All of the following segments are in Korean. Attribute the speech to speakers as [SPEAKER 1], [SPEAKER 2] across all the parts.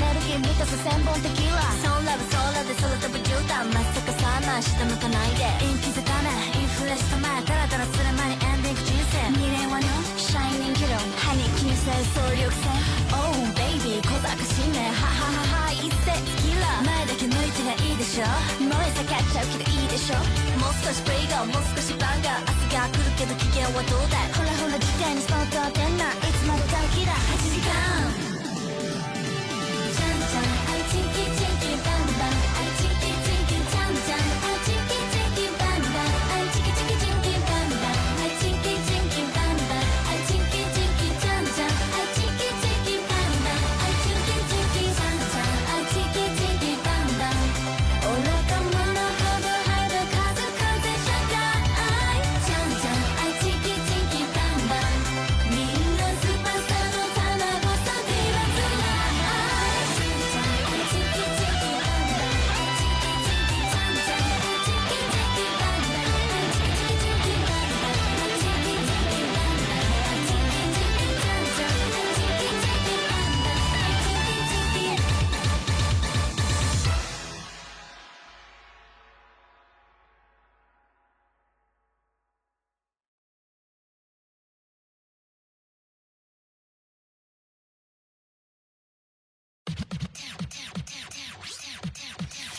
[SPEAKER 1] さす千本テキーラソーラはソーラで空飛ぶ絨毯まさかさま下向かないで陰気づかないインフレした前ダラダラする前にエンディング人生未練はねシャイニング議論歯に気にせ総力戦 Oh baby 小賢しめはははは一世キラ前だけ向いてりゃいいでしょ燃え盛っちゃうけどいいでしょもう少しプレイがもう少しバンが朝が来るけど機嫌はどうだいほらほら時間にスポット当てんないつまで短期だ8時間 짠짠 아이 칭기 칭기 반반 아이 칭기 칭기 짠짠 아이 칭기 칭기 반반 아이 칭기 칭기 칭기 반반 아이 칭기 칭기 반반 아이 칭기 칭기 짠짠 아이 칭기 칭기 반반 아이 칭기 칭기 짠짠 아이 칭기 칭기 반반 올라간 문어 하도 하도 가득한데 샤가 아이 짠짠 아이 칭기 칭기 반반 밀런 스파스타로 사나고서 들어들라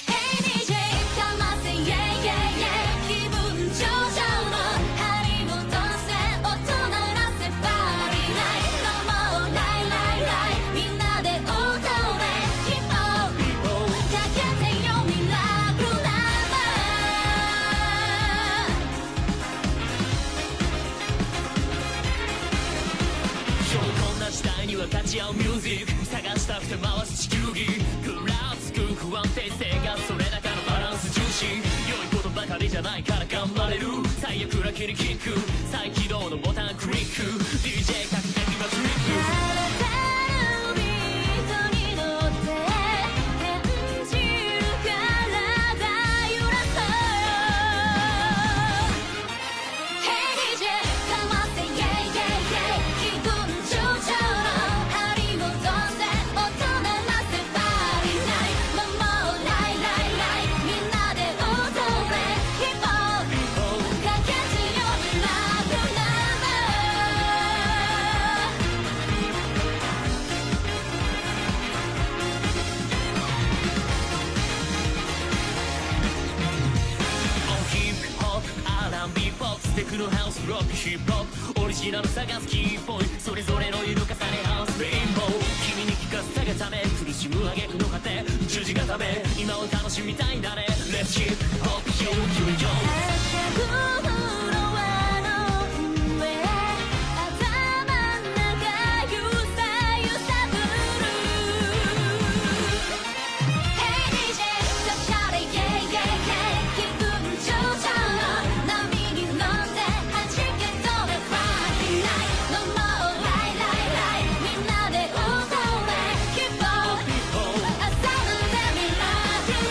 [SPEAKER 1] ADJ 입담하세 예예예 기분 조절로 하리보 던세 오토나라세 파리 나이 넘어 나이 나이 나이 민나대 오토레 기뻐 다 곁에요 밀라그로 남아
[SPEAKER 2] 「今日こんな時代に分かち合うミュージック」「探したくて回す地球儀」「グラつく不安定性がそれだからバランス重視」「良いことばかりじゃないから頑張れる」「最悪な気にキック」「再起動のボタンクリック」「DJ かけてみまクリッ
[SPEAKER 1] 「新たな海とに乗って」「返事を待つよ」「体揺らそう」「ヘリジェかまってイェイイェイイェイ」「気分上々の針を飛んで大人なせばりない」「もうないないないみんなで踊れ」「希望かけずようなくなる」
[SPEAKER 2] ヒップホップ R&B ポップステクノハウスロックヒップホップオリジナル探すキーポイントそれぞれの色重ね合わすレインボー君に聞かせたがため苦しむ挙句の果て十字固め今を楽しみたいんだね Let's hip hop you you yo
[SPEAKER 1] 아구로와놓은왜아담한나가유사유사부르 Hey DJ 더 잘해 yeah yeah yeah 기분 조절로 난 미니 넌데 아직은 너를 Friday night 넌뭐 Right Right Right 민나네 웃어내 기뻐 아싸는 내 미라클 넘버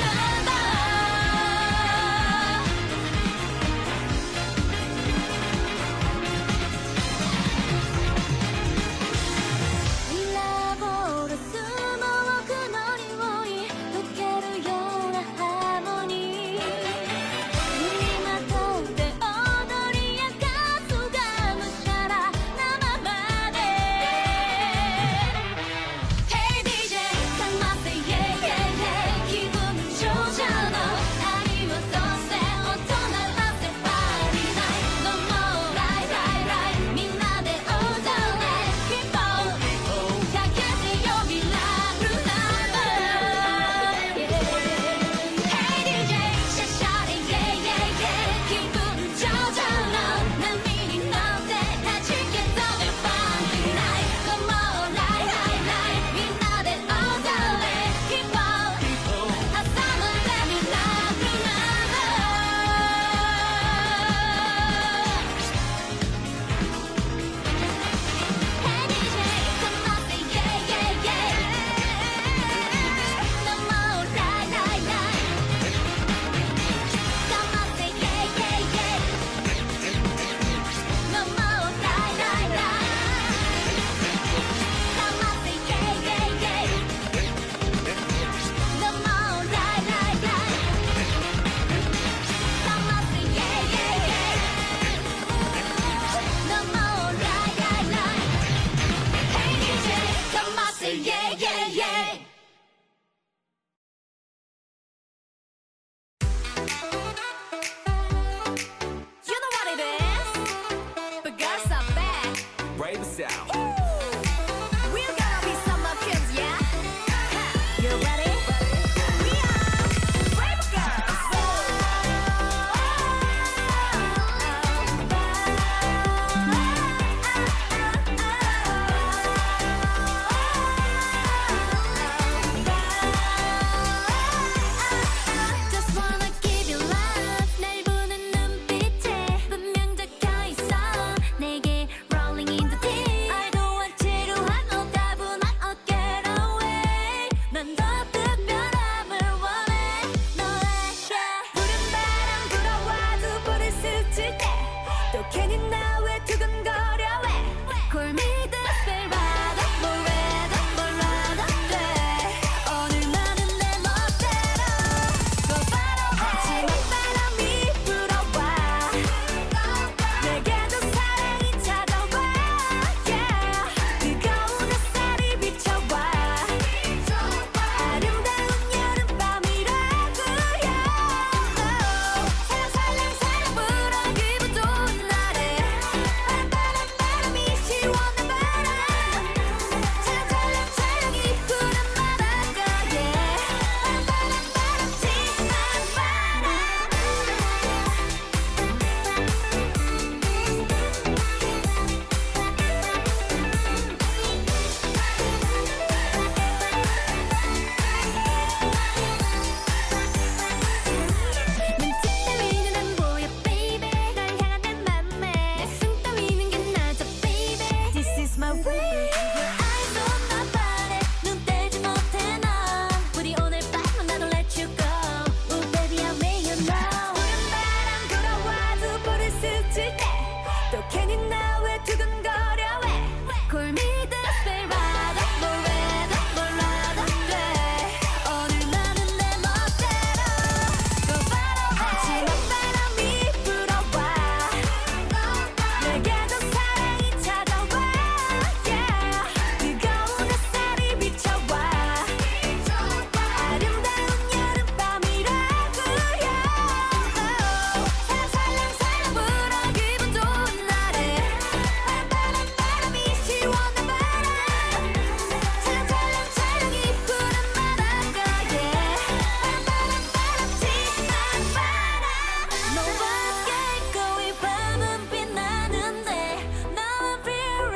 [SPEAKER 1] Oh, 어.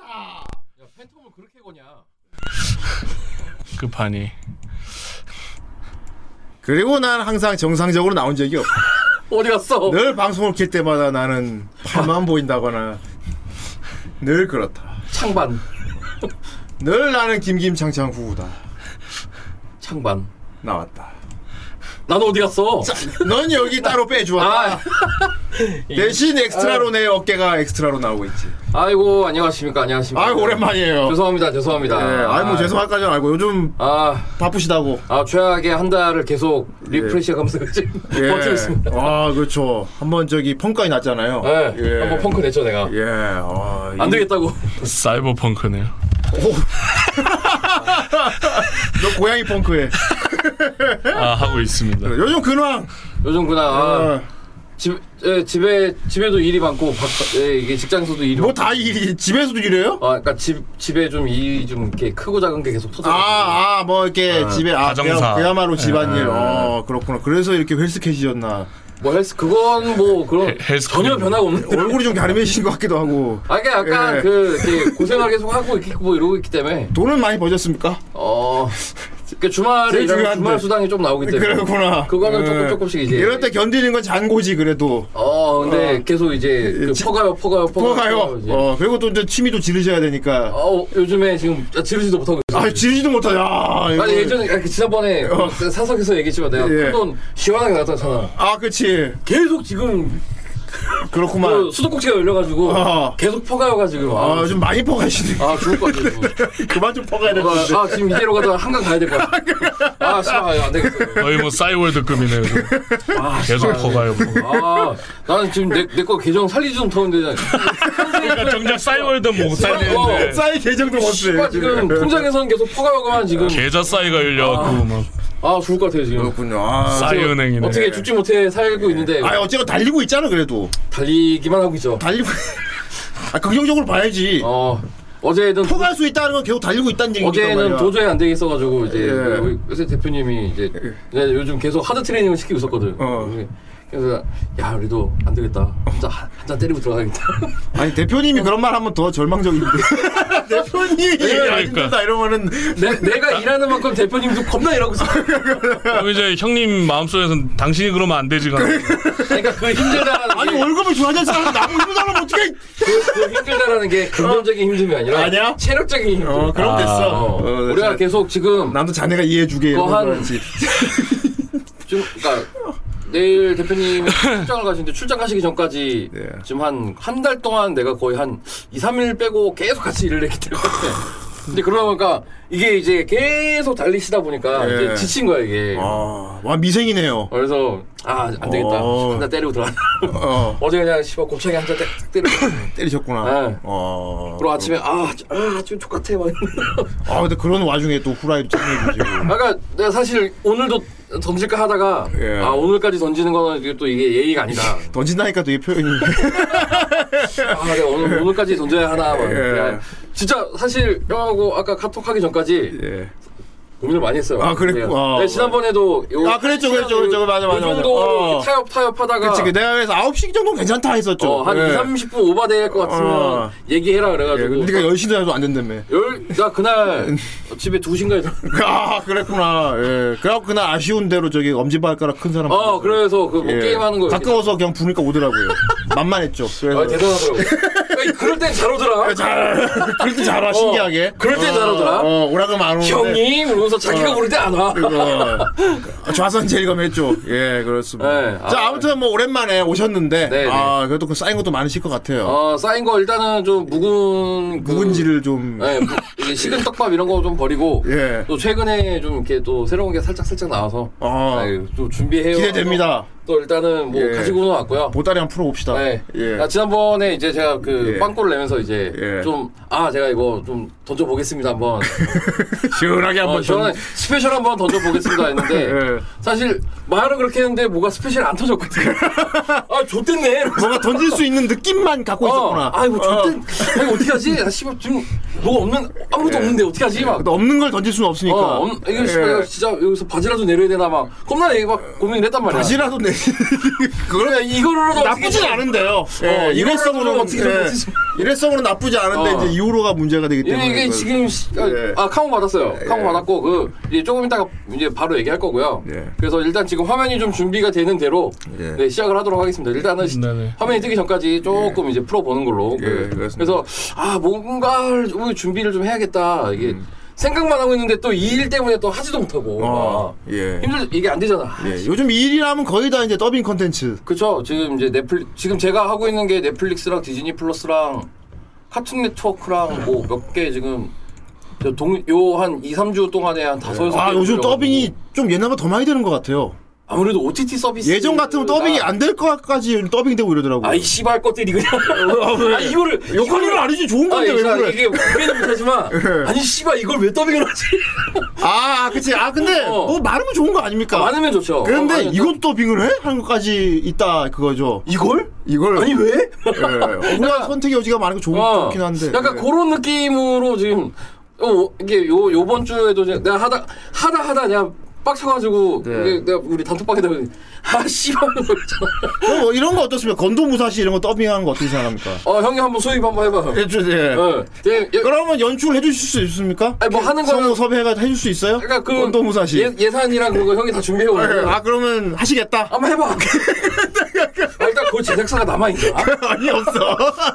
[SPEAKER 3] 있다. 야 팬텀을 그렇게 거냐?
[SPEAKER 4] 급하니
[SPEAKER 5] 그리고 난 항상 정상적으로 나온 적이 없어.
[SPEAKER 3] 어디 갔어?
[SPEAKER 5] 늘 방송을 킬 때마다 나는 팔만 보인다거나 늘 그렇다.
[SPEAKER 3] 창반,
[SPEAKER 5] 늘 나는 김김창창 후우다.
[SPEAKER 3] 창반.
[SPEAKER 5] 나왔다.
[SPEAKER 3] 나는 어디 갔어?
[SPEAKER 5] 넌 여기 따로 빼주었다.
[SPEAKER 3] 아,
[SPEAKER 5] 대신 엑스트라로 내 어깨가 엑스트라로 나오고 있지.
[SPEAKER 3] 아이고 네, 안녕하십니까, 안녕하십니까.
[SPEAKER 5] 아 오랜만이에요.
[SPEAKER 3] 죄송합니다, 죄송합니다.
[SPEAKER 5] 예, 아이 뭐 죄송할까지 알고 요즘
[SPEAKER 3] 아,
[SPEAKER 5] 바쁘시다고.
[SPEAKER 3] 아 최악의 한 달을 계속 리프레시하면서 지금
[SPEAKER 5] 예.
[SPEAKER 3] 버티고 있습니다.
[SPEAKER 5] 아 그렇죠. 한번 저기 펑크가 났잖아요.
[SPEAKER 3] 예, 한번 펑크 냈죠 내가.
[SPEAKER 5] 예. 아,
[SPEAKER 3] 안
[SPEAKER 5] 이-
[SPEAKER 3] 되겠다고.
[SPEAKER 4] 사이버펑크네요.
[SPEAKER 5] 너 고양이 펑크해.
[SPEAKER 4] 아 하고 있습니다.
[SPEAKER 5] 요즘 근황.
[SPEAKER 3] 요즘 그냥 아,
[SPEAKER 5] 어,
[SPEAKER 3] 집 예, 집에 집에도 일이 많고 박, 예, 이게 직장에서도 일이 많고.
[SPEAKER 5] 뭐다 일이 집에서도
[SPEAKER 3] 아,
[SPEAKER 5] 이래요?
[SPEAKER 3] 그러니까 집 집에 좀 이 좀 이렇게 크고 작은 게 계속 터져.
[SPEAKER 5] 아, 아, 뭐, 이렇게
[SPEAKER 3] 네.
[SPEAKER 5] 집에, 아,
[SPEAKER 4] 가정사.
[SPEAKER 5] 그야, 그야말로 집안일.
[SPEAKER 4] 예.
[SPEAKER 5] 어, 그렇구나. 그래서 이렇게 헬스캣이었나.
[SPEAKER 3] 뭐 헬스 그건 뭐 그런
[SPEAKER 4] 헬- 헬스
[SPEAKER 3] 전혀
[SPEAKER 4] 크림.
[SPEAKER 3] 변화가 없는데.
[SPEAKER 5] 얼굴이 좀 갸름해지신 것 같기도 하고.
[SPEAKER 3] 아, 그러니까 약간
[SPEAKER 5] 예.
[SPEAKER 3] 그 이렇게 고생을 계속 하고 이렇게 뭐 이러고 있기 때문에
[SPEAKER 5] 돈은 많이 버셨습니까?
[SPEAKER 3] 어. 그러니까 주말에
[SPEAKER 5] 제일
[SPEAKER 3] 일하면
[SPEAKER 5] 중요한데.
[SPEAKER 3] 주말 수당이 좀 나오기 때문에.
[SPEAKER 5] 그렇구나.
[SPEAKER 3] 네. 그거는
[SPEAKER 5] 예.
[SPEAKER 3] 조금 조금씩 이제.
[SPEAKER 5] 이럴 때 견디는 건 잔고지, 그래도.
[SPEAKER 3] 어, 근데 계속 이제 그
[SPEAKER 5] 지-
[SPEAKER 3] 퍼가요, 퍼가요, 퍼가요.
[SPEAKER 5] 뽑아가요.
[SPEAKER 3] 이제.
[SPEAKER 5] 어, 그리고 또 이제 취미도 지르셔야 되니까.
[SPEAKER 3] 어, 요즘에 지금 지르지도 못하고 있어요.
[SPEAKER 5] 아, 지르지도 못하냐. 아,
[SPEAKER 3] 아니 예전에 아, 그 지난번에 그 사석에서 얘기했지만 내가
[SPEAKER 5] 어. 예.
[SPEAKER 3] 큰돈 시원하게 나왔잖아.
[SPEAKER 5] 아, 그치.
[SPEAKER 3] 계속 지금
[SPEAKER 5] 그렇구만.
[SPEAKER 3] 그 수도꼭지가 열려가지고
[SPEAKER 5] 아.
[SPEAKER 3] 계속 퍼가여가지고
[SPEAKER 5] 아,
[SPEAKER 3] 아,
[SPEAKER 5] 좀 많이 퍼가시네.
[SPEAKER 3] 아 죽을 것 같아. 지금.
[SPEAKER 5] 그만 좀 퍼가야 될 것 같은데.
[SPEAKER 3] 아, 아 지금 이대로 가다가 한강 가야 될 것 같아. 아 싫어, 안 되겠어.
[SPEAKER 4] 거의 뭐 사이월드급이네요.
[SPEAKER 3] 아,
[SPEAKER 4] 계속 퍼가요. 뭐.
[SPEAKER 3] 아, 나는 지금 내내거 계정 살리지 좀 터는데
[SPEAKER 4] 그러니까 정작 사이월드 못 살리는데
[SPEAKER 5] 싸이 계정도 못 쓰.
[SPEAKER 3] 나 아, 지금 통장에서는 계속 퍼가요만 지금
[SPEAKER 4] 계좌 싸이가 열려갖고 막
[SPEAKER 3] 아 죽을 것 같아요 지금.
[SPEAKER 5] 그렇군요. 아,
[SPEAKER 4] 싸이 은행이네.
[SPEAKER 3] 어떻게 죽지 못해 살고 있는데
[SPEAKER 5] 아, 어쨌건 달리고 있잖아, 그래도.
[SPEAKER 3] 달리기만 하고 있죠.
[SPEAKER 5] 달리고 아 긍정적으로 봐야지
[SPEAKER 3] 어 어제는
[SPEAKER 5] 포갈 수 있다는 건 계속 달리고 있다는 얘기니까
[SPEAKER 3] 어제는
[SPEAKER 5] 말이야.
[SPEAKER 3] 도저히 안 되겠어가지고 이제
[SPEAKER 5] 예.
[SPEAKER 3] 우리 요새 대표님이 이제 내가 요즘 계속 하드 트레이닝을 시키고 있었거든.
[SPEAKER 5] 어.
[SPEAKER 3] 그래서 야 우리도 안 되겠다. 진짜 한잔 때리고 들어가겠다.
[SPEAKER 5] 아니
[SPEAKER 3] 어.
[SPEAKER 5] 대표님이 그런 말 하면 더 절망적인데 대표님이
[SPEAKER 4] 그러니까.
[SPEAKER 5] 안 힘들다 이러면은
[SPEAKER 3] 내, 내가 일하는 만큼 대표님도 겁나 일하고 있어.
[SPEAKER 4] 그럼 이제 형님 마음속에서는 당신이 그러면 안 되지가 않아요.
[SPEAKER 3] 그러니까 그 힘들다라는
[SPEAKER 5] 아니
[SPEAKER 3] 게,
[SPEAKER 5] 월급을 줘야 사람 나무 이거 달라면 어떻게
[SPEAKER 3] 그, 그 힘들다라는 게 긍정적인 힘듦이 아니라
[SPEAKER 5] 아니야?
[SPEAKER 3] 체력적인 힘듦.
[SPEAKER 5] 어 그럼
[SPEAKER 4] 아,
[SPEAKER 5] 됐어
[SPEAKER 3] 어,
[SPEAKER 5] 어,
[SPEAKER 3] 우리가
[SPEAKER 5] 자-
[SPEAKER 3] 계속 지금
[SPEAKER 5] 남도 자네가 이해해주게 이런
[SPEAKER 3] 그거 한-
[SPEAKER 5] 거지
[SPEAKER 3] 좀 그러니까 내일 대표님 출장을 가시는데 출장 가시기 전까지
[SPEAKER 5] 네.
[SPEAKER 3] 지금 한 한 달 동안 내가 거의 한 2, 3일 빼고 계속 같이 일을 했기 때문에 근데 그러다 보니까 이게 이제 계속 달리시다 보니까
[SPEAKER 5] 예.
[SPEAKER 3] 이제 지친 거야 이게
[SPEAKER 5] 아와 미생이네요
[SPEAKER 3] 그래서 아 안 되겠다
[SPEAKER 5] 어.
[SPEAKER 3] 한 잔 때리고 들어가
[SPEAKER 5] 어
[SPEAKER 3] 어제 그냥 씨발 곱창에 한잔 때리고
[SPEAKER 5] 때리셨구나
[SPEAKER 3] 네.
[SPEAKER 5] 어
[SPEAKER 3] 그리고 아침에 아, 저- 아 지금 족같아 막 이러면서.
[SPEAKER 5] 아 근데 그런 와중에 또 후라이도 챙겨주시고
[SPEAKER 3] 아까 내가 사실 오늘도 던질까 하다가
[SPEAKER 5] 예.
[SPEAKER 3] 아 오늘까지 던지는 거는 이게 또 이게 예의가 아니다
[SPEAKER 5] 던진다니까 또이 표현이
[SPEAKER 3] 아, 내가 오늘, 오늘까지 던져야 하나. 막.
[SPEAKER 5] 예.
[SPEAKER 3] 그냥 진짜 사실 형하고 아까 카톡하기 전까지
[SPEAKER 5] 예.
[SPEAKER 3] 고민을 많이 했어요.
[SPEAKER 5] 아, 그랬구-
[SPEAKER 3] 네.
[SPEAKER 5] 아.
[SPEAKER 3] 네, 지난번에도 요-
[SPEAKER 5] 아, 그랬죠, 그랬죠,
[SPEAKER 3] 시간을
[SPEAKER 5] 그랬죠. 맞아,
[SPEAKER 3] 요
[SPEAKER 5] 맞아, 맞아.
[SPEAKER 3] 정도
[SPEAKER 5] 어.
[SPEAKER 3] 이렇게 타협 타협하다가
[SPEAKER 5] 그치 그 내가 그래서 9시 정도는 괜찮다 했었죠
[SPEAKER 3] 어, 한
[SPEAKER 5] 예.
[SPEAKER 3] 2, 30분 오바될 것 같으면
[SPEAKER 5] 어.
[SPEAKER 3] 얘기해라
[SPEAKER 5] 예,
[SPEAKER 3] 그래가지고
[SPEAKER 5] 근데 네가 10시도 해도 안 된다며
[SPEAKER 3] 열, 나 그날 집에 2시인가에
[SPEAKER 5] 아 그랬구나. 예. 그래갖고 그날 아쉬운 대로 저기 엄지발가락 큰 사람.
[SPEAKER 3] 어 그래서 그 뭐
[SPEAKER 5] 예.
[SPEAKER 3] 게임하는 거 이렇게-
[SPEAKER 5] 가까워서 그냥 부르니까 오더라고요. 만만했죠.
[SPEAKER 3] 아,
[SPEAKER 5] 그래서
[SPEAKER 3] 대단하더라고 그러니까 그럴 땐 잘
[SPEAKER 5] 예,
[SPEAKER 3] 오더라
[SPEAKER 5] 잘 그럴 때 잘와 신기하게.
[SPEAKER 3] 어, 그럴 땐 잘하더라
[SPEAKER 5] 어 오락은 안 오는데.
[SPEAKER 3] 형님 이러면서 자기가
[SPEAKER 5] 어.
[SPEAKER 3] 부를 때 안와
[SPEAKER 5] 어, 좌선 재검했죠. 예 그렇습니다.
[SPEAKER 3] 네, 아,
[SPEAKER 5] 자 아무튼 뭐 오랜만에 오셨는데
[SPEAKER 3] 네, 네.
[SPEAKER 5] 아 그래도 그 쌓인 것도 많으실 것 같아요.
[SPEAKER 3] 어, 쌓인 거 일단은 좀 묵은 그-
[SPEAKER 5] 묵은지를 좀.
[SPEAKER 3] 예, 뭐, 이제 식은 떡밥 이런 거 좀 버리고
[SPEAKER 5] 예.
[SPEAKER 3] 또 최근에 좀 이렇게 또 새로운 게 살짝 살짝 나와서
[SPEAKER 5] 아,
[SPEAKER 3] 예, 또 준비해요.
[SPEAKER 5] 기대됩니다.
[SPEAKER 3] 또 일단은 뭐
[SPEAKER 5] 예.
[SPEAKER 3] 가지고는 왔고요.
[SPEAKER 5] 보따리 한번 풀어봅시다.
[SPEAKER 3] 예.
[SPEAKER 5] 예.
[SPEAKER 3] 아, 지난번에 이제 제가 그
[SPEAKER 5] 예.
[SPEAKER 3] 빵꾸를 내면서 이제
[SPEAKER 5] 예.
[SPEAKER 3] 좀 아 제가 이거 좀 던져 보겠습니다 한번.
[SPEAKER 5] 시원하게 한번
[SPEAKER 3] 어, 저는 스페셜 한번 던져 보겠습니다 했는데
[SPEAKER 5] 예.
[SPEAKER 3] 사실 말은 그렇게 했는데 뭐가 스페셜 안 터졌거든. 아 좋댔네.
[SPEAKER 5] 뭔가 던질 수 있는 느낌만 갖고 있었구나.
[SPEAKER 3] 어.
[SPEAKER 5] 어.
[SPEAKER 3] 아이고 좋댔. 아니 어떻게 하지? 아 씨발 지금 뭐가 없는
[SPEAKER 5] 예.
[SPEAKER 3] 아무것도 없는데 어떻게 하지? 막
[SPEAKER 5] 근데 없는 걸 던질 수는 없으니까.
[SPEAKER 3] 어, 엄- 이거 씨발
[SPEAKER 5] 그러니까. 예.
[SPEAKER 3] 진짜 여기서 바지라도 내려야 되나 막 겁나 이막 고민을 했단 말이야.
[SPEAKER 5] 다시라도 내
[SPEAKER 3] 그러면 이거로도
[SPEAKER 5] 나쁘진 않은데요.
[SPEAKER 3] 예,
[SPEAKER 5] 어,
[SPEAKER 3] 이거로도
[SPEAKER 5] 일회성으로는
[SPEAKER 3] 어떻게 좀
[SPEAKER 5] 예,
[SPEAKER 3] 해주시면.
[SPEAKER 5] 일회성으로는 나쁘지 않은데
[SPEAKER 3] 어.
[SPEAKER 5] 이제 이후로가 문제가 되기 때문에
[SPEAKER 3] 예, 이게
[SPEAKER 5] 이걸-
[SPEAKER 3] 지금 시- 아,
[SPEAKER 5] 예.
[SPEAKER 3] 아 카운 받았어요. 카운
[SPEAKER 5] 예.
[SPEAKER 3] 받았고 그 이제 조금 이따가 이제 바로 얘기할 거고요.
[SPEAKER 5] 예.
[SPEAKER 3] 그래서 일단 지금 화면이 좀 준비가 되는 대로
[SPEAKER 5] 예.
[SPEAKER 3] 네, 시작을 하도록 하겠습니다. 일단은 시-
[SPEAKER 4] 네네.
[SPEAKER 3] 화면이 뜨기 전까지 조금 이제 풀어보는 걸로.
[SPEAKER 5] 예,
[SPEAKER 3] 그-
[SPEAKER 5] 그렇습니다.
[SPEAKER 3] 그래서 아 뭔가를 좀 준비를 좀 해야겠다. 이게
[SPEAKER 5] 음.
[SPEAKER 3] 생각만 하고 있는데 또 이 일 때문에 또 하지도 못하고
[SPEAKER 5] 어,
[SPEAKER 3] 막
[SPEAKER 5] 예.
[SPEAKER 3] 힘들 이게 안 되잖아. 아,
[SPEAKER 5] 예. 요즘 이 일이라면 거의 다 이제 더빙 컨텐츠.
[SPEAKER 3] 그쵸 지금 이제 넷플 지금 제가 하고 있는 게 넷플릭스랑 디즈니 플러스랑 카툰 네트워크랑 뭐 몇 개 지금 요한 2, 3주 동안에 한 다섯 여섯
[SPEAKER 5] 아
[SPEAKER 3] 개
[SPEAKER 5] 요즘
[SPEAKER 3] 올려가지고.
[SPEAKER 5] 더빙이 좀 옛날보다 더 많이 되는 것 같아요.
[SPEAKER 3] 아무래도 OTT 서비스
[SPEAKER 5] 예전 같으면 더빙이 안 될 것까지 더빙되고 이러더라고.
[SPEAKER 3] 아이 씨발 것들이 그냥
[SPEAKER 5] 어,
[SPEAKER 3] 아 이거를
[SPEAKER 5] 욕하는 건 아니지 좋은
[SPEAKER 3] 아,
[SPEAKER 5] 건데 왜
[SPEAKER 3] 이거
[SPEAKER 5] 그래?
[SPEAKER 3] 이게 우리는 못하지만
[SPEAKER 5] 예.
[SPEAKER 3] 아니 씨발 이걸 왜 더빙을 하지?
[SPEAKER 5] 아 그치. 아 근데
[SPEAKER 3] 어.
[SPEAKER 5] 뭐 많으면 좋은 거 아닙니까?
[SPEAKER 3] 많으면 좋죠.
[SPEAKER 5] 그런데
[SPEAKER 3] 어, 아니,
[SPEAKER 5] 이건 더빙을 해? 하는 것까지 있다 그거죠.
[SPEAKER 3] 이걸?
[SPEAKER 5] 이걸
[SPEAKER 3] 아니 왜?
[SPEAKER 5] 예. 우리가 선택의 여지가 많은 게 좋, 좋긴 한데.
[SPEAKER 3] 어. 약간
[SPEAKER 5] 예.
[SPEAKER 3] 그런 느낌으로 지금 어 이게 요 요번 주에도 이제 내가 하다 하다 하다 그냥 빡쳐가지고
[SPEAKER 5] 네.
[SPEAKER 3] 이게 내가 우리 단톡방에다 아 씨발 이거 있잖아.
[SPEAKER 5] 그럼 뭐 이런 거 어떻습니까? 건도 무사시 이런 거 더빙하는 거 어떻게 생각합니까?
[SPEAKER 3] 어 형이 한번 수입 한번 해봐.
[SPEAKER 5] 예, 저, 예.
[SPEAKER 3] 어, 예, 예,
[SPEAKER 5] 그러면 연출을 해주실 수 있습니까?
[SPEAKER 3] 아니, 뭐 하는 거는-
[SPEAKER 5] 성우 섭외가 해줄 수 있어요?
[SPEAKER 3] 그러니까 그
[SPEAKER 5] 건도 무사시.
[SPEAKER 3] 예, 예산이랑 그거 형이 다 준비해 오고
[SPEAKER 5] 아 그러면 하시겠다?
[SPEAKER 3] 한번 해봐. 아, 일단 그 제작사가 남아 있나?
[SPEAKER 5] 아니 없어.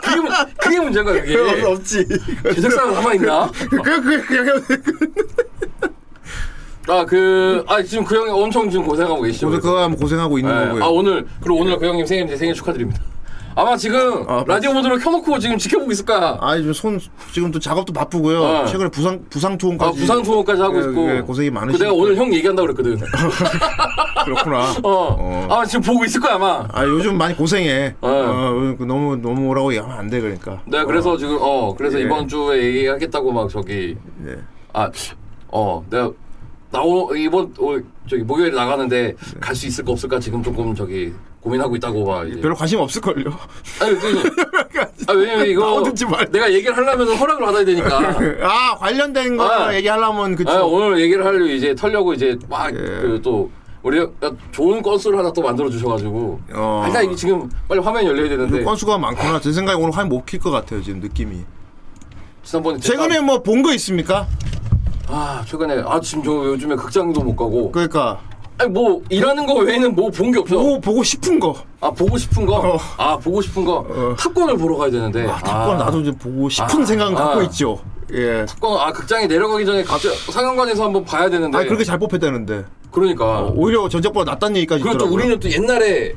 [SPEAKER 3] 그게 문- 그게 문제인 거야
[SPEAKER 5] 그건
[SPEAKER 3] 그게.
[SPEAKER 5] 없지.
[SPEAKER 3] 제작사가 남아 있나?
[SPEAKER 5] 그 그 그냥
[SPEAKER 3] 아 그 아 지금 그 형이 엄청 지금 고생하고 계시죠.
[SPEAKER 5] 오늘 그거 하면 고생하고 있는
[SPEAKER 3] 네.
[SPEAKER 5] 거고요.
[SPEAKER 3] 아 오늘 그리고 오늘 그 형님 생일 생일 축하드립니다. 아마 지금
[SPEAKER 5] 아,
[SPEAKER 3] 라디오 모드로 켜놓고 지금 지켜보고 있을 거야.
[SPEAKER 5] 아 지금 손 지금 또 작업도 바쁘고요.
[SPEAKER 3] 네.
[SPEAKER 5] 최근에 부상 부상
[SPEAKER 3] 아,
[SPEAKER 5] 투혼까지.
[SPEAKER 3] 부상 투어까지 하고
[SPEAKER 5] 예,
[SPEAKER 3] 있고
[SPEAKER 5] 예, 고생이 많으시니까.
[SPEAKER 3] 그 내가 오늘 형 얘기한다 그랬거든.
[SPEAKER 5] 그렇구나.
[SPEAKER 3] 어.
[SPEAKER 5] 어.
[SPEAKER 3] 아 지금 보고 있을 거야 아마.
[SPEAKER 5] 아 요즘 많이 고생해. 어, 너무 너무 오라고 얘기하면 안 돼 그러니까.
[SPEAKER 3] 내가 예. 네, 그래서 지금 어 그래서
[SPEAKER 5] 예.
[SPEAKER 3] 이번 주에 얘기하겠다고 막 저기 아,
[SPEAKER 5] 예.
[SPEAKER 3] 아어 내가 나오 이번 오, 저기 목요일 나가는데
[SPEAKER 5] 예.
[SPEAKER 3] 갈 수 있을까 없을까 지금 조금 저기 고민하고 있다고 막. 이제.
[SPEAKER 5] 별로 관심 없을 걸요.
[SPEAKER 3] 아니, 그, 아 왜냐면 이거
[SPEAKER 5] 나오든지 말든.
[SPEAKER 3] 내가 얘기를 하려면 허락을 받아야 되니까.
[SPEAKER 5] 아 관련된 거
[SPEAKER 3] 아.
[SPEAKER 5] 얘기하려면 그쵸.
[SPEAKER 3] 아, 오늘 얘기를 하려고 이제 털려고 이제 막
[SPEAKER 5] 예.
[SPEAKER 3] 그 또 우리 좋은 건수를 하나 또 만들어 주셔가지고
[SPEAKER 5] 어.
[SPEAKER 3] 아, 일단 이게 지금 빨리 화면 열려야 되는데
[SPEAKER 5] 건수가 많구나. 제 생각에 오늘 화면 못킬 것 같아요 지금 느낌이.
[SPEAKER 3] 지난번에 제가-
[SPEAKER 5] 최근에 뭐 본 거 있습니까?
[SPEAKER 3] 아 최근에 아 지금 저 요즘에 극장도 못 가고
[SPEAKER 5] 그러니까
[SPEAKER 3] 아니 뭐 일하는 거 외에는 뭐 본 게 없어
[SPEAKER 5] 보고 보고 싶은 거.
[SPEAKER 3] 아 보고 싶은
[SPEAKER 5] 어.
[SPEAKER 3] 거 아 보고 싶은 거
[SPEAKER 5] 어.
[SPEAKER 3] 탑건을 보러 가야 되는데
[SPEAKER 5] 아, 탑건 나도 이제 보고 싶은
[SPEAKER 3] 아,
[SPEAKER 5] 생각은
[SPEAKER 3] 아.
[SPEAKER 5] 갖고 있죠. 예.
[SPEAKER 3] 탑건 아 극장에 내려가기 전에 갑자기 상영관에서 한번 봐야 되는데
[SPEAKER 5] 아 그렇게 잘 뽑혔다는데
[SPEAKER 3] 러니까
[SPEAKER 5] 오히려 전작보다 낫다는 얘기까지
[SPEAKER 3] 그리고 또
[SPEAKER 5] 있더라고요.
[SPEAKER 3] 그렇죠.
[SPEAKER 5] 음.
[SPEAKER 3] 우리는 또 옛날에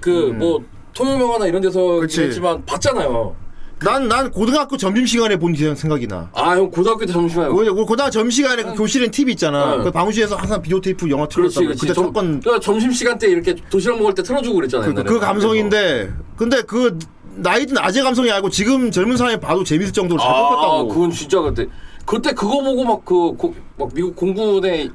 [SPEAKER 3] 그 뭐 토요명화나 이런 데서
[SPEAKER 5] 그치.
[SPEAKER 3] 했지만 봤잖아요
[SPEAKER 5] 난, 난 고등학교 점심시간에 본 기억- 생각이 나.
[SPEAKER 3] 아 형 고등학교 때 점심에
[SPEAKER 5] 우리 우리 고등학교 점심시간에 그 교실엔 TV 있잖아.
[SPEAKER 3] 응.
[SPEAKER 5] 그 방우실에서 항상 비디오 테이프 영화
[SPEAKER 3] 어. 그렇지
[SPEAKER 5] 틀었다고.
[SPEAKER 3] 그렇지
[SPEAKER 5] 그때
[SPEAKER 3] 점-
[SPEAKER 5] 첫번 그,
[SPEAKER 3] 그러니까 점심시간 때 이렇게 도시락 먹을 때 틀어주고 그랬잖아요
[SPEAKER 5] 그,
[SPEAKER 3] 옛날에. 뭐
[SPEAKER 5] 그 감성인데 근데 그 나이든 아재 감성이 아니고 지금 젊은 사람이 봐도 재밌을 정도로 잘
[SPEAKER 3] 아
[SPEAKER 5] 뽑혔다고.
[SPEAKER 3] 그건 진짜 그때 그때 그거 보고 막그막 미국 공군에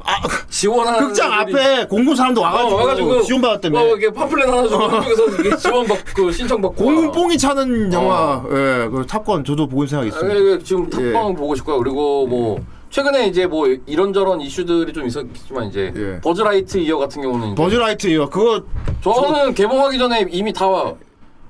[SPEAKER 3] 지원하는
[SPEAKER 5] 아, 그 극장
[SPEAKER 3] 애들이- 어,
[SPEAKER 5] 앞에 공군 사람도 와가지고, 지원받았다며.
[SPEAKER 3] 막 이렇게 파플렛 하나 주고 한쪽에서 이게 지원 받그 신청 받고
[SPEAKER 5] 공군 뽕이 차는 영화. 예, 그 탑건 저도 보고 있는 생각이
[SPEAKER 3] 어. 아,
[SPEAKER 5] 있습니다.
[SPEAKER 3] 그러니까 지금 탑방 보고 싶고요 그리고
[SPEAKER 5] 예.
[SPEAKER 3] 뭐 최근에 이제 뭐 이런저런 이슈들이 좀 있었지만 이제
[SPEAKER 5] 예.
[SPEAKER 3] 버즈라이트 이어 같은 경우는 이제
[SPEAKER 5] 버즈라이트예요. 그거
[SPEAKER 3] 저는 개봉하기 전에 이미 다 와-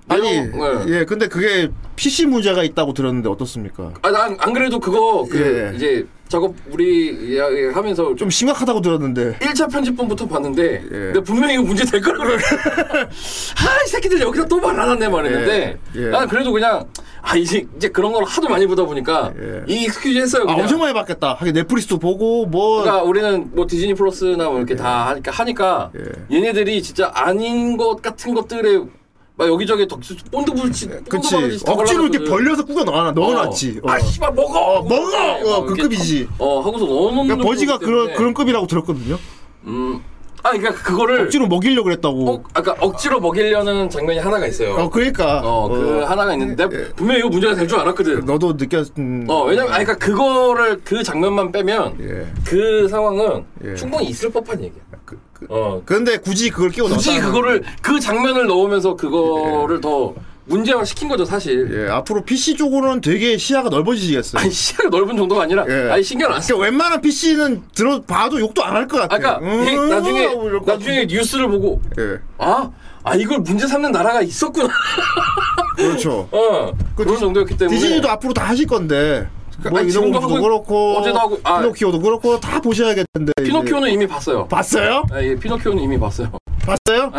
[SPEAKER 5] 아니
[SPEAKER 3] 내용- 예.
[SPEAKER 5] 예 근데 그게 PC 문제가 있다고 들었는데 어떻습니까?
[SPEAKER 3] 아, 난, 안 그래도 그거, 그,
[SPEAKER 5] 예.
[SPEAKER 3] 이제, 작업, 우리, 야- 야- 하면서 좀,
[SPEAKER 5] 좀 심각하다고 들었는데
[SPEAKER 3] 1차 편집본부터 봤는데,
[SPEAKER 5] 예.
[SPEAKER 3] 내가 분명히 이거 문제 될 거라고. 아, 이 새끼들 여기다 또 말하놨네 말했는데,
[SPEAKER 5] 예. 예.
[SPEAKER 3] 나는 그래도 그냥, 아, 이제, 이제 그런 걸 하도 많이 보다 보니까,
[SPEAKER 5] 예.
[SPEAKER 3] 이 익스큐즈 했어요.
[SPEAKER 5] 아
[SPEAKER 3] 그냥.
[SPEAKER 5] 엄청 많이 봤겠다. 하긴 넷플릭스도 보고 뭐
[SPEAKER 3] 그러니까 우리는 뭐 디즈니 플러스나 뭐 이렇게 다 하니까, 하니까
[SPEAKER 5] 예.
[SPEAKER 3] 얘네들이 진짜 아닌 것 같은 것들에 막 여기저기 덕수, 본드 불치,
[SPEAKER 5] 그치 억지로 이렇게 벌려서 꾸겨 넣어놔, 넣어놨지. 어.
[SPEAKER 3] 아, 씨발, 먹어!
[SPEAKER 5] 어, 먹어! 어, 그
[SPEAKER 3] 이렇게
[SPEAKER 5] 급이지.
[SPEAKER 3] 어 하고서 너무
[SPEAKER 5] 그러니까 버지가 그런 그런 급이라고 들었거든요.
[SPEAKER 3] 아 그러니까 그거를 억지로
[SPEAKER 5] 억지로 먹이려 고 그랬다고.
[SPEAKER 3] 어,
[SPEAKER 5] 어,
[SPEAKER 3] 아까 억지로 먹이려는 장면이 하나가 있어요.
[SPEAKER 5] 그러니까
[SPEAKER 3] 어 그 하나가 있는데 분명히 이거 문제가 될 줄 알았거든.
[SPEAKER 5] 예. 너도 느꼈음.
[SPEAKER 3] 어 왜냐면 아 그러니까 그거를 그 장면만 빼면
[SPEAKER 5] 예.
[SPEAKER 3] 그 상황은
[SPEAKER 5] 예.
[SPEAKER 3] 충분히 있을 법한 얘기야.
[SPEAKER 5] 그, 그,
[SPEAKER 3] 어
[SPEAKER 5] 근데 굳이 그걸 끼워
[SPEAKER 3] 굳이
[SPEAKER 5] 넣었다는
[SPEAKER 3] 그거를 그 장면을 넣으면서 그거를 더 문제화 시킨 거죠 사실.
[SPEAKER 5] 예, 앞으로 PC 쪽으로는 되게 시야가 넓어지겠어요.
[SPEAKER 3] 아니 시야가 넓은 정도가 아니라
[SPEAKER 5] 예.
[SPEAKER 3] 아니 신경 안 써.
[SPEAKER 5] 그러니까 웬만한 PC는 들어봐도 욕도 안 할 것
[SPEAKER 3] 아,
[SPEAKER 5] 같아.
[SPEAKER 3] 그러니까 이게
[SPEAKER 5] 음,
[SPEAKER 3] 나중에
[SPEAKER 5] 하고 이럴 것
[SPEAKER 3] 나중에 뉴스를 보고
[SPEAKER 5] 같은데. 예,
[SPEAKER 3] 아, 아 이걸 문제 삼는 나라가 있었구나.
[SPEAKER 5] 그렇죠.
[SPEAKER 3] 어, 그 런
[SPEAKER 5] 디즈-
[SPEAKER 3] 정도였기 때문에
[SPEAKER 5] 디즈니도 앞으로 다 하실 건데. 뭐
[SPEAKER 3] 아니, 지금도
[SPEAKER 5] 이런 것도
[SPEAKER 3] 하고
[SPEAKER 5] 그렇고
[SPEAKER 3] 어제도 하고- 아.
[SPEAKER 5] 피노키오도 그렇고 다 보셔야겠는데. 이제.
[SPEAKER 3] 피노키오는 이미 봤어요.
[SPEAKER 5] 봤어요?
[SPEAKER 3] 아, 예, 피노키오는 이미 봤어요.
[SPEAKER 5] 봤어요?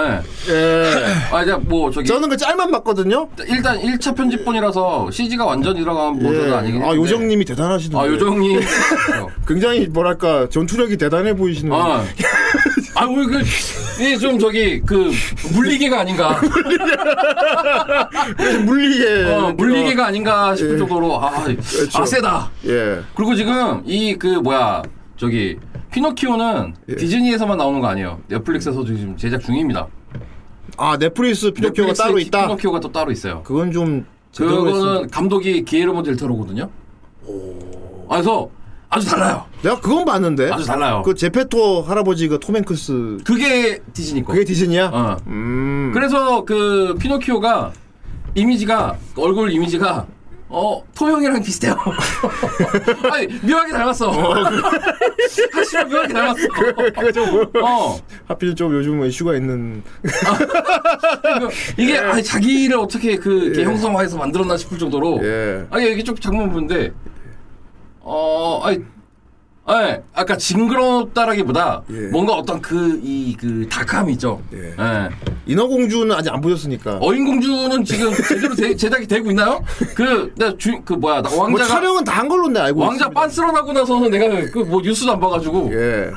[SPEAKER 3] 예.
[SPEAKER 5] 예.
[SPEAKER 3] 아, 이제 뭐 저기
[SPEAKER 5] 저는 그 짤만 봤거든요.
[SPEAKER 3] 일단 1차 편집본이라서 CG가 완전히 들어간 버전은 예. 아니긴
[SPEAKER 5] 아
[SPEAKER 3] 한데.
[SPEAKER 5] 요정님이 대단하시던데.
[SPEAKER 3] 아, 요정님. 어.
[SPEAKER 5] 굉장히 뭐랄까 전투력이 대단해 보이시는.
[SPEAKER 3] 아. 아, 우리 그, 이좀 저기, 그, 물리개가 아닌가.
[SPEAKER 5] 물리게.
[SPEAKER 3] 어, 물리개가 아닌가 싶을
[SPEAKER 5] 예.
[SPEAKER 3] 정도로, 아,
[SPEAKER 5] 그렇죠.
[SPEAKER 3] 아, 세다.
[SPEAKER 5] 예.
[SPEAKER 3] 그리고 지금 이 그 뭐야 저기 피노키오는 디즈니에서만 나오는 거 아니에요. 넷플릭스에서 지금 제작 중입니다.
[SPEAKER 5] 아 넷플릭스 피노키오가
[SPEAKER 3] 넷플릭스에
[SPEAKER 5] 따로
[SPEAKER 3] 피-
[SPEAKER 5] 있다.
[SPEAKER 3] 피노키오가 또 따로 있어요.
[SPEAKER 5] 그건 좀 제대로
[SPEAKER 3] 그거는
[SPEAKER 5] 했으면.
[SPEAKER 3] 감독이 기에르모 델 토로거든요. 아, 그래서 아주 달라요.
[SPEAKER 5] 내가 그건 봤는데.
[SPEAKER 3] 아주 달라요.
[SPEAKER 5] 그 제페토 할아버지가 토맨크스.
[SPEAKER 3] 그게 디즈니 거.
[SPEAKER 5] 그게 디즈니야?
[SPEAKER 3] 어.
[SPEAKER 5] 음.
[SPEAKER 3] 그래서 그 피노키오가 이미지가 얼굴 이미지가 어 토형이랑 비슷해요. 아니 묘하게 닮았어. 사실 묘하게 닮았어.
[SPEAKER 5] 그- 그게 좀 뭐-
[SPEAKER 3] 어.
[SPEAKER 5] 하필 좀 요즘 이슈가 있는. 예.
[SPEAKER 3] 이게 아니 자기를 어떻게 그 이렇게 형상화해서 만들었나 싶을 정도로
[SPEAKER 5] 예.
[SPEAKER 3] 아니 여기 쭉 장문 보는데 어 아니 아 아까 징그럽다라기보다
[SPEAKER 5] 예.
[SPEAKER 3] 뭔가 어떤 그 이 그 다크함이 있죠.
[SPEAKER 5] 예.
[SPEAKER 3] 예.
[SPEAKER 5] 인어공주는 아직 안 보셨으니까. 뭐
[SPEAKER 3] 어인공주는 지금 제대로 대- 제작이 되고 있나요? 그, 나 주, 그 뭐야, 나 왕자가
[SPEAKER 5] 뭐 촬영은 다 한 걸로 내가 알고
[SPEAKER 3] 왕자
[SPEAKER 5] 있습니다.
[SPEAKER 3] 빤스러나고 나서는 내가 그 뭐 뉴스도 안 봐가지고.
[SPEAKER 5] 예.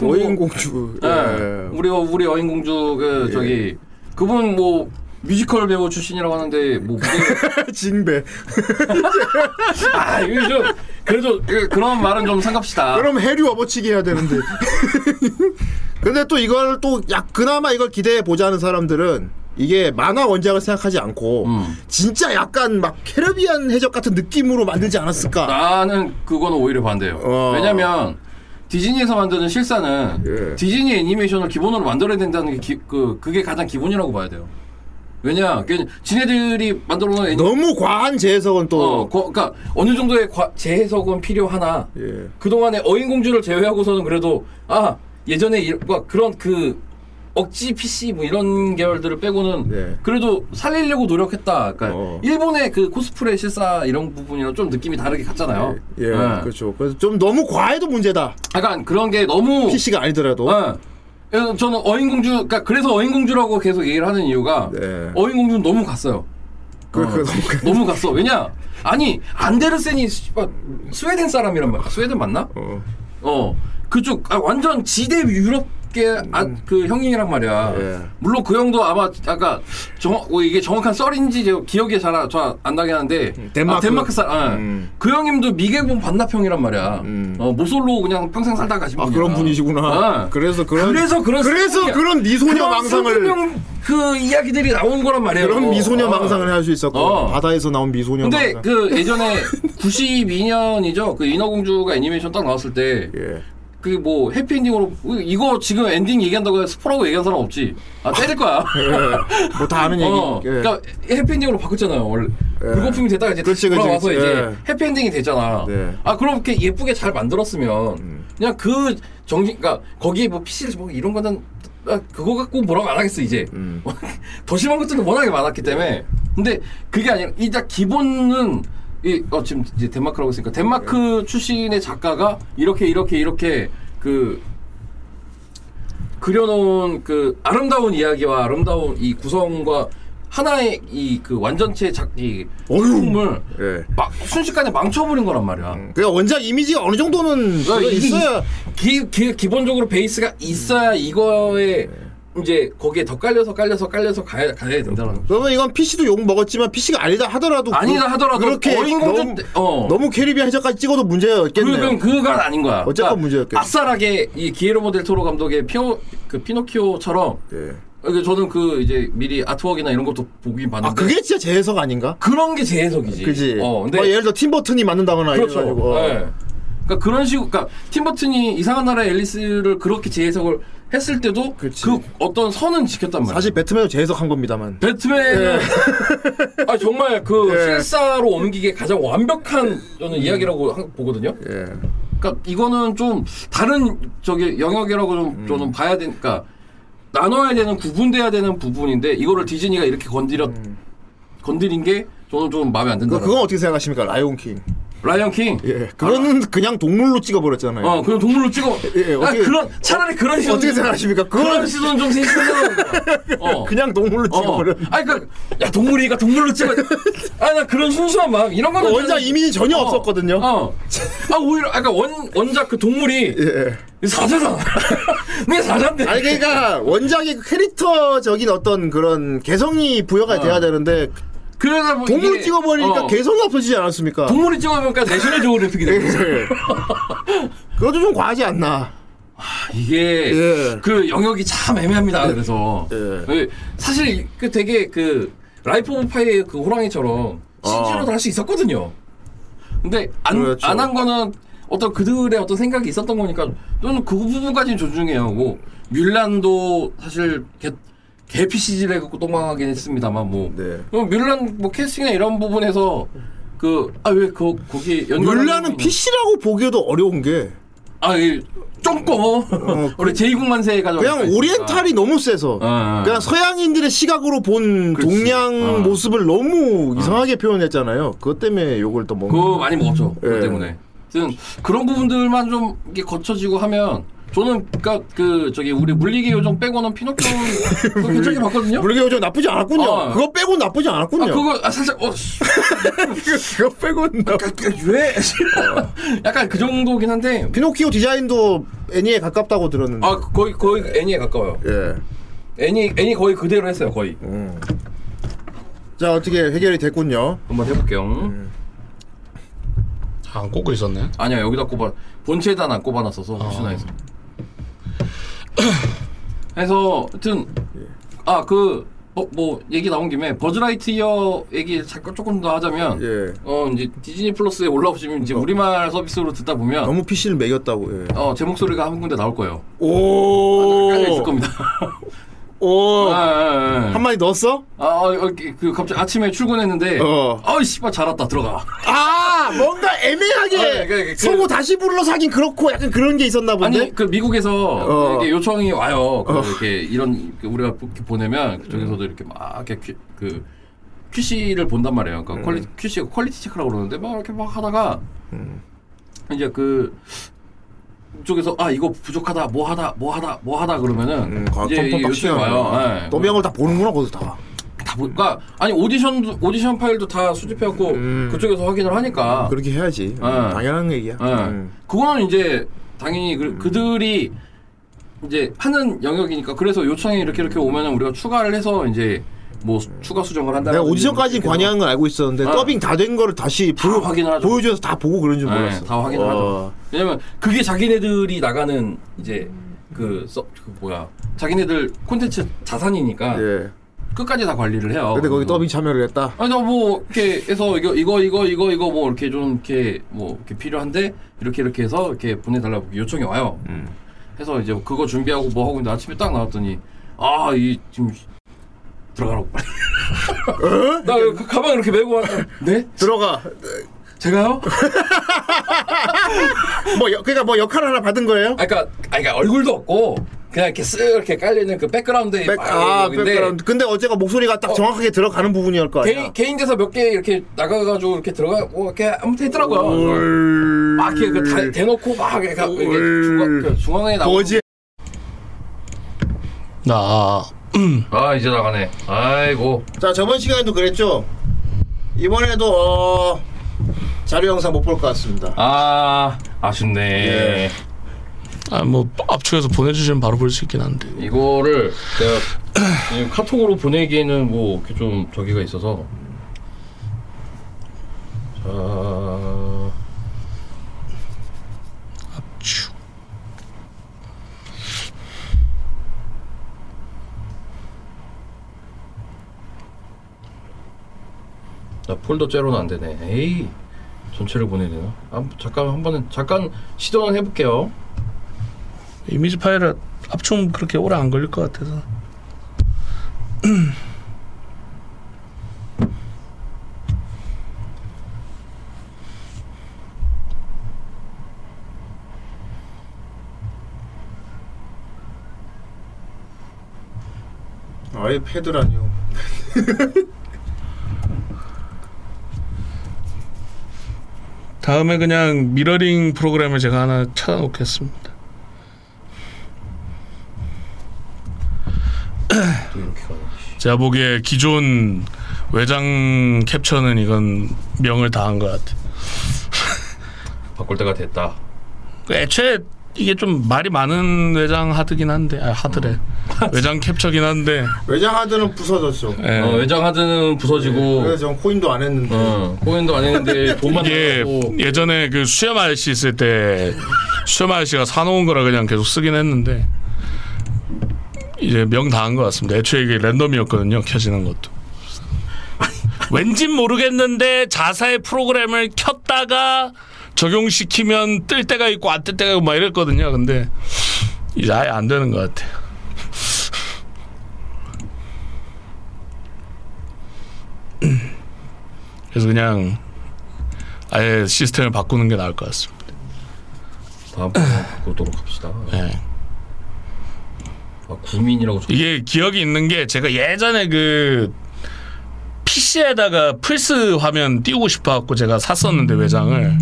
[SPEAKER 5] 어인공주.
[SPEAKER 3] 그 뭐- 예.
[SPEAKER 5] 예.
[SPEAKER 3] 우리 어- 우리 여인 공주 그 저기 그분 뭐 뮤지컬 배우 출신이라고 하는데 뭐 무대
[SPEAKER 5] 징배.
[SPEAKER 3] 아 이거 좀 그래도 그- 그런 말은 좀 삼갑시다.
[SPEAKER 5] 그럼 해류 업어치기 해야 되는데. 근데 또 이걸 또 약 그나마 이걸 기대해 보자는 사람들은 이게 만화 원작을 생각하지 않고
[SPEAKER 3] 음.
[SPEAKER 5] 진짜 약간 막 캐리비안 해적 같은 느낌으로 만들지
[SPEAKER 3] 아.
[SPEAKER 5] 않았을까?
[SPEAKER 3] 나는 그건 오히려 반대예요.
[SPEAKER 5] 어.
[SPEAKER 3] 왜냐면 디즈니에서 만드는 실사는
[SPEAKER 5] 예.
[SPEAKER 3] 디즈니 애니메이션을 기본으로 만들어야 된다는 게 기- 그, 그게 가장 기본이라고 봐야 돼요. 왜냐, 그 지네들이 만들어 놓은 애니
[SPEAKER 5] 너무 과한 재해석은 또
[SPEAKER 3] 어, 거- 그러니까 어느 정도의 과- 재해석은 필요하나
[SPEAKER 5] 예.
[SPEAKER 3] 그동안의 어인공주를 제외하고서는 그래도 아 예전에 이, 막 그런 그 억지 PC 뭐 이런 계열들을 빼고는
[SPEAKER 5] 네.
[SPEAKER 3] 그래도 살리려고 노력했다. 그러니까
[SPEAKER 5] 어.
[SPEAKER 3] 일본의 그 코스프레 실사 이런 부분이랑 좀 느낌이 다르게 갔잖아요.
[SPEAKER 5] 예,
[SPEAKER 3] 예.
[SPEAKER 5] 그렇죠. 그래서 좀 너무 과해도 문제다.
[SPEAKER 3] 약간 그런 게 너무
[SPEAKER 5] PC가 아니더라도.
[SPEAKER 3] 예. 그래서 저는 어인공주 그러니까 그래서 어인공주라고 계속 얘기를 하는 이유가
[SPEAKER 5] 네.
[SPEAKER 3] 어인공주는 너무 갔어요.
[SPEAKER 5] 그, 그,
[SPEAKER 3] 아.
[SPEAKER 5] 너무 과-
[SPEAKER 3] 너무 갔어. 왜냐? 아니 안데르센이 씨발 스웨덴 사람이란 말이야. 스웨덴 맞나?
[SPEAKER 5] 어.
[SPEAKER 3] 어 그쪽 아, 완전 지대 유럽계 아, 그 형님이란 말이야.
[SPEAKER 5] 음. 예.
[SPEAKER 3] 물론 그 형도 아마 아까 정 어, 이게 정확한 썰인지 제가 기억이 잘안 나게 하는데
[SPEAKER 5] 덴마크.
[SPEAKER 3] 아, 덴마크 사람 예.
[SPEAKER 5] 음.
[SPEAKER 3] 그 형님도 미개봉 반납형이란 말이야.
[SPEAKER 5] 음.
[SPEAKER 3] 어, 모솔로 그냥 평생 살다 가신
[SPEAKER 5] 아,
[SPEAKER 3] 분이야.
[SPEAKER 5] 그런 분이시구나.
[SPEAKER 3] 예.
[SPEAKER 5] 그래서 그런.
[SPEAKER 3] 뭐, 그래서 그런
[SPEAKER 5] 그래서
[SPEAKER 3] 슬픔이야.
[SPEAKER 5] 그런 미소녀
[SPEAKER 3] 그런
[SPEAKER 5] 망상을.
[SPEAKER 3] 슬픔형 그 이야기들이 나온 거란 말이에요.
[SPEAKER 5] 그런 미소녀
[SPEAKER 3] 어.
[SPEAKER 5] 망상을 할 수 있었고.
[SPEAKER 3] 어.
[SPEAKER 5] 바다에서 나온 미소녀
[SPEAKER 3] 근데
[SPEAKER 5] 망상.
[SPEAKER 3] 그 예전에 92년이죠. 그 인어공주가 애니메이션 딱 나왔을 때
[SPEAKER 5] 예.
[SPEAKER 3] 그게 뭐 해피엔딩으로 이거 지금 엔딩 얘기한다고 해서 스포라고 얘기한 사람 없지. 아 때릴 거야.
[SPEAKER 5] 뭐 다 아는 얘기.
[SPEAKER 3] 어,
[SPEAKER 5] 예.
[SPEAKER 3] 그러니까 해피엔딩으로 바꿨잖아요. 원래 물거품이 되다가 이제 다시
[SPEAKER 5] 그렇지, 그렇지,
[SPEAKER 3] 돌아와서
[SPEAKER 5] 그렇지. 예.
[SPEAKER 3] 이제 해피엔딩이 되잖아.
[SPEAKER 5] 네. 음.
[SPEAKER 3] 아 그렇게 예쁘게 잘 만들었으면 그냥 그 정신, 그러니까 거기에 뭐 PC를 뭐 이런 거는 아, 그거 갖고 뭐라고 안 하겠어 이제.
[SPEAKER 5] 음.
[SPEAKER 3] 더 심한 것들은 워낙에 많았기 때문에. 근데 그게 아니라 이제 기본은 이, 어, 지금 이제 덴마크라고 했으니까 덴마크
[SPEAKER 5] 예.
[SPEAKER 3] 출신의 작가가 이렇게 이렇게 이렇게 그 그려놓은 그 아름다운 이야기와 아름다운 이 구성과 하나의 이 그 완전체 작이
[SPEAKER 5] 어휴.
[SPEAKER 3] 작품을
[SPEAKER 5] 예.
[SPEAKER 3] 막 순식간에 망쳐버린 거란 말이야.
[SPEAKER 5] 그러니까 원작 이미지가 어느 정도는
[SPEAKER 3] 그러니까
[SPEAKER 5] 그래,
[SPEAKER 3] 이게
[SPEAKER 5] 있어야
[SPEAKER 3] 기, 기, 기본적으로 베이스가 있어야 이거에
[SPEAKER 5] 네.
[SPEAKER 3] 이제 거기에 더 깔려서 깔려서 깔려서 가야, 가야 된다는 거죠.
[SPEAKER 5] 그러면 이건 PC도 욕 먹었지만 PC가 아니다 하더라도 그-
[SPEAKER 3] 아니다 하더라도
[SPEAKER 5] 그렇게
[SPEAKER 3] 어인공주
[SPEAKER 5] 너무,
[SPEAKER 3] 때- 어.
[SPEAKER 5] 너무 캐리비안 해적까지 찍어도 문제였겠네요.
[SPEAKER 3] 그건 그건 아닌 거야. 그러니까
[SPEAKER 5] 어쨌건 문제였겠네.
[SPEAKER 3] 아싸라게 이 기에르모 델 토로 감독의 피오 그 피노키오처럼
[SPEAKER 5] 예.
[SPEAKER 3] 이게 저는 그 이제 미리 아트웍이나 이런 것도 보긴 봤는데
[SPEAKER 5] 아 그게 진짜 재해석 아닌가?
[SPEAKER 3] 그런 게 재해석이지.
[SPEAKER 5] 그지.
[SPEAKER 3] 어 근데
[SPEAKER 5] 뭐 예를 들어 팀버튼이 만든다거나
[SPEAKER 3] 그렇죠.
[SPEAKER 5] 이래가지고. 어.
[SPEAKER 3] 예. 그러니까 그런 식으로 그러니까 팀버튼이 이상한 나라의 앨리스를 그렇게 재해석을 했을 때도 그
[SPEAKER 5] 그치.
[SPEAKER 3] 어떤 선은 지켰단 말이야.
[SPEAKER 5] 사실 네. 배트맨을 재해석한 겁니다만.
[SPEAKER 3] 배트맨은 아 정말 그
[SPEAKER 5] 예.
[SPEAKER 3] 실사로 옮기기에 가장 완벽한 저는 이야기라고 하- 보거든요.
[SPEAKER 5] 예.
[SPEAKER 3] 그러니까 이거는 좀 다른 저기 영역이라고 좀
[SPEAKER 5] 음.
[SPEAKER 3] 저는 봐야 되니까 나눠야 되는 구분돼야 되는 부분인데 이거를 디즈니가 이렇게 건드렸 건드린 게 저는 좀 마음에 안 든다.
[SPEAKER 5] 음. 그, 그건 어떻게 생각하십니까? 라이온 킹.
[SPEAKER 3] 라이언 킹.
[SPEAKER 5] 예. 그거는 그냥 동물로 찍어버렸잖아요.
[SPEAKER 3] 아. 어 그냥 동물로 찍어.
[SPEAKER 5] 예, 예,
[SPEAKER 3] 아,
[SPEAKER 5] 어떻게-
[SPEAKER 3] 그런 차라리 그런 시선
[SPEAKER 5] 어떻게 생각하십니까?
[SPEAKER 3] 그런
[SPEAKER 5] 그거는
[SPEAKER 3] 시선 좀 생기는 어.
[SPEAKER 5] 그냥 동물로
[SPEAKER 3] 어.
[SPEAKER 5] 찍어버렸.
[SPEAKER 3] 아니 그야 동물이니까 동물로 찍어. 아나 그런 순수한 마음 이런 거는
[SPEAKER 5] 원작
[SPEAKER 3] 저는-
[SPEAKER 5] 이민이 전혀 없었거든요.
[SPEAKER 3] 어. 아 오히려 아까 원 원작 그 동물이
[SPEAKER 5] 예.
[SPEAKER 3] 사자잖아. 내 사자인데.
[SPEAKER 5] 아니 그러니까 원작의 캐릭터적인 어떤 그런 개성이 부여가 돼야 되는데
[SPEAKER 3] 그러다 보니
[SPEAKER 5] 동물
[SPEAKER 3] 어. 뭐 이게-
[SPEAKER 5] 찍어버리니까
[SPEAKER 3] 어.
[SPEAKER 5] 개성이 없어지지 않았습니까?
[SPEAKER 3] 동물이 찍어보니까 내셔널 조그래픽이 되는 거죠.
[SPEAKER 5] 예. 그것도 좀 과하지 않나.
[SPEAKER 3] 이게
[SPEAKER 5] 예.
[SPEAKER 3] 그 영역이 참 애매합니다. 그래서
[SPEAKER 5] 예.
[SPEAKER 3] 예, 사실 그 되게 그 라이프 오브 파이의 그 호랑이처럼 CG로도 할 수 있었거든요. 근데 안 안 한
[SPEAKER 5] 아. 그렇죠.
[SPEAKER 3] 거는 어떤 그들의 어떤 생각이 있었던 거니까 저는 그 부분까지는 존중해요. 뭐 뮬란도 사실 개, 개피 CG를 해갖고 똥망하긴 했습니다만 뭐
[SPEAKER 5] 네.
[SPEAKER 3] 어, 뮬란 뭐 캐스팅이나 이런 부분에서 그 아 왜그 거기 연결하는
[SPEAKER 5] 뮬라는
[SPEAKER 3] 부분이-
[SPEAKER 5] PC라고 보기에도 어려운 게
[SPEAKER 3] 아, 이 쫑꼬. 우리 제2국만세에 가져
[SPEAKER 5] 어, 그냥 오리엔탈이 너무 세서
[SPEAKER 3] 어, 어.
[SPEAKER 5] 그냥 서양인들의 시각으로 본
[SPEAKER 3] 그렇지.
[SPEAKER 5] 동양
[SPEAKER 3] 어.
[SPEAKER 5] 모습을 너무 이상하게 표현했잖아요. 그것 때문에 욕을 또 먹는.
[SPEAKER 3] 그거 많이 먹었죠. 그것
[SPEAKER 5] 예.
[SPEAKER 3] 때문에. 하여튼 그런 부분들만 좀 이게 거쳐지고 하면 저는 그니까 그 저기 우리 물리기 요정 빼고는 피노키오는 괜찮게 봤거든요.
[SPEAKER 5] 물개 요정 나쁘지 않았군요.
[SPEAKER 3] 어.
[SPEAKER 5] 그거 빼고 나쁘지 않았군요.
[SPEAKER 3] 아 그거 아 살짝 어 씨, 아,
[SPEAKER 5] 그거 빼고 나.
[SPEAKER 3] 왜 약간 그 정도긴 한데
[SPEAKER 5] 피노키오 디자인도 애니에 가깝다고 들었는데.
[SPEAKER 3] 아 거의 거의 애니에 가까워요.
[SPEAKER 5] 예.
[SPEAKER 3] 애니 애니 거의 그대로 했어요 거의
[SPEAKER 5] 음. 자 어떻게 해결이 됐군요.
[SPEAKER 3] 한번 해볼게요.
[SPEAKER 4] 안 꽂고 있었네.
[SPEAKER 3] 아니야 여기다 꼽아 본체에다 안 꼽아놨어서 혹시나해서 그래서 하여튼 아그 뭐, 뭐 얘기 나온 김에 버즈라이트이어 얘기 잠깐 조금 더 하자면
[SPEAKER 5] 예.
[SPEAKER 3] 어 이제 디즈니 플러스에 올라오시면 이제 우리말 서비스로 듣다 보면
[SPEAKER 5] 너무 PC를 매겼다고. 예.
[SPEAKER 3] 어 제 목소리가 한 군데 나올 거예요.
[SPEAKER 5] 오.
[SPEAKER 3] 깔려 있을 겁니다.
[SPEAKER 5] 오.
[SPEAKER 3] 아, 아, 아.
[SPEAKER 5] 한 마디 넣었어?
[SPEAKER 3] 아, 어, 어, 그 갑자기 아침에 출근했는데
[SPEAKER 5] 어.
[SPEAKER 3] 아이 씨발 잘 왔다 들어가.
[SPEAKER 5] 아 뭔가 애매하게
[SPEAKER 3] 아, 그, 그, 그-
[SPEAKER 5] 서고 다시 불러서 하긴 그렇고 약간 그런 게 있었나 본데
[SPEAKER 3] 아니 그 미국에서
[SPEAKER 5] 어.
[SPEAKER 3] 이렇게 요청이 와요. 그 이렇게 이런 이렇게 우리가 이렇게 보내면 그쪽에서도 이렇게 막 이렇게 큐, 그 QC를 본단 말이에요. 그러니까
[SPEAKER 5] 음.
[SPEAKER 3] 퀄리티 QC가 퀄리티 체크라고 그러는데 막 이렇게 막 하다가
[SPEAKER 5] 음.
[SPEAKER 3] 이제 그 쪽에서 아 이거 부족하다 뭐 하다 뭐 하다 뭐 하다
[SPEAKER 5] 음,
[SPEAKER 3] 그러면은 이제 요청이 와요. 예.
[SPEAKER 5] 너명을 다 보는구나 거기서 다
[SPEAKER 3] 다 보니까 그러니까 아니 오디션 오디션 파일도 다 수집해갖고
[SPEAKER 5] 음.
[SPEAKER 3] 그쪽에서 확인을 하니까
[SPEAKER 5] 그렇게 해야지
[SPEAKER 3] 예.
[SPEAKER 5] 당연한 얘기야
[SPEAKER 3] 예.
[SPEAKER 5] 음.
[SPEAKER 3] 그거는 이제 당연히 그, 그들이 이제 하는 영역이니까 그래서 요청이 이렇게 이렇게 오면은 우리가 추가를 해서 이제 뭐 수- 추가 수정을 한다.
[SPEAKER 5] 내가 오디션까지 관여한 건 알고 있었는데
[SPEAKER 3] 예.
[SPEAKER 5] 더빙 다 된 거를 다시 보여,
[SPEAKER 3] 확인을 하죠.
[SPEAKER 5] 보여줘서 다 보고 그런 줄
[SPEAKER 3] 네,
[SPEAKER 5] 몰랐어
[SPEAKER 3] 다 확인을
[SPEAKER 5] 어.
[SPEAKER 3] 하죠. 왜냐면 그게 자기네들이 나가는 이제 그, 서, 그 뭐야 자기네들 콘텐츠 자산이니까
[SPEAKER 5] 예.
[SPEAKER 3] 끝까지 다 관리를 해요.
[SPEAKER 5] 근데 거기
[SPEAKER 3] 그래서
[SPEAKER 5] 더빙 참여를 했다
[SPEAKER 3] 아니 나뭐 이렇게 해서 이거 이거 이거 이거 이거 뭐 이렇게 좀 이렇게 뭐 이렇게 필요한데 이렇게 이렇게 해서 이렇게 보내달라고 요청이 와요.
[SPEAKER 5] 음.
[SPEAKER 3] 해서 이제 그거 준비하고 뭐 하고 있는데 아침에 딱 나왔더니 아 이 지금 들어가라고 빨리. 나 그 가방 이렇게 메고 왔는데 네?
[SPEAKER 5] 들어가
[SPEAKER 3] 제가요?
[SPEAKER 5] 뭐 여- 그러니까 뭐 역할 하나 받은 거예요?
[SPEAKER 3] 아까 아까 그러니까 얼굴도 없고 그냥 이렇게 쓱 이렇게 깔려 있는 그 백그라운드에
[SPEAKER 5] 백,
[SPEAKER 3] 막
[SPEAKER 5] 아
[SPEAKER 3] 있는데
[SPEAKER 5] 백그라운드 근데 어제가 목소리가 딱 정확하게 들어가는 부분이었 거 아니야
[SPEAKER 3] 개인 개인 대사 몇 개 이렇게 나가가지고 이렇게 들어가 뭐 이렇게 아무튼 했더라고요.
[SPEAKER 5] 음.
[SPEAKER 3] 그래서 막
[SPEAKER 5] 아,
[SPEAKER 3] 이렇게 그 다- 대놓고 막 이렇게 가- 이렇게 중앙, 그 중앙에 나오고
[SPEAKER 5] 거지
[SPEAKER 4] 나
[SPEAKER 3] 아 이제 나가네 아이고
[SPEAKER 5] 자 저번 시간에도 그랬죠. 이번에도 어, 자료 영상 못 볼 것 같습니다.
[SPEAKER 3] 아 아쉽네
[SPEAKER 5] 예.
[SPEAKER 4] 아, 뭐 압축해서 보내주시면 바로 볼 수 있긴 한데.
[SPEAKER 3] 이거를 내가 이 카톡으로 보내기에는 뭐 이렇게 좀 저기가 있어서 자
[SPEAKER 4] 슈.
[SPEAKER 3] 나 폴더 제로는 안 되네. 에이. 전체를 보내야 되나? 아, 잠깐 한 번은 잠깐 시도는 해볼게요.
[SPEAKER 4] 이미지 파일을 압축 그렇게 오래 안 걸릴 것 같아서.
[SPEAKER 5] 아이패드라니요.
[SPEAKER 4] 다음에 그냥 미러링 프로그램을 제가 하나 찾아놓겠습니다.
[SPEAKER 3] 또 이렇게 가네.
[SPEAKER 4] 제가 보기에 기존 외장 캡처는 이건 명을 다한 것 같아.
[SPEAKER 3] 바꿀 때가 됐다.
[SPEAKER 4] 애초에 이게 좀 말이 많은 외장 하드긴 한데, 아, 하드래. 외장 캡처긴 한데,
[SPEAKER 5] 외장 하드는 부서졌죠.
[SPEAKER 4] 예.
[SPEAKER 3] 어, 외장 하드는 부서지고
[SPEAKER 5] 그래서 전 코인도 안 했는데.
[SPEAKER 3] 어, 공연도 안 했는데 돈만
[SPEAKER 4] 이게
[SPEAKER 3] 나가고
[SPEAKER 4] 예전에 그 수염 아저씨 있을 때 수염 아저씨가 사놓은 거라 그냥 계속 쓰긴 했는데 이제 명 다한 것 같습니다. 애초에 이게 랜덤이었거든요. 켜지는 것도. 왠진 모르겠는데 자사의 프로그램을 켰다가 적용시키면 뜰 때가 있고 안 뜰 때가 있고 막 이랬거든요. 근데 이제 아예 안 되는 것 같아요. 그래서 그냥 아예 시스템을 바꾸는 게 나을 것 같습니다.
[SPEAKER 3] 다음 번에 바꾸도록 합시다.
[SPEAKER 4] 예.
[SPEAKER 3] 아, 구민이라고 적-
[SPEAKER 4] 이게 기억이 있는 게 제가 예전에 그 PC에다가 플스 화면 띄우고 싶어 갖고 제가 샀었는데 외장을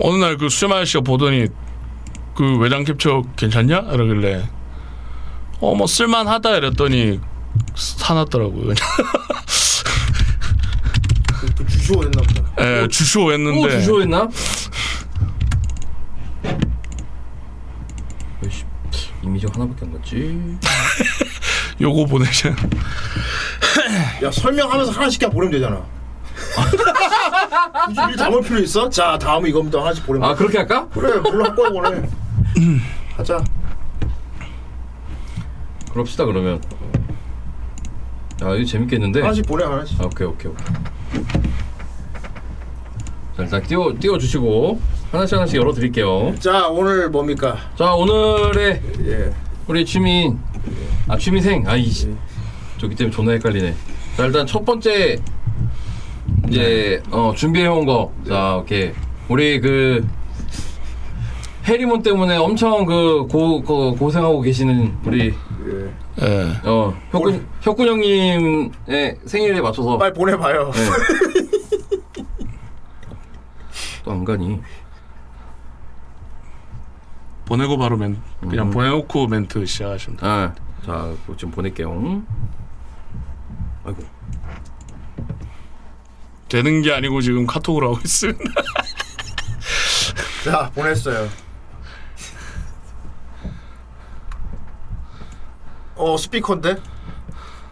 [SPEAKER 4] 어느 날 그 수염 아저씨가 보더니 그 외장 캡처 괜찮냐? 이러길래 어 뭐 쓸만하다 이랬더니 사놨더라고요.
[SPEAKER 5] 그 주시오 했나 보다.
[SPEAKER 4] 예, 주쇼
[SPEAKER 3] 또
[SPEAKER 4] 했는데
[SPEAKER 3] 주쇼했나? 아이씨, 이미지가 하나밖에 안 갔지.
[SPEAKER 4] 요거 보내셔.
[SPEAKER 5] 야 설명하면서 하나씩 그냥 보내면 되잖아. 굳이 담을 필요 있어? 자 다음 은 이거부터 하나씩 보내면.
[SPEAKER 3] 아 그렇게 할까?
[SPEAKER 5] 그래 물론 할 거야 보내. 하자.
[SPEAKER 3] 그럽시다 그러면. 아 이거 재밌겠는데.
[SPEAKER 5] 하나씩 보내 하나씩.
[SPEAKER 3] 아, 오케이 오케이 오케이. 자 일단 띄워 띄워 주시고 하나씩 하나씩 열어 드릴게요.
[SPEAKER 5] 자 오늘 뭡니까?
[SPEAKER 3] 자 오늘의
[SPEAKER 5] 예.
[SPEAKER 3] 우리 취민 아 취미생 아이
[SPEAKER 5] 네.
[SPEAKER 3] 씨. 저기 때문에 존나 헷갈리네. 자 일단 첫 번째 이제
[SPEAKER 5] 네.
[SPEAKER 3] 어 준비해온 거. 자 오케이 우리 그 해리몬 때문에 엄청 그, 고, 고 고생하고 계시는 우리
[SPEAKER 5] 예.
[SPEAKER 4] 예.
[SPEAKER 3] 어 혁군 혁군 형님의 생일에 맞춰서
[SPEAKER 5] 빨리 보내봐요.
[SPEAKER 3] 네. 또 안 가니.
[SPEAKER 4] 보내고 바로 멘 그냥
[SPEAKER 3] 음.
[SPEAKER 4] 보내놓고 멘트 시작하시면 돼요.
[SPEAKER 3] 아, 자, 그거 지금 보낼게요. 아이고.
[SPEAKER 4] 되는 게 아니고 지금 카톡으로 하고 있습니다.
[SPEAKER 5] 자 보냈어요. 어 스피커인데?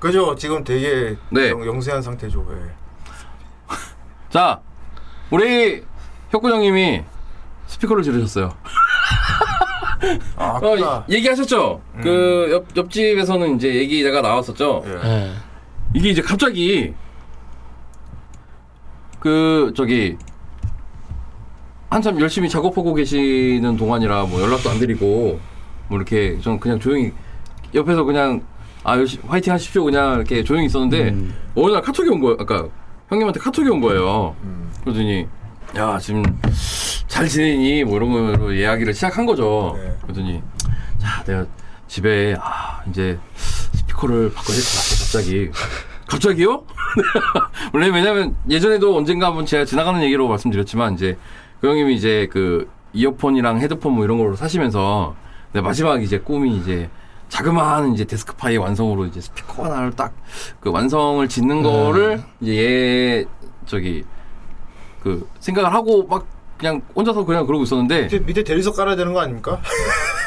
[SPEAKER 5] 그죠? 지금 되게
[SPEAKER 3] 네.
[SPEAKER 5] 영, 영세한 상태죠. 예.
[SPEAKER 3] 자, 우리 혁구 형님이 스피커를 지르셨어요. 어,
[SPEAKER 5] 아, 아까 음.
[SPEAKER 3] 이- 얘기하셨죠? 그 옆, 옆집에서는 이제 얘기가 나왔었죠?
[SPEAKER 5] 예.
[SPEAKER 4] 예.
[SPEAKER 3] 이게 이제 갑자기 그 저기 한참 열심히 작업하고 계시는 동안이라 뭐 연락도 안 드리고 뭐 이렇게 저는 그냥 조용히 옆에서 그냥 아 열심 화이팅 하십시오 그냥 이렇게 조용히 있었는데
[SPEAKER 5] 음.
[SPEAKER 3] 어느 날 카톡이 온 거예요. 아까 형님한테 카톡이 온 거예요.
[SPEAKER 5] 음.
[SPEAKER 3] 그러더니 야 지금 잘 지내니 뭐 이런 거로 이야기를 시작한 거죠.
[SPEAKER 5] 네.
[SPEAKER 3] 그러더니 자 내가 집에 아 이제 스피커를 바꿔야 될 것 같아 갑자기 갑자기요? 원래 왜냐면 예전에도 언젠가 한번 제가 지나가는 얘기로 말씀드렸지만 이제 그 형님이 이제 그 이어폰이랑 헤드폰 뭐 이런 걸로 사시면서 내 마지막 이제 꿈이 이제 자그마한 이제 데스크파이 완성으로 이제 스피커 하나를 딱 그 완성을 짓는 거를 이제 얘 저기 그 생각을 하고 막 그냥 혼자서 그냥 그러고 있었는데
[SPEAKER 5] 밑에, 밑에 대리석 깔아야 되는 거 아닙니까?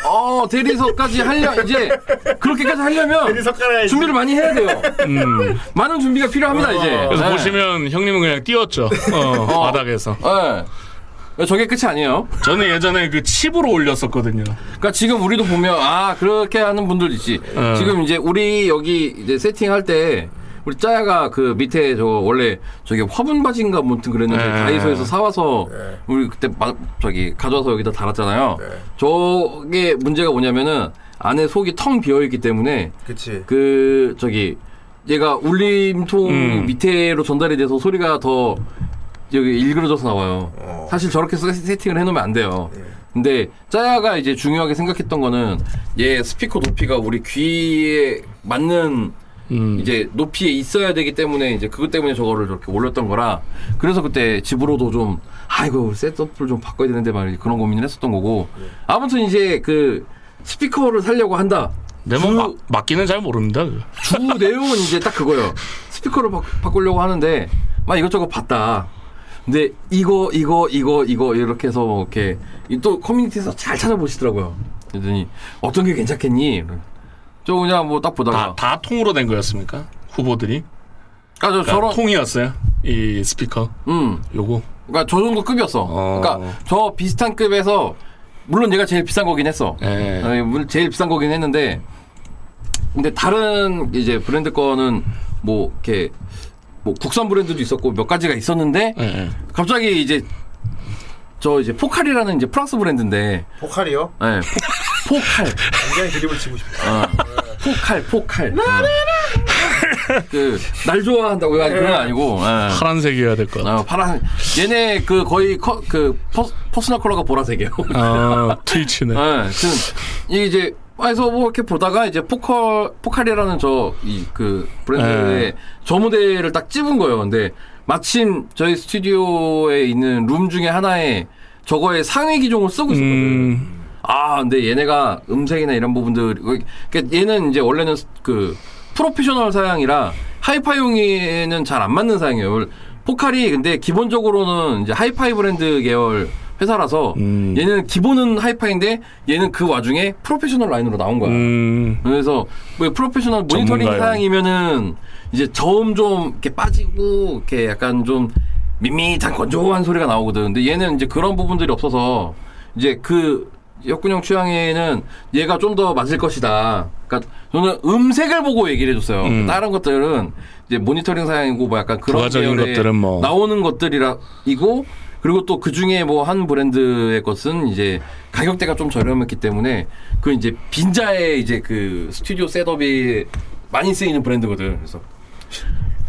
[SPEAKER 3] 어 대리석까지 하려 이제 그렇게까지 하려면
[SPEAKER 5] 대리석 깔아야지.
[SPEAKER 3] 준비를 많이 해야 돼요.
[SPEAKER 4] 음.
[SPEAKER 3] 많은 준비가 필요합니다 이제.
[SPEAKER 4] 어. 그래서
[SPEAKER 3] 네.
[SPEAKER 4] 보시면 형님은 그냥 뛰었죠. 어, 바닥에서.
[SPEAKER 3] 예. 저게 끝이 아니에요.
[SPEAKER 4] 저는 예전에 그 칩으로 올렸었거든요.
[SPEAKER 3] 그러니까 지금 우리도 보면 아 그렇게 하는 분들 있지.
[SPEAKER 4] 예.
[SPEAKER 3] 지금 이제 우리 여기 이제 세팅할 때 우리 짜야가 그 밑에 저 원래 저기 화분 바지인가 뭐튼 그랬는데
[SPEAKER 4] 네.
[SPEAKER 3] 다이소에서 사와서 우리 그때 마, 저기 가져와서 여기다 달았잖아요.
[SPEAKER 4] 네.
[SPEAKER 3] 저게 문제가 뭐냐면은 안에 속이 텅 비어 있기 때문에
[SPEAKER 6] 그치.
[SPEAKER 3] 그 저기 얘가 울림통
[SPEAKER 4] 음.
[SPEAKER 3] 밑에로 전달이 돼서 소리가 더 여기 일그러져서 나와요.
[SPEAKER 6] 어.
[SPEAKER 3] 사실 저렇게 세- 세팅을 해놓으면 안 돼요. 근데 짜야가 이제 중요하게 생각했던 거는 얘 스피커 높이가 우리 귀에 맞는
[SPEAKER 4] 음.
[SPEAKER 3] 이제 높이에 있어야 되기 때문에 이제 그것 때문에 저거를 저렇게 올렸던 거라 그래서 그때 집으로도 좀 아이고 셋업을 좀 바꿔야 되는데 막 그런 고민을 했었던 거고 아무튼 이제 그 스피커를 살려고 한다.
[SPEAKER 4] 내몸 막 맞기는 잘 모릅니다. 그거.
[SPEAKER 3] 주 내용은 이제 딱 그거예요. 스피커를 바, 바꾸려고 하는데 막 이것저것 봤다. 근데 이거 이거 이거 이거 이렇게 해서 뭐 이렇게 이또 커뮤니티에서 잘 찾아보시더라고요. 그랬더니 어떤 게 괜찮겠니? 저 그냥 뭐 딱
[SPEAKER 4] 다,
[SPEAKER 3] 보다가
[SPEAKER 4] 다 통으로 된 거였습니까? 후보들이?
[SPEAKER 3] 아, 저
[SPEAKER 4] 그러니까
[SPEAKER 3] 저런
[SPEAKER 4] 통이었어요. 이 스피커.
[SPEAKER 3] 음.
[SPEAKER 4] 요거.
[SPEAKER 3] 그러니까 저 정도 급이었어.
[SPEAKER 4] 어.
[SPEAKER 3] 그러니까 저 비슷한 급에서 물론 얘가 제일 비싼 거긴 했어.
[SPEAKER 4] 예.
[SPEAKER 3] 어, 물- 제일 비싼 거긴 했는데 근데 다른 이제 브랜드 거는 뭐 이렇게 뭐 국산 브랜드도 있었고 몇 가지가 있었는데
[SPEAKER 4] 예, 예.
[SPEAKER 3] 갑자기 이제 저 이제 포칼이라는 이제 프랑스 브랜드인데
[SPEAKER 6] 포칼이요?
[SPEAKER 3] 예, 포, 포칼
[SPEAKER 6] 굉장히 드립을 치고
[SPEAKER 3] 아,
[SPEAKER 6] 싶다.
[SPEAKER 3] 포칼 포칼 어. 그 날 좋아한다고 그런 건 아니고 예.
[SPEAKER 4] 파란색이어야 될 것 같아.
[SPEAKER 3] 어, 파란 얘네 그 거의 커, 그 퍼, 퍼스널 컬러가 보라색이에요.
[SPEAKER 4] 아, 트위치네.
[SPEAKER 3] 예, 지금 이 이제 그래서 뭐 이렇게 보다가 이제 포컬 포칼이라는 저 이 그 브랜드의
[SPEAKER 4] 네.
[SPEAKER 3] 저 모델을 딱 찝은 거예요. 근데 마침 저희 스튜디오에 있는 룸 중에 하나에 저거의 상위 기종을 쓰고 있었거든요.
[SPEAKER 4] 음,
[SPEAKER 3] 아, 근데 얘네가 음색이나 이런 부분들, 그러니까 얘는 이제 원래는 그 프로페셔널 사양이라 하이파이용에는 잘 안 맞는 사양이에요. 포칼이 근데 기본적으로는 이제 하이파이 브랜드 계열 회사라서
[SPEAKER 4] 음.
[SPEAKER 3] 얘는 기본은 하이파이인데 얘는 그 와중에 프로페셔널 라인으로 나온 거야.
[SPEAKER 4] 음,
[SPEAKER 3] 그래서 뭐 프로페셔널 모니터링
[SPEAKER 4] 전문가용.
[SPEAKER 3] 사양이면은 이제 저음 좀 이렇게 빠지고 이렇게 약간 좀 밋밋한 건조한 소리가 나오거든. 근데 얘는 이제 그런 부분들이 없어서 이제 그 역군형 취향에는 얘가 좀 더 맞을 것이다. 그러니까 저는 음색을 보고 얘기를 해줬어요.
[SPEAKER 4] 음.
[SPEAKER 3] 다른 것들은 이제 모니터링 사양이고 뭐 약간 그런
[SPEAKER 4] 부가적인
[SPEAKER 3] 계열의
[SPEAKER 4] 것들은 뭐.
[SPEAKER 3] 나오는 것들이라 이고 그리고 또 그 중에 뭐 한 브랜드의 것은 이제 가격대가 좀 저렴했기 때문에 그 이제 빈자의 이제 그 스튜디오 셋업이 많이 쓰이는 브랜드거든. 그래서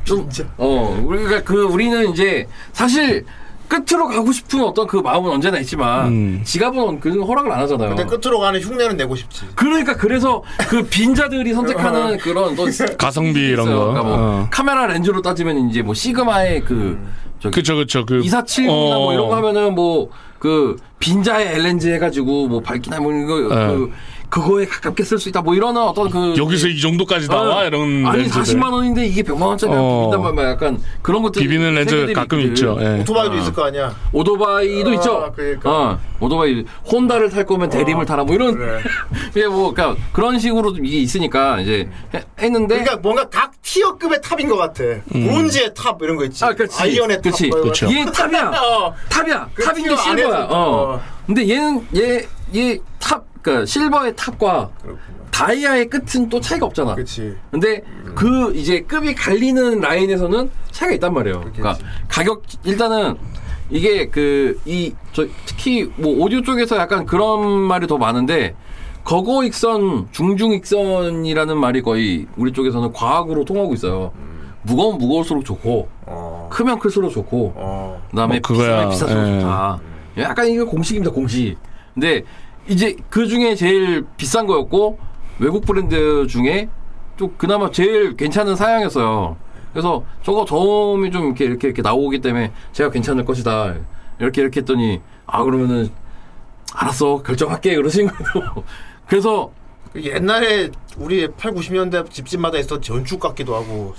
[SPEAKER 3] 좀 어, 우리가 그 우리는 이제 사실 끝으로 가고 싶은 어떤 그 마음은 언제나 있지만
[SPEAKER 4] 음.
[SPEAKER 3] 지갑은 그 허락을 안 하잖아요.
[SPEAKER 6] 근데 끝으로 가는 흉내는 내고 싶지.
[SPEAKER 3] 그러니까 그래서 그 빈자들이 선택하는 그런 또
[SPEAKER 4] 가성비 이런
[SPEAKER 3] 있어요.
[SPEAKER 4] 거.
[SPEAKER 3] 그러니까 뭐
[SPEAKER 4] 어. 음.
[SPEAKER 3] 카메라 렌즈로 따지면 이제 뭐 시그마의 그 저기
[SPEAKER 4] 그쵸, 그쵸. 그,
[SPEAKER 3] 247이나 뭐
[SPEAKER 4] 어.
[SPEAKER 3] 이런 거 하면은 뭐 그 빈자에 엘렌즈 해가지고 뭐 밝기나 뭐 이거 그 그거에 가깝게 쓸 수 있다 뭐 이런 어떤 그
[SPEAKER 4] 네. 여기서 이 정도까지 나와?
[SPEAKER 3] 어,
[SPEAKER 4] 이런
[SPEAKER 3] 아니
[SPEAKER 4] 렌즈들.
[SPEAKER 3] 40만 원인데 이게 100만 원짜리
[SPEAKER 4] 어.
[SPEAKER 3] 비빈단 말이야 뭐 약간 그런 것들
[SPEAKER 4] 비비는 렌즈 가끔 있죠.
[SPEAKER 3] 네.
[SPEAKER 4] 예.
[SPEAKER 6] 오토바이도 있을 거 아니야.
[SPEAKER 3] 오토바이도
[SPEAKER 6] 아,
[SPEAKER 3] 있죠.
[SPEAKER 6] 그러니까. 어.
[SPEAKER 3] 어, 오토바이 혼다를 탈 거면 대림을 타라 뭐 이런
[SPEAKER 5] 네.
[SPEAKER 6] 그래.
[SPEAKER 3] 예, 뭐 그러니까 그런 식으로 좀 이게 있으니까 이제 해- 했는데
[SPEAKER 6] 그러니까 뭔가 각 티어급의 탑인 것 같아. 브론즈의 탑 이런 거 있지.
[SPEAKER 3] 음. 아, 그렇지.
[SPEAKER 6] 아이언의 탑.
[SPEAKER 3] 그렇지.
[SPEAKER 6] 뭐 이런 거.
[SPEAKER 4] 그렇죠.
[SPEAKER 3] 얘 탑이야.
[SPEAKER 6] 어.
[SPEAKER 3] 탑이야.
[SPEAKER 6] 그
[SPEAKER 3] 탑인 게
[SPEAKER 6] 티어 안에서
[SPEAKER 3] 실버야. 어.
[SPEAKER 6] 어.
[SPEAKER 3] 근데 얘는 얘 얘 탑 그러니까 실버의 탑과
[SPEAKER 6] 그렇구나.
[SPEAKER 3] 다이아의 끝은 또 차이가 없잖아.
[SPEAKER 6] 그렇지.
[SPEAKER 3] 근데 그 이제 급이 갈리는 라인에서는 차이가 있단 말이에요. 그러니까 가격 일단은 이게 그 이 저 특히 뭐 오디오 쪽에서 약간 그런 말이 더 많은데 거고 익선, 중중 익선이라는 말이 거의 우리 쪽에서는 과학으로 통하고 있어요. 무거운 무거울수록 좋고
[SPEAKER 6] 어.
[SPEAKER 3] 크면 클수록 좋고
[SPEAKER 6] 어.
[SPEAKER 3] 그다음에
[SPEAKER 4] 뭐 그거야.
[SPEAKER 3] 비싸면 비쌀수록
[SPEAKER 4] 예.
[SPEAKER 3] 좋다. 약간 이거 공식입니다 공식. 근데 이제 그 중에 제일 비싼 거였고 외국 브랜드 중에 또 그나마 제일 괜찮은 사양이었어요. 그래서 저거 저음이 좀 이렇게 이렇게 이렇게 나오기 때문에 제가 괜찮을 것이다. 이렇게 이렇게 했더니 아 그러면은 알았어 결정할게 그러신 거예요. 그래서
[SPEAKER 6] 그 옛날에 우리 8, 90년대 집집마다 있었던 전축 같기도 하고.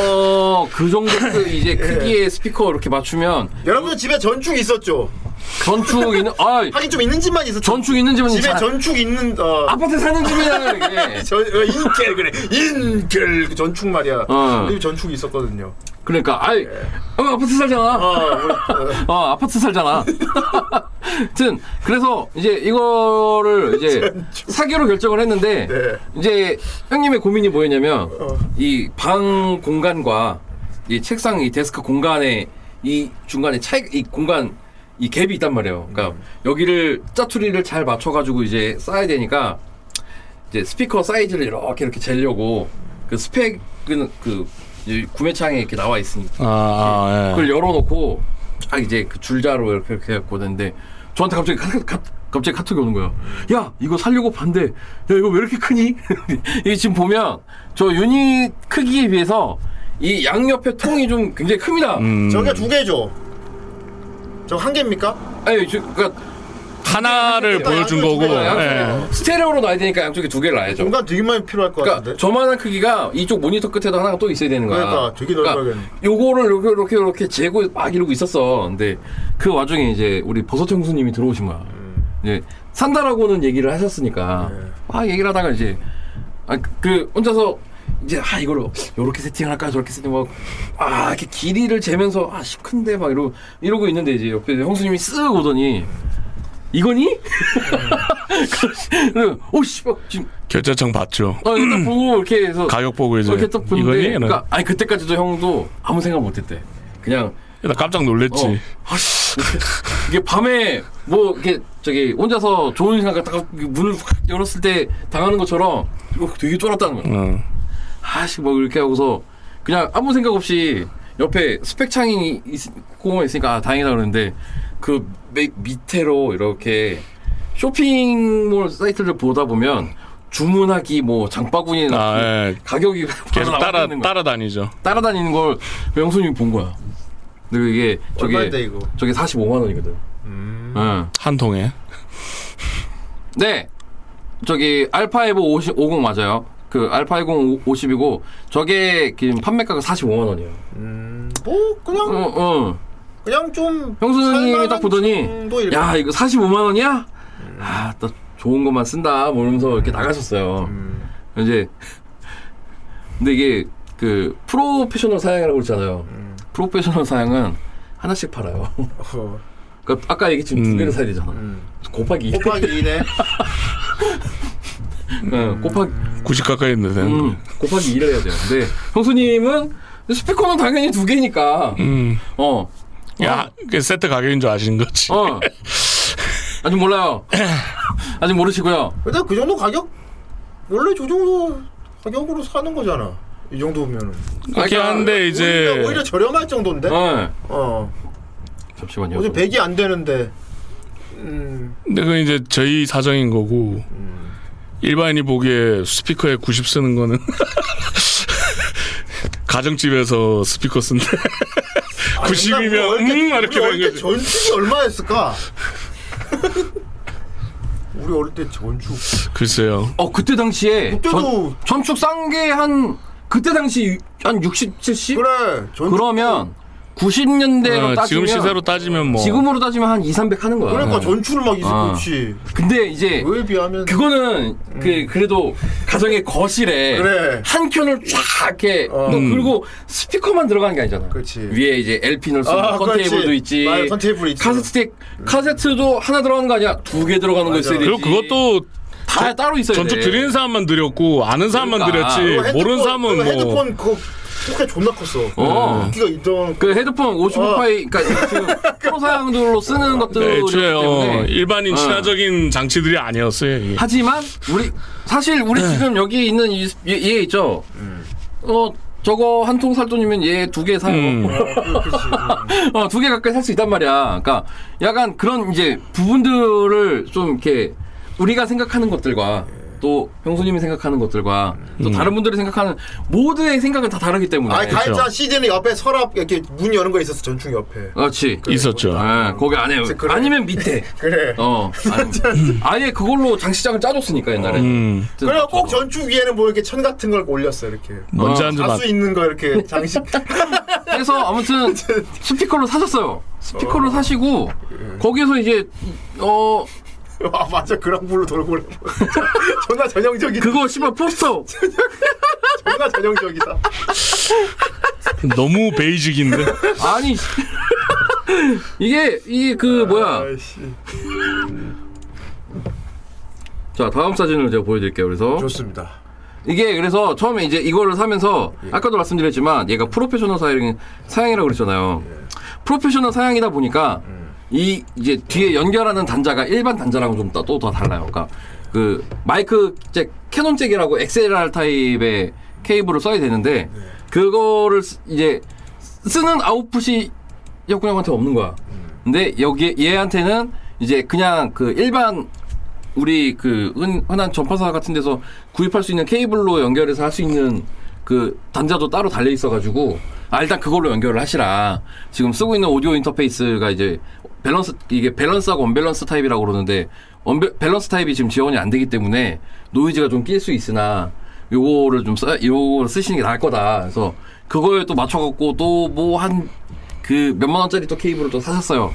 [SPEAKER 3] 어그 정도 그 이제
[SPEAKER 6] 예.
[SPEAKER 3] 크기의 스피커 이렇게 맞추면
[SPEAKER 6] 여러분 집에 전축 있었죠?
[SPEAKER 3] 전축 있는 아
[SPEAKER 6] 하긴 좀 있는 집만 있었죠.
[SPEAKER 3] 전축 있는 집은
[SPEAKER 6] 집에
[SPEAKER 3] 잘-
[SPEAKER 6] 전축 있는 어.
[SPEAKER 3] 아파트 사는 집이잖아요 이게.
[SPEAKER 6] 전, 어, 인켈 그래 인켈 그 전축 말이야
[SPEAKER 3] 어.
[SPEAKER 6] 우리 전축이 있었거든요 뭐,
[SPEAKER 3] 그러니까 아이 어, 아파트 살잖아.
[SPEAKER 6] 아,
[SPEAKER 3] 어 아파트 살잖아. 하여튼 그래서 이제 이거를 이제 사기로 결정을 했는데
[SPEAKER 5] 네.
[SPEAKER 3] 이제 형님의 고민이 뭐였냐면 이 방 공간과 이 책상 이 데스크 공간에 이 중간에 차이 이 공간 이 갭이 있단 말이에요. 그러니까 여기를 짜투리를 잘 맞춰가지고 이제 쌓아야 되니까 이제 스피커 사이즈를 이렇게 이렇게 재려고 그 스펙은 그 이제 구매창에 이렇게 나와 있으니까
[SPEAKER 4] 아, 아, 예.
[SPEAKER 3] 그걸 열어놓고 쫙 이제 그 줄자로 이렇게 이렇게 갖고 되는데 저한테 갑자기 카, 카, 갑자기 카톡이 오는 거예요. 야 이거 살려고 판데 야 이거 왜 이렇게 크니? 이게 지금 보면 저 유닛 크기에 비해서 이 양옆에 통이 좀 굉장히 큽니다.
[SPEAKER 4] 음.
[SPEAKER 6] 저게 두 개죠. 저 한 개입니까?
[SPEAKER 3] 아니 저, 그러니까 네.
[SPEAKER 4] 하나를 보여준 거고.
[SPEAKER 3] 양쪽에
[SPEAKER 4] 예.
[SPEAKER 3] 스테레오로 놔야 되니까 양쪽에 두 개를 놔야죠.
[SPEAKER 6] 공간 되게 많이 필요할 것
[SPEAKER 3] 네, 그러니까
[SPEAKER 6] 같은데.
[SPEAKER 3] 저만한 크기가 이쪽 모니터 끝에도 하나가 또 있어야 되는 거야.
[SPEAKER 6] 그러니까 되게 넓어야겠네.
[SPEAKER 3] 요거를 이렇게 이렇게 이렇게 재고 막 이러고 있었어. 근데 그 와중에 이제 우리 버섯 형수님이 들어오신 거야.
[SPEAKER 6] 음.
[SPEAKER 3] 이제 산다라고는 얘기를 하셨으니까
[SPEAKER 6] 네.
[SPEAKER 3] 막 얘기를 하다가 이제 아, 그 혼자서 이제 아 이걸 요렇게 세팅할까 저렇게 세팅하고 아 이렇게 길이를 재면서 아 씨, 큰데 막 이러고 이러고 있는데 이제 옆에 형수님이 쓱 오더니
[SPEAKER 6] 음.
[SPEAKER 3] 이거니? 그래서 오씨 막 지금
[SPEAKER 4] 결제청 봤죠.
[SPEAKER 3] 아, 이거 딱 보고 이렇게 해서
[SPEAKER 4] 음. 가격 보고 이제
[SPEAKER 3] 이렇게 딱
[SPEAKER 4] 이거니?
[SPEAKER 3] 보는데
[SPEAKER 4] 이런.
[SPEAKER 3] 그러니까 아니 그때까지도 형도 아무 생각 못했대. 그냥
[SPEAKER 4] 나 깜짝 놀랬지.
[SPEAKER 3] 어. 이게 밤에 뭐 이렇게 저기 혼자서 좋은 생각 딱 문을 확 열었을 때 당하는 것처럼 이거 되게 쫄았다는 거야.
[SPEAKER 4] 응.
[SPEAKER 3] 아씨 뭐 이렇게 하고서 그냥 아무 생각 없이 옆에 스펙 창이 있- 공원 있으니까 아, 다행이다 그러는데 그 맨 밑에로 이렇게 쇼핑몰 사이트를 보다 보면 주문하기 뭐 장바구니나
[SPEAKER 4] 아, 예.
[SPEAKER 3] 가격이
[SPEAKER 4] 계속
[SPEAKER 3] 바로
[SPEAKER 4] 따라
[SPEAKER 3] 나오는 거야.
[SPEAKER 4] 따라다니죠.
[SPEAKER 3] 따라다니는 걸 명수님이 본 거야. 근데 이게 저게
[SPEAKER 6] 얼마인데 이거? 음.
[SPEAKER 3] 저게 45만 원이거든. 응.
[SPEAKER 4] 한 통에.
[SPEAKER 3] 네. 저기 알파 에보 50, 50 맞아요. 그 알파 50 50이고 저게 지금 판매가가 45만 원이에요.
[SPEAKER 6] 뭐 그냥
[SPEAKER 3] 어, 어.
[SPEAKER 6] 그냥 좀뭐
[SPEAKER 3] 형수님이
[SPEAKER 6] 살만한
[SPEAKER 3] 딱 보더니
[SPEAKER 6] 정도일
[SPEAKER 3] 야, 이거 45만 원이야? 아, 또 좋은 것만 쓴다. 뭐 이러면서 이렇게 나가셨어요.
[SPEAKER 6] 음.
[SPEAKER 3] 이제 근데 이게 그 프로페셔널 사양이라고 그러잖아요. 프로페셔널 사양은 하나씩 팔아요.
[SPEAKER 6] 음. 어,
[SPEAKER 3] 그러니까 아까 얘기 지금 두
[SPEAKER 4] 음.
[SPEAKER 3] 개를 사야 되잖아. 곱하기 2.
[SPEAKER 6] 곱하기 2네. 음.
[SPEAKER 3] 응, 곱하기
[SPEAKER 4] 90 가까이 있는데.
[SPEAKER 3] 음,
[SPEAKER 4] 음.
[SPEAKER 3] 곱하기 2를 해야 돼요. 근데 형수님은 스피커는 당연히 두 개니까.
[SPEAKER 4] 음.
[SPEAKER 3] 어.
[SPEAKER 4] 야, 그 세트 가격인 줄 아시는 거지.
[SPEAKER 3] 어. 아직 몰라요. 아직 모르시고요.
[SPEAKER 6] 근데 그 정도 가격 원래 저 정도 가격으로 사는 거잖아. 이 정도면은
[SPEAKER 4] 그렇긴
[SPEAKER 3] 그러니까
[SPEAKER 4] 한데 이제
[SPEAKER 6] 오히려, 오히려 저렴할 정도인데. 어.
[SPEAKER 3] 어.
[SPEAKER 6] 어.
[SPEAKER 3] 잠시만요.
[SPEAKER 4] 어.
[SPEAKER 6] 요즘 100이 안 되는데. 음.
[SPEAKER 4] 근데 그건 이제 저희 사정인 거고
[SPEAKER 3] 음.
[SPEAKER 4] 일반인이 보기에 스피커에 90 쓰는 거는 가정집에서 스피커 쓴데
[SPEAKER 3] 아, 뭐
[SPEAKER 4] 90이면 음 이렇게 되는 거지.
[SPEAKER 6] 전축이 얼마였을까? 우리 어릴 때 전축.
[SPEAKER 4] 글쎄요.
[SPEAKER 3] 어, 그때 당시에
[SPEAKER 6] 그때도-
[SPEAKER 3] 전, 전축 싼 게 한 그때 당시 한 60, 70?
[SPEAKER 6] 그래. 전축.
[SPEAKER 3] 그러면 90년대로
[SPEAKER 4] 어,
[SPEAKER 3] 따지면
[SPEAKER 4] 지금 시세로 따지면 뭐
[SPEAKER 3] 지금으로 따지면 한 2, 300 하는 거야.
[SPEAKER 4] 어.
[SPEAKER 6] 그러니까 전축을 막
[SPEAKER 3] 아.
[SPEAKER 6] 이십없이
[SPEAKER 3] 근데 이제
[SPEAKER 6] 그에 비하면
[SPEAKER 3] 그거는 그 그래도 가정의 거실에
[SPEAKER 6] 음. 그래.
[SPEAKER 3] 한 켠을 쫙 이렇게
[SPEAKER 6] 어.
[SPEAKER 3] 또
[SPEAKER 4] 음.
[SPEAKER 3] 그리고 스피커만 들어가는 게 아니잖아.
[SPEAKER 6] 그렇지.
[SPEAKER 3] 위에 이제 LP 넣을 수 있는
[SPEAKER 6] 아,
[SPEAKER 3] 컨테이블도
[SPEAKER 6] 그렇지.
[SPEAKER 3] 있지.
[SPEAKER 6] 맞아, 컨테이블 있지. 음.
[SPEAKER 3] 카세트 카세트도 하나 들어가는 거 아니야? 두 개 들어가는 거
[SPEAKER 6] 맞아.
[SPEAKER 3] 있어야 되지.
[SPEAKER 4] 그리고 그것도
[SPEAKER 3] 다 따로 있어야
[SPEAKER 4] 전축
[SPEAKER 3] 돼.
[SPEAKER 4] 드리는 사람만 드렸고 아는 사람만
[SPEAKER 3] 네. 그러니까.
[SPEAKER 6] 그거
[SPEAKER 4] 드렸지
[SPEAKER 6] 헤드폰-
[SPEAKER 4] 모르는 사람은
[SPEAKER 6] 그거
[SPEAKER 4] 뭐
[SPEAKER 6] 헤드폰 그거 포켓 존나 컸어.
[SPEAKER 3] 어.
[SPEAKER 6] 인기가 있던
[SPEAKER 3] 그 헤드폰
[SPEAKER 6] 어.
[SPEAKER 3] 55파이 그러니까 지금 프로 사양들로 쓰는
[SPEAKER 6] 네,
[SPEAKER 3] 것들이기
[SPEAKER 4] 애초에 어,
[SPEAKER 3] 때문에
[SPEAKER 4] 일반인
[SPEAKER 3] 어.
[SPEAKER 4] 친화적인 장치들이 아니었어요. 이게.
[SPEAKER 3] 하지만 우리 사실 우리
[SPEAKER 4] 네.
[SPEAKER 3] 지금 여기 있는 이, 얘, 얘 있죠.
[SPEAKER 6] 음.
[SPEAKER 3] 어 저거 한 통 살 돈이면 얘 두 개 사요.
[SPEAKER 4] 음.
[SPEAKER 3] 어, 두 개 가까이 살 수 있단 말이야. 그러니까 약간 그런 이제 부분들을 좀 이렇게 우리가 생각하는 것들과 또 형수님이 생각하는 것들과
[SPEAKER 4] 음.
[SPEAKER 3] 또 다른 분들이 생각하는 모두의 생각은 다 다르기 때문에.
[SPEAKER 6] 아니
[SPEAKER 4] 그렇죠.
[SPEAKER 6] 가해자 시즌에 옆에 서랍 이렇게 문 여는 거 있었어 전축 옆에.
[SPEAKER 3] 그렇지.
[SPEAKER 4] 있었죠.
[SPEAKER 3] 아, 거기 안에
[SPEAKER 6] 그래.
[SPEAKER 3] 아니면 밑에.
[SPEAKER 6] 그래.
[SPEAKER 3] 어. 아니, 아예 그걸로 장식장을 짜줬으니까 옛날에.
[SPEAKER 4] 음.
[SPEAKER 6] 그래 꼭 전축 위에는 뭐 이렇게 천 같은 걸 올렸어 이렇게.
[SPEAKER 4] 뭔지
[SPEAKER 3] 어,
[SPEAKER 4] 안지
[SPEAKER 6] 가수 있는 거 이렇게 장식.
[SPEAKER 3] 그래서 아무튼 스피커로 사셨어요. 스피커로 사시고
[SPEAKER 6] 예.
[SPEAKER 3] 거기에서 이제 어
[SPEAKER 6] 아 맞아 그랑블루 돌고래. 존나 전형적이다.
[SPEAKER 3] 그거 씨발 포스터
[SPEAKER 6] 존나 전형적이다.
[SPEAKER 4] 너무 베이직인데.
[SPEAKER 3] 아니 이게 이게 그 뭐야
[SPEAKER 6] 아이씨. 예.
[SPEAKER 3] 자 다음 사진을 제가 보여드릴게요. 그래서
[SPEAKER 6] 좋습니다.
[SPEAKER 3] 이게 그래서 처음에 이제 이거를 사면서 아까도 말씀드렸지만 얘가 프로페셔널 사양 사양이라고 그랬잖아요. 프로페셔널 사양이다 보니까 이 이제 뒤에 연결하는 단자가 일반 단자랑 좀 또 더 달라요. 그러니까 그 마이크 잭 캐논 잭이라고 XLR 타입의 케이블을 써야 되는데 그거를 쓰- 이제 쓰는 아웃풋이 역군 형한테 없는 거야. 근데 여기 얘한테는 이제 그냥 그 일반 우리 그 흔, 흔한 전파사 같은 데서 구입할 수 있는 케이블로 연결해서 할 수 있는 그 단자도 따로 달려 있어가지고 아 일단 그걸로 연결을 하시라 지금 쓰고 있는 오디오 인터페이스가 이제 밸런스 이게 밸런스하고 언밸런스 타입이라고 그러는데 언밸 밸런스 타입이 지금 지원이 안 되기 때문에 노이즈가 좀 낄 수 있으나 요거를 좀 써, 요거를 쓰시는 게 나을 거다 그래서 그거에 또 맞춰갖고 또 뭐 한 그 몇만 원짜리 또 케이블을 또 사셨어요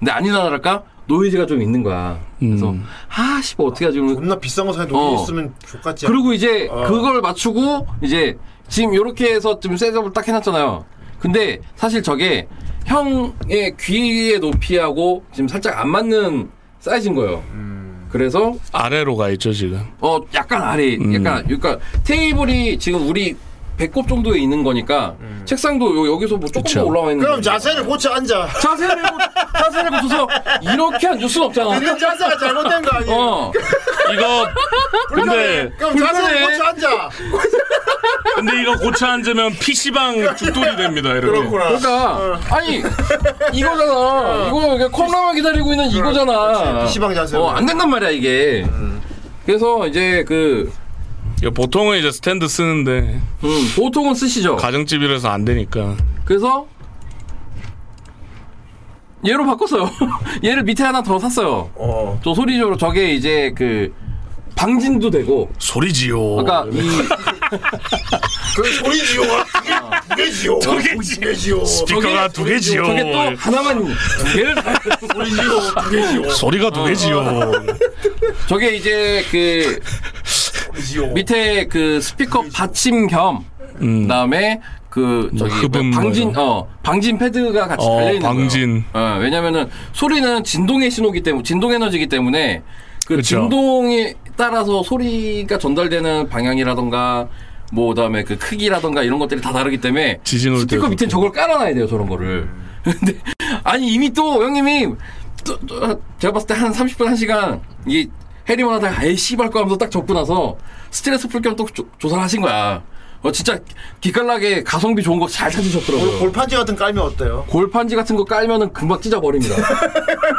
[SPEAKER 3] 근데 아니나 다를까 노이즈가 좀 있는 거야 그래서
[SPEAKER 4] 음.
[SPEAKER 3] 아씨 뭐 어떻게 하지 그러면
[SPEAKER 6] 겁나 비싼 거 사야 돈이
[SPEAKER 3] 어.
[SPEAKER 6] 있으면 족같지.
[SPEAKER 3] 그리고 이제
[SPEAKER 6] 어.
[SPEAKER 3] 그걸 맞추고 이제 지금 요렇게 해서 지금 셋업을 딱 해놨잖아요. 근데 사실 저게 형의 귀의 높이하고 지금 살짝 안 맞는 사이즈인 거예요.
[SPEAKER 6] 음.
[SPEAKER 3] 그래서
[SPEAKER 4] 아래로 가 있죠 지금.
[SPEAKER 3] 어 약간 아래
[SPEAKER 4] 음.
[SPEAKER 3] 약간 그러니까 테이블이 지금 우리 배꼽 정도에 있는 거니까 책상도 요- 여기서 뭐 조금 더
[SPEAKER 4] 그쵸.
[SPEAKER 3] 올라와
[SPEAKER 6] 음.
[SPEAKER 3] 있는
[SPEAKER 6] 그럼
[SPEAKER 3] 거니까.
[SPEAKER 6] 자세를 고쳐 앉아.
[SPEAKER 3] 자세를 고, 자세를 고쳐서 이렇게 앉을 순 없잖아.
[SPEAKER 6] 그 자세가 잘못된 거 아니에요?
[SPEAKER 3] 어.
[SPEAKER 4] 이거 근데
[SPEAKER 6] 그럼
[SPEAKER 3] 불편해.
[SPEAKER 6] 자세를 고쳐 앉아.
[SPEAKER 4] 근데 이거 고쳐 앉으면 PC방 죽돌이 됩니다 이렇게.
[SPEAKER 6] 어.
[SPEAKER 3] 그러니까 아니 이거잖아. 이거 그냥 컵라면 기다리고 있는 이거잖아.
[SPEAKER 6] 그치, PC방 자세.
[SPEAKER 3] 어, 안 된단 말이야 이게.
[SPEAKER 6] 음.
[SPEAKER 3] 그래서 이제 그
[SPEAKER 4] 이거 보통은 이제 스탠드 쓰는데
[SPEAKER 3] 음, 보통은 쓰시죠.
[SPEAKER 4] 가정집이라서 안 되니까.
[SPEAKER 3] 그래서 얘로 바꿨어요. 얘를 밑에 하나 더 샀어요.
[SPEAKER 6] 어.
[SPEAKER 3] 저 소리적으로 저게 이제 그 방진도 되고
[SPEAKER 4] 소리지요.
[SPEAKER 6] 어,
[SPEAKER 3] 아까 이
[SPEAKER 6] 그 소리 지워.
[SPEAKER 3] 어.
[SPEAKER 6] 두개 지워. 두개 지워.
[SPEAKER 4] 스피커가 두 개지요.
[SPEAKER 3] 저게 또 하나만 두 개를 다
[SPEAKER 6] 소리 지워. 두개 지워.
[SPEAKER 3] 어.
[SPEAKER 4] 소리가 두 개지요.
[SPEAKER 3] 저게 이제 그
[SPEAKER 6] 소리 지워.
[SPEAKER 3] 밑에 그 스피커 받침 겸
[SPEAKER 4] 음.
[SPEAKER 3] 그다음에 그 저기
[SPEAKER 4] 흡음
[SPEAKER 3] 뭐 방진 어 방진 패드가 같이
[SPEAKER 4] 어,
[SPEAKER 3] 달려 있는
[SPEAKER 4] 방진.
[SPEAKER 3] 거예요. 어, 왜냐면은 소리는 진동의 신호기 때문에 진동 에너지기 때문에 그
[SPEAKER 4] 그쵸.
[SPEAKER 3] 진동에 따라서 소리가 전달되는 방향이라던가 뭐 그다음에 그 크기라던가 이런 것들이 다 다르기 때문에
[SPEAKER 4] 지진 올
[SPEAKER 3] 스피커
[SPEAKER 4] 때도
[SPEAKER 3] 밑에 저걸 깔아놔야 돼요 저런 거를. 근데 아니 이미 또 형님이 또, 또 제가 봤을 때 한 30분 1 시간 이게 해리만 하다가 에이 씨발 거 하면서 딱 접고 나서 스트레스 풀 겸 또 조사를 하신 거야. 어 진짜 기깔나게 가성비 좋은 거 잘 찾으셨더라고요.
[SPEAKER 6] 어, 골판지 같은 깔면 어때요?
[SPEAKER 3] 골판지 같은 거 깔면은 금방 찢어버립니다.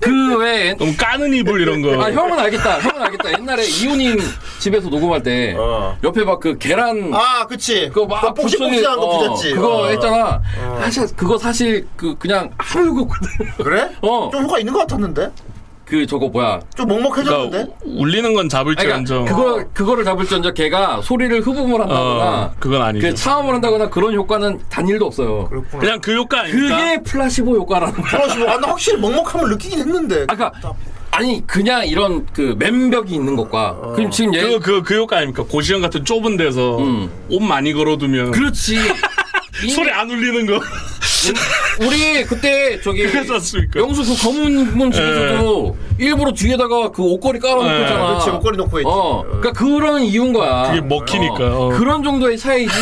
[SPEAKER 3] 그 외에
[SPEAKER 4] 너무 까는 이불 이런 거.
[SPEAKER 3] 아 형은 알겠다. 형은 알겠다. 옛날에 이훈님 집에서 녹음할 때
[SPEAKER 6] 어.
[SPEAKER 3] 옆에 막 그 계란
[SPEAKER 6] 아, 그치.
[SPEAKER 3] 그거 막
[SPEAKER 6] 복식복식한 거
[SPEAKER 3] 부서진-
[SPEAKER 6] 부잣지.
[SPEAKER 3] 어, 그거
[SPEAKER 6] 어.
[SPEAKER 3] 했잖아. 사실 그거 사실 그 그냥 하루 이거
[SPEAKER 6] 그래?
[SPEAKER 3] 어.
[SPEAKER 6] 좀 효과 있는 것 같았는데?
[SPEAKER 3] 그 저거 뭐야?
[SPEAKER 6] 좀 먹먹해졌는데?
[SPEAKER 4] 그러니까 우- 울리는 건 잡을지
[SPEAKER 3] 아니,
[SPEAKER 4] 않죠.
[SPEAKER 3] 그러니까 그거 그거를 잡을지언정 걔가 소리를 흡음을 한다거나
[SPEAKER 4] 어, 그건 아니죠.
[SPEAKER 3] 그 차음을 한다거나 그런 효과는 단일도 없어요.
[SPEAKER 6] 그렇구나.
[SPEAKER 4] 그냥 그 효과
[SPEAKER 3] 그게
[SPEAKER 4] 아닙니까?
[SPEAKER 3] 플라시보 효과라는 거야.
[SPEAKER 6] 그렇지, 뭐, 아, 나 확실히 먹먹함을 느끼긴 했는데.
[SPEAKER 3] 아까 그, 그러니까 아니 그냥 이런 그 맨벽이 있는 것과 그럼 지금 얘
[SPEAKER 4] 그거 그거 그 효과 아닙니까? 고시원 같은 좁은 데서 옷 많이 걸어두면
[SPEAKER 3] 음. 그렇지. 이-
[SPEAKER 4] 소리 안 울리는 거.
[SPEAKER 3] 우리 그때 저기
[SPEAKER 4] 그랬었습니까?
[SPEAKER 3] 영수 그 검은 문 집에서도 일부러 뒤에다가 그 옷걸이 깔아놓고
[SPEAKER 4] 예.
[SPEAKER 5] 네.
[SPEAKER 3] 있잖아.
[SPEAKER 6] 그렇지, 옷걸이 놓고 했지.
[SPEAKER 3] 어, 그러니까 그런 이유인 거야.
[SPEAKER 4] 그게 먹히니까. 어.
[SPEAKER 3] 그런 정도의 차이지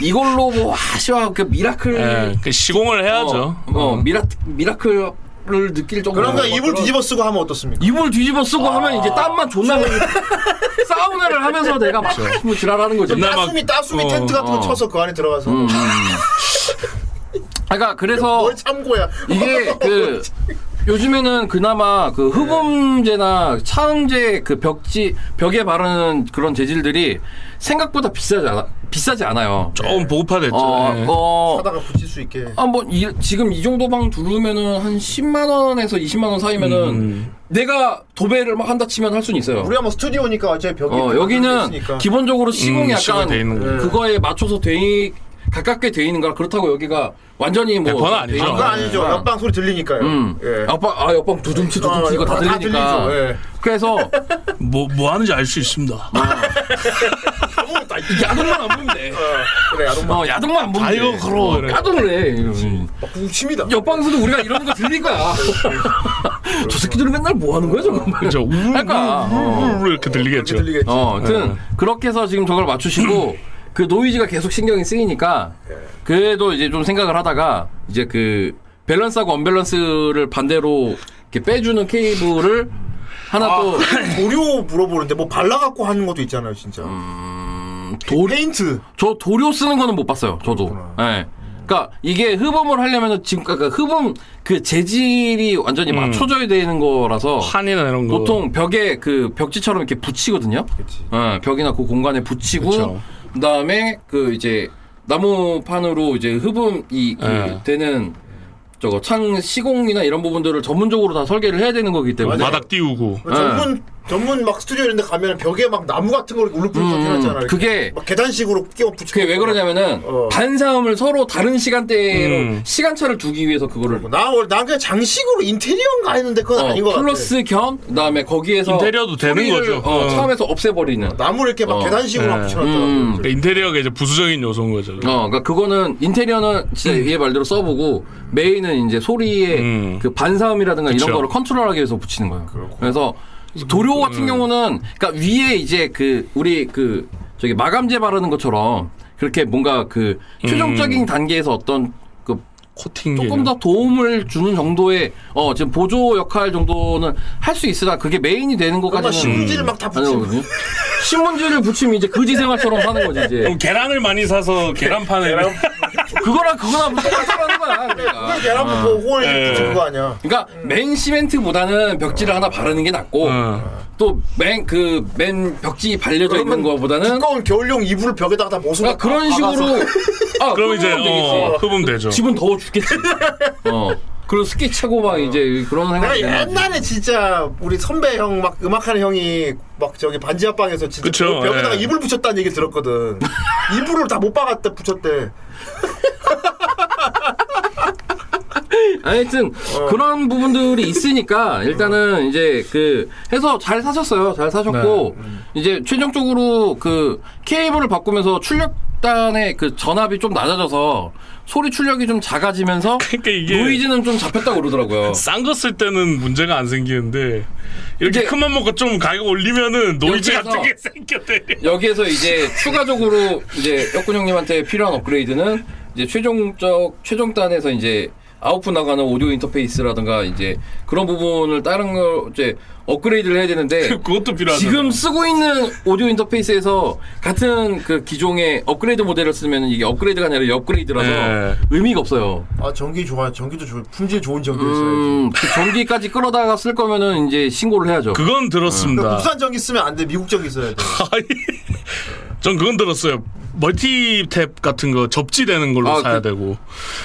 [SPEAKER 3] 이걸로 뭐 아쉬워 그 미라클
[SPEAKER 4] 예, 그 시공을 해야죠.
[SPEAKER 3] 어, 어, 미라 미라클을 느낄 정도.
[SPEAKER 6] 그러니까 이불 뒤집어 쓰고 하면 어떻습니까?
[SPEAKER 3] 이불 뒤집어 쓰고 하면 이제 땀만 존나 흘리 사우나를 하면서 내가 막 뭐 지랄하는 거지.
[SPEAKER 4] 옛날 막-
[SPEAKER 6] 따수미, 따수미
[SPEAKER 4] 어,
[SPEAKER 6] 텐트 같은 거
[SPEAKER 3] 어.
[SPEAKER 6] 쳐서 그 안에 들어가서.
[SPEAKER 3] 음, 음, 음. 그러니까 그래서
[SPEAKER 6] 뭘 참고야.
[SPEAKER 3] 이게 그 요즘에는 그나마 그 흡음재나 차음재 그 벽지 벽에 바르는 그런 재질들이 생각보다 비싸지 않아 비싸지 않아요.
[SPEAKER 4] 조금 보급화됐죠.
[SPEAKER 3] 어,
[SPEAKER 4] 예.
[SPEAKER 3] 어,
[SPEAKER 6] 하다가 붙일 수 있게.
[SPEAKER 3] 아, 뭐, 이, 지금 이 정도 방 두르면은 한 10만원에서 20만원 사이면은
[SPEAKER 4] 음.
[SPEAKER 3] 내가 도배를 막 한다 치면 할 수는 있어요.
[SPEAKER 6] 우리가 뭐 스튜디오니까 어차피 벽에.
[SPEAKER 3] 어, 여기는 기본적으로 시공이
[SPEAKER 4] 음,
[SPEAKER 3] 약간
[SPEAKER 4] 시공이 돼 있는 거예요.
[SPEAKER 3] 그거에 맞춰서 돼, 있- 가깝게 돼 있는 거라 그렇다고 여기가 완전히 뭐.
[SPEAKER 4] 100%는 아니죠.
[SPEAKER 3] 돼 있는
[SPEAKER 6] 그거
[SPEAKER 3] 건
[SPEAKER 6] 아니죠.
[SPEAKER 3] 아니지만.
[SPEAKER 6] 옆방 소리 들리니까요.
[SPEAKER 3] 어. 음.
[SPEAKER 6] 예.
[SPEAKER 3] 옆방, 아, 옆방 두둠치 두둠치
[SPEAKER 6] 어,
[SPEAKER 3] 이거 다
[SPEAKER 6] 다
[SPEAKER 3] 들리니까.
[SPEAKER 6] 들리죠, 예.
[SPEAKER 3] 그래서
[SPEAKER 4] 뭐, 뭐 하는지 알 수 있습니다.
[SPEAKER 3] 아, 야동만 안 보면 돼.
[SPEAKER 6] 그래, 야동
[SPEAKER 3] 어, 야동만 안 보면
[SPEAKER 4] 아,
[SPEAKER 3] 돼.
[SPEAKER 4] 이거 걸어. 이래.
[SPEAKER 3] 까도 그래.
[SPEAKER 6] 막 북침이다.
[SPEAKER 3] 옆방에서도 우리가 이러는 거 들릴 거야. 저 새끼들은 맨날 뭐 하는 거야 저거?
[SPEAKER 4] 그죠? 우,
[SPEAKER 3] 그러니까,
[SPEAKER 4] 우, 우, 우 이렇게 들리겠죠.
[SPEAKER 6] 들리겠지.
[SPEAKER 3] 어, 하여튼
[SPEAKER 4] 네.
[SPEAKER 3] 그렇게 해서 지금 저걸 맞추시고 그 노이즈가 계속 신경이 쓰이니까 그래도 이제 좀 생각을 하다가 이제 그 밸런스하고 언밸런스를 반대로 이렇게 빼주는 케이블을 하나 또
[SPEAKER 5] 아.
[SPEAKER 6] 도료 물어보는데 뭐 발라갖고 하는 것도 있잖아요, 진짜.
[SPEAKER 3] 음, 도,
[SPEAKER 6] 페인트.
[SPEAKER 3] 저 도료 쓰는 거는 못 봤어요. 저도. 예. 그러니까 이게 흡음을 하려면 지금 그러니까 흡음 그 재질이 완전히 맞춰져야 되는 거라서
[SPEAKER 4] 판이나 이런 거.
[SPEAKER 3] 보통 벽에 그 벽지처럼 이렇게 붙이거든요.
[SPEAKER 6] 그치.
[SPEAKER 3] 어, 벽이나 그 공간에 붙이고
[SPEAKER 4] 그쵸.
[SPEAKER 3] 그다음에그 이제 나무판으로 이제 흡음이 그
[SPEAKER 4] 예.
[SPEAKER 3] 되는 저거 창 시공이나 이런 부분들을 전문적으로 다 설계를 해야 되는 거기 때문에
[SPEAKER 4] 바닥 띄우고.
[SPEAKER 6] 전문 전문 막 스튜디오 이런 데 가면 벽에 막 나무 같은 걸 울릉불릉
[SPEAKER 3] 네. 음,
[SPEAKER 6] 해놨잖아. 이렇게.
[SPEAKER 3] 그게-
[SPEAKER 6] 막 계단식으로 끼워 붙이고.
[SPEAKER 3] 그게 왜 그러냐면은
[SPEAKER 6] 어.
[SPEAKER 3] 반사음을 서로 다른 시간대로
[SPEAKER 4] 음.
[SPEAKER 3] 시간차를 두기 위해서 그거를
[SPEAKER 6] 나 원래 난 그냥 장식으로 인테리어인가 했는데 그건
[SPEAKER 3] 어,
[SPEAKER 6] 아닌 것 같아.
[SPEAKER 3] 플러스 겸 그다음에 거기에서
[SPEAKER 4] 인테리어도 되는
[SPEAKER 3] 소리를,
[SPEAKER 4] 거죠.
[SPEAKER 3] 어,
[SPEAKER 4] 어.
[SPEAKER 3] 처음에서 없애버리는.
[SPEAKER 6] 나무를 이렇게 막
[SPEAKER 3] 어.
[SPEAKER 6] 계단식으로 막
[SPEAKER 4] 네.
[SPEAKER 6] 붙여놨더라고.
[SPEAKER 3] 음.
[SPEAKER 4] 그러니까 인테리어가 이제 부수적인 요소인 거죠.
[SPEAKER 3] 어, 그러니까 그거는 인테리어는 진짜 얘 말대로 써보고 메인은 이제 소리의
[SPEAKER 4] 음.
[SPEAKER 3] 그 반사음이라든가 이런
[SPEAKER 4] 그쵸.
[SPEAKER 3] 거를 컨트롤하기 위해서 붙이는 거예요. 그래서 도료 같은 경우는 그러니까 위에 이제 그 우리 그 저기 마감제 바르는 것처럼 그렇게 뭔가 그 최종적인 단계에서 어떤 그
[SPEAKER 4] 코팅.
[SPEAKER 3] 조금 더 도움을 주는 정도의 어 지금 보조 역할 정도는 할 수 있으나 그게 메인이 되는
[SPEAKER 6] 그러니까
[SPEAKER 3] 것까지는
[SPEAKER 6] 신문지를 막 다
[SPEAKER 3] 안
[SPEAKER 6] 붙이고.
[SPEAKER 3] 하거든요. 신문지를 붙이면 이제 거지 생활처럼 사는 거지 이제.
[SPEAKER 4] 그럼 계란을 많이 사서 계란판을
[SPEAKER 3] 그거랑 그거랑 똑같다는 뭐 거야. 그러니까.
[SPEAKER 6] 계란물 뭐 보고 호원이
[SPEAKER 4] 예.
[SPEAKER 6] 붙인 거 아니야.
[SPEAKER 3] 그러니까 맨 시멘트보다는 벽지를 하나 바르는 게 낫고
[SPEAKER 4] 어.
[SPEAKER 3] 또 맨 그 맨 벽지 발려져 있는 거보다는
[SPEAKER 6] 두꺼운 겨울용 이불을 벽에다가 다 모서.
[SPEAKER 3] 그러니까 그런 식으로 아,
[SPEAKER 4] 그럼 이제
[SPEAKER 3] 그러면 되겠지.
[SPEAKER 4] 어, 흡음 되죠.
[SPEAKER 3] 집은 더워 죽겠지. 어. 그리고 스키 차고 막 이제 그런
[SPEAKER 6] 내가
[SPEAKER 3] 생각이 드는 거지.
[SPEAKER 6] 옛날에 진짜 우리 선배 형 막 음악하는 형이 막 저기 반지하방에서 진짜
[SPEAKER 4] 그쵸,
[SPEAKER 6] 그 벽에다가
[SPEAKER 4] 예.
[SPEAKER 6] 이불 붙였다는 얘기 들었거든. 이불을 다 못 박았대 붙였대.
[SPEAKER 3] 하여튼
[SPEAKER 4] 어.
[SPEAKER 3] 그런 부분들이 있으니까
[SPEAKER 4] 음.
[SPEAKER 3] 일단은 이제 그 해서 잘 사셨어요. 잘
[SPEAKER 4] 네.
[SPEAKER 3] 사셨고
[SPEAKER 4] 음.
[SPEAKER 3] 이제 최종적으로 그 케이블을 바꾸면서 출력단의 그 전압이 좀 낮아져서 소리 출력이 좀 작아지면서
[SPEAKER 4] 그러니까 이게
[SPEAKER 3] 노이즈는 좀 잡혔다고 그러더라고요.
[SPEAKER 4] 싼 거 쓸 때는 문제가 안 생기는데 이렇게
[SPEAKER 3] 이제-
[SPEAKER 4] 큰맘 먹고 좀 가격 올리면은 노이즈
[SPEAKER 3] 여기에서-
[SPEAKER 4] 같은 게 생겨대.
[SPEAKER 3] 여기에서 이제 추가적으로 이제 역군 형님한테 필요한 업그레이드는 이제 최종적 최종단에서 이제 아웃풋 나가는 오디오 인터페이스라든가 이제 그런 부분을 다른 걸 이제 업그레이드를 해야 되는데
[SPEAKER 4] 그것도 필요하죠.
[SPEAKER 3] 지금 쓰고 있는 오디오 인터페이스에서 같은 그 기종의 업그레이드 모델을 쓰면 이게 업그레이드가 아니라 업그레이드라서
[SPEAKER 4] 네.
[SPEAKER 3] 의미가 없어요.
[SPEAKER 6] 아 전기 좋아. 전기도 좋. 품질 좋은 전기 있어야지.
[SPEAKER 3] 음, 그 전기까지 끌어다가 쓸 거면은 이제 신고를 해야죠.
[SPEAKER 4] 그건 들었습니다.
[SPEAKER 6] 부산 전기 쓰면 안 돼. 미국 전기 써야 돼.
[SPEAKER 4] 아이, 전 그건 들었어요. 멀티탭 같은 거 접지되는 걸로
[SPEAKER 3] 아,
[SPEAKER 4] 사야
[SPEAKER 3] 그-
[SPEAKER 4] 되고.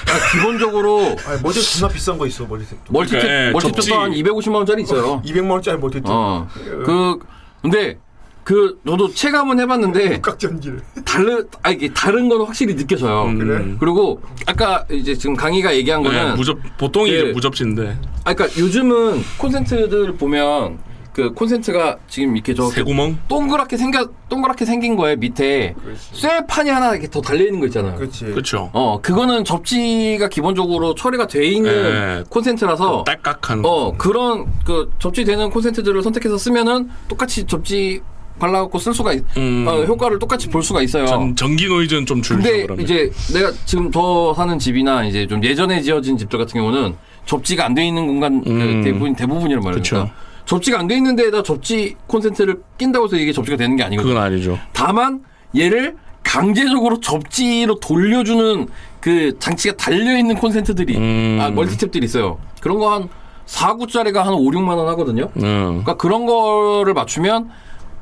[SPEAKER 3] 아, 기본적으로
[SPEAKER 6] 아니 머리 존나 비싼 거 있어 머리색도.
[SPEAKER 3] 멀티탭
[SPEAKER 4] 예,
[SPEAKER 3] 멀티탭도
[SPEAKER 4] 접지.
[SPEAKER 3] 한 250만 원짜리 있어요.
[SPEAKER 6] 200만 원짜리 머리색.
[SPEAKER 3] 어. 그 근데 그 저도 체감은
[SPEAKER 4] 그
[SPEAKER 3] 해봤는데
[SPEAKER 6] 네. 각각 전기를.
[SPEAKER 3] 다른 아 이게 다른 건 확실히 느껴져요.
[SPEAKER 4] 음, 그래?
[SPEAKER 3] 그리고 아까 이제 지금 강의가 얘기한
[SPEAKER 4] 네,
[SPEAKER 3] 거는
[SPEAKER 4] 무접 보통이
[SPEAKER 3] 그-
[SPEAKER 4] 이제 무접지인데
[SPEAKER 3] 아 그러니까 요즘은 콘센트들 보면 그 콘센트가 지금 이렇게 저
[SPEAKER 4] 대구멍
[SPEAKER 3] 동그랗게 생겨 동그랗게 생긴 거에 밑에 쇠판이 하나 이렇게 더 달려 있는 거 있잖아요.
[SPEAKER 6] 그렇지.
[SPEAKER 4] 그렇죠.
[SPEAKER 3] 어 그거는 접지가 기본적으로 처리가 돼 있는
[SPEAKER 4] 예.
[SPEAKER 3] 콘센트라서
[SPEAKER 4] 딸깍한
[SPEAKER 3] 어 그런 그 접지되는 콘센트들을 선택해서 쓰면은 똑같이 접지 발라갖고 쓸 수가 있,
[SPEAKER 4] 음.
[SPEAKER 3] 어, 효과를 똑같이 볼 수가 있어요.
[SPEAKER 4] 전, 전기 노이즈는 좀 줄죠.
[SPEAKER 3] 근데
[SPEAKER 4] 그러면.
[SPEAKER 3] 이제 내가 지금 더 사는 집이나 이제 좀 예전에 지어진 집들 같은 경우는 접지가 안 돼 있는 공간 그
[SPEAKER 4] 음.
[SPEAKER 3] 대부분 대부분이란 말이에요.
[SPEAKER 4] 그쵸.
[SPEAKER 3] 그러니까 접지가 안 돼 있는 데에다 접지 콘센트를 낀다고 해서 이게 접지가 되는 게 아니거든요.
[SPEAKER 4] 그건 아니죠.
[SPEAKER 3] 다만 얘를 강제적으로 접지로 돌려주는 그 장치가 달려 있는 콘센트들이
[SPEAKER 4] 음.
[SPEAKER 3] 아 멀티탭들이 있어요. 그런 거 한 4, 9짜리가 한 5, 6만 원 하거든요.
[SPEAKER 4] 음.
[SPEAKER 3] 그러니까 그런 거를 맞추면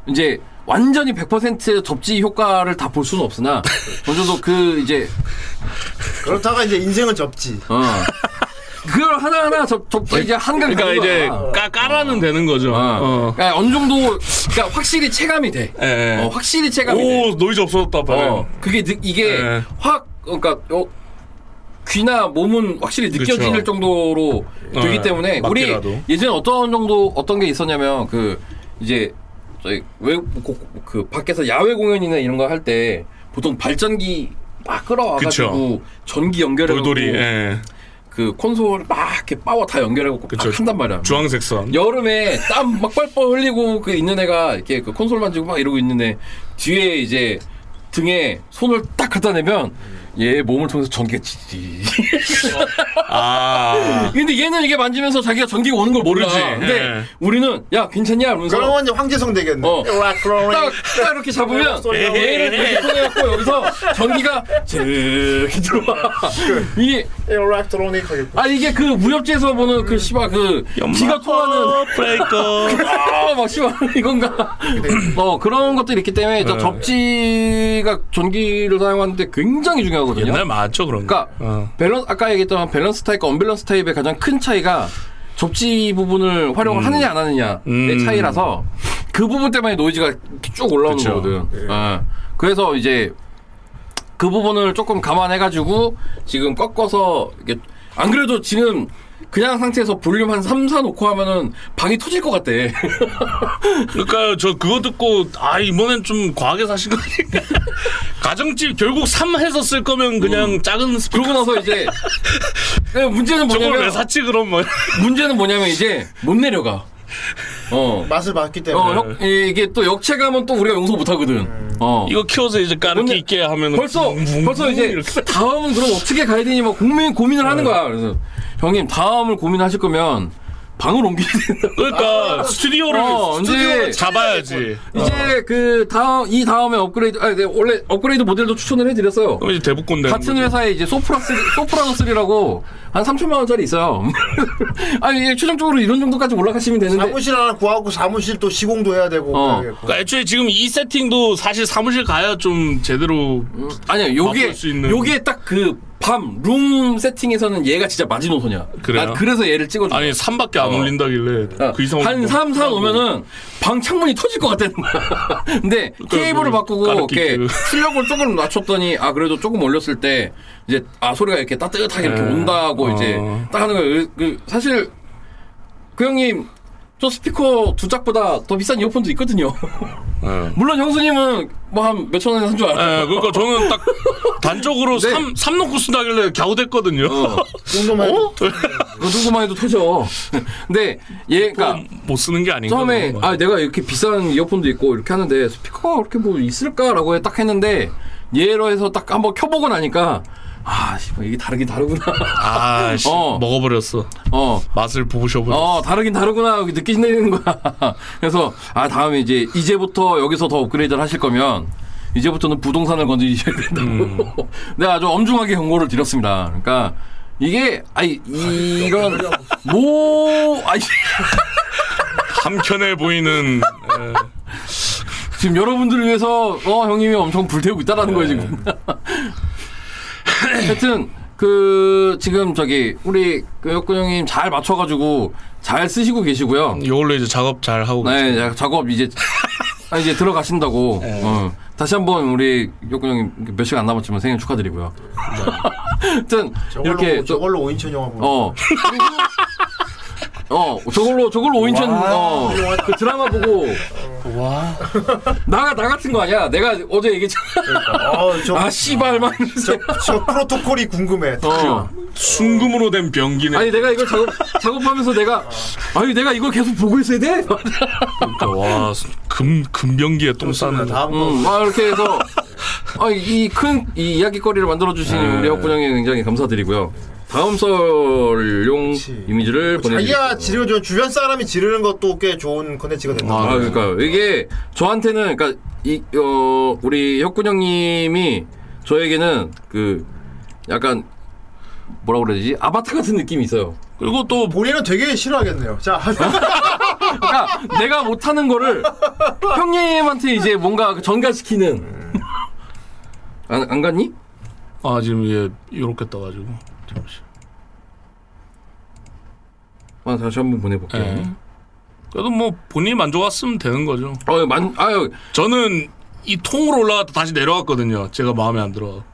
[SPEAKER 3] 이제 완전히 100% 접지 효과를 다 볼 수는 없으나 어느 정도 그 이제
[SPEAKER 6] 그렇다가 이제 인생은 접지.
[SPEAKER 3] 어 그걸 하나하나 접, 접지 이제 한강
[SPEAKER 4] 그러니까
[SPEAKER 3] 가는
[SPEAKER 4] 이제
[SPEAKER 3] 거야.
[SPEAKER 4] 까, 까라는 되는 거죠.
[SPEAKER 3] 어.
[SPEAKER 4] 어.
[SPEAKER 3] 그러니까 어느 정도 그러니까 확실히 체감이 돼.
[SPEAKER 4] 예, 예.
[SPEAKER 3] 어, 확실히 체감이 돼.
[SPEAKER 4] 오 노이즈 없어졌다 봐요.
[SPEAKER 3] 어, 그게 느, 이게
[SPEAKER 4] 네.
[SPEAKER 3] 확 그러니까 어, 귀나 몸은 확실히 느껴질
[SPEAKER 4] 그쵸.
[SPEAKER 3] 정도로 되기
[SPEAKER 4] 네,
[SPEAKER 3] 때문에 우리
[SPEAKER 4] 그렇죠. 맞게라도.
[SPEAKER 3] 예전에 어떤 정도 어떤 게 있었냐면 그 이제 저희 왜그 밖에서 야외 공연이나 이런 거 할 때 보통 발전기 막 끌어와가지고 전기 연결해
[SPEAKER 4] 돌돌이 예.
[SPEAKER 3] 그 콘솔 막 이렇게 파워 다 연결해갖고
[SPEAKER 4] 그쵸.
[SPEAKER 3] 막 한단 말이야.
[SPEAKER 4] 주황색 선.
[SPEAKER 3] 여름에 땀 막 뻘뻘 흘리고 그 있는 애가 이렇게 그 콘솔 만지고 막 이러고 있는 애 뒤에 이제 등에 손을 딱 갖다 내면 얘 몸을 통해서 전기가 지지.
[SPEAKER 4] 아.
[SPEAKER 3] 근데 얘는 이게 만지면서 자기가 전기가 오는 걸 모르지.
[SPEAKER 4] 모르지.
[SPEAKER 3] 근데
[SPEAKER 4] 예.
[SPEAKER 3] 우리는 야 괜찮냐 이러면서
[SPEAKER 5] 그러면 이제 황제성 되겠네.
[SPEAKER 3] 어.
[SPEAKER 5] 락, 락, 락.
[SPEAKER 3] 딱, 딱 이렇게 잡으면 얘를 이렇게 손해갖고 여기서 전기가 이렇게 들어와. 이게
[SPEAKER 6] 일렉트로닉 하겠고
[SPEAKER 3] 아 이게 그 무협지에서 보는 그 씨발 그 기가
[SPEAKER 4] 어.
[SPEAKER 3] 통하는
[SPEAKER 4] 브레이커.
[SPEAKER 3] 아막 씨발 이건가? 어 그런 것들이 있기 때문에 저
[SPEAKER 4] 네.
[SPEAKER 3] 접지가 전기를 사용하는데 굉장히 중요하거든요.
[SPEAKER 4] 옛날 맞죠 그런 거.
[SPEAKER 3] 그러니까
[SPEAKER 4] 어.
[SPEAKER 3] 밸런 아까 얘기했던 밸런스 타입과 언밸런스 타입의 가장 큰 차이가 접지 부분을 활용을 하느냐 안 하느냐의
[SPEAKER 4] 음.
[SPEAKER 3] 차이라서 그 부분 때문에 노이즈가 쭉 올라오는
[SPEAKER 4] 그쵸. 네.
[SPEAKER 3] 거거든. 예. 그래서 이제 그 부분을 조금 감안해가지고 지금 꺾어서 이게 안 그래도 지금 그냥 상태에서 볼륨 한 3, 4 놓고 하면은 방이 터질 것 같대.
[SPEAKER 4] 그러니까 저 그거 듣고 아 이번엔 좀 과하게 사신 거 아닌가. 가정집 결국 3 해서 쓸 거면 그냥 작은 스피커.
[SPEAKER 3] 음. 그러고 나서 이제 그 문제는
[SPEAKER 4] 저걸 왜
[SPEAKER 3] 뭐냐면
[SPEAKER 4] 샀지 그럼 뭐.
[SPEAKER 3] 문제는 뭐냐면 이제 못 내려가. 어.
[SPEAKER 6] 맛을 봤기
[SPEAKER 3] 어,
[SPEAKER 6] 때문에
[SPEAKER 3] 역, 이게 또 역체감은 또 우리가 용서 못 하거든. 어.
[SPEAKER 4] 음. 이거 키워서 이제 까르기
[SPEAKER 3] 근데
[SPEAKER 4] 있게 하면
[SPEAKER 3] 벌써 벌써 이제 다음은 그럼 어떻게 가야 되니 막 고민 고민을 하는
[SPEAKER 4] 네.
[SPEAKER 3] 거야. 그래서 형님 다음을 고민하실 거면 방을 옮기야 된다.
[SPEAKER 4] 그러니까 스튜디오를
[SPEAKER 3] 아. 어, 이제
[SPEAKER 4] 잡아야지.
[SPEAKER 3] 이제 그 다음 이 다음에 업그레이드 아니, 네, 원래 업그레이드 모델도 추천을 해드렸어요.
[SPEAKER 4] 그럼 이제 대북권 되는
[SPEAKER 3] 같은
[SPEAKER 4] 거지.
[SPEAKER 3] 회사에 이제 소프라 쓰리, 소프라노 3라고 한 3천만 원짜리 있어요. 아니 이게 최종적으로 이런 정도까지 올라가시면 되는데
[SPEAKER 6] 사무실 하나 구하고 사무실 또 시공도 해야 되고
[SPEAKER 3] 어.
[SPEAKER 6] 그래야겠고.
[SPEAKER 4] 그러니까 애초에 지금 이 세팅도 사실 사무실 가야 좀 제대로
[SPEAKER 3] 아니요, 요게
[SPEAKER 4] 맛볼 수 있는-
[SPEAKER 3] 요게 딱 그 밤 룸 세팅에서는 얘가 진짜 마지노선이야.
[SPEAKER 4] 그래요?
[SPEAKER 3] 난 그래서 얘를 찍어줘.
[SPEAKER 4] 아니 3밖에 안
[SPEAKER 3] 어.
[SPEAKER 4] 올린다길래 그 이상
[SPEAKER 3] 한 3, 4 오면은 방 창문이 터질 것 같다는 거야. 근데 케이블을
[SPEAKER 4] 뭐
[SPEAKER 3] 바꾸고
[SPEAKER 4] 까르기
[SPEAKER 3] 이렇게
[SPEAKER 4] 그-
[SPEAKER 3] 출력을 조금 낮췄더니 아 그래도 조금 올렸을 때 이제 아 소리가 이렇게 따뜻하게 이렇게
[SPEAKER 4] 네.
[SPEAKER 3] 온다고
[SPEAKER 4] 어.
[SPEAKER 3] 이제 딱 하는 거예요. 그 사실 그 형님 저 스피커 두 짝보다 더 비싼 이어폰도 있거든요.
[SPEAKER 4] 예.
[SPEAKER 3] 물론 형수님은 뭐 한 몇천 원에 산줄 알아요.
[SPEAKER 4] 예, 그러니까 저는 딱 단적으로
[SPEAKER 3] 네.
[SPEAKER 4] 삼 3, 놓고 쓴다길래 겨우 됐거든요.
[SPEAKER 3] 어.
[SPEAKER 6] 정도만 해도
[SPEAKER 3] 그 누구만 해도 터져. 근데 얘, 그니까,
[SPEAKER 4] 못 쓰는 게 아닌가.
[SPEAKER 3] 처음에,
[SPEAKER 4] 그런 거.
[SPEAKER 3] 아, 내가 이렇게 비싼 이어폰도 있고, 이렇게 하는데, 스피커가 그렇게 뭐 있을까라고 해- 딱 했는데, 얘로 해서 딱 한번 켜보고 나니까, 아, 씨발, 이게 다르긴 다르구나.
[SPEAKER 4] 아, 씨,
[SPEAKER 3] 어.
[SPEAKER 4] 먹어버렸어.
[SPEAKER 3] 어,
[SPEAKER 4] 맛을 보셔버렸어.
[SPEAKER 3] 어, 다르긴 다르구나. 이렇게 느끼시는 거야. 그래서, 아, 다음에 이제, 이제부터 여기서 더 업그레이드를 하실 거면, 이제부터는 부동산을 건드리셔야 된다고. 내가 아주 엄중하게 경고를 드렸습니다. 그러니까, 이게, 아니, 이런, 뭐, 아니,
[SPEAKER 4] 한켠에 보이는 예.
[SPEAKER 3] 지금 여러분들을 위해서 어 형님이 엄청 불태우고 있다라는 거예요 지금. 하여튼 그 지금 저기 우리 그 역군 형님 잘 맞춰가지고 잘 쓰시고 계시고요.
[SPEAKER 4] 이걸로 이제 작업 잘 하고
[SPEAKER 3] 네 자, 작업 이제 아, 이제 들어가신다고. 어. 다시 한번 우리 역군 형님 몇 시간 안 남았지만 생일 축하드리고요. 하여튼
[SPEAKER 6] 저걸로 뭐
[SPEAKER 5] 뭐
[SPEAKER 3] 이렇게 또-
[SPEAKER 6] 저걸로 오인천 영화 보는
[SPEAKER 3] 어. 어, 저걸로, 저걸로 오인천, 어, 그 드라마 보고. 나, 나 같은 거 아니야? 내가 어제 얘기했잖아.
[SPEAKER 6] 어, 저,
[SPEAKER 3] 아, 씨발, 막 이러면서.
[SPEAKER 6] 저 프로토콜이 궁금해
[SPEAKER 3] 어.
[SPEAKER 4] 순금으로 된 병기네.
[SPEAKER 3] 아니, 내가 이걸 작업, 작업하면서 내가, 아니, 내가 이걸 계속 보고 있어야 돼?
[SPEAKER 4] 그러니까 와, 금, 금병기에 똥 싸는.
[SPEAKER 6] 다음 거
[SPEAKER 3] 음, 막 이렇게 해서. 아, 이 큰, 이 이야기거리를 만들어주신
[SPEAKER 4] 네.
[SPEAKER 3] 우리 학부 형님 굉장히 감사드리고요. 다음 썰용 이미지를 보내주세요.
[SPEAKER 6] 자기가 지르면 주변 사람이 지르는 것도 꽤 좋은 컨텐츠가 된다
[SPEAKER 3] 아,
[SPEAKER 4] 네.
[SPEAKER 3] 그러니까요. 이게 저한테는 그러니까 이 어, 우리 혁군 형님이 저에게는 그 약간 뭐라 그래야 되지? 아바타 같은 느낌이 있어요.
[SPEAKER 4] 그리고 또
[SPEAKER 6] 본인은 되게 싫어하겠네요 자
[SPEAKER 3] 그러니까 내가 못하는 거를 형님한테 이제 뭔가 그 전가시키는. 안, 안 갔니?
[SPEAKER 4] 아 지금 이게 요렇게 떠가지고 잠시.
[SPEAKER 3] 아, 다시 한번 보내볼게요.
[SPEAKER 4] 예. 그래도 뭐 본인이 만족했으면 되는 거죠.
[SPEAKER 3] 어, 만, 아유,
[SPEAKER 4] 저는 이 통으로 올라갔다 다시 내려왔거든요. 제가 마음에 안 들어.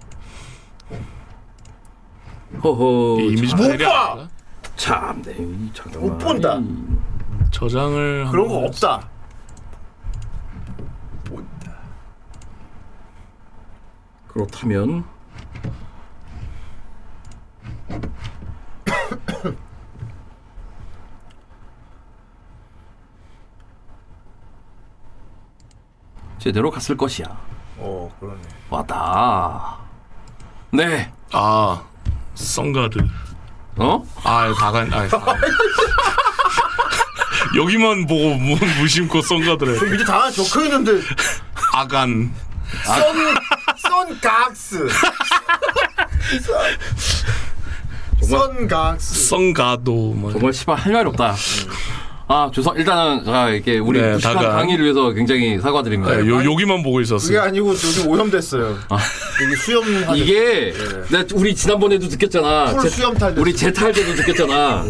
[SPEAKER 3] 허허.
[SPEAKER 4] 이 이미지
[SPEAKER 6] 못
[SPEAKER 4] 파일이
[SPEAKER 6] 봐!
[SPEAKER 4] 아니라
[SPEAKER 3] 참, 네, 이 잠깐만.
[SPEAKER 6] 못 본다.
[SPEAKER 4] 저장을
[SPEAKER 6] 그런 거
[SPEAKER 4] 한번
[SPEAKER 6] 없다
[SPEAKER 3] 그렇다면 제대로 갔을 것이야.
[SPEAKER 6] 어 그러네.
[SPEAKER 3] 왔다. 네.
[SPEAKER 4] 아 선가드.
[SPEAKER 3] 어?
[SPEAKER 4] 아 다간. 아 다- 여기만 보고 무, 무심코 선가드래.
[SPEAKER 6] 밑에 다그 적혀 있는데
[SPEAKER 4] 아간.
[SPEAKER 6] 선 선각스. 선각스.
[SPEAKER 4] 선가도 뭐.
[SPEAKER 3] 정말 씨발 할 말이 없다. 아 죄송. 일단은 아, 이렇게 우리
[SPEAKER 4] 네,
[SPEAKER 3] 부족한
[SPEAKER 4] 다가.
[SPEAKER 3] 강의를 위해서 굉장히 사과드립니다.
[SPEAKER 4] 네, 요 여기만 보고
[SPEAKER 6] 그게
[SPEAKER 4] 있었어요.
[SPEAKER 6] 아니고 요즘 오염됐어요. 여기 수염
[SPEAKER 3] 아. 이게 나 우리 지난번에도 느꼈잖아.
[SPEAKER 6] 아, 네. 풀
[SPEAKER 3] 제-
[SPEAKER 6] 수염 네. 탈 됐어.
[SPEAKER 3] 우리 재탈 때도 느꼈잖아.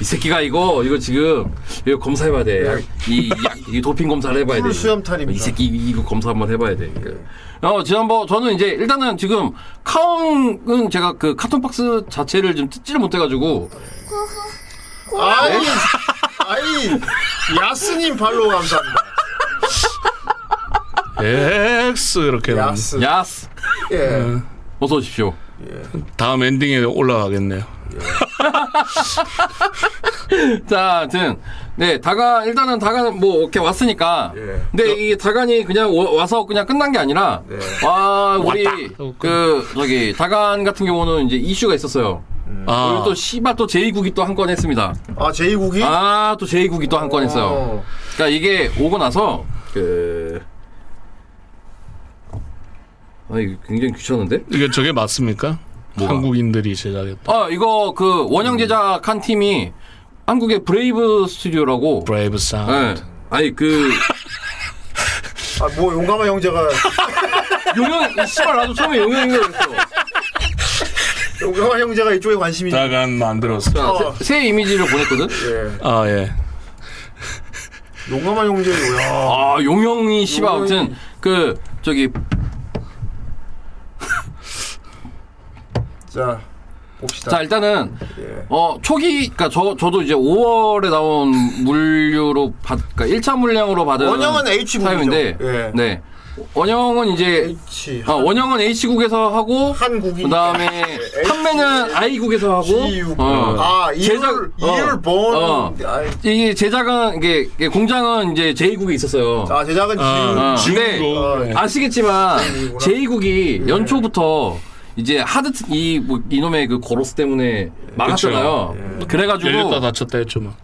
[SPEAKER 3] 이 새끼가 이거 이거 지금 이거 검사해봐야 돼. 이, 약- 이 도핑 검사를 해봐야
[SPEAKER 6] 네.
[SPEAKER 3] 돼.
[SPEAKER 6] 풀 수염 탈입니다. 네.
[SPEAKER 3] 이 새끼 이- 이거 검사 한번 해봐야 돼. 그. 어 지난번 저는 이제 일단은 지금 카옹은 제가 그 카톤 박스 자체를 좀 뜯지를 못해가지고
[SPEAKER 6] 아이 아이 야스님 팔로우 감사합니다.
[SPEAKER 4] 엑스 이렇게. 나오네.
[SPEAKER 6] 야스.
[SPEAKER 3] 음, 야스 음.
[SPEAKER 6] 예.
[SPEAKER 3] 어서 오십시오.
[SPEAKER 4] 다음 엔딩에 올라가겠네요.
[SPEAKER 3] 자, 하여튼 네 다가 일단은 다가 뭐 이렇게 왔으니까.
[SPEAKER 6] 예.
[SPEAKER 3] 근데 이 다간이 그냥 오- 와서 그냥 끝난 게 아니라
[SPEAKER 6] 네.
[SPEAKER 3] 와 우리 그 저기 다간 같은 경우는 이제 이슈가 있었어요.
[SPEAKER 4] 아
[SPEAKER 3] 그리고 또 씨발 또 제2국이 또 한 건 했습니다.
[SPEAKER 6] 아
[SPEAKER 5] 네.
[SPEAKER 6] 제이국이
[SPEAKER 3] 아 또 제2국이 또 한 건 했어요. 그러니까 이게 오고 나서 그 아, 이거 굉장히 귀찮은데?
[SPEAKER 4] 이게 저게 맞습니까?
[SPEAKER 3] 뭐가?
[SPEAKER 4] 한국인들이 제작했다.
[SPEAKER 3] 아, 이거 그 원형 제작한 팀이 한국의 브레이브 스튜디오라고.
[SPEAKER 4] 브레이브 사운드.
[SPEAKER 3] 예. 아니, 그.
[SPEAKER 6] 아뭐 용감한 형제가
[SPEAKER 3] 용영, 이 씨발, 나도 처음에 용영인 줄 알았어.
[SPEAKER 6] 용감한 형제가 이쪽에 관심이
[SPEAKER 4] 다간 만들었어.
[SPEAKER 3] 자,
[SPEAKER 6] 어.
[SPEAKER 3] 새, 새 이미지를 보냈거든?
[SPEAKER 6] 예.
[SPEAKER 4] 아 예.
[SPEAKER 6] 용감한 형제 뭐야?
[SPEAKER 3] 아, 용영이 씨발, 아무튼, 그, 저기,
[SPEAKER 6] 자 봅시다.
[SPEAKER 3] 자, 일단은,
[SPEAKER 6] 예.
[SPEAKER 3] 어, 초기, 그니까 저, 저도 이제 5월에 나온 물류로 받, 그니까 1차 물량으로 받은.
[SPEAKER 6] 원형은 H국이죠.
[SPEAKER 3] 타임인데,
[SPEAKER 6] 예.
[SPEAKER 3] 네. 원형은 이제,
[SPEAKER 6] H
[SPEAKER 3] 아, 원형은 H국에서 하고,
[SPEAKER 6] 한국이.
[SPEAKER 3] 그다음에 판매는 I국에서 하고
[SPEAKER 6] G국.
[SPEAKER 3] 어.
[SPEAKER 6] 아 이율
[SPEAKER 3] 어,
[SPEAKER 6] 이율 본.
[SPEAKER 3] 어.
[SPEAKER 6] 아이,
[SPEAKER 3] 이게 제작은 이게, 이게 공장은 이제 제2국에 있었어요.
[SPEAKER 6] 자 제작은
[SPEAKER 4] 아,
[SPEAKER 3] 어.
[SPEAKER 6] 지금
[SPEAKER 3] 근데-
[SPEAKER 4] 중국.
[SPEAKER 6] 어.
[SPEAKER 4] 예.
[SPEAKER 3] 아시겠지만
[SPEAKER 6] 제2국이구나. 네.
[SPEAKER 3] 제2국이 연초부터 이제 하드 이뭐 이놈의 그 고로스
[SPEAKER 6] 네.
[SPEAKER 3] 때문에 막았잖아요.
[SPEAKER 6] 예.
[SPEAKER 3] 그래가지고
[SPEAKER 4] 열렸다 닫혔다 했죠 뭐.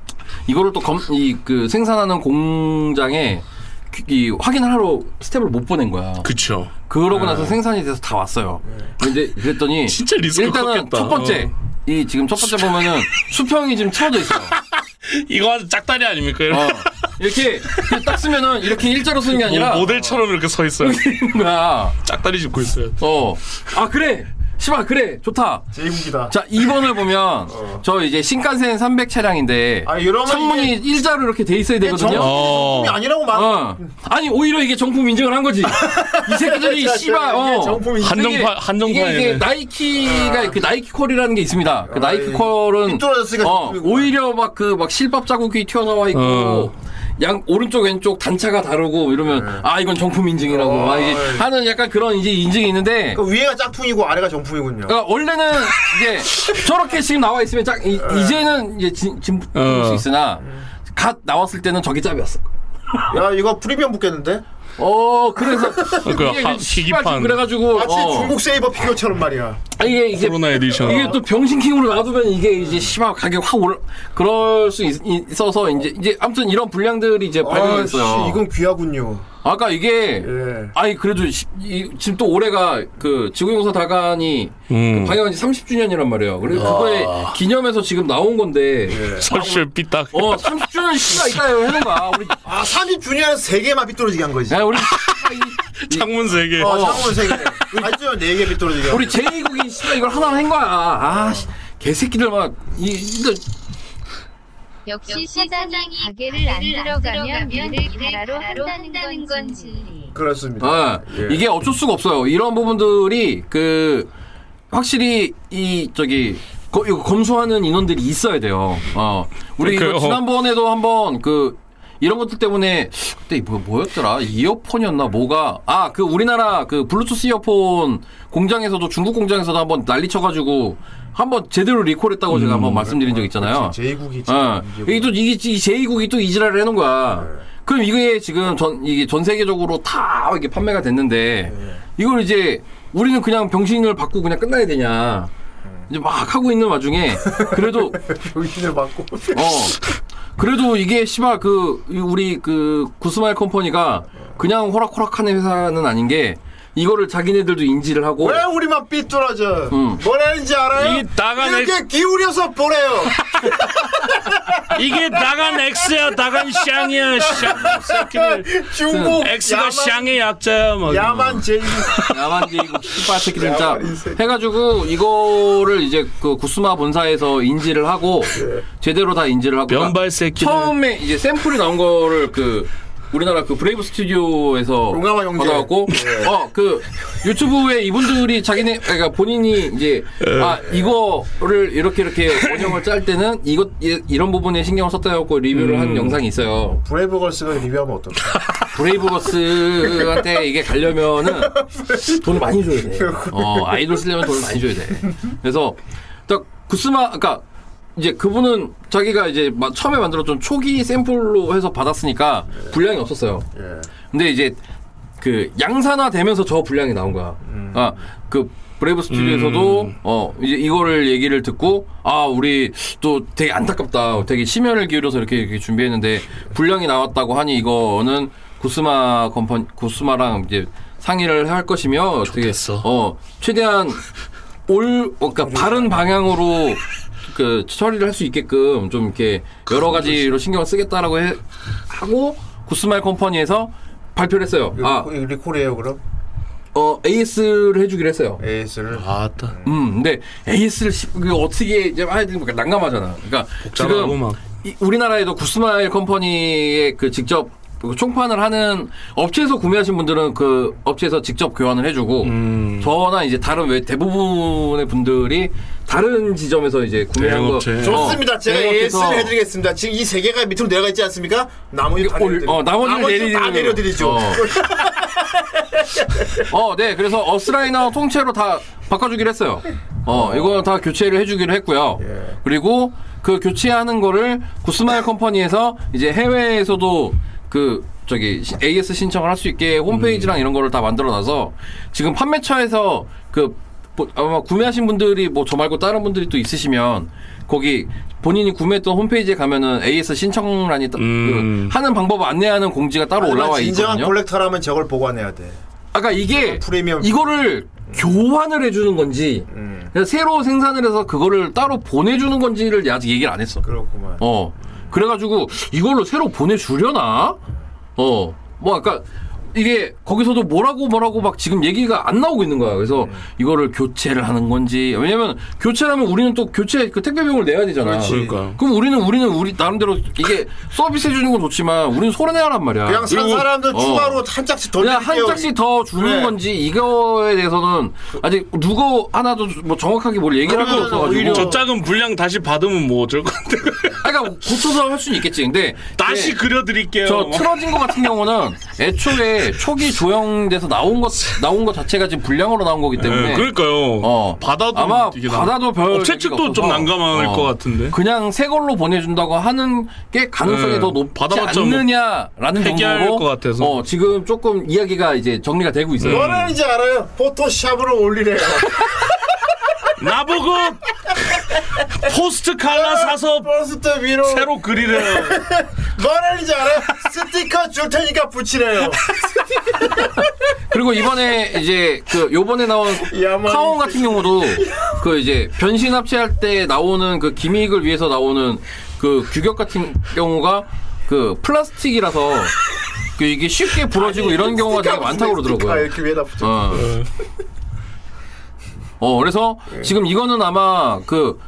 [SPEAKER 3] 이거를 또 이 그 생산하는 공장에 그- 이 확인을 하러 스텝을 못 보낸 거야.
[SPEAKER 4] 그쵸.
[SPEAKER 3] 그러고 나서 생산이 돼서 다 왔어요. 근데 그랬더니
[SPEAKER 4] 네. 진짜 리스크
[SPEAKER 3] 일단은
[SPEAKER 4] 컸겠다.
[SPEAKER 3] 첫 번째
[SPEAKER 4] 어.
[SPEAKER 3] 이 지금 첫 번째 보면은 수평이 지금 채워져 있어요.
[SPEAKER 4] 이거 아주 짝다리 아닙니까? 이런
[SPEAKER 3] 어. 이렇게 그냥 딱 쓰면은 이렇게 일자로 쓰는 게 아니라
[SPEAKER 4] 모, 모델처럼 이렇게 서 있어요.
[SPEAKER 3] 뭐야?
[SPEAKER 4] 짝다리 짚고 있어요.
[SPEAKER 3] 어. 아 그래. 시발 그래 좋다.
[SPEAKER 6] 제이국이다.
[SPEAKER 3] 자 2번을 보면
[SPEAKER 4] 어.
[SPEAKER 3] 저 이제 신칸센 300 차량인데
[SPEAKER 6] 아, 이러면
[SPEAKER 3] 창문이 일자로 이렇게 돼 있어야 되거든요.
[SPEAKER 6] 정-
[SPEAKER 4] 어.
[SPEAKER 6] 정품이 아니라고 말.
[SPEAKER 3] 어. 아니 오히려 이게 정품 인증을 한 거지. 이 새끼들이 씨발 어.
[SPEAKER 6] 정품이
[SPEAKER 4] 한정판 한정판이네.
[SPEAKER 3] 이게, 이게 나이키가 그 나이키 콜이라는 게 있습니다. 그 나이키 콜은
[SPEAKER 6] 삐뚤어졌으니까
[SPEAKER 3] 어,
[SPEAKER 6] 정품이구나.
[SPEAKER 3] 오히려 막 그 막 실밥 자국이 튀어나와 있고
[SPEAKER 4] 어.
[SPEAKER 3] 양 오른쪽 왼쪽 단차가 다르고 이러면 아 이건 정품 인증이라고 막 이게
[SPEAKER 6] 어이.
[SPEAKER 3] 하는 약간 그런 이제 인증이 있는데
[SPEAKER 6] 그 위에가 짝퉁이고 아래가 정품이군요.
[SPEAKER 3] 그러니까 원래는 이제 저렇게 지금 나와 있으면 짝 이, 제는 이제 진, 진, 진,
[SPEAKER 4] 어.
[SPEAKER 3] 수 있으나 갓 나왔을 때는 저게 짭이었어.
[SPEAKER 6] 야 이거 프리미엄 붙겠는데?
[SPEAKER 3] 어 그래서
[SPEAKER 4] 그
[SPEAKER 3] 이게
[SPEAKER 4] 하-
[SPEAKER 3] 이제 씨발
[SPEAKER 4] 희귀판.
[SPEAKER 3] 지금 그래가지고
[SPEAKER 6] 마치
[SPEAKER 3] 어.
[SPEAKER 6] 중국 세이버 피규어처럼 말이야.
[SPEAKER 3] 아, 이게 이제
[SPEAKER 4] 코로나 에디션.
[SPEAKER 3] 이게 또 병신킹으로 놔두면 이게
[SPEAKER 6] 음.
[SPEAKER 3] 이제 씨발 가격 확 올라 그럴 수 있, 어서 이제 이제 아무튼 이런 불량들이 이제 발견됐어요.
[SPEAKER 6] 씨, 이건 귀하군요.
[SPEAKER 3] 아까 이게
[SPEAKER 6] 예.
[SPEAKER 3] 아니 그래도 시- 이- 지금 또 올해가 그 지구용사 다간이
[SPEAKER 4] 음.
[SPEAKER 3] 그 방영한 지 30주년이란 말이에요. 그래서
[SPEAKER 6] 아.
[SPEAKER 3] 그거에 기념해서 지금 나온 건데
[SPEAKER 4] 설실 삐딱.
[SPEAKER 3] 어 30주년 씨가 있다요 해놓은 거야. 우리
[SPEAKER 6] 아 30주년에서 세 개만 삐뚤어지게 한 거지.
[SPEAKER 3] 야, 우리
[SPEAKER 4] 창문 세 개.
[SPEAKER 6] 어, 창문 세 개. 아니면 네개 삐뚤어지게.
[SPEAKER 3] 우리 제2국이 씨가 이걸 하나 한 거야. 아 씨, 개새끼들 막이 이거
[SPEAKER 7] 역시 시장이 가게를 안 들어가면 면을 가라로 한다는 건 진리.
[SPEAKER 6] 그렇습니다.
[SPEAKER 3] 아,
[SPEAKER 6] 예.
[SPEAKER 3] 이게 어쩔 수가 없어요. 이런 부분들이 그 확실히 이 저기 거, 이거 검수하는 인원들이 있어야 돼요. 어, 우리 이거
[SPEAKER 4] 그러니까요.
[SPEAKER 3] 지난번에도 한번 그 이런 것들 때문에 그때 뭐, 뭐였더라 이어폰이었나 뭐가 아 그 우리나라 그 블루투스 이어폰 공장에서도 중국 공장에서도 한번 난리 쳐가지고 한번 제대로
[SPEAKER 6] 음.
[SPEAKER 3] 리콜했다고
[SPEAKER 6] 그렇죠.
[SPEAKER 3] 제가 한번 말씀드린 적 있잖아요.
[SPEAKER 6] 제이국이지. 뭐.
[SPEAKER 3] 어, 이게 또 이게 이 제2국이 또 이지랄을 해놓은 거야. 그럼 이게 지금 전 이게 전 세계적으로 다 이게 판매가 됐는데 이걸 이제 우리는 그냥 병신을 받고 그냥 끝나야 되냐? 이제 막 하고 있는 와중에 그래도
[SPEAKER 6] 병신을 받고
[SPEAKER 3] 어. 그래도 이게 씨발 그 이- 우리 그 구스마일 컴퍼니가 그냥 호락호락하는 회사는 아닌 게 이거를 자기네들도 인지를 하고
[SPEAKER 6] 왜 우리만 삐뚤어져?
[SPEAKER 3] 음.
[SPEAKER 6] 뭐라는지 알아요?
[SPEAKER 4] 이 나간
[SPEAKER 6] 이렇게 기울여서 보내요.
[SPEAKER 4] 이게 나간 X야, 나간 샹이야, 샹 새끼들.
[SPEAKER 6] 중국
[SPEAKER 4] X가
[SPEAKER 6] 야만-
[SPEAKER 4] 샹의 약자야, 뭐. 막.
[SPEAKER 6] 야만 제일
[SPEAKER 3] 야만 제국 씨발 새끼들 진짜
[SPEAKER 6] 야만 이 새끼.
[SPEAKER 3] 해가지고 이거를 이제 그 구스마 본사에서 인지를 하고 제대로 다 인지를 하고 그러니까
[SPEAKER 4] 면발 새끼들.
[SPEAKER 3] 처음에 이제 샘플이 나온 거를 그 우리나라 그 브레이브 스튜디오에서
[SPEAKER 6] 용감한 형제. 예.
[SPEAKER 3] 받아갖고 어 그 유튜브에 이분들이 자기네 그러니까 본인이 이제
[SPEAKER 4] 예.
[SPEAKER 3] 아 이거를 이렇게 이렇게 원형을 짤 때는 이것 이- 이런 부분에 신경을 썼다 해갖고 리뷰를
[SPEAKER 4] 음.
[SPEAKER 3] 한 영상이 있어요.
[SPEAKER 6] 브레이브걸스가 리뷰하면 어떨까?
[SPEAKER 3] 브레이브버스한테 이게 가려면은 돈을 많이 줘야 돼. 어, 아이돌 쓰려면 돈을 많이 줘야 돼. 그래서 딱 구스마 그러니까 이제 그분은 자기가 이제 막 처음에 만들었던 초기 샘플로 해서 받았으니까 분량이 없었어요.
[SPEAKER 6] 예.
[SPEAKER 3] 근데 이제 그 양산화 되면서 저 분량이 나온 거야.
[SPEAKER 6] 음.
[SPEAKER 3] 아 그 브레이브 스튜디오에서도 어 이제 이거를 얘기를 듣고 아 우리 또 되게 안타깝다. 되게 심혈을 기울여서 이렇게, 이렇게 준비했는데 분량이 나왔다고 하니 이거는 구스마 컴퍼니 구스마랑 이제 상의를 할 것이며 어떻게
[SPEAKER 4] 좋겠어.
[SPEAKER 3] 어 최대한 올 어, 그러니까 바른 방향으로 그 처리를 할 수 있게끔 좀 이렇게 여러 가지로 신경을 쓰겠다라고 해, 하고 구스마일 컴퍼니에서 발표를 했어요. 아,
[SPEAKER 6] 이거 그 리콜이에요 그럼?
[SPEAKER 3] 어 AS를 해주기로 했어요.
[SPEAKER 6] 에이스를
[SPEAKER 4] 아따.
[SPEAKER 3] 음, 근데 AS를 그 어떻게 이제 해야 되는 까 난감하잖아. 그러니까
[SPEAKER 4] 복잡하고
[SPEAKER 3] 지금
[SPEAKER 4] 막.
[SPEAKER 3] 이, 우리나라에도 구스마일 컴퍼니의 그 직접 그 총판을 하는 업체에서 구매하신 분들은 그 업체에서 직접 교환을 해주고
[SPEAKER 4] 음.
[SPEAKER 3] 저나 이제 다른 왜 대부분의 분들이 다른 지점에서 이제 구매한 거 어.
[SPEAKER 4] 대형업체.
[SPEAKER 6] 좋습니다. 제가
[SPEAKER 3] 대형업체에서
[SPEAKER 6] AS를 해드리겠습니다. 지금 이 세 개가 밑으로 내려가 있지 않습니까? 나머지 다
[SPEAKER 3] 올-
[SPEAKER 6] 내려드리죠.
[SPEAKER 3] 어, 나머지를
[SPEAKER 6] 다
[SPEAKER 3] 내리는
[SPEAKER 6] 내려드리죠.
[SPEAKER 3] 거. 어, 네. 그래서 어스라이너 통째로 다 바꿔주기로 했어요. 어, 이거 다 교체를 해주기로 했고요. 그리고 그 교체하는 거를 구스마일 컴퍼니에서 이제 해외에서도 그 저기 시- AS 신청을 할 수 있게
[SPEAKER 6] 음.
[SPEAKER 3] 홈페이지랑 이런 거를 다 만들어놔서 지금 판매처에서 그 보- 아마 구매하신 분들이 뭐 저 말고 다른 분들이 또 있으시면 거기 본인이 구매했던 홈페이지에 가면은 AS 신청란이 따- 그
[SPEAKER 4] 음.
[SPEAKER 3] 하는 방법 안내하는 공지가 따로 올라와
[SPEAKER 6] 진정한
[SPEAKER 3] 있거든요.
[SPEAKER 6] 콜렉터라면 저걸 보관해야 돼.
[SPEAKER 3] 아까 이게
[SPEAKER 6] 프리미엄.
[SPEAKER 3] 이거를 교환을 해주는 건지
[SPEAKER 6] 음.
[SPEAKER 3] 그냥 새로 생산을 해서 그거를 따로 보내주는 건지를 아직 얘기를 안 했어.
[SPEAKER 6] 그렇구만.
[SPEAKER 3] 어 그래가지고 이걸로 새로 보내주려나? 어뭐 아까 이게 거기서도 뭐라고 뭐라고 막 지금 얘기가 안 나오고 있는 거야. 그래서
[SPEAKER 6] 음.
[SPEAKER 3] 이거를 교체를 하는 건지 왜냐면 교체라면 우리는 또 교체 그 택배 비용을 내야 되잖아.
[SPEAKER 6] 그렇지.
[SPEAKER 4] 그러니까.
[SPEAKER 3] 그럼 우리는 우리는 우리 나름대로 이게 서비스 해주는 건 좋지만 우리는 손해내란 말이야.
[SPEAKER 6] 그냥 산
[SPEAKER 3] 그리고-
[SPEAKER 6] 사람들
[SPEAKER 3] 어.
[SPEAKER 6] 추가로 한 짝씩 더
[SPEAKER 3] 그냥
[SPEAKER 6] 드릴게요.
[SPEAKER 3] 한 짝씩 더 주는
[SPEAKER 4] 네.
[SPEAKER 6] 그래.
[SPEAKER 3] 건지 이거에 대해서는 아직 누구 하나도 뭐 정확하게 뭘 얘기를 하고
[SPEAKER 6] 그러면은 오히려-
[SPEAKER 3] 없어가지고
[SPEAKER 4] 저 작은 분량 다시 받으면 뭐 어쩔 건데.
[SPEAKER 3] 아까 고쳐서 할 수는 있겠지 근데
[SPEAKER 4] 다시
[SPEAKER 3] 이제
[SPEAKER 4] 그려드릴게요.
[SPEAKER 3] 저
[SPEAKER 4] 막.
[SPEAKER 3] 틀어진 거 같은 경우는 애초에 초기 조형돼서 나온 것 나온 것 자체가 지금 불량으로 나온 거기 때문에
[SPEAKER 4] 예, 그러니까요.
[SPEAKER 3] 어.
[SPEAKER 4] 받아도
[SPEAKER 3] 아마
[SPEAKER 4] 이게 나-
[SPEAKER 3] 받아도 별
[SPEAKER 4] 업체 측도
[SPEAKER 3] 얘기가
[SPEAKER 4] 좀
[SPEAKER 3] 없어서.
[SPEAKER 4] 난감할
[SPEAKER 3] 어.
[SPEAKER 4] 것 같은데.
[SPEAKER 3] 그냥 새 걸로 보내준다고 하는 게 가능성이
[SPEAKER 4] 네,
[SPEAKER 3] 더 높지
[SPEAKER 4] 받아봤자 뭐
[SPEAKER 3] 않느냐라는
[SPEAKER 4] 해결할
[SPEAKER 3] 정도로
[SPEAKER 4] 것 같아서. 네.
[SPEAKER 3] 어, 지금 조금 이야기가 이제 정리가 되고 있어요.
[SPEAKER 6] 뭐라는지 알아요? 포토샵으로 올리래요.
[SPEAKER 4] 나보고 포스트 칼라 사서
[SPEAKER 6] 버스터 위로
[SPEAKER 4] 새로 그리래요.
[SPEAKER 6] 뭐라는지 알아요? 스티커 줄 테니까 붙이래요.
[SPEAKER 3] 그리고 이번에 이제 그 요번에 나온
[SPEAKER 6] 야만
[SPEAKER 3] 카온 같은 경우도 그 이제 변신 합체할 때 나오는 그 기믹을 위해서 나오는 그 규격 같은 경우가 그 플라스틱이라서 그 이게 쉽게 부러지고 이런 경우가 되게 많다고
[SPEAKER 6] 스티커
[SPEAKER 3] 그러더라고요.
[SPEAKER 6] 이렇게 위에다 붙여.
[SPEAKER 3] 어. 어, 그래서 지금 이거는 아마 그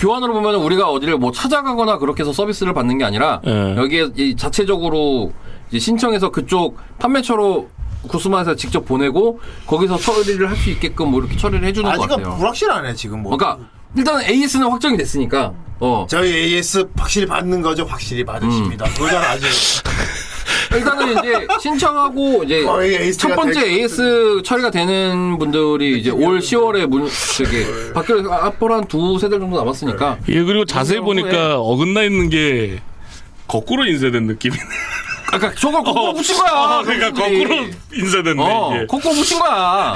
[SPEAKER 3] 교환으로 보면 우리가 어디를 뭐 찾아가거나 그렇게 해서 서비스를 받는 게 아니라
[SPEAKER 4] 예.
[SPEAKER 3] 여기에 이 자체적으로 이제 신청해서 그쪽 판매처로 구스마에서 직접 보내고 거기서 처리를 할 수 있게끔 뭐 이렇게 처리를 해주는 것
[SPEAKER 6] 아직은
[SPEAKER 3] 같아요.
[SPEAKER 6] 불확실하네 지금 뭐.
[SPEAKER 3] 그러니까 일단 AS는 확정이 됐으니까 어
[SPEAKER 6] 저희 AS 확실히 받는 거죠.
[SPEAKER 3] 음.
[SPEAKER 6] 확실히 받으십니다. 그거잖아 아직.
[SPEAKER 3] 일단은 이제 신청하고 이제
[SPEAKER 6] 거의 AS 어, 예, 가
[SPEAKER 3] 첫 번째
[SPEAKER 6] 될- 네,
[SPEAKER 3] AS 처리가 되는 분들이 이제 올 10월에 문 저기 밖으로 앞으로 한 두세 달 정도
[SPEAKER 6] 네.
[SPEAKER 3] 남았으니까
[SPEAKER 4] 예, 그리고 자세히
[SPEAKER 3] 그런 거에-
[SPEAKER 4] 보니까 어긋나 있는 게 거꾸로 인쇄된 느낌이네.
[SPEAKER 3] 아까 그러니까 저걸 거꾸로 붙인 거야.
[SPEAKER 4] 아, 그러니까
[SPEAKER 3] 선수들이.
[SPEAKER 4] 거꾸로 인쇄됐네 예.
[SPEAKER 3] 어,
[SPEAKER 4] 이게.
[SPEAKER 3] 거꾸로 붙인 거야.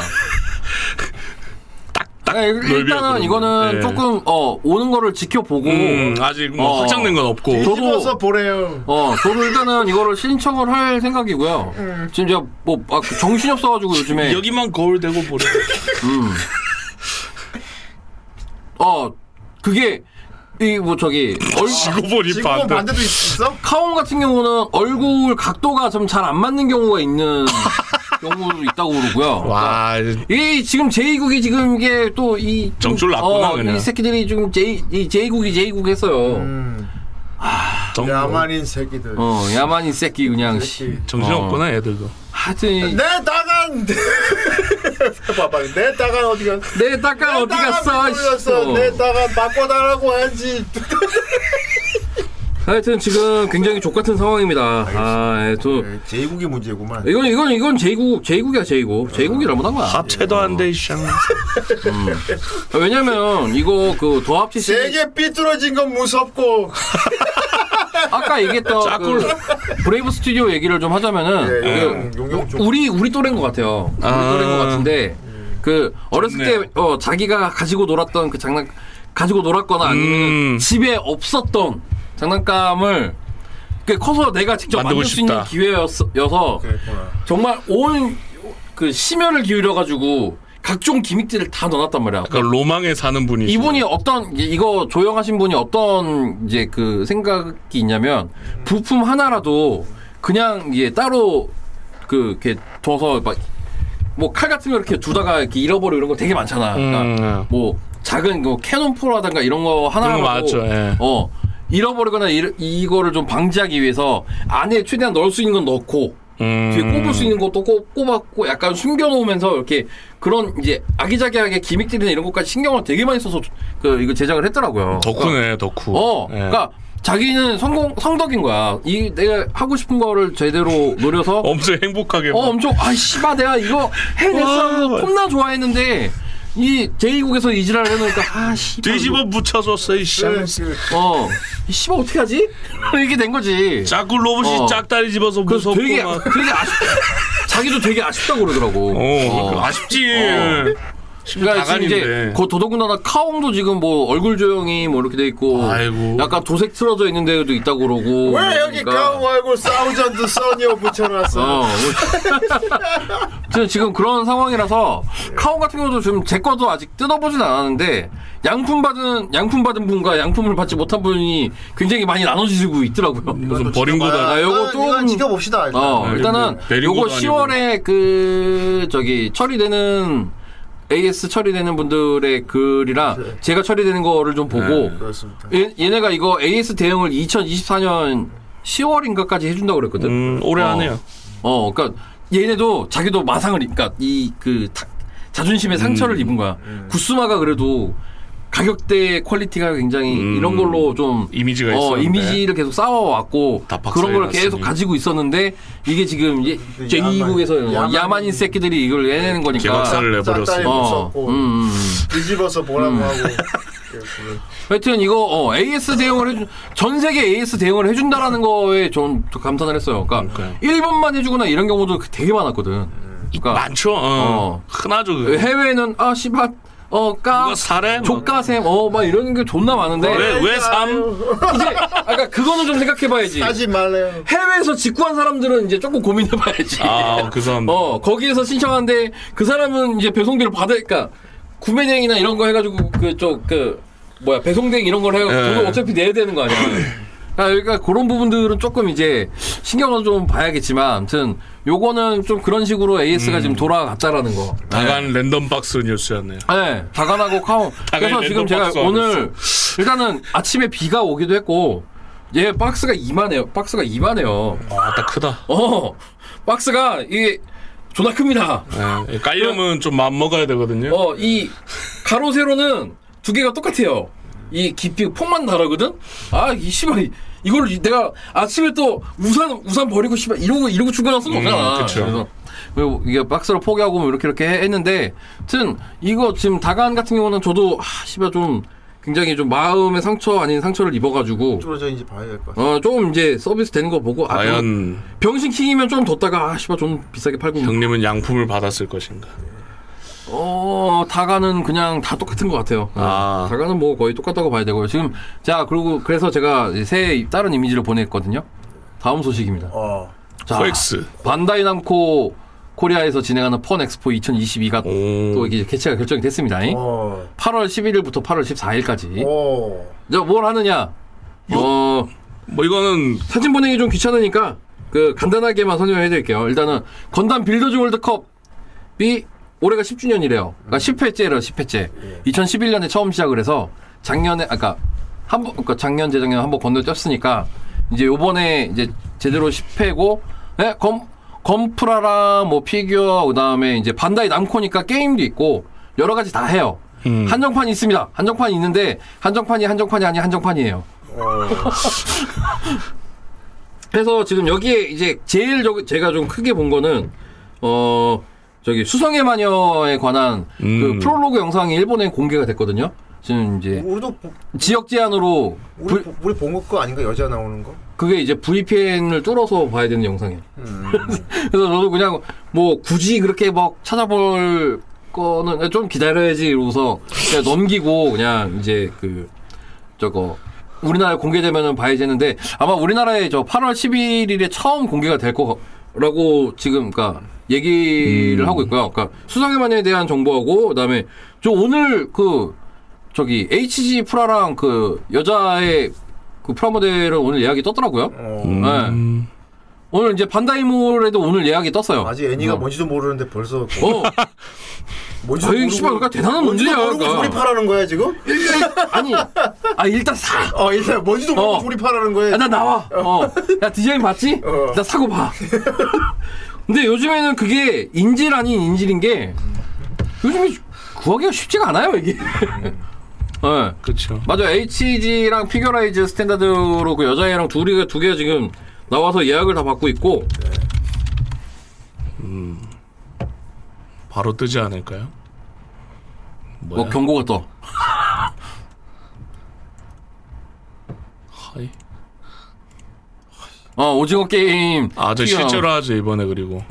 [SPEAKER 3] 딱, 딱 일단은
[SPEAKER 4] 넓이야,
[SPEAKER 3] 이거는
[SPEAKER 4] 그러면. 예.
[SPEAKER 3] 조금 어 오는 거를 지켜보고
[SPEAKER 4] 음, 아직 뭐
[SPEAKER 3] 어.
[SPEAKER 4] 확장된 건 없고.
[SPEAKER 6] 뒤집어서 보래요.
[SPEAKER 3] 어 저도 일단은 이거를 신청을 할 생각이고요.
[SPEAKER 6] 음.
[SPEAKER 3] 지금 제가 뭐 아, 정신이 없어가지고 요즘에
[SPEAKER 4] 여기만 거울 대고 보래.
[SPEAKER 3] 어 그게 이 뭐 저기 얼,
[SPEAKER 4] 지고 보니
[SPEAKER 6] 지금
[SPEAKER 4] 반대.
[SPEAKER 6] 반대도 있어?
[SPEAKER 3] 카온 같은 경우는 얼굴 각도가 좀 잘 안 맞는 경우가 있는 경우도 있다고 그러고요.
[SPEAKER 4] 와,
[SPEAKER 3] 이 지금 제2국이 지금 이게 또 이 어,
[SPEAKER 4] 정줄 났구나, 그냥. 음.
[SPEAKER 3] 이 새끼들이 지금 제, 이 제2국이 제2국 했어요.
[SPEAKER 4] 정,
[SPEAKER 6] 음. 야만인 새끼들.
[SPEAKER 3] 음. 어 야만인 새끼 그냥 씨.
[SPEAKER 4] 정신 어. 없구나 애들도. 네,
[SPEAKER 3] 하여튼
[SPEAKER 6] 내 따간 봐봐 내 따간 어디 갔어?
[SPEAKER 3] 내 닦아 어디 갔어? 씨.
[SPEAKER 6] 갔어?
[SPEAKER 3] 어.
[SPEAKER 6] 내 따간 바꿔달라고 하지.
[SPEAKER 3] 하여튼 지금 굉장히 족 같은 상황입니다. 아, 예, 또
[SPEAKER 4] 네.
[SPEAKER 6] 제국이 문제구만.
[SPEAKER 3] 이건 이건 이건 제2국 제2국이야 제2국 제2국이라 못한 거야.
[SPEAKER 4] 합체도 안 돼, 이샹.
[SPEAKER 3] 왜냐면 이거 그 도합치 씨
[SPEAKER 6] 되게 삐뚤어진 건 무섭고
[SPEAKER 3] 아까 얘기했던 그 브레이브 스튜디오 얘기를 좀 하자면은 그
[SPEAKER 6] 예, 용영 용영 좀
[SPEAKER 3] 우리 우리 또래인 것 같아요. 우리
[SPEAKER 4] 아.
[SPEAKER 3] 또래인 것 같은데 그 어렸을
[SPEAKER 4] 좋네.
[SPEAKER 3] 때 어, 자기가 가지고 놀았던 그 장난 가지고 놀았거나 아니면
[SPEAKER 4] 음.
[SPEAKER 3] 집에 없었던 장난감을 그 커서 내가 직접
[SPEAKER 4] 만들고
[SPEAKER 3] 만들 수 있는
[SPEAKER 4] 싶다.
[SPEAKER 3] 기회여서
[SPEAKER 6] 그랬구나.
[SPEAKER 3] 정말 온 그 심혈을 기울여 가지고 각종 기믹들을 다 넣어놨단 말이야.
[SPEAKER 4] 그러니까 로망에 사는 분이.
[SPEAKER 3] 예. 이분이 어떤 이- 이거 조영하신 분이 어떤 이제 그 생각이 있냐면 부품 하나라도 그냥 이게 따로 그 이렇게 둬서 막 뭐 칼 같은 거 이렇게 두다가 이렇게 잃어버리고 이런 거 되게 많잖아. 그러니까
[SPEAKER 4] 음,
[SPEAKER 3] 뭐 작은 뭐 캐논포라든가 이런 거
[SPEAKER 4] 그런 거
[SPEAKER 3] 하나라도
[SPEAKER 4] 맞죠. 예.
[SPEAKER 3] 어 잃어버리거나 이, 이거를 좀 방지하기 위해서 안에 최대한 넣을 수 있는 건 넣고
[SPEAKER 4] 음.
[SPEAKER 3] 뒤에 꼽을 수 있는 것도 꼽, 꼽았고 약간 숨겨놓으면서 이렇게 그런 이제 아기자기하게 기믹들이나 이런 것까지 신경을 되게 많이 써서 그 이거 제작을 했더라고요.
[SPEAKER 4] 덕후네, 덕후.
[SPEAKER 3] 어,
[SPEAKER 4] 예.
[SPEAKER 3] 그러니까 자기는 성공 성덕인 거야. 이 내가 하고 싶은 거를 제대로 노려서 어,
[SPEAKER 4] 엄청 행복하게. 막.
[SPEAKER 3] 엄청 아 씨발 내가 이거 해냈어 하고
[SPEAKER 4] 와.
[SPEAKER 3] 겁나 좋아했는데 이 제2국에서 이 지랄을 해놓으니까 아 씨발
[SPEAKER 4] 뒤집어 붙여줬어,
[SPEAKER 6] 그
[SPEAKER 4] 이샹.
[SPEAKER 3] 이거- 어, 이 씨발 어떻게 하지? 이렇게 된 거지.
[SPEAKER 4] 자꾸 로봇이
[SPEAKER 3] 어.
[SPEAKER 4] 짝다리 집어서
[SPEAKER 3] 그래서
[SPEAKER 4] 무섭고
[SPEAKER 3] 되게
[SPEAKER 4] 막.
[SPEAKER 3] 되게 아쉽 자기도 되게 아쉽다고 그러더라고.
[SPEAKER 4] 어,
[SPEAKER 3] 어.
[SPEAKER 4] 아쉽지.
[SPEAKER 3] 그러니까 지금 이제
[SPEAKER 4] 나간인데.
[SPEAKER 3] 그 도덕군다나 카옹도 지금 뭐 얼굴 조형이 뭐 이렇게 돼 있고
[SPEAKER 4] 아이고.
[SPEAKER 3] 약간 도색 틀어져 있는 데도 있다고 그러고
[SPEAKER 6] 왜 여기 가운 말고 사우전드 써니어 붙여놨어?
[SPEAKER 3] 그러니까. 어. 지금- 지금 그런 상황이라서 카옹 같은 경우도 지금 제 거도 아직 뜯어보진 않았는데 양품 받은 양품 받은 분과 양품을 받지 못한 분이 굉장히 많이 나눠지고 있더라고요.
[SPEAKER 4] 무슨 버린 거다.
[SPEAKER 3] 아, 요거
[SPEAKER 6] 이건- 이건
[SPEAKER 3] 좀-
[SPEAKER 6] 지켜봅시다. 일단.
[SPEAKER 3] 어,
[SPEAKER 4] 네,
[SPEAKER 3] 일단은
[SPEAKER 4] 뭐 내린
[SPEAKER 3] 요거
[SPEAKER 4] 것도
[SPEAKER 3] 10월에 그 저기 처리되는 AS 처리되는 분들의
[SPEAKER 4] 네.
[SPEAKER 3] 글이랑 제가 처리되는 거를 좀 보고
[SPEAKER 6] 그렇습니다.
[SPEAKER 3] 얘, 얘네가 이거 AS 대응을 2024년 10월인가까지 해준다고 그랬거든.
[SPEAKER 4] 음, 오래
[SPEAKER 3] 어.
[SPEAKER 4] 안 해요.
[SPEAKER 3] 어, 그러니까 얘네도 자기도 마상을, 입- 그러니까 이 그 자존심의
[SPEAKER 4] 음.
[SPEAKER 3] 상처를 입은 거야. 구스마가 그래도 가격대 퀄리티가 굉장히
[SPEAKER 4] 음.
[SPEAKER 3] 이런 걸로 좀
[SPEAKER 4] 이미지가
[SPEAKER 3] 어,
[SPEAKER 4] 있었는데.
[SPEAKER 3] 이미지를 계속 쌓아왔고
[SPEAKER 4] 다 박살이
[SPEAKER 3] 그런 걸 계속
[SPEAKER 4] 났으니.
[SPEAKER 3] 가지고 있었는데 이게 지금 예, 제2국에서
[SPEAKER 6] 그
[SPEAKER 3] 어,
[SPEAKER 6] 야만인-
[SPEAKER 3] 야만인, 새끼들이 이걸 해내는 거니까.
[SPEAKER 4] 개박살을
[SPEAKER 6] 짝다리
[SPEAKER 4] 내버렸어.
[SPEAKER 6] 무섭고
[SPEAKER 3] 음, 음, 음.
[SPEAKER 6] 뒤집어서 보라고 하고.
[SPEAKER 3] 하여튼 이거 어, AS 대응을 해준 전 세계 AS 대응을 해준다라는 거에 좀 감탄을 했어요. 그러니까
[SPEAKER 4] 그러니까요.
[SPEAKER 3] 일본만 해주거나 이런 경우도 되게 많았거든. 그러니까
[SPEAKER 4] 많죠. 어.
[SPEAKER 3] 어.
[SPEAKER 4] 흔하죠. 그거.
[SPEAKER 3] 해외는 아 씨발
[SPEAKER 4] 누가
[SPEAKER 3] 어까
[SPEAKER 4] 사래? 뭐.
[SPEAKER 3] 조까셈 어막 이런 게 존나 많은데
[SPEAKER 4] 왜, 왜 삼?
[SPEAKER 3] 이제 아까 그러니까 그거는 좀 생각해봐야지.
[SPEAKER 6] 하지 말래요.
[SPEAKER 3] 해외에서 직구한 사람들은 이제 조금 고민해봐야지.
[SPEAKER 4] 아, 그 사람.
[SPEAKER 3] 어 거기에서 신청하는데 그 사람은 이제 배송비를 받으니까 구매 대행이나 이런 거 해가지고 그쪽그 뭐야 배송 대행 이런 걸 해가지고
[SPEAKER 4] 예.
[SPEAKER 3] 돈을 어차피 내야 되는 거 아니야. 그러니까 그런 부분들은 조금 이제 신경을 좀 봐야겠지만 아무튼 요거는 좀 그런 식으로 AS가
[SPEAKER 4] 음.
[SPEAKER 3] 지금 돌아갔다라는 거.
[SPEAKER 4] 나간 랜덤 박스 뉴스였네요.
[SPEAKER 3] 네, 다간하고 카옹. 그래서
[SPEAKER 4] 랜덤
[SPEAKER 3] 지금 제가
[SPEAKER 4] 박스 하고
[SPEAKER 3] 오늘 일단은 아침에 비가 오기도 했고 얘 박스가 이만해요. 박스가 이만해요.
[SPEAKER 4] 아, 딱 크다.
[SPEAKER 3] 어, 박스가 이게 존나 큽니다.
[SPEAKER 4] 예, 깔려면 좀 맘 먹어야 되거든요.
[SPEAKER 3] 어, 이 가로 세로는 두 개가 똑같아요. 이 깊이 폭만 다르거든. 아, 이 씨발 이걸 이- 내가 아침에 또 우산 우산 버리고 씨발 이러고 이러고 출근할 수는
[SPEAKER 4] 음,
[SPEAKER 3] 없잖아.
[SPEAKER 4] 그쵸.
[SPEAKER 3] 그래서 뭐 이게 박스로 포기하고 뭐 이렇게 이렇게 했는데, 하여튼 이거 지금 다간 같은 경우는 저도 아, 씨발 좀 굉장히 좀 마음의 상처 아닌 상처를 입어가지고
[SPEAKER 6] 뚫어져인지 봐야 될 것 같아.
[SPEAKER 3] 어 좀 이제 서비스 되는 거 보고 아 병-
[SPEAKER 4] 과연
[SPEAKER 3] 병신킹이면 좀 뒀다가 아 씨발 좀 비싸게 팔고 뭐
[SPEAKER 4] 형님은 양품을 받았을 것인가?
[SPEAKER 3] 어 다가는 그냥 다 똑같은 것 같아요.
[SPEAKER 4] 아.
[SPEAKER 3] 다가는 뭐 거의 똑같다고 봐야 되고요. 지금 자 그리고 그래서 제가 이제 새 다른 이미지를 보냈거든요. 다음 소식입니다.
[SPEAKER 6] 어.
[SPEAKER 3] 자,
[SPEAKER 4] 코엑스.
[SPEAKER 3] 반다이 남코 코리아에서 진행하는 펀 엑스포 2022가
[SPEAKER 4] 오.
[SPEAKER 3] 또 이게 개최가 결정이 됐습니다.
[SPEAKER 6] 어.
[SPEAKER 3] 8월 11일부터 8월 14일까지.
[SPEAKER 6] 어.
[SPEAKER 3] 자뭘 하느냐? 어
[SPEAKER 4] 뭐 이거는
[SPEAKER 3] 사진 보내기 좀 귀찮으니까 그 간단하게만 설명해 드릴게요. 일단은 건담 빌더즈 월드컵이 올해가 10주년이래요. 그러니까 10회째래요. 10회째. 2011년에 처음 시작을 해서 작년에 아까 한번 그러니까 작년 재작년 한번 건너뛰었으니까 이제 요번에 이제 제대로 10회고 네? 검 검프라랑 뭐 피규어 그다음에 이제 반다이 남코니까 게임도 있고 여러 가지 다 해요. 한정판이 있습니다. 한정판이 있는데 한정판이 한정판이 아니 한정판이에요. 그래서 지금 여기에 이제 제일 저, 제가 좀 크게 본 거는 어 저기 수성의 마녀에 관한
[SPEAKER 4] 음.
[SPEAKER 3] 그 프롤로그 영상이 일본에 공개가 됐거든요. 지금 이제
[SPEAKER 6] 우리도 보-
[SPEAKER 3] 지역 제한으로
[SPEAKER 6] 우리
[SPEAKER 3] 예? 불-
[SPEAKER 6] 보- 우리 본거 거 아닌가 여자 나오는 거?
[SPEAKER 3] 그게 이제 VPN을 뚫어서 봐야 되는 영상이에요.
[SPEAKER 6] 음.
[SPEAKER 3] 그래서 저도 그냥 뭐 굳이 그렇게 막 찾아볼 거는 좀 기다려야지 이러고서 그냥 넘기고 그냥 이제 그 저거 우리나라에 공개되면은 봐야지 했는데 아마 우리나라에 저 8월 11일에 처음 공개가 될 거라고 지금 그니까 얘기를 하고 있고요. 그러니까 수상의 마녀에 대한 정보하고 그다음에 저 오늘 그 저기 HG 프라랑 그 여자의 그 프라모델을 오늘 예약이 떴더라고요.
[SPEAKER 6] 어.
[SPEAKER 4] 음,
[SPEAKER 3] 네. 오늘 이제 반다이몰에도 오늘 예약이 떴어요.
[SPEAKER 6] 아직 애니가
[SPEAKER 3] 어.
[SPEAKER 6] 뭔지도 모르는데 벌써 뭐,
[SPEAKER 3] 어,
[SPEAKER 6] 뭔지도
[SPEAKER 3] 아니, 씨발, 그러니까 대단한 문제야,
[SPEAKER 6] 모르고
[SPEAKER 3] 그러니까.
[SPEAKER 6] 조립하라는 거야 지금?
[SPEAKER 3] 아니, 아 일단 사.
[SPEAKER 6] 어, 일단 뭔지도 모르고
[SPEAKER 3] 어.
[SPEAKER 6] 조립하라는 거야.
[SPEAKER 3] 야, 나 나와. 어, 야 디자인 봤지?
[SPEAKER 6] 어.
[SPEAKER 3] 나 사고 봐. 근데 요즘에는 그게 인질 아닌 인질인 게 요즘에 구하기가 쉽지가 않아요 이게.
[SPEAKER 4] 음.
[SPEAKER 3] 예.
[SPEAKER 4] 그렇죠.
[SPEAKER 3] 맞아 HG랑 피규라이즈 스탠다드로 그 여자애랑 둘이 두 개가 지금 나와서 예약을 다 받고 있고
[SPEAKER 4] 바로 뜨지 않을까요? 뭐야?
[SPEAKER 3] 뭐 경고가 떠.
[SPEAKER 4] 하이.
[SPEAKER 3] 어 오징어 게임.
[SPEAKER 4] 아, 저
[SPEAKER 3] 피규어.
[SPEAKER 4] 실제로 하죠 이번에 그리고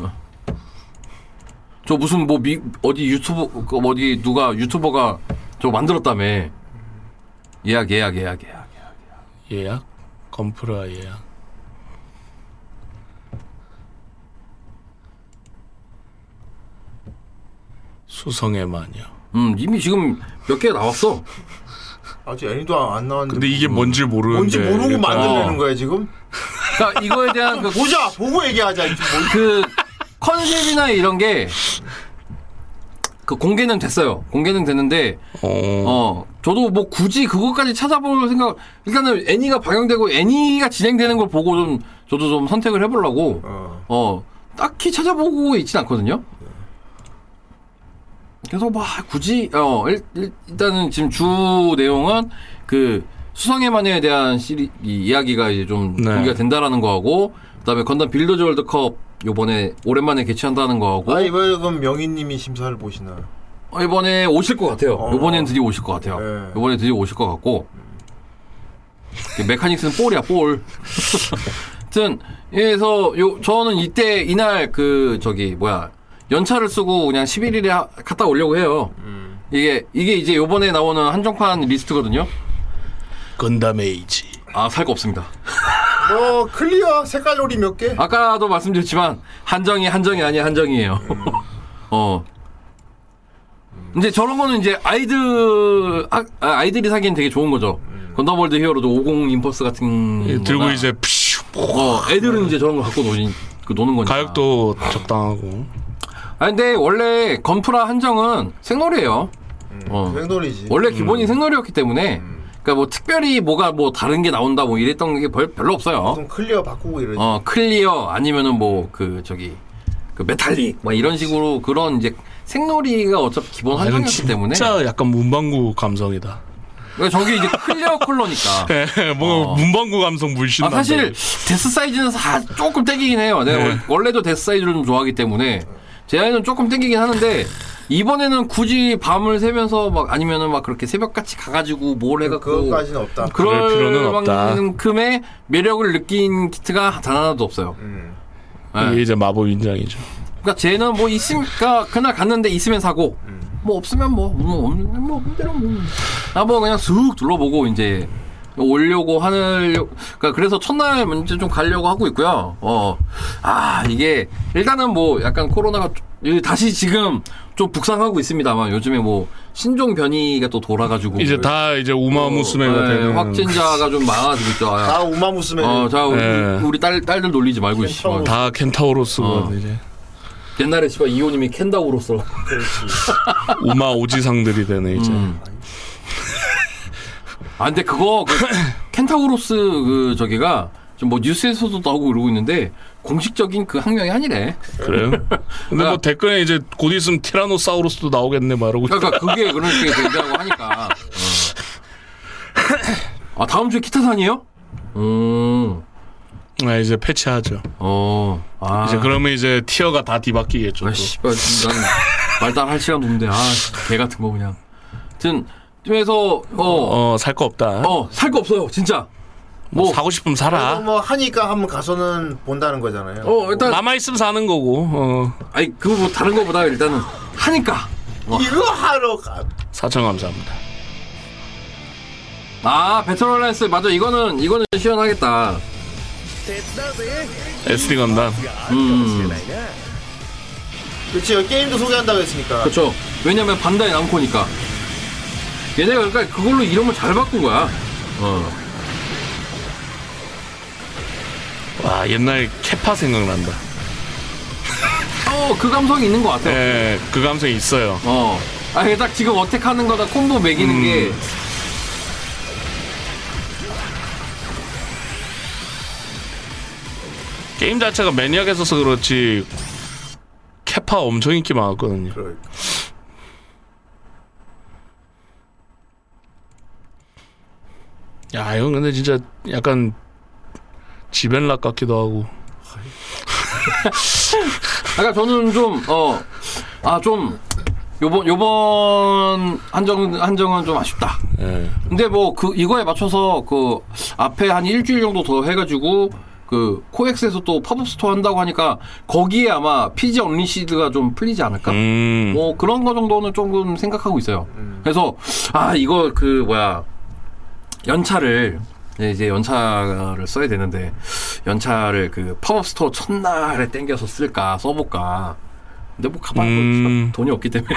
[SPEAKER 3] 저 무슨 뭐 미, 어디 유튜브 그 어디 누가 유튜버가 저 만들었다며 예약 예약 예약 예약
[SPEAKER 4] 예약, 건프라 예약. 수성의 마녀.
[SPEAKER 3] 음 이미 지금 몇 개 나왔어
[SPEAKER 6] 아직 애니도 안- 안 나왔는데.
[SPEAKER 4] 근데 이게 뭔지 모르는데
[SPEAKER 6] 뭔지 모르고
[SPEAKER 4] 일단
[SPEAKER 3] 어.
[SPEAKER 6] 만들려는 거야 지금?
[SPEAKER 3] 그러니까 이거에 대한 그, 고-
[SPEAKER 6] 보자 보고 얘기하자. 뭐. 이게 뭔-
[SPEAKER 3] 그 컨셉이나 이런 게 그 공개는 됐어요 공개는 됐는데
[SPEAKER 4] 어.
[SPEAKER 3] 어 저도 뭐 굳이 그것까지 찾아볼 생각 일단은 애니가 방영되고 애니가 진행되는 걸 보고 좀 저도 좀 선택을 해보려고
[SPEAKER 6] 어.
[SPEAKER 3] 어 딱히 찾아보고 있진 않거든요. 그래서 막 굳이 어 일, 단은 지금 주 내용은 그 수성의 마녀에 대한 시리 이 이야기가 이제 좀
[SPEAKER 4] 네.
[SPEAKER 3] 공개가 된다라는 거하고 그다음에 건담 빌더즈 월드컵 요번에 오랜만에 개최한다는 거하고
[SPEAKER 6] 아 이번에 그럼 명희님이 심사를 보시나?
[SPEAKER 3] 어, 이번에 오실 것 같아요.
[SPEAKER 6] 어.
[SPEAKER 3] 이번엔 드디어 오실 것 같아요.
[SPEAKER 6] 네.
[SPEAKER 3] 이번에 드디어 오실 것 같고 그 메카닉스는 볼이야 볼. 하여튼 예, 그래서 요 저는 이때 이날 그 저기 뭐야 연차를 쓰고 그냥 11일에 하, 갔다 오려고 해요.
[SPEAKER 6] 음.
[SPEAKER 3] 이게 이게 이제 요번에 나오는 한정판 리스트거든요.
[SPEAKER 4] 건담 에이지.
[SPEAKER 3] 아 살 거 없습니다.
[SPEAKER 6] 어 클리어 색깔 놀이 몇 개?
[SPEAKER 3] 아까도 말씀드렸지만 한정이 한정이 아니야 한정이에요.
[SPEAKER 4] 네.
[SPEAKER 3] 어. 이제 저런 거는 이제 아이들 아, 아, 아이들이 사기엔 되게 좋은 거죠. 건담월드 히어로도 50 임펄스 같은
[SPEAKER 4] 예, 네. 들고
[SPEAKER 3] 거나.
[SPEAKER 4] 이제 피슈, 뭐
[SPEAKER 3] 어, 애들은 이제 저런 거 갖고 노그 노는 거니까.
[SPEAKER 4] 가격도 적당하고
[SPEAKER 3] 아 근데 원래 건프라 한정은 생놀이에요.
[SPEAKER 4] 음.
[SPEAKER 3] 어.
[SPEAKER 6] 생놀이지.
[SPEAKER 3] 원래 기본이 생놀이였기 때문에 그러니까 뭐 특별히 뭐가 뭐 다른 게 나온다 뭐 이랬던 게 별, 별로 없어요.
[SPEAKER 6] 보통 클리어 바꾸고 이러지.
[SPEAKER 3] 뭐? 어 클리어 아니면은 뭐 그 저기 그 메탈릭 막 이런 식으로 그런 이제 생놀이가 어차피 기본
[SPEAKER 4] 아, 이건
[SPEAKER 3] 한정이었기 때문에
[SPEAKER 4] 진짜 약간 문방구 감성이다.
[SPEAKER 3] 그러니까 저게 이제 클리어 컬러니까
[SPEAKER 4] 예, 뭐 문방구 감성 물씬.
[SPEAKER 3] 아 사실 데스 사이즈는 사, 조금 땡기긴 해요. 내가
[SPEAKER 4] 네.
[SPEAKER 3] 원래도 데스 사이즈를 좀 좋아하기 때문에 제 아이는 조금 땡기긴 하는데 이번에는 굳이 밤을 새면서 막 아니면은 막 그렇게 새벽같이 가가지고 뭘 해갖고
[SPEAKER 6] 그것까지는 없다.
[SPEAKER 3] 그럴
[SPEAKER 4] 그럴 필요는 없다.
[SPEAKER 3] 만큼의 매력을 느낀 키트가 단 하나도 없어요.
[SPEAKER 6] 음.
[SPEAKER 3] 예.
[SPEAKER 4] 이게 이제 마법 인장이죠.
[SPEAKER 3] 그러니까 쟤는 뭐 있으니까 그날 갔는데 있으면 사고
[SPEAKER 4] 음.
[SPEAKER 3] 뭐 없으면 뭐 뭐 없는 뭐 없는 대로 뭐나뭐 그냥 슥 둘러보고 이제 올려고 하늘 그러니까 그래서 첫날 이제 좀 가려고 하고 있고요. 어 아 이게 일단은 뭐 약간 코로나가 좀- 이 다시 지금 좀 북상하고 있습니다만 요즘에 뭐 신종 변이가 또 돌아가지고
[SPEAKER 4] 이제 다 이제 우마무스메가
[SPEAKER 3] 예,
[SPEAKER 4] 되는
[SPEAKER 3] 확진자가 좀 많아지고 있죠. 아,
[SPEAKER 6] 다 우마무스맨.
[SPEAKER 3] 어, 자 우리,
[SPEAKER 4] 예.
[SPEAKER 3] 우리 딸 딸들 놀리지 말고 씨.
[SPEAKER 6] 처음
[SPEAKER 4] 어, 다 켄타우로스가
[SPEAKER 3] 어.
[SPEAKER 4] 이제
[SPEAKER 3] 옛날에 씨발 이호님이 캔다우로서
[SPEAKER 4] 우마 오지상들이 되네 이제.
[SPEAKER 3] 아 근데 그거 그 켄타우로스 그 저기가 지금 뭐 뉴스에서도 나오고 그러고 있는데 공식적인 그 학명이 아니래.
[SPEAKER 4] 그래요? 근데 뭐
[SPEAKER 3] 그러니까-
[SPEAKER 4] 댓글에 이제 곧 있으면 티라노사우루스도 나오겠네 말하고
[SPEAKER 3] 그러니까 그게 그렇게 된다고 하니까. 어. 아 다음 주에 키타산이요? 음.
[SPEAKER 4] 아, 이제 패치하죠.
[SPEAKER 3] 어. 아.
[SPEAKER 4] 이제 그러면 이제 티어가 다 뒤바뀌겠죠. 또.
[SPEAKER 3] 아씨, 난 말단 할 시간도 없는데 아개 같은 거 그냥. 하여튼 그래서 어.
[SPEAKER 4] 어, 살 거 없다.
[SPEAKER 3] 어, 살 거 없어요, 진짜.
[SPEAKER 4] 뭐 사고 싶으면
[SPEAKER 6] 그래도
[SPEAKER 5] 어,
[SPEAKER 4] 살아.
[SPEAKER 6] 뭐 하니까 한번 가서는 본다는 거잖아요.
[SPEAKER 3] 어, 일단
[SPEAKER 4] 남아 있으면 사는 거고. 어.
[SPEAKER 3] 아니 그거 뭐 다른 거보다 일단은 하니까.
[SPEAKER 6] 이거 하러 가.
[SPEAKER 4] 사천 감사합니다.
[SPEAKER 3] 아, 배틀얼라이스 맞아. 이거는 이거는 시원하겠다.
[SPEAKER 4] SD 건담.
[SPEAKER 3] 음.
[SPEAKER 6] 그치 여기 게임도 소개한다고 했으니까.
[SPEAKER 3] 그렇죠. 왜냐면 반다이 남코니까. 얘네가 그러니까 그걸로 이름을 잘 바꾼 거야. 어.
[SPEAKER 4] 와 옛날 캐파 생각난다.
[SPEAKER 3] 어, 그 감성이 있는 것 같아. 요
[SPEAKER 4] 예, 그 감성 이 있어요.
[SPEAKER 3] 어. 아, 이게 딱 지금 어택하는 거다 콤보 매기는
[SPEAKER 4] 음.
[SPEAKER 3] 게.
[SPEAKER 4] 게임 자체가 매니악해서 그렇지 캐파 엄청 인기 많았거든요.
[SPEAKER 6] 그러니까.
[SPEAKER 4] 야 이건 근데 진짜 약간 지벤락 같기도 하고.
[SPEAKER 3] 그러니까 저는 좀 어. 아, 좀 요번 요번 한정 한정은 좀 아쉽다.
[SPEAKER 4] 예.
[SPEAKER 3] 근데 뭐 그 이거에 맞춰서 그 앞에 한 일주일 정도 더 해가지고 그 코엑스에서 또 팝업 스토어 한다고 하니까 거기에 아마 피지 언리시드가 좀 풀리지 않을까?
[SPEAKER 4] 음.
[SPEAKER 3] 뭐 그런 거 정도는 조금 생각하고 있어요. 그래서 아 이거 그 뭐야 연차를 예, 이제 연차를 써야 되는데 연차를 그 팝업 스토어 첫날에 땡겨서 쓸까 써볼까. 근데 뭐 가만
[SPEAKER 4] 음.
[SPEAKER 3] 돈이 없기 때문에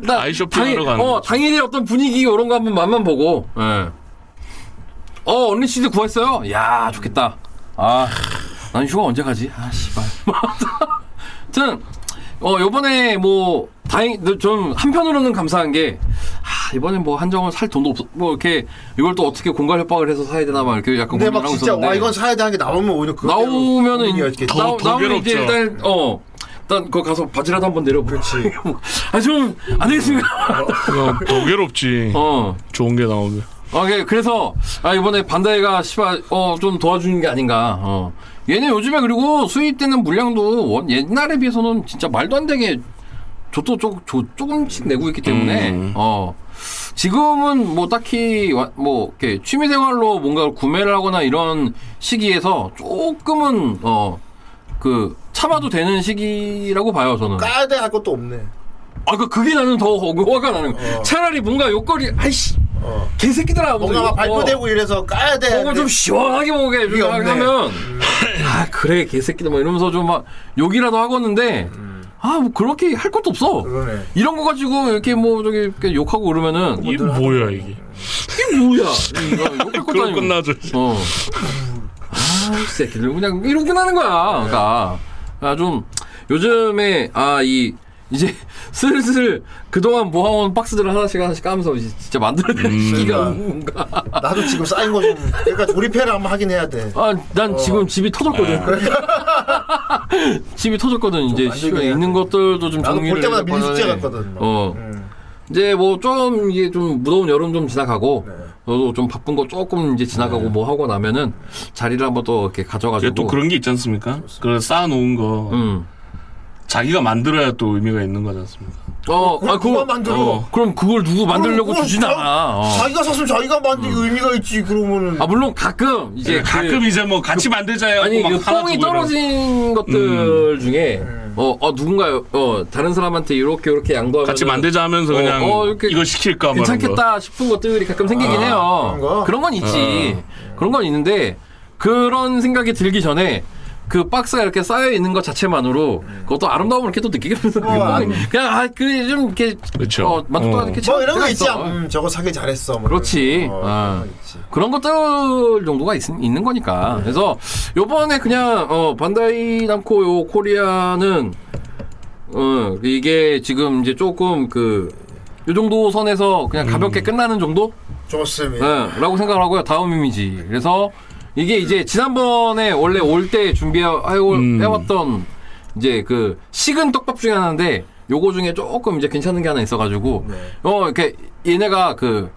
[SPEAKER 3] 일단
[SPEAKER 4] 아이쇼핑
[SPEAKER 3] 당일-
[SPEAKER 4] 하러 가는
[SPEAKER 3] 어
[SPEAKER 4] 거지.
[SPEAKER 3] 당일에 어떤 분위기 이런 거 한번 맛만 보고. 예. 어 언리시드 구했어요. 야 좋겠다. 아. 아난 휴가 언제 가지? 아 씨발. 하여튼 어 요번에 뭐 다행 좀 한편으로는 감사한 게 아, 이번에 뭐 한정을 살 돈도 없어 뭐 이렇게 이걸 또 어떻게 공갈 협박을 해서 사야 되나 막 이렇게 약간
[SPEAKER 6] 근데 네,
[SPEAKER 3] 고민을
[SPEAKER 6] 막
[SPEAKER 3] 하고
[SPEAKER 6] 진짜
[SPEAKER 3] 있었는데
[SPEAKER 6] 와 이건 사야 되는 게 나오면 오히려 그거 때문에
[SPEAKER 3] 나오면은
[SPEAKER 6] 고민이 있겠지.
[SPEAKER 4] 더- 더
[SPEAKER 3] 나오면 이제
[SPEAKER 4] 괴롭죠.
[SPEAKER 3] 일단 어 일단 거 가서 바지라도 한번 내려보 그렇지 아좀 안 되겠습니까
[SPEAKER 4] 그거 더 괴롭지.
[SPEAKER 3] 어
[SPEAKER 4] 좋은 게 나오면.
[SPEAKER 3] 어, 예, 그래서, 아, 이번에 반다이가, 씨발, 어, 좀 도와주는 게 아닌가, 어. 얘네 요즘에 그리고 수입되는 물량도 원, 옛날에 비해서는 진짜 말도 안 되게 조또 조, 조, 조금씩 내고 있기 때문에,
[SPEAKER 4] 음.
[SPEAKER 3] 어. 지금은 뭐 딱히, 와- 뭐, 이렇게 취미생활로 뭔가 구매를 하거나 이런 시기에서 조금은, 어, 그, 참아도 되는 시기라고 봐요, 저는.
[SPEAKER 6] 까야 돼 할 것도 없네.
[SPEAKER 3] 아, 그, 그게 나는 더 화가 나는 거야. 차라리 뭔가 욕거리, 아이씨,
[SPEAKER 6] 어.
[SPEAKER 3] 개새끼들아.
[SPEAKER 6] 뭔가 막
[SPEAKER 3] 어.
[SPEAKER 6] 발표되고 이래서 까야 돼.
[SPEAKER 3] 뭔가 좀 시원하게 먹게
[SPEAKER 6] 네. 이게 없네.
[SPEAKER 3] 하면 아 그래 개새끼들 막 이러면서 좀 막 욕이라도 하겠는데 아 뭐 그렇게 할 것도 없어
[SPEAKER 6] 그러네.
[SPEAKER 3] 이런 거 가지고 이렇게 뭐 저기 이렇게 욕하고 그러면은
[SPEAKER 4] 이게 뭐야 이게.
[SPEAKER 3] 이게 뭐야 이거 욕할 것도
[SPEAKER 4] 그럼
[SPEAKER 3] 아니고
[SPEAKER 4] 끝나죠.
[SPEAKER 3] 어. 아, 새끼들 그냥 이렇게 나는 거야. 그러니까 아, 좀 요즘에 아 이 이제 슬슬 그동안 모아온 박스들을 하나씩 하나씩 까면서 이제 진짜 만들어내는
[SPEAKER 4] 음.
[SPEAKER 3] 시기가
[SPEAKER 6] 그러니까.
[SPEAKER 3] 뭔가.
[SPEAKER 6] 나도 지금 쌓인 거 좀. 그러니까 조립회를 한번 하긴 해야 돼.
[SPEAKER 3] 아, 난
[SPEAKER 6] 어.
[SPEAKER 3] 지금 집이 터졌거든. 집이 터졌거든. 이제
[SPEAKER 6] 네. 만들긴
[SPEAKER 3] 시간
[SPEAKER 6] 해야
[SPEAKER 3] 있는 것들도 좀
[SPEAKER 6] 나도
[SPEAKER 3] 정리를
[SPEAKER 6] 볼 때마다
[SPEAKER 3] 해야
[SPEAKER 6] 밀리 숙제
[SPEAKER 3] 되거든.
[SPEAKER 6] 같거든. 막.
[SPEAKER 3] 어.
[SPEAKER 6] 음.
[SPEAKER 3] 이제 뭐 좀 이게 좀 무더운 여름 좀 지나가고
[SPEAKER 6] 네.
[SPEAKER 3] 너도 좀 바쁜 거 조금 이제 지나가고 뭐 하고 나면은
[SPEAKER 4] 예,
[SPEAKER 3] 자리를 한번 또 이렇게 가져가지고
[SPEAKER 4] 또 그런 게 있지 않습니까? 그 쌓아놓은 거
[SPEAKER 3] 음.
[SPEAKER 4] 자기가 만들어야 또 의미가 있는 거지 않습니까?
[SPEAKER 3] 어, 아, 그거
[SPEAKER 6] 뭐 그만 만들어.
[SPEAKER 3] 어, 그럼 그걸 누구 만들려고
[SPEAKER 6] 그럼 뭐
[SPEAKER 3] 주진
[SPEAKER 6] 자-
[SPEAKER 3] 않아. 어. 음.
[SPEAKER 6] 자기가 샀으면 자기가 만든 의미가 있지 그러면은
[SPEAKER 3] 아 물론 가끔 이제 그-
[SPEAKER 4] 가끔 이제 뭐 같이 만들자 해고
[SPEAKER 3] 아니
[SPEAKER 4] 막
[SPEAKER 3] 그
[SPEAKER 4] 하나
[SPEAKER 3] 뽕이
[SPEAKER 4] 두고 음. 이러고.
[SPEAKER 3] 떨어진 것들 중에
[SPEAKER 6] 네.
[SPEAKER 3] 어, 어 누군가 어 다른 사람한테 이렇게 이렇게 양보하면
[SPEAKER 4] 같이 만들자 하면서
[SPEAKER 3] 어,
[SPEAKER 4] 그냥
[SPEAKER 3] 어, 이렇게
[SPEAKER 4] 이거 시킬까 뭐 이런 아, 거.
[SPEAKER 3] 괜찮겠다 싶은 것들이 가끔 생기긴 해요.
[SPEAKER 6] 그런 거?
[SPEAKER 3] 건 있지.
[SPEAKER 4] 어.
[SPEAKER 3] 그런 건 있는데 그런 생각이 들기 전에 그 박스가 이렇게 쌓여 있는 것 자체만으로 그것도 아름다움을 이렇게 또 느끼게 되면서
[SPEAKER 6] 어,
[SPEAKER 3] 그냥 아, 그래 좀 이렇게
[SPEAKER 4] 음. 그렇죠.
[SPEAKER 3] 어, 만족도가
[SPEAKER 4] 어.
[SPEAKER 3] 이렇게
[SPEAKER 6] 뭐 이런 거
[SPEAKER 3] 채워져
[SPEAKER 6] 있지
[SPEAKER 3] 있어.
[SPEAKER 6] 음, 저거 사길 잘했어 뭐
[SPEAKER 3] 그렇지.
[SPEAKER 6] 이런 거. 어,
[SPEAKER 3] 아.
[SPEAKER 6] 그런 거 있지.
[SPEAKER 3] 그런 것들 정도가 있, 있는 거니까. 그래서 요번에 그냥 어 반다이 남코 요 코리아는 어 이게 지금 이제 조금 그 요 정도 선에서 그냥 가볍게
[SPEAKER 4] 음.
[SPEAKER 3] 끝나는 정도?
[SPEAKER 6] 좋습니다
[SPEAKER 3] 예, 라고 생각을 하고요. 다음 이미지. 그래서 이게 이제 지난번에 원래 올 때 준비해왔던
[SPEAKER 4] 음.
[SPEAKER 3] 이제 그 식은 떡밥 중에 하나인데 요거 중에 조금 이제 괜찮은 게 하나 있어가지고 어 이렇게 얘네가 그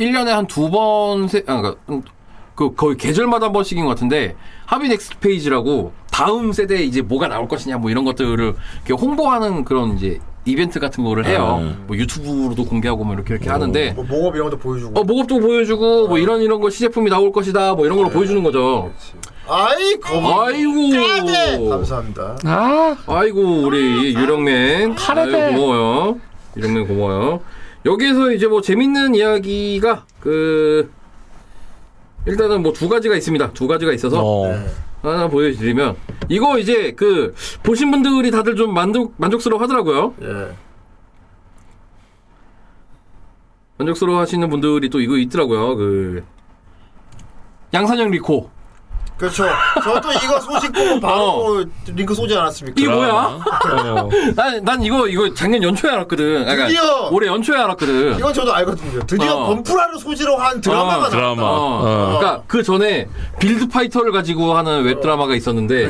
[SPEAKER 3] 1년에 한 두 번 세, 아, 그러니까 음, 그 거의 계절마다 한 번씩인 것 같은데 하비 넥스트 페이지라고 다음 세대에 이제 뭐가 나올 것이냐 뭐 이런 것들을 이렇게 홍보하는 그런 이제 이벤트 같은 거를 해요. 뭐 유튜브로도 공개하고 뭐 이렇게 이렇게 하는데
[SPEAKER 6] 뭐 목업 이런 것도 보여주고
[SPEAKER 3] 어, 목업도 보여주고, 뭐, 이런, 이런 거, 시제품이 나올 것이다, 뭐, 이런 걸로 보여주는 거죠.
[SPEAKER 6] 아이 거부
[SPEAKER 5] 네,
[SPEAKER 3] 아이고.
[SPEAKER 6] 감사합니다
[SPEAKER 3] 아이고, 우리 유령맨. 아이고, 고마워요. 유령맨 고마워요. 여기에서 이제 뭐, 재밌는 이야기가, 그, 일단은 뭐, 두 가지가 있습니다. 두 가지가 있어서.
[SPEAKER 4] 어.
[SPEAKER 6] 네,
[SPEAKER 3] 하나 보여드리면. 이거 이제, 그, 보신 분들이 다들 좀 만족, 만족스러워 하더라고요.
[SPEAKER 6] 예
[SPEAKER 3] 만족스러워 하시는 분들이 또 이거 있더라고요. 그, 양산형 리코.
[SPEAKER 6] 그렇죠 저도 이거 소식 보고 바로 링크 쏘지 않았습니까
[SPEAKER 3] 어. 이게 뭐야?
[SPEAKER 4] 어.
[SPEAKER 3] 난, 난 이거 이거 작년 연초에 알았거든. 아, 그러니까
[SPEAKER 6] 드디어!
[SPEAKER 3] 올해 연초에 알았거든.
[SPEAKER 6] 이건 저도 알거든요 드디어
[SPEAKER 3] 어.
[SPEAKER 6] 범프라를 소재로 한 드라마가
[SPEAKER 3] 어,
[SPEAKER 6] 나왔다
[SPEAKER 4] 드라마.
[SPEAKER 3] 어.
[SPEAKER 4] 어.
[SPEAKER 3] 그러니까 그 전에 빌드 파이터를 가지고 하는 웹 드라마가 있었는데
[SPEAKER 4] 예.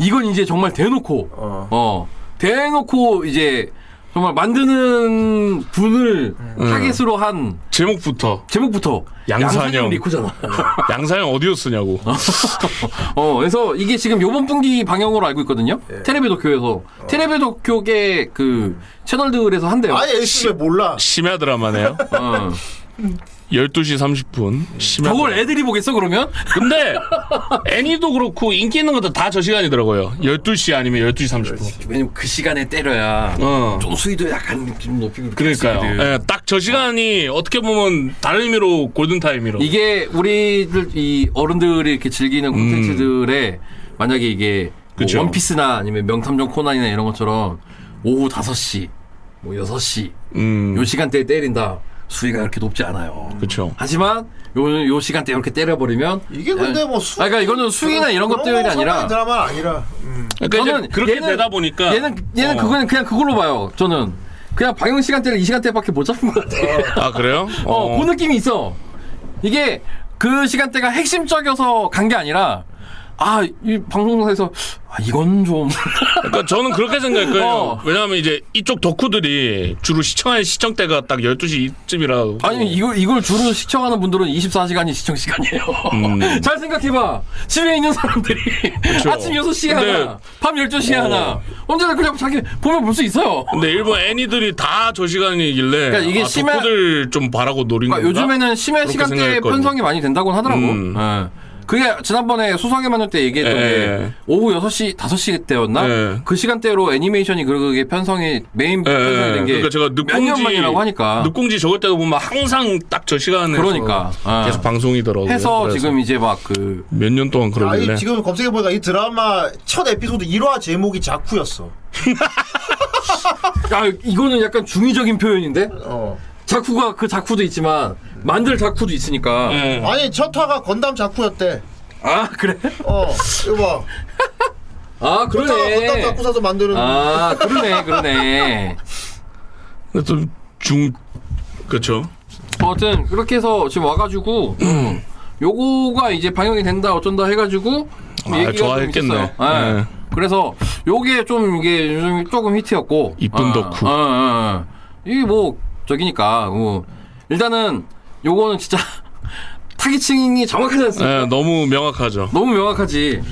[SPEAKER 3] 이건 이제 정말 대놓고 어,
[SPEAKER 6] 어.
[SPEAKER 3] 대놓고 이제 정말 만드는 분을 타겟으로 한
[SPEAKER 4] 제목부터
[SPEAKER 3] 제목부터
[SPEAKER 4] 음. 양산형.
[SPEAKER 3] 리코잖아.
[SPEAKER 4] 양사형 어디로 쓰냐고.
[SPEAKER 3] 어, 그래서 이게 지금 요번 분기 방영으로 알고 있거든요.
[SPEAKER 6] 예.
[SPEAKER 3] 테레비 도쿄에서 테레비 도쿄계 그 채널들에서 한대요.
[SPEAKER 6] 아예 애쉬에 몰라
[SPEAKER 4] 심야 드라마네요.
[SPEAKER 3] 어.
[SPEAKER 4] 12시 30분. 심야
[SPEAKER 3] 저걸
[SPEAKER 4] 드라마.
[SPEAKER 3] 애들이 보겠어 그러면?
[SPEAKER 4] 근데 애니도 그렇고 인기 있는 것도 다 저 시간이더라고요. 12시 아니면 12시 30분.
[SPEAKER 3] 왜냐면 그 시간에 때려야
[SPEAKER 4] 어.
[SPEAKER 3] 좀 수위도 약간 좀 높이고
[SPEAKER 4] 그러니까요. 예. 딱 저 시간이 어떻게 보면 다른 의미로 골든 타임이로.
[SPEAKER 3] 이게 우리들 이 어른들이 이렇게 즐기는 콘텐츠들에 만약에 이게 뭐
[SPEAKER 4] 음. 그쵸.
[SPEAKER 3] 원피스나 아니면 명탐정 코난이나 이런 것처럼 오후 5시 뭐 6시
[SPEAKER 4] 음.
[SPEAKER 3] 요 시간대에 때린다. 수위가 그렇게 높지 않아요.
[SPEAKER 4] 그렇죠.
[SPEAKER 3] 하지만 요, 요 시간대에 이렇게 때려버리면
[SPEAKER 6] 이게 근데 뭐 수...
[SPEAKER 3] 아, 그러니까 이거는 수위나 이런
[SPEAKER 6] 그런
[SPEAKER 3] 것들이
[SPEAKER 6] 거
[SPEAKER 3] 아니라
[SPEAKER 6] 상관없는 드라마 아니라 음.
[SPEAKER 4] 그러니까 이제 그렇게 되다 보니까
[SPEAKER 3] 얘는 얘는
[SPEAKER 4] 어.
[SPEAKER 3] 그거는 그냥 그걸로 봐요. 저는 그냥 방영 시간대를 이 시간대밖에 못 잡은 것 같아.
[SPEAKER 4] 아 그래요?
[SPEAKER 3] 어, 그 느낌이 있어. 이게 그 시간대가 핵심적이어서 간 게 아니라 아, 이 방송사에서 아, 이건 좀
[SPEAKER 4] 그러니까 저는 그렇게 생각했거든요.
[SPEAKER 3] 어.
[SPEAKER 4] 왜냐하면 이제 이쪽 덕후들이 주로 시청하는 시청대가 딱 12시 이쯤이라.
[SPEAKER 3] 아니 이걸 이걸 주로 시청하는 분들은 24시간이 시청 시간이에요.
[SPEAKER 4] 음.
[SPEAKER 3] 잘 생각해 봐. 집에 있는 사람들이 아침 6시에
[SPEAKER 4] 근데-
[SPEAKER 3] 하나, 밤 12시에
[SPEAKER 4] 어.
[SPEAKER 3] 하나. 언제나 그냥 자기 보면 볼 수 있어요.
[SPEAKER 4] 근데 일본 애니들이 다 저 시간이길래
[SPEAKER 3] 그러니까 이게
[SPEAKER 4] 아,
[SPEAKER 3] 심야-
[SPEAKER 4] 덕후들 좀 바라고 노린
[SPEAKER 3] 그러니까
[SPEAKER 4] 건가?
[SPEAKER 3] 요즘에는 심야
[SPEAKER 4] 그렇게
[SPEAKER 3] 시간대에
[SPEAKER 4] 생각했거든요.
[SPEAKER 3] 편성이 많이 된다고 하더라고.
[SPEAKER 4] 음.
[SPEAKER 3] 예. 그게 지난번에 수상의 만년 때 얘기했던
[SPEAKER 4] 예.
[SPEAKER 3] 게 오후 6시, 5시 때였나?
[SPEAKER 4] 예.
[SPEAKER 3] 그 시간대로 애니메이션이 그게 편성이 메인
[SPEAKER 4] 예,
[SPEAKER 3] 편성이
[SPEAKER 4] 예.
[SPEAKER 3] 된 게
[SPEAKER 4] 그러니까 제가
[SPEAKER 3] 몇년
[SPEAKER 4] 늑공지
[SPEAKER 3] 만이라고 하니까.
[SPEAKER 4] 늑공지 적을 때도 보면 항상 딱 저 시간에
[SPEAKER 3] 그러니까. 예.
[SPEAKER 4] 계속 방송이더라고요.
[SPEAKER 3] 해서 지금 이제 막그
[SPEAKER 4] 몇 년 동안 그러길래
[SPEAKER 6] 아니 지금 검색해보니까 이 드라마 첫 에피소드 1화 제목이 자쿠였어
[SPEAKER 3] 야, 이거는 약간 중의적인 표현인데
[SPEAKER 6] 어.
[SPEAKER 3] 자쿠가 그 자쿠도 있지만 만들 자쿠도 있으니까
[SPEAKER 4] 예.
[SPEAKER 6] 아니 첫 화가 건담 자쿠였대
[SPEAKER 3] 아 그래?
[SPEAKER 6] 어 이거 봐
[SPEAKER 3] 아
[SPEAKER 6] 첫화가 건담
[SPEAKER 3] 그러네.
[SPEAKER 6] 자쿠 사서 만드는
[SPEAKER 3] 아 그러네 그러네.
[SPEAKER 4] 근데 좀중 그렇죠.
[SPEAKER 3] 아무튼 그렇게 해서 지금 와가지고
[SPEAKER 4] 음.
[SPEAKER 3] 요거가 이제 방영이 된다 어쩐다 해가지고 좀
[SPEAKER 4] 아,
[SPEAKER 3] 얘기가 좀
[SPEAKER 4] 좋아했겠네.
[SPEAKER 3] 있었어요. 예.
[SPEAKER 4] 네.
[SPEAKER 3] 그래서 요게 좀 이게 요즘 조금 히트였고
[SPEAKER 4] 이쁜
[SPEAKER 3] 아,
[SPEAKER 4] 덕후.
[SPEAKER 3] 아, 아, 아. 이게 뭐 저기니까 뭐 일단은 요거는 진짜 타겟층이 정확하지 않습니까?
[SPEAKER 4] 예, 너무 명확하죠.
[SPEAKER 3] 너무 명확하지.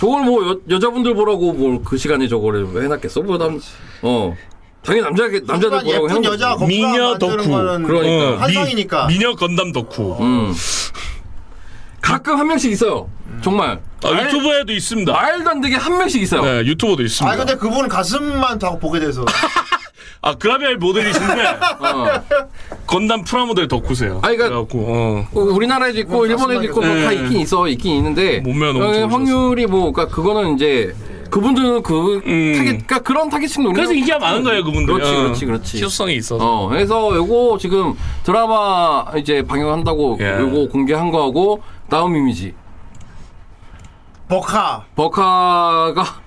[SPEAKER 3] 저걸 뭐 여, 여자분들 보라고 뭘 그 시간에 저거를 왜 해놨겠어? 뭐 남, 어. 당연히 남자, 남자들
[SPEAKER 5] 하지만
[SPEAKER 3] 보라고
[SPEAKER 5] 예쁜
[SPEAKER 3] 해놓은 거지.
[SPEAKER 5] 여자 거꾸로
[SPEAKER 4] 미녀 덕후.
[SPEAKER 3] 그러니까.
[SPEAKER 4] 미-
[SPEAKER 5] 환상이니까.
[SPEAKER 4] 미녀 건담 덕후.
[SPEAKER 3] 음. 가끔 한 명씩 있어요. 정말.
[SPEAKER 4] 아,
[SPEAKER 3] 말-
[SPEAKER 4] 유튜브에도 있습니다.
[SPEAKER 3] 말도 안 되게 한 명씩 있어요.
[SPEAKER 4] 네, 유튜브도
[SPEAKER 5] 아
[SPEAKER 4] 있습니다.
[SPEAKER 5] 근데
[SPEAKER 3] 그러니까.
[SPEAKER 5] 그분은 가슴만 다 보게 돼서
[SPEAKER 4] 아, 그라비아의 모델이신데
[SPEAKER 3] 어.
[SPEAKER 4] 건담 프라모델 덕후세요.
[SPEAKER 3] 아니, 그러니까-
[SPEAKER 4] 그래갖고 어.
[SPEAKER 3] 어, 우리나라에도 있고 일본에도 있고
[SPEAKER 4] 네.
[SPEAKER 3] 뭐다 있긴 있어 있긴 있는데
[SPEAKER 4] 몸매가 너무
[SPEAKER 3] 그러니까
[SPEAKER 4] 좋으셔서.
[SPEAKER 3] 확률이 뭐 그러니까 그거는 이제 그분들은 그
[SPEAKER 4] 음.
[SPEAKER 3] 타겟 그러니까 그런 타겟층 노리
[SPEAKER 4] 그래서 인기가 많은 거예요, 그분들.
[SPEAKER 3] 그렇지
[SPEAKER 4] 어.
[SPEAKER 3] 그렇지 그렇지
[SPEAKER 4] 희소성이 있어서.
[SPEAKER 3] 어 그래서 요거 지금 드라마 이제 방영한다고
[SPEAKER 4] 예.
[SPEAKER 3] 요거 공개한 거하고 다음 이미지
[SPEAKER 5] 버카
[SPEAKER 3] 버카가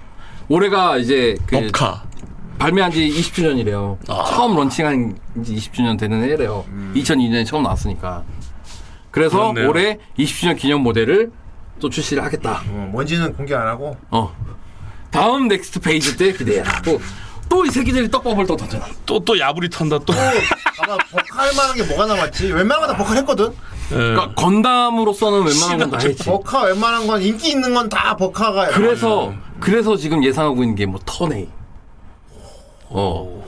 [SPEAKER 3] 올해가 이제 그
[SPEAKER 4] 법카.
[SPEAKER 3] 발매한 지 20주년이래요. 처음 런칭한 지 20주년 되는 해래요. 2002년에 아. 처음 나왔으니까. 그래서
[SPEAKER 4] 그렇네요.
[SPEAKER 3] 올해 20주년 기념 모델을 또 출시를 하겠다.
[SPEAKER 5] 어, 뭔지는 공개 안 하고
[SPEAKER 3] 어. 다음 넥스트 페이지 때 기대해라. 또 이 새끼들이 떡밥을 또 던져놔.
[SPEAKER 4] 또, 또 야불이 탄다, 또. 예.
[SPEAKER 5] 아마 버카할 만한 게 뭐가 남았지 웬만한 건다 버카 했거든
[SPEAKER 4] 예.
[SPEAKER 3] 그러니까 건담으로서는 웬만한 건 다 했지.
[SPEAKER 5] 버카 웬만한 건 인기 있는 건 다 버카가
[SPEAKER 3] 어, 그래서 그래서 지금 예상하고 있는 게 뭐 턴에이. 어.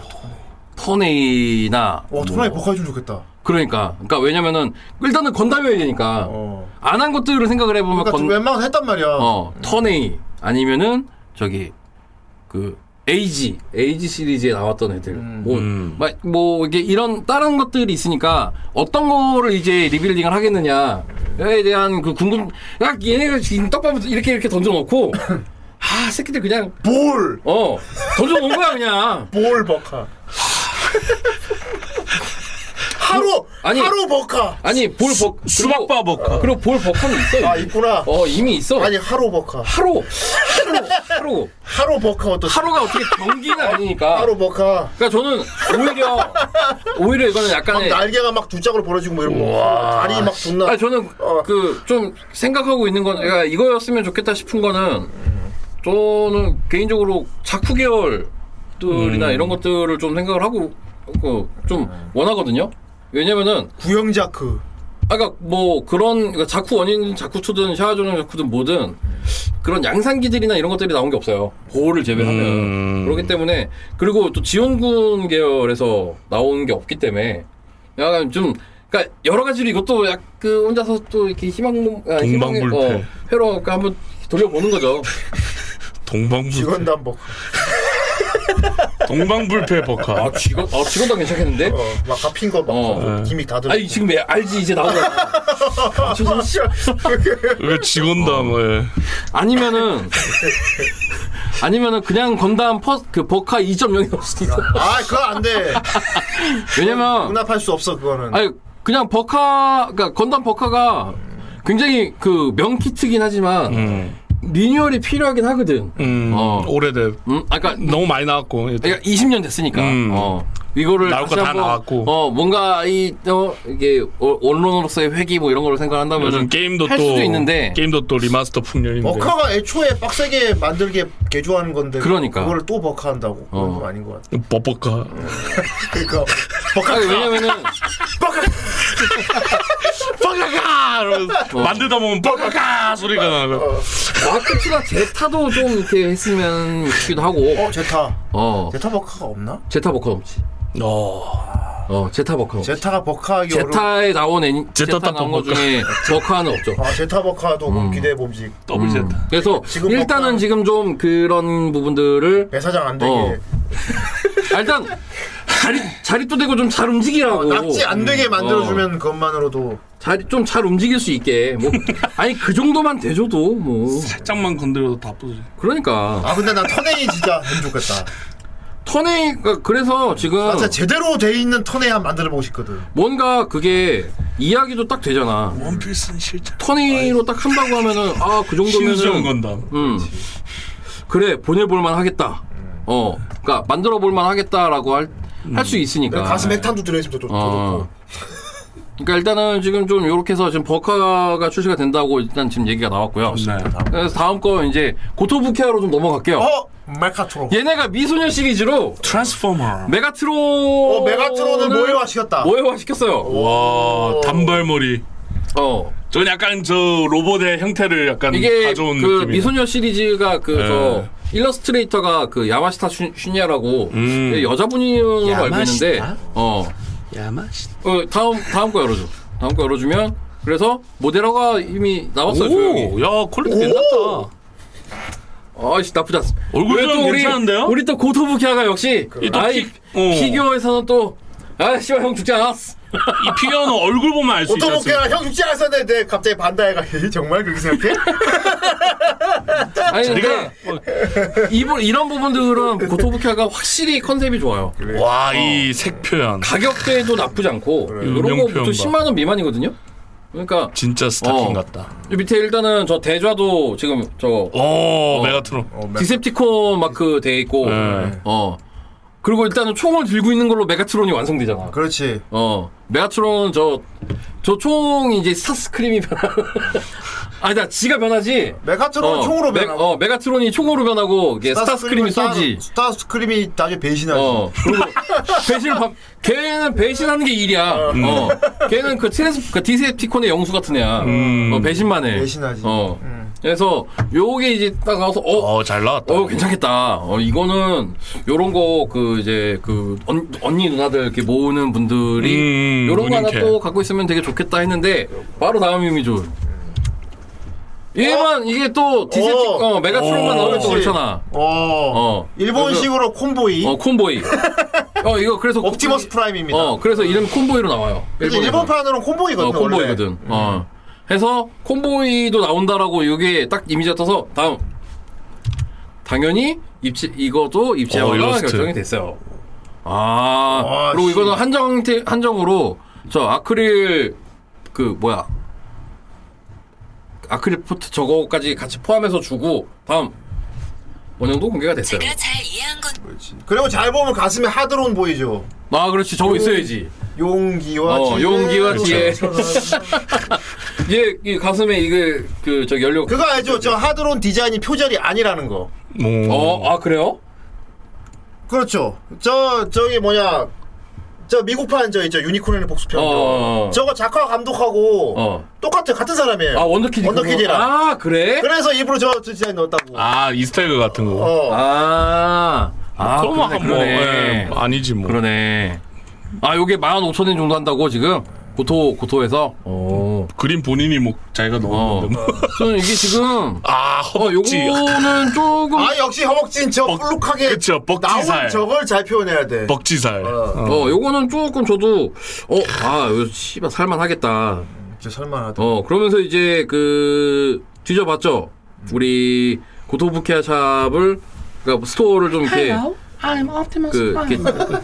[SPEAKER 3] 턴에이나
[SPEAKER 5] 와 토나이 버카 해주면 좋겠다
[SPEAKER 3] 그러니까 그러니까 왜냐면은 일단은 건담이어야 되니까
[SPEAKER 5] 어.
[SPEAKER 3] 안 한 것들을 생각을 해보면
[SPEAKER 5] 그러니까
[SPEAKER 3] 건,
[SPEAKER 5] 좀 웬만한 음. 건 했단 말이야
[SPEAKER 3] 어, 턴에이 아니면은 저기 그 에이지 에이지 시리즈에 나왔던 애들 뭐,
[SPEAKER 4] 음.
[SPEAKER 3] 막, 뭐 이게 이런 다른 것들이 있으니까 어떤 거를 이제 리빌딩을 하겠느냐에 대한 그 궁금 야 얘네가 지금 떡밥을 이렇게 이렇게 던져놓고 아 새끼들 그냥
[SPEAKER 5] 볼!
[SPEAKER 3] 어 던져놓은 거야 그냥
[SPEAKER 5] 볼 버카 하루!
[SPEAKER 3] 아니.
[SPEAKER 5] 하루 버카!
[SPEAKER 3] 아니 볼벅
[SPEAKER 4] 수박바 버카.
[SPEAKER 3] 그리고 볼 버카는 있어
[SPEAKER 5] 아
[SPEAKER 3] 이미.
[SPEAKER 5] 있구나
[SPEAKER 3] 어 이미 있어
[SPEAKER 5] 아니 하루 버카
[SPEAKER 3] 하루 하루 하루
[SPEAKER 5] 하루 버카 어떠
[SPEAKER 3] 하루가 어떻게 경기는 아니니까
[SPEAKER 5] 하루 버카
[SPEAKER 3] 그러니까 저는 오히려 오히려 이거는
[SPEAKER 5] 막
[SPEAKER 3] 약간의
[SPEAKER 5] 날개가 막 두 짝으로 벌어지고 막 이런 거 다리 막 존나
[SPEAKER 3] 아 저는
[SPEAKER 5] 어.
[SPEAKER 3] 그 좀 생각하고 있는 건 그러니까 이거였으면 좋겠다 싶은 거는 저는 개인적으로 자쿠 계열들이나
[SPEAKER 4] 음.
[SPEAKER 3] 이런 것들을 좀 생각을 하고 그좀 원하거든요. 왜냐면은
[SPEAKER 5] 구형자크 그
[SPEAKER 3] 아까 뭐 그런 그러니까 자쿠 원인 자쿠 투든 샤아조는 자쿠든 뭐든 그런 양상기들이나 이런 것들이 나온 게 없어요. 보호를 제외하면
[SPEAKER 4] 음.
[SPEAKER 3] 그렇기 때문에 그리고 또 지원군 계열에서 나온 게 없기 때문에 약간 좀 그러니까 여러 가지로 이것도 약그 혼자서 또 이렇게 희망 아, 희망의,
[SPEAKER 4] 동방불패.
[SPEAKER 3] 어, 회로 그러니까 한번 돌려보는 거죠.
[SPEAKER 4] 동방불,
[SPEAKER 5] 직원단 버카
[SPEAKER 4] 동방불패 버카.
[SPEAKER 3] 아 직원 아 직원도 괜찮겠는데?
[SPEAKER 5] 어, 막 갚힌 거막
[SPEAKER 3] 어.
[SPEAKER 5] 기믹 다 들어
[SPEAKER 3] 아니 지금 왜 알지 이제 나오잖아.
[SPEAKER 4] 왜 직원담, 예.
[SPEAKER 3] 아니면은 아니면은 그냥 건담 퍼, 그 버카 2.0이 없으니까
[SPEAKER 5] 아 그거 안돼
[SPEAKER 3] 왜냐면
[SPEAKER 5] 용납할 수 없어 그거는
[SPEAKER 3] 아니 그냥 버카 그러니까 건담 버카가 굉장히 그 명키트긴 하지만
[SPEAKER 4] 음.
[SPEAKER 3] 리뉴얼이 필요하긴 하거든.
[SPEAKER 4] 음.
[SPEAKER 3] 어.
[SPEAKER 4] 오래돼.
[SPEAKER 3] 음, 아까
[SPEAKER 4] 너무 많이 나왔고. 일단.
[SPEAKER 3] 그러니까 20년 됐으니까.
[SPEAKER 4] 음.
[SPEAKER 3] 어. 이거를
[SPEAKER 4] 나올 거
[SPEAKER 3] 다시
[SPEAKER 4] 다
[SPEAKER 3] 한번,
[SPEAKER 4] 나왔고.
[SPEAKER 3] 어 뭔가 이 어, 이게 어, 언론으로서의 회기 뭐 이런 걸로
[SPEAKER 4] 요즘
[SPEAKER 3] 생각한다면
[SPEAKER 4] 게임도
[SPEAKER 3] 할
[SPEAKER 4] 또
[SPEAKER 3] 수도 있는데
[SPEAKER 4] 게임도 또 리마스터 풍년인데.
[SPEAKER 5] 버카가 애초에 빡세게 만들게 개조하는 건데
[SPEAKER 3] 그러니까.
[SPEAKER 5] 그거를 또 버카한다고 그건
[SPEAKER 3] 어.
[SPEAKER 5] 좀 아닌 것 같아
[SPEAKER 4] 버버카.
[SPEAKER 5] 그러니까 버카
[SPEAKER 3] 아니, 왜냐면은
[SPEAKER 4] 버카카! 이러면서 어. 만들다 보면 버카카! 소리가 나고.
[SPEAKER 3] 마크트나 제타도 좀 이렇게 했으면 싶기도 하고.
[SPEAKER 5] 어 제타
[SPEAKER 3] 어
[SPEAKER 5] 제타 버카가 없나?
[SPEAKER 3] 제타 버커 없지.
[SPEAKER 4] 어.
[SPEAKER 3] 어 제타 버커. 없지.
[SPEAKER 5] 제타가 버카하기 어려운
[SPEAKER 3] 제타에 나온 애니
[SPEAKER 4] 제타
[SPEAKER 3] 제타,
[SPEAKER 4] 딱
[SPEAKER 3] 나온 것
[SPEAKER 4] 버커.
[SPEAKER 3] 중에 버커는 없죠.
[SPEAKER 5] 아 제타 버카도 그럼
[SPEAKER 3] 음.
[SPEAKER 5] 기대해 봄직
[SPEAKER 4] 더블 Z.
[SPEAKER 3] 그래서
[SPEAKER 5] 지금
[SPEAKER 3] 일단은
[SPEAKER 5] 먹방.
[SPEAKER 3] 지금 좀 그런 부분들을
[SPEAKER 5] 배사장 안 되게
[SPEAKER 3] 어. 아, 일단 자리 자리도 되고 좀 잘 움직이라고 음,
[SPEAKER 5] 낙지 어, 안 되게 만들어주면 그것만으로도
[SPEAKER 3] 자리 좀 잘 움직일 수 있게 뭐 아니 그 정도만 돼줘도 뭐
[SPEAKER 4] 살짝만 건드려도 다 부서져.
[SPEAKER 3] 그러니까
[SPEAKER 5] 아 근데 난 턴에이 진짜 너무 좋겠다
[SPEAKER 3] 턴에 그러니까 그래서 지금
[SPEAKER 5] 아 진짜 제대로 돼 있는 턴에이 한 만들어보고 싶거든
[SPEAKER 3] 아, 뭔가 그게 이야기도 딱 되잖아
[SPEAKER 4] 원피스는 실제.
[SPEAKER 3] 턴이로 딱 한다고 하면은 아 그
[SPEAKER 4] 신수영
[SPEAKER 3] 정도면은
[SPEAKER 4] 건담.
[SPEAKER 3] 음 그래 보내볼만 하겠다 어 그러니까 만들어볼만 하겠다라고 할 수 있으니까
[SPEAKER 5] 가슴 핵탄두 들어있으면 더
[SPEAKER 3] 네. 어.
[SPEAKER 5] 좋고
[SPEAKER 3] 그러니까 일단은 지금 좀 이렇게 해서 지금 버카가 출시가 된다고 일단 지금 얘기가 나왔고요.
[SPEAKER 4] 네.
[SPEAKER 3] 그래서 다음 거 이제 고토부케아로 좀 넘어갈게요.
[SPEAKER 5] 어? 말카트로
[SPEAKER 3] 얘네가 미소녀 시리즈로
[SPEAKER 4] 트랜스포머.
[SPEAKER 3] 메가트론
[SPEAKER 5] 어 메가트론을 모해화 시켰다
[SPEAKER 3] 모해화 시켰어요.
[SPEAKER 4] 와, 단발머리.
[SPEAKER 3] 어.
[SPEAKER 4] 저는 약간 저 로봇의 형태를 약간
[SPEAKER 3] 이게 그
[SPEAKER 4] 음, 가져온 느낌이.
[SPEAKER 3] 미소녀 시리즈가
[SPEAKER 4] 네.
[SPEAKER 3] 그저 일러스트레이터가 그 야마시타 슈, 슈냐라고
[SPEAKER 4] 음.
[SPEAKER 3] 그 여자분으로 알고
[SPEAKER 4] 야마시타?
[SPEAKER 3] 있는데 어.
[SPEAKER 4] 야마시.
[SPEAKER 3] 어, 다음 다음 거 열어줘. 다음 거 열어주면 그래서 모델러가 이미 나왔어요 조용히.
[SPEAKER 4] 오, 야 퀄리티 괜찮다.
[SPEAKER 3] 아씨 나쁘지 않아.
[SPEAKER 4] 얼굴 좀
[SPEAKER 3] 우리,
[SPEAKER 4] 괜찮은데요?
[SPEAKER 3] 우리 또 고토부 키아가 역시
[SPEAKER 4] 또
[SPEAKER 3] 아이
[SPEAKER 4] 키- 어.
[SPEAKER 3] 피규어에서는 또 아, 씨발 형 죽지 않았어.
[SPEAKER 4] 이 피규어는 얼굴 보면 알 수 있지 않습니까?
[SPEAKER 6] 오토복귀야 형 죽지 않았었는데 내 갑자기 반다해가
[SPEAKER 5] 예,
[SPEAKER 6] 정말 그렇게 생각해?
[SPEAKER 3] 아니 근데
[SPEAKER 4] 어.
[SPEAKER 3] 이분 이런 부분들은 고토부 키아가 확실히 컨셉이 좋아요.
[SPEAKER 4] 와이
[SPEAKER 3] 어.
[SPEAKER 4] 색 표현
[SPEAKER 3] 가격대도 나쁘지 않고 이런
[SPEAKER 4] 음영
[SPEAKER 3] 거 보통
[SPEAKER 4] 표현과.
[SPEAKER 3] 10만 원 미만이거든요. 그러니까
[SPEAKER 4] 진짜 스타킹
[SPEAKER 3] 어.
[SPEAKER 4] 같다.
[SPEAKER 3] 이 밑에 일단은 저 대좌도 지금 저 어.
[SPEAKER 4] 오 메가트론.
[SPEAKER 5] 어,
[SPEAKER 3] 디셉티콘 마크 돼 있고
[SPEAKER 4] 네.
[SPEAKER 3] 어 그리고 일단은 총을 들고 있는 걸로 메가트론이 완성되잖아.
[SPEAKER 6] 그렇지
[SPEAKER 3] 어 메가트론 저저 총이 이제 스타스크림이 변하. 아니다 지가 변하지.
[SPEAKER 6] 메가트론
[SPEAKER 3] 어,
[SPEAKER 6] 총으로
[SPEAKER 3] 메,
[SPEAKER 6] 변하고
[SPEAKER 3] 어 메가트론이 총으로 변하고 이게 스타스크림이
[SPEAKER 6] 스타-
[SPEAKER 3] 쏘지.
[SPEAKER 6] 스타스크림이 나중에 배신하지
[SPEAKER 3] 어 그리고 배신을 밥 걔는 배신하는 게 일이야. 어 걔는 그 트랜스 그 디셉티콘의 영수 같은 애야.
[SPEAKER 4] 음.
[SPEAKER 3] 어 배신만 해.
[SPEAKER 6] 배신하지. 음.
[SPEAKER 3] 어
[SPEAKER 5] 음.
[SPEAKER 3] 그래서 요게 이제 딱 나와서 어
[SPEAKER 4] 어잘 나왔다.
[SPEAKER 3] 어 괜찮겠다. 어 이거는 요런 거 그 이제 그 언, 언니 누나들 이렇게 모으는 분들이
[SPEAKER 4] 음,
[SPEAKER 3] 요런 거 하나
[SPEAKER 4] 모닝캐.
[SPEAKER 3] 또 갖고 있으면 되게 좋겠다 했는데 바로 다음 이미죠. 얘만 이게 또 디셉틱 어, 메가트론만
[SPEAKER 4] 어,
[SPEAKER 3] 나오면
[SPEAKER 6] 그렇지.
[SPEAKER 3] 또 그렇잖아.
[SPEAKER 6] 어.
[SPEAKER 3] 어.
[SPEAKER 6] 일본식으로 콤보이
[SPEAKER 3] 어 콤보이. 어 이거 그래서
[SPEAKER 6] 옵티머스
[SPEAKER 3] 콤보이-
[SPEAKER 6] 프라임입니다
[SPEAKER 3] 어 그래서 이름 콤보이로 나와요.
[SPEAKER 6] 그치,
[SPEAKER 3] 일본에서.
[SPEAKER 6] 일본판으로는 콤보이거든
[SPEAKER 4] 그렇죠.
[SPEAKER 3] 어 콤보이거든. 어.
[SPEAKER 4] 음.
[SPEAKER 3] 해서 콤보이도 나온다라고 이게 딱 이미지가 떠서 다음 당연히 입체 이것도
[SPEAKER 4] 어,
[SPEAKER 3] 입체화가
[SPEAKER 4] 일러스트.
[SPEAKER 3] 결정이 됐어요. 아
[SPEAKER 6] 아,
[SPEAKER 3] 그리고
[SPEAKER 6] 씨.
[SPEAKER 3] 이거는 한정 테- 한정으로 저 아크릴 그 뭐야 아크릴 포트 저거까지 같이 포함해서 주고 다음 원형도 공개가 됐어요.
[SPEAKER 8] 제가 잘 이해한 건
[SPEAKER 6] 그리고 잘 보면 가슴에 하드론 보이죠
[SPEAKER 3] 아 그렇지 저거 있어야지.
[SPEAKER 6] 용기와 그렇죠.
[SPEAKER 3] 어,
[SPEAKER 6] 지혜.
[SPEAKER 3] 용기와 지혜. 얘, 이 가슴에 이게 그저 연료.
[SPEAKER 6] 그거 알죠 저 하드론 디자인이 표절이 아니라는 거
[SPEAKER 4] 오.
[SPEAKER 3] 어아 그래요?
[SPEAKER 6] 그렇죠. 저 저기 뭐냐 저 미국판 저 있죠 유니콘의 복수편.
[SPEAKER 3] 어, 어, 어.
[SPEAKER 6] 저거 작화 감독하고
[SPEAKER 3] 어.
[SPEAKER 6] 똑같아 같은 사람이에요.
[SPEAKER 3] 아 원더키드
[SPEAKER 6] 원더키드랑.
[SPEAKER 3] 그거? 아 그래?
[SPEAKER 6] 그래서 일부러 저 디자인 넣었다고.
[SPEAKER 4] 아 이스터에그 같은 거.
[SPEAKER 6] 어.
[SPEAKER 3] 아, 아
[SPEAKER 4] 그럼
[SPEAKER 3] 그러네
[SPEAKER 4] 한번 뭐,
[SPEAKER 3] 그러네.
[SPEAKER 4] 예, 아니지 뭐.
[SPEAKER 3] 그러네. 아 요게 15,000원 정도 한다고 지금 고토 고토에서. 오.
[SPEAKER 4] 그림 본인이 뭐 자기가
[SPEAKER 3] 어.
[SPEAKER 4] 넣었는데. 뭐.
[SPEAKER 3] 저는 이게 지금
[SPEAKER 4] 아
[SPEAKER 3] 어
[SPEAKER 4] 허벅지.
[SPEAKER 3] 요거는 조금
[SPEAKER 6] 아 역시 허벅진 저 볼록하게
[SPEAKER 4] 그쵸,
[SPEAKER 6] 나온
[SPEAKER 4] 벅지살.
[SPEAKER 6] 저걸 잘 표현해야 돼.
[SPEAKER 4] 벅지살.
[SPEAKER 3] 어 요거는 조금 저도 어아 이거 씨발 살만하겠다.
[SPEAKER 6] 진짜 살만하다.
[SPEAKER 3] 어 그러면서 이제 그 뒤져봤죠. 우리 고토부케아 샵을 그러니까 스토어를 좀 이렇게 그, 이렇게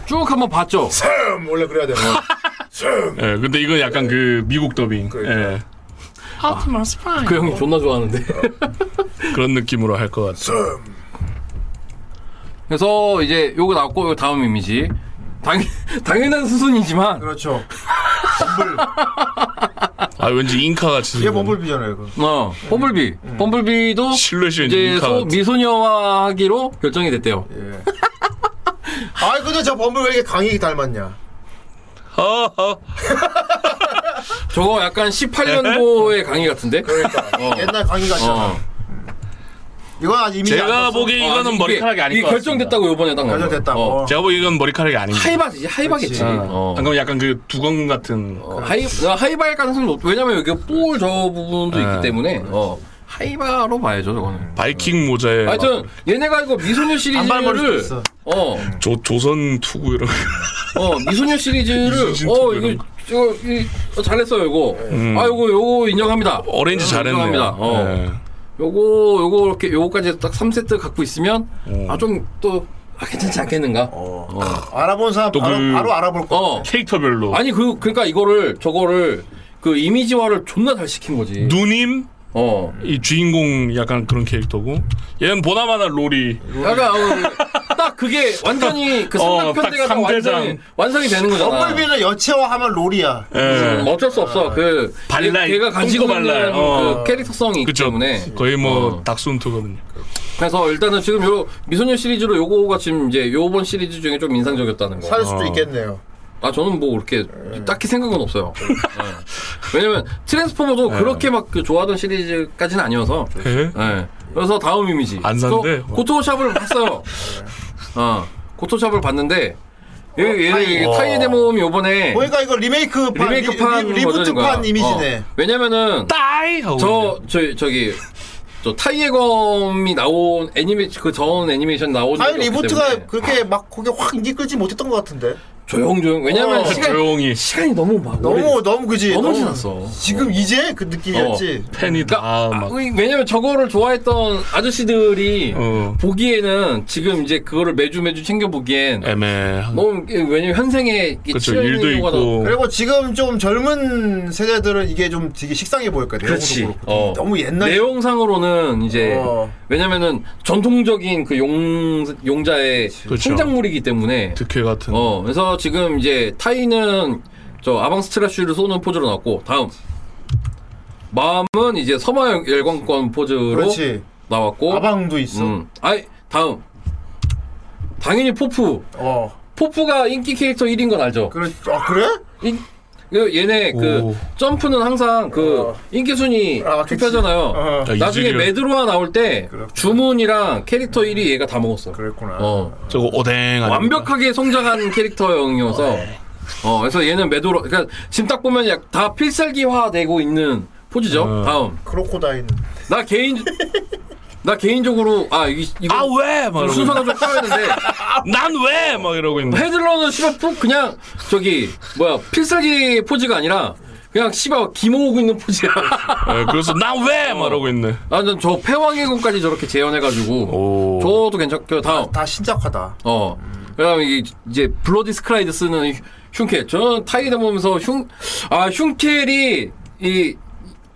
[SPEAKER 3] 쭉 한번 봤죠.
[SPEAKER 6] 음, 원래 그래야 돼.
[SPEAKER 4] 예, 근데 이건 약간 그 미국 더빙.
[SPEAKER 3] 그러니까.
[SPEAKER 4] 예,
[SPEAKER 3] 그 형이 존나 좋아하는데.
[SPEAKER 4] 예, 그런 느낌으로 할 것 같아.
[SPEAKER 6] 음.
[SPEAKER 3] 그래서 이제 요거 나왔고 요 다음 이미지. 당, 당연한 수순이지만
[SPEAKER 6] 그렇죠.
[SPEAKER 4] 아 왠지 잉카 같이.
[SPEAKER 6] 이게 범블비잖아요. 이거.
[SPEAKER 3] 어 범블비 범블비도
[SPEAKER 4] 실루엣이 음. 왠지
[SPEAKER 3] 이제
[SPEAKER 4] 잉카
[SPEAKER 3] 소,
[SPEAKER 4] 같아.
[SPEAKER 3] 미소녀화 하기로 결정이 됐대요.
[SPEAKER 6] 예. 아 근데 저 범블 왜 이렇게 강익이 닮았냐?
[SPEAKER 4] 어, 어.
[SPEAKER 3] 저거 약간 18년도의 강의 같은데.
[SPEAKER 6] 그러니까 옛날 강익 같잖아.
[SPEAKER 3] 어.
[SPEAKER 6] 이건 아직 이미지 안
[SPEAKER 4] 제가
[SPEAKER 6] 났어.
[SPEAKER 4] 보기
[SPEAKER 3] 아,
[SPEAKER 4] 이거는
[SPEAKER 3] 이게-
[SPEAKER 4] 머리카락이 아닐
[SPEAKER 3] 이게
[SPEAKER 4] 것 같습니다.
[SPEAKER 3] 결정됐다고 요번에 딱 나온 거.
[SPEAKER 6] 결정됐다고.
[SPEAKER 3] 어.
[SPEAKER 4] 제가 보기 이건 머리카락이 아닙니다.
[SPEAKER 3] 하이바지 하이바겠지.
[SPEAKER 6] 그렇지.
[SPEAKER 3] 어.
[SPEAKER 4] 방금 약간 그 두건 같은. 그
[SPEAKER 3] 어, 하이 하이바일 가능성이 높. 왜냐면 여기 볼저 부분도
[SPEAKER 4] 예.
[SPEAKER 3] 있기 때문에 어, 하이바로 봐야죠
[SPEAKER 4] 네.
[SPEAKER 3] 저거는.
[SPEAKER 4] 바이킹 모자에
[SPEAKER 3] 하여튼 얘네가 이거 미소녀
[SPEAKER 6] 단발머리 수도
[SPEAKER 3] 시리즈를
[SPEAKER 6] 있어.
[SPEAKER 3] 어,
[SPEAKER 4] 조, 조선 투구 이런 거.
[SPEAKER 3] 어 미소녀 시리즈를
[SPEAKER 4] 미소진
[SPEAKER 3] 어
[SPEAKER 4] 이런 음.
[SPEAKER 3] 이거 이거 이, 어, 잘했어요 이거. 아 이거 요거 인정합니다.
[SPEAKER 4] 오렌지 잘했네요.
[SPEAKER 3] 인정합니다. 어.
[SPEAKER 4] 예.
[SPEAKER 3] 요거 요거 이렇게 요거까지 딱 3세트 갖고 있으면
[SPEAKER 4] 어.
[SPEAKER 3] 아 좀 또 아, 괜찮지 않겠는가?
[SPEAKER 6] 알아본 사람
[SPEAKER 4] 또
[SPEAKER 6] 바로,
[SPEAKER 4] 그-
[SPEAKER 6] 바로 알아볼 거.
[SPEAKER 3] 어.
[SPEAKER 4] 캐릭터별로
[SPEAKER 3] 아니 그 그러니까 이거를 저거를 그 이미지화를 존나 잘 시킨 거지.
[SPEAKER 4] 누님
[SPEAKER 3] 어.
[SPEAKER 4] 이 주인공 약간 그런 캐릭터고 얘는 보나마나 롤이
[SPEAKER 3] 약간 어, 딱 그게 완전히 그
[SPEAKER 4] 어,
[SPEAKER 3] 삼각편대가
[SPEAKER 4] 딱
[SPEAKER 3] 딱
[SPEAKER 4] 삼대장.
[SPEAKER 3] 완전히 완성이 되는 거잖아.
[SPEAKER 6] 범블비는 여체화하면 롤이야.
[SPEAKER 4] 예.
[SPEAKER 3] 음, 어쩔 수 없어. 그
[SPEAKER 4] 발랄,
[SPEAKER 3] 걔- 걔가 가지고
[SPEAKER 4] 똥도 발랄.
[SPEAKER 3] 있는
[SPEAKER 4] 어.
[SPEAKER 3] 그 캐릭터성이 있기
[SPEAKER 4] 그쵸
[SPEAKER 3] 때문에.
[SPEAKER 4] 거의 뭐
[SPEAKER 3] 어.
[SPEAKER 4] 닥순투거든요
[SPEAKER 3] 그래서 일단은 지금 요 미소녀 시리즈로 요거가 지금 이제 요번 시리즈 중에 좀 인상적이었다는 거.
[SPEAKER 6] 살 수도
[SPEAKER 4] 어.
[SPEAKER 6] 있겠네요.
[SPEAKER 3] 아 저는 뭐 그렇게 딱히 생각은 없어요. 네. 왜냐면 트랜스포머도 그렇게 막그 좋아하던 시리즈까지는 아니어서.
[SPEAKER 4] 예?
[SPEAKER 3] 네. 그래서 다음 이미지.
[SPEAKER 4] 안 산대?
[SPEAKER 3] 고- 고토샵을 봤어요. 어, 고토샵을 봤는데 얘, 얘, 얘
[SPEAKER 4] 어.
[SPEAKER 3] 타이의 데모음이
[SPEAKER 4] 네.
[SPEAKER 3] 요번에
[SPEAKER 5] 그러니까 이거 리메이크 판,
[SPEAKER 3] 리메이크판
[SPEAKER 5] 리, 부트
[SPEAKER 3] 버전인 거야.
[SPEAKER 5] 판 이미지네.
[SPEAKER 3] 어. 왜냐면은
[SPEAKER 4] 따이 하고
[SPEAKER 3] 저, 저, 저기, 저 타이의 검이 나온 애니메이션, 그 전 애니메이션 나오는.
[SPEAKER 5] 아니 리부트가 그렇게 막 거기 확 인기 끌지 못했던 것 같은데.
[SPEAKER 3] 조용조용. 왜냐면
[SPEAKER 5] 어.
[SPEAKER 4] 이제
[SPEAKER 3] 시간,
[SPEAKER 4] 조용히
[SPEAKER 3] 시간이 너무 막.
[SPEAKER 5] 너무
[SPEAKER 3] 오래-
[SPEAKER 5] 너무 그지.
[SPEAKER 3] 너무 지났어.
[SPEAKER 5] 지금 이제 그 느낌이었지.
[SPEAKER 4] 팬이
[SPEAKER 3] 그러니까, 아,
[SPEAKER 4] 다막
[SPEAKER 3] 왜냐면 저거를 좋아했던 아저씨들이
[SPEAKER 4] 어.
[SPEAKER 3] 보기에는 지금 이제 그거를 매주 매주 챙겨보기엔
[SPEAKER 5] 예.
[SPEAKER 4] 애매한
[SPEAKER 3] 아, 너무, 왜냐면 현생에 이게
[SPEAKER 4] 그렇죠
[SPEAKER 3] 치여 있는
[SPEAKER 4] 일도
[SPEAKER 3] 경우가 더-
[SPEAKER 4] 있고
[SPEAKER 5] 그리고 지금 좀 젊은 세대들은 이게 좀 되게 식상해 보일 거야. 내용도
[SPEAKER 3] 그렇지.
[SPEAKER 5] 그렇고.
[SPEAKER 3] 어.
[SPEAKER 5] 너무 옛날.
[SPEAKER 3] 내용상으로는 이제
[SPEAKER 5] 어.
[SPEAKER 3] 왜냐면은 전통적인 그 용, 용자의
[SPEAKER 4] 그렇죠.
[SPEAKER 3] 성장물이기 때문에
[SPEAKER 4] 득회 같은
[SPEAKER 5] 음.
[SPEAKER 3] 어, 그래서 지금 이제 타이는 저 아방스트라슈를 쏘는 포즈로 나왔고 다음 마음은 이제 서마 열광권 포즈로
[SPEAKER 5] 그렇지.
[SPEAKER 3] 나왔고
[SPEAKER 5] 아방도 있어.
[SPEAKER 3] 음. 아이 다음 당연히 포프
[SPEAKER 5] 어.
[SPEAKER 3] 포프가 인기 캐릭터 1인 건 알죠?
[SPEAKER 5] 그래. 아 그래?
[SPEAKER 3] 인- 그 얘네 그
[SPEAKER 4] 오.
[SPEAKER 3] 점프는 항상 그
[SPEAKER 5] 어.
[SPEAKER 3] 인기 순위
[SPEAKER 5] 아, 그치.
[SPEAKER 3] 투표잖아요.
[SPEAKER 5] 어.
[SPEAKER 4] 야,
[SPEAKER 3] 나중에
[SPEAKER 4] 이즈리얼.
[SPEAKER 3] 메드로아 나올 때
[SPEAKER 5] 그렇구나.
[SPEAKER 3] 주문이랑 캐릭터 1이 얘가 다 먹었어.
[SPEAKER 5] 그랬구나.
[SPEAKER 3] 어.
[SPEAKER 4] 저거 오뎅 아닙니까?
[SPEAKER 3] 완벽하게 성장한 캐릭터형이어서 어 그래서 얘는 메도로 그러니까 지금 딱 보면 약 다 필살기화되고 있는 포즈죠.
[SPEAKER 4] 어.
[SPEAKER 3] 다음
[SPEAKER 5] 크로코다인.
[SPEAKER 3] 나 개인 나 개인적으로 아 이, 이거 좀
[SPEAKER 4] 아왜막 이러고 아,
[SPEAKER 3] 순서가 좀 빠르는데
[SPEAKER 4] 난왜막 이러고 있는
[SPEAKER 3] 헤들러는 씨발 푹 그냥 저기 뭐야 필살기 포즈가 아니라 그냥 씨발 기모으고 있는 포즈야.
[SPEAKER 4] 예, 그래서
[SPEAKER 3] 어.
[SPEAKER 4] 난왜막 이러고 있네
[SPEAKER 3] 나는 저 패왕의 군까지 저렇게 재현해가지고
[SPEAKER 4] 오
[SPEAKER 3] 저도 괜찮고 다음
[SPEAKER 5] 다 신작하다.
[SPEAKER 3] 어. 그다음에 이게 이제 블러디 스크라이드 쓰는 흉켈. 저는 타이드 보면서 흉, 아, 흉켈이 이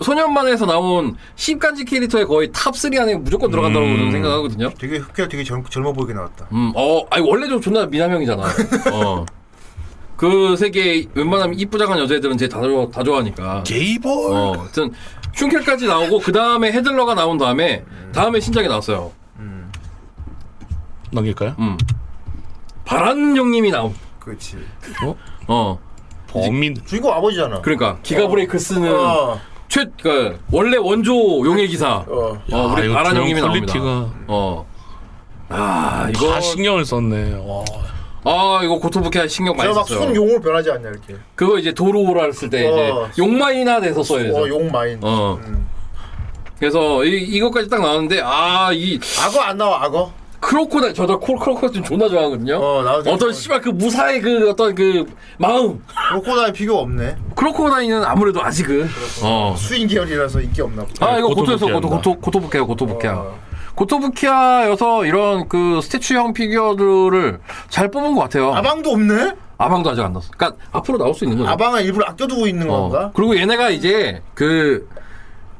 [SPEAKER 3] 소년만에서 나온 심간지 캐릭터의 거의 탑3 안에 무조건 들어간다고
[SPEAKER 4] 음.
[SPEAKER 3] 저는 생각하거든요.
[SPEAKER 5] 되게 흑혈 되게 젊, 젊어 보이게 나왔다.
[SPEAKER 3] 음, 어, 아니, 원래 좀 존나 미남형이잖아. 어. 그 세계 웬만하면 이쁘장한 여자애들은 제 다 좋아하니까.
[SPEAKER 4] 게이볼
[SPEAKER 3] 어, 하여튼 흉켈까지 나오고 그 다음에 헤들러가 나온 다음에 다음에 신작이 나왔어요.
[SPEAKER 4] 넘길까요?
[SPEAKER 3] 음, 바란 형님이 나온.
[SPEAKER 5] 그렇지.
[SPEAKER 3] 어,
[SPEAKER 4] 범인
[SPEAKER 5] 주인공 아버지잖아.
[SPEAKER 3] 그러니까 기가 브레이크 쓰는
[SPEAKER 5] 어.
[SPEAKER 3] 최, 그 원래 원조 용의 기사. 어,
[SPEAKER 5] 어.
[SPEAKER 3] 우리
[SPEAKER 4] 아, 이거
[SPEAKER 3] 바란
[SPEAKER 4] 조용
[SPEAKER 3] 형님이 나옵니다.
[SPEAKER 4] 퀄리티가
[SPEAKER 3] 어. 아 이거
[SPEAKER 4] 다 신경을 썼네 와
[SPEAKER 3] 아 이거 고토부케 신경 많이
[SPEAKER 5] 제가 막
[SPEAKER 3] 썼어요.
[SPEAKER 5] 손용으로 변하지 않냐 이렇게.
[SPEAKER 3] 그거 이제 도로오라 쓸때
[SPEAKER 5] 어.
[SPEAKER 3] 이제 용마이나 돼서 써야
[SPEAKER 5] 어,
[SPEAKER 3] 돼요.
[SPEAKER 5] 용 마인.
[SPEAKER 3] 어.
[SPEAKER 5] 음.
[SPEAKER 3] 그래서 이 이것까지 딱 나왔는데 아 이
[SPEAKER 5] 악어 안 나와 악어.
[SPEAKER 3] 크로코다 저도 콜 크로코 좀 존나 좋아하거든요.
[SPEAKER 5] 어, 나도 되게
[SPEAKER 3] 어떤
[SPEAKER 5] 좋아해.
[SPEAKER 3] 씨발 그 무사의 그 어떤 그 마음
[SPEAKER 5] 크로코다인 비교 없네.
[SPEAKER 3] 크로코다이는 아무래도 아직은
[SPEAKER 5] 그렇죠.
[SPEAKER 3] 어.
[SPEAKER 5] 수인 계열이라서 인기 없나 보다.
[SPEAKER 3] 아 이거 고토에서
[SPEAKER 4] 고토부키아입니다.
[SPEAKER 3] 고토 고토 고토부키야 고토부키야
[SPEAKER 5] 어.
[SPEAKER 3] 고토부키야여서 이런 그 스태츄형 피규어들을 잘 뽑은 것 같아요.
[SPEAKER 5] 아방도 없네?
[SPEAKER 3] 아방도 아직 안 어. 나왔어. 그러니까 앞으로 나올 수 있는 거죠.
[SPEAKER 5] 아방을 일부러 아껴두고 있는
[SPEAKER 3] 어.
[SPEAKER 5] 건가?
[SPEAKER 3] 그리고 얘네가 이제 그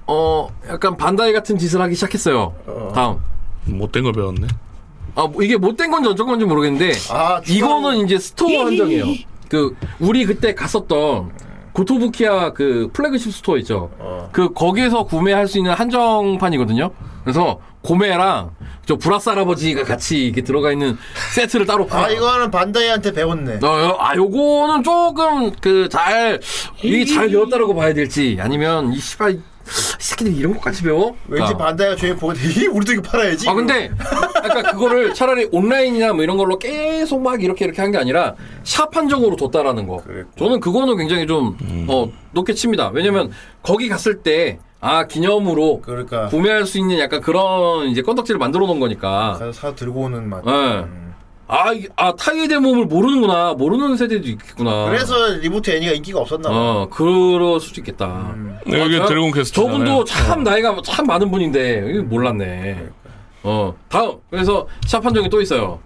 [SPEAKER 3] 어, 약간 반다이 같은 짓을 하기 시작했어요.
[SPEAKER 5] 어.
[SPEAKER 3] 다음.
[SPEAKER 4] 못된 걸 배웠네
[SPEAKER 3] 아, 뭐 이게 못된 건지 어쩐 건지 모르겠는데
[SPEAKER 5] 아, 추가로-
[SPEAKER 3] 이거는 이제 스토어 한정이에요. 그 우리 그때 갔었던 고토부키야 그 플래그십 스토어 있죠.
[SPEAKER 5] 어.
[SPEAKER 3] 그 거기에서 구매할 수 있는 한정판이거든요. 그래서 고메랑 저 브라스 할아버지가 같이 이렇게 들어가 있는 세트를 따로
[SPEAKER 5] 아,
[SPEAKER 3] 팔아요.
[SPEAKER 5] 이거는 반다이한테 배웠네.
[SPEAKER 3] 어, 요- 아, 요거는 조금 그 잘 이게 잘 배웠다라고 봐야 될지 아니면 이 씨발 이 새끼들 이런 것까지 배워?
[SPEAKER 5] 왠지
[SPEAKER 3] 그러니까.
[SPEAKER 5] 반다이가 저희 보고 되게 우리도 이거 팔아야지.
[SPEAKER 3] 아 근데 약간 그거를 차라리 온라인이나 뭐 이런 걸로 계속 막 이렇게 이렇게 한 게 아니라 샵 한정으로 뒀다라는 거.
[SPEAKER 5] 그랬구나.
[SPEAKER 3] 저는 그거는 굉장히 좀 어, 높게 칩니다. 왜냐면 거기 갔을 때 아 기념으로
[SPEAKER 5] 그러니까
[SPEAKER 3] 구매할 수 있는 약간 그런 이제 건덕지를 만들어 놓은 거니까.
[SPEAKER 5] 가서 사 들고 오는 맛.
[SPEAKER 3] 예.
[SPEAKER 5] 음.
[SPEAKER 3] 아, 이- 아 타이에 대한 몸을 모르는구나. 모르는 세대도 있겠구나.
[SPEAKER 5] 그래서 리부트 애니가 인기가 없었나 봐.
[SPEAKER 3] 어, 그럴 수도 있겠다.
[SPEAKER 5] 음.
[SPEAKER 4] 여기
[SPEAKER 3] 저-
[SPEAKER 4] 드래곤 퀘스트
[SPEAKER 3] 저분도 참 나이가 참 많은 분인데 이거 몰랐네. 어 다음 그래서 샵 한정이 또 있어요.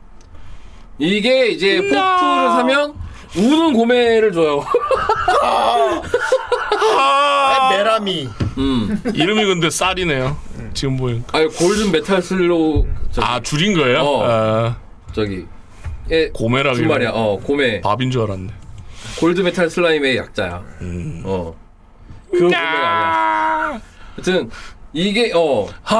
[SPEAKER 3] 이게 이제 포프를 사면 우는 고매를 줘요.
[SPEAKER 5] 아, 메라미.
[SPEAKER 3] 음,
[SPEAKER 4] 이름이 근데 쌀이네요 지금 보니까
[SPEAKER 3] 아니 골든 메탈 슬로 저기,
[SPEAKER 4] 아 줄인 거예요?
[SPEAKER 3] 어.
[SPEAKER 4] 아,
[SPEAKER 3] 저기 예
[SPEAKER 4] 고메라기
[SPEAKER 3] 주말이야. 어 고매
[SPEAKER 4] 밥인 줄 알았네
[SPEAKER 3] 골든 메탈 슬라임의 약자야. 어. 그 고매가 아니야. 하여튼 이게 어
[SPEAKER 4] 하,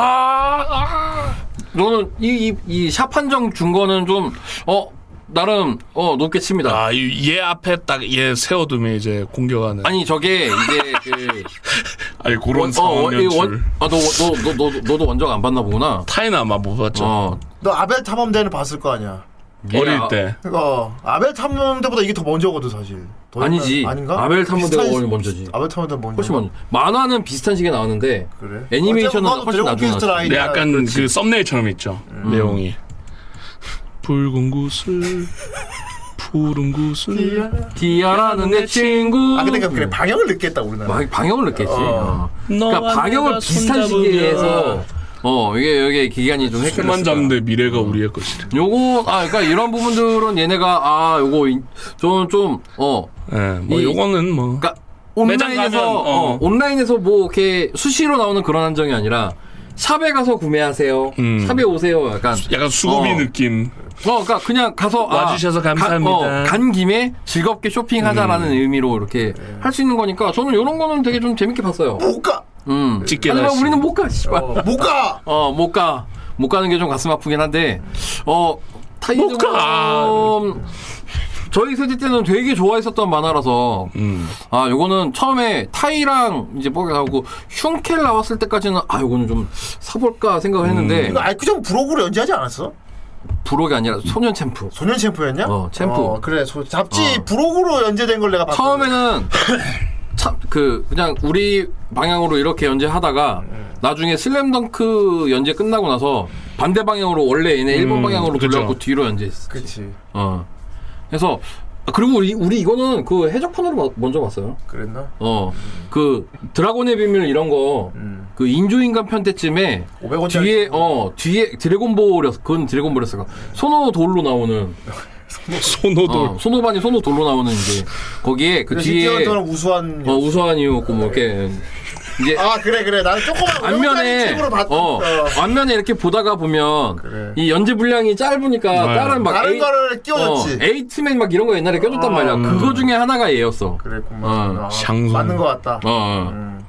[SPEAKER 4] 아.
[SPEAKER 3] 너는 이 이 샵 한정 준 거는 좀 어 나름 어 높게 칩니다.
[SPEAKER 4] 아, 이- 얘 앞에 딱 얘 세워두면 이제 공격하는.
[SPEAKER 3] 아니 어, 저게 이제 그
[SPEAKER 4] 아니 그런 상황 연출.
[SPEAKER 3] 아너너너너 너도 원정 안 봤나 보구나.
[SPEAKER 4] 타이는 아마 못 봤죠.
[SPEAKER 3] 어
[SPEAKER 6] 너 아벨 탐험대는 봤을 거 아니야.
[SPEAKER 3] 얘
[SPEAKER 4] 어릴
[SPEAKER 3] 아-
[SPEAKER 4] 때.
[SPEAKER 6] 어, 아벨 탐험대보다 이게 더 먼저거든 사실. 더
[SPEAKER 3] 아니지.
[SPEAKER 6] 옛날- 아닌가?
[SPEAKER 3] 아벨 탐험대가
[SPEAKER 6] 비슷한-
[SPEAKER 3] 오히려 먼저지.
[SPEAKER 6] 아벨 탐험대 먼저.
[SPEAKER 3] 훨씬 먼저. 만화는 비슷한 시기에 나오는데
[SPEAKER 6] 그래.
[SPEAKER 3] 애니메이션은
[SPEAKER 6] 어쨌든 나도
[SPEAKER 3] 훨씬
[SPEAKER 6] 드래곤
[SPEAKER 3] 나중에
[SPEAKER 6] 퀘스트
[SPEAKER 3] 나왔지. 음.
[SPEAKER 6] 라인.
[SPEAKER 4] 근데 약간 그 썸네일처럼 있죠. 내용이. 붉은 구슬, 푸른 구슬.
[SPEAKER 3] 디아라는 내 친구. 아,
[SPEAKER 6] 아 근데
[SPEAKER 5] 그러니까
[SPEAKER 6] 그- 그래 방향을 느꼈다 우리나라.
[SPEAKER 3] 음. 방- 방역을 넣겠지. 어.
[SPEAKER 4] 너와
[SPEAKER 3] 그러니까
[SPEAKER 4] 내가
[SPEAKER 3] 방역을 비슷한
[SPEAKER 4] 손잡으면
[SPEAKER 3] 시기에서 어 이게 여기 기간이 좀
[SPEAKER 4] 손만
[SPEAKER 3] 헷갈렸어.
[SPEAKER 4] 잡는데 미래가 우리의 것이래.
[SPEAKER 3] 요거 아 그러니까 이런 부분들은 얘네가 아 요거 좀좀어
[SPEAKER 4] 예, 뭐
[SPEAKER 3] 이-
[SPEAKER 4] 요거는 뭐.
[SPEAKER 3] 그러니까
[SPEAKER 4] 매장
[SPEAKER 3] 온라인에서
[SPEAKER 4] 가면, 어.
[SPEAKER 3] 어, 온라인에서 뭐 이렇게 수시로 나오는 그런 한정이 아니라 샵에 가서 구매하세요.
[SPEAKER 4] 음.
[SPEAKER 3] 샵에 오세요. 약간
[SPEAKER 4] 약간 수고비
[SPEAKER 3] 어.
[SPEAKER 4] 느낌.
[SPEAKER 3] 어, 그러니까 그냥 가서
[SPEAKER 4] 와주셔서
[SPEAKER 3] 가-
[SPEAKER 4] 감사합니다.
[SPEAKER 3] 어,
[SPEAKER 4] 음.
[SPEAKER 3] 간 김에 즐겁게 쇼핑하자라는 의미로 이렇게
[SPEAKER 4] 네.
[SPEAKER 3] 할 수 있는 거니까 저는 이런 거는 되게 좀 재밌게 봤어요.
[SPEAKER 6] 못 가.
[SPEAKER 3] 음.
[SPEAKER 4] 찍게
[SPEAKER 3] 하지만
[SPEAKER 4] 다시.
[SPEAKER 3] 우리는 못 가. 씨발.
[SPEAKER 6] 어, 못 가.
[SPEAKER 3] 어, 못 가. 못 가는 게 좀 가슴 아프긴 한데, 어, 타이드
[SPEAKER 4] 가.
[SPEAKER 3] 저희 세대 때는 되게 좋아했었던 만화라서,
[SPEAKER 4] 음.
[SPEAKER 3] 아, 요거는 처음에 타이랑 이제 뭐 나오고, 흉켈 나왔을 때까지는, 아, 요거는 좀 사볼까 생각을
[SPEAKER 4] 음.
[SPEAKER 3] 했는데,
[SPEAKER 6] 이거 아이쿠정 브로그로 연재하지 않았어?
[SPEAKER 3] 부록이 아니라 소년 챔프.
[SPEAKER 6] 소년 챔프였냐?
[SPEAKER 3] 어, 챔프.
[SPEAKER 6] 어, 그래. 소, 잡지
[SPEAKER 3] 어.
[SPEAKER 6] 브로그로 연재된 걸 내가 봤거든.
[SPEAKER 3] 처음에는, 참, 그, 그냥 우리 방향으로 이렇게 연재하다가,
[SPEAKER 4] 네.
[SPEAKER 3] 나중에 슬램덩크 연재 끝나고 나서, 반대 방향으로 원래 얘네 일본
[SPEAKER 4] 음,
[SPEAKER 3] 방향으로
[SPEAKER 4] 그죠.
[SPEAKER 3] 돌려갖고 뒤로 연재했어.
[SPEAKER 6] 그렇지.
[SPEAKER 3] 어. 그래서 아, 그리고 우리, 우리 이거는 그 해적판으로 마- 먼저 봤어요.
[SPEAKER 6] 그랬나?
[SPEAKER 3] 어. 그 드라곤의 비밀 이런 거.
[SPEAKER 6] 음.
[SPEAKER 3] 그 인조인간 편 때쯤에
[SPEAKER 6] 500원짜리.
[SPEAKER 3] 뒤에 어 뒤에 드래곤볼이었어 그건 드래곤볼이었어 소노 돌로 나오는
[SPEAKER 4] 소노도.
[SPEAKER 3] 어, 소노반이 소노 돌로 나오는 이제 거기에 그
[SPEAKER 6] 뒤에
[SPEAKER 3] 뒤에
[SPEAKER 6] 저는 우수한.
[SPEAKER 3] 어, 우수한 이유였고 뭐 이렇게 이제
[SPEAKER 6] 아 그래 그래. 나는 조그만 500원짜리
[SPEAKER 3] 앞면에
[SPEAKER 6] 네. 책으로 봤던.
[SPEAKER 3] 어,
[SPEAKER 6] 어.
[SPEAKER 3] 앞면에 이렇게 보다가 보면
[SPEAKER 6] 그래.
[SPEAKER 3] 이 연재 분량이 짧으니까
[SPEAKER 4] 네.
[SPEAKER 3] 다른 막
[SPEAKER 6] 다른
[SPEAKER 3] 에이-
[SPEAKER 6] 거를 끼워줬지. 아.
[SPEAKER 3] 어, 에이트맨 막 이런 거 옛날에 껴줬단 말이야. 그거 중에 하나가 얘였어.
[SPEAKER 6] 그랬구만.
[SPEAKER 3] 어,
[SPEAKER 6] 아,
[SPEAKER 4] 샹송.
[SPEAKER 6] 맞는 것 같다.
[SPEAKER 3] 어, 어.
[SPEAKER 6] 음.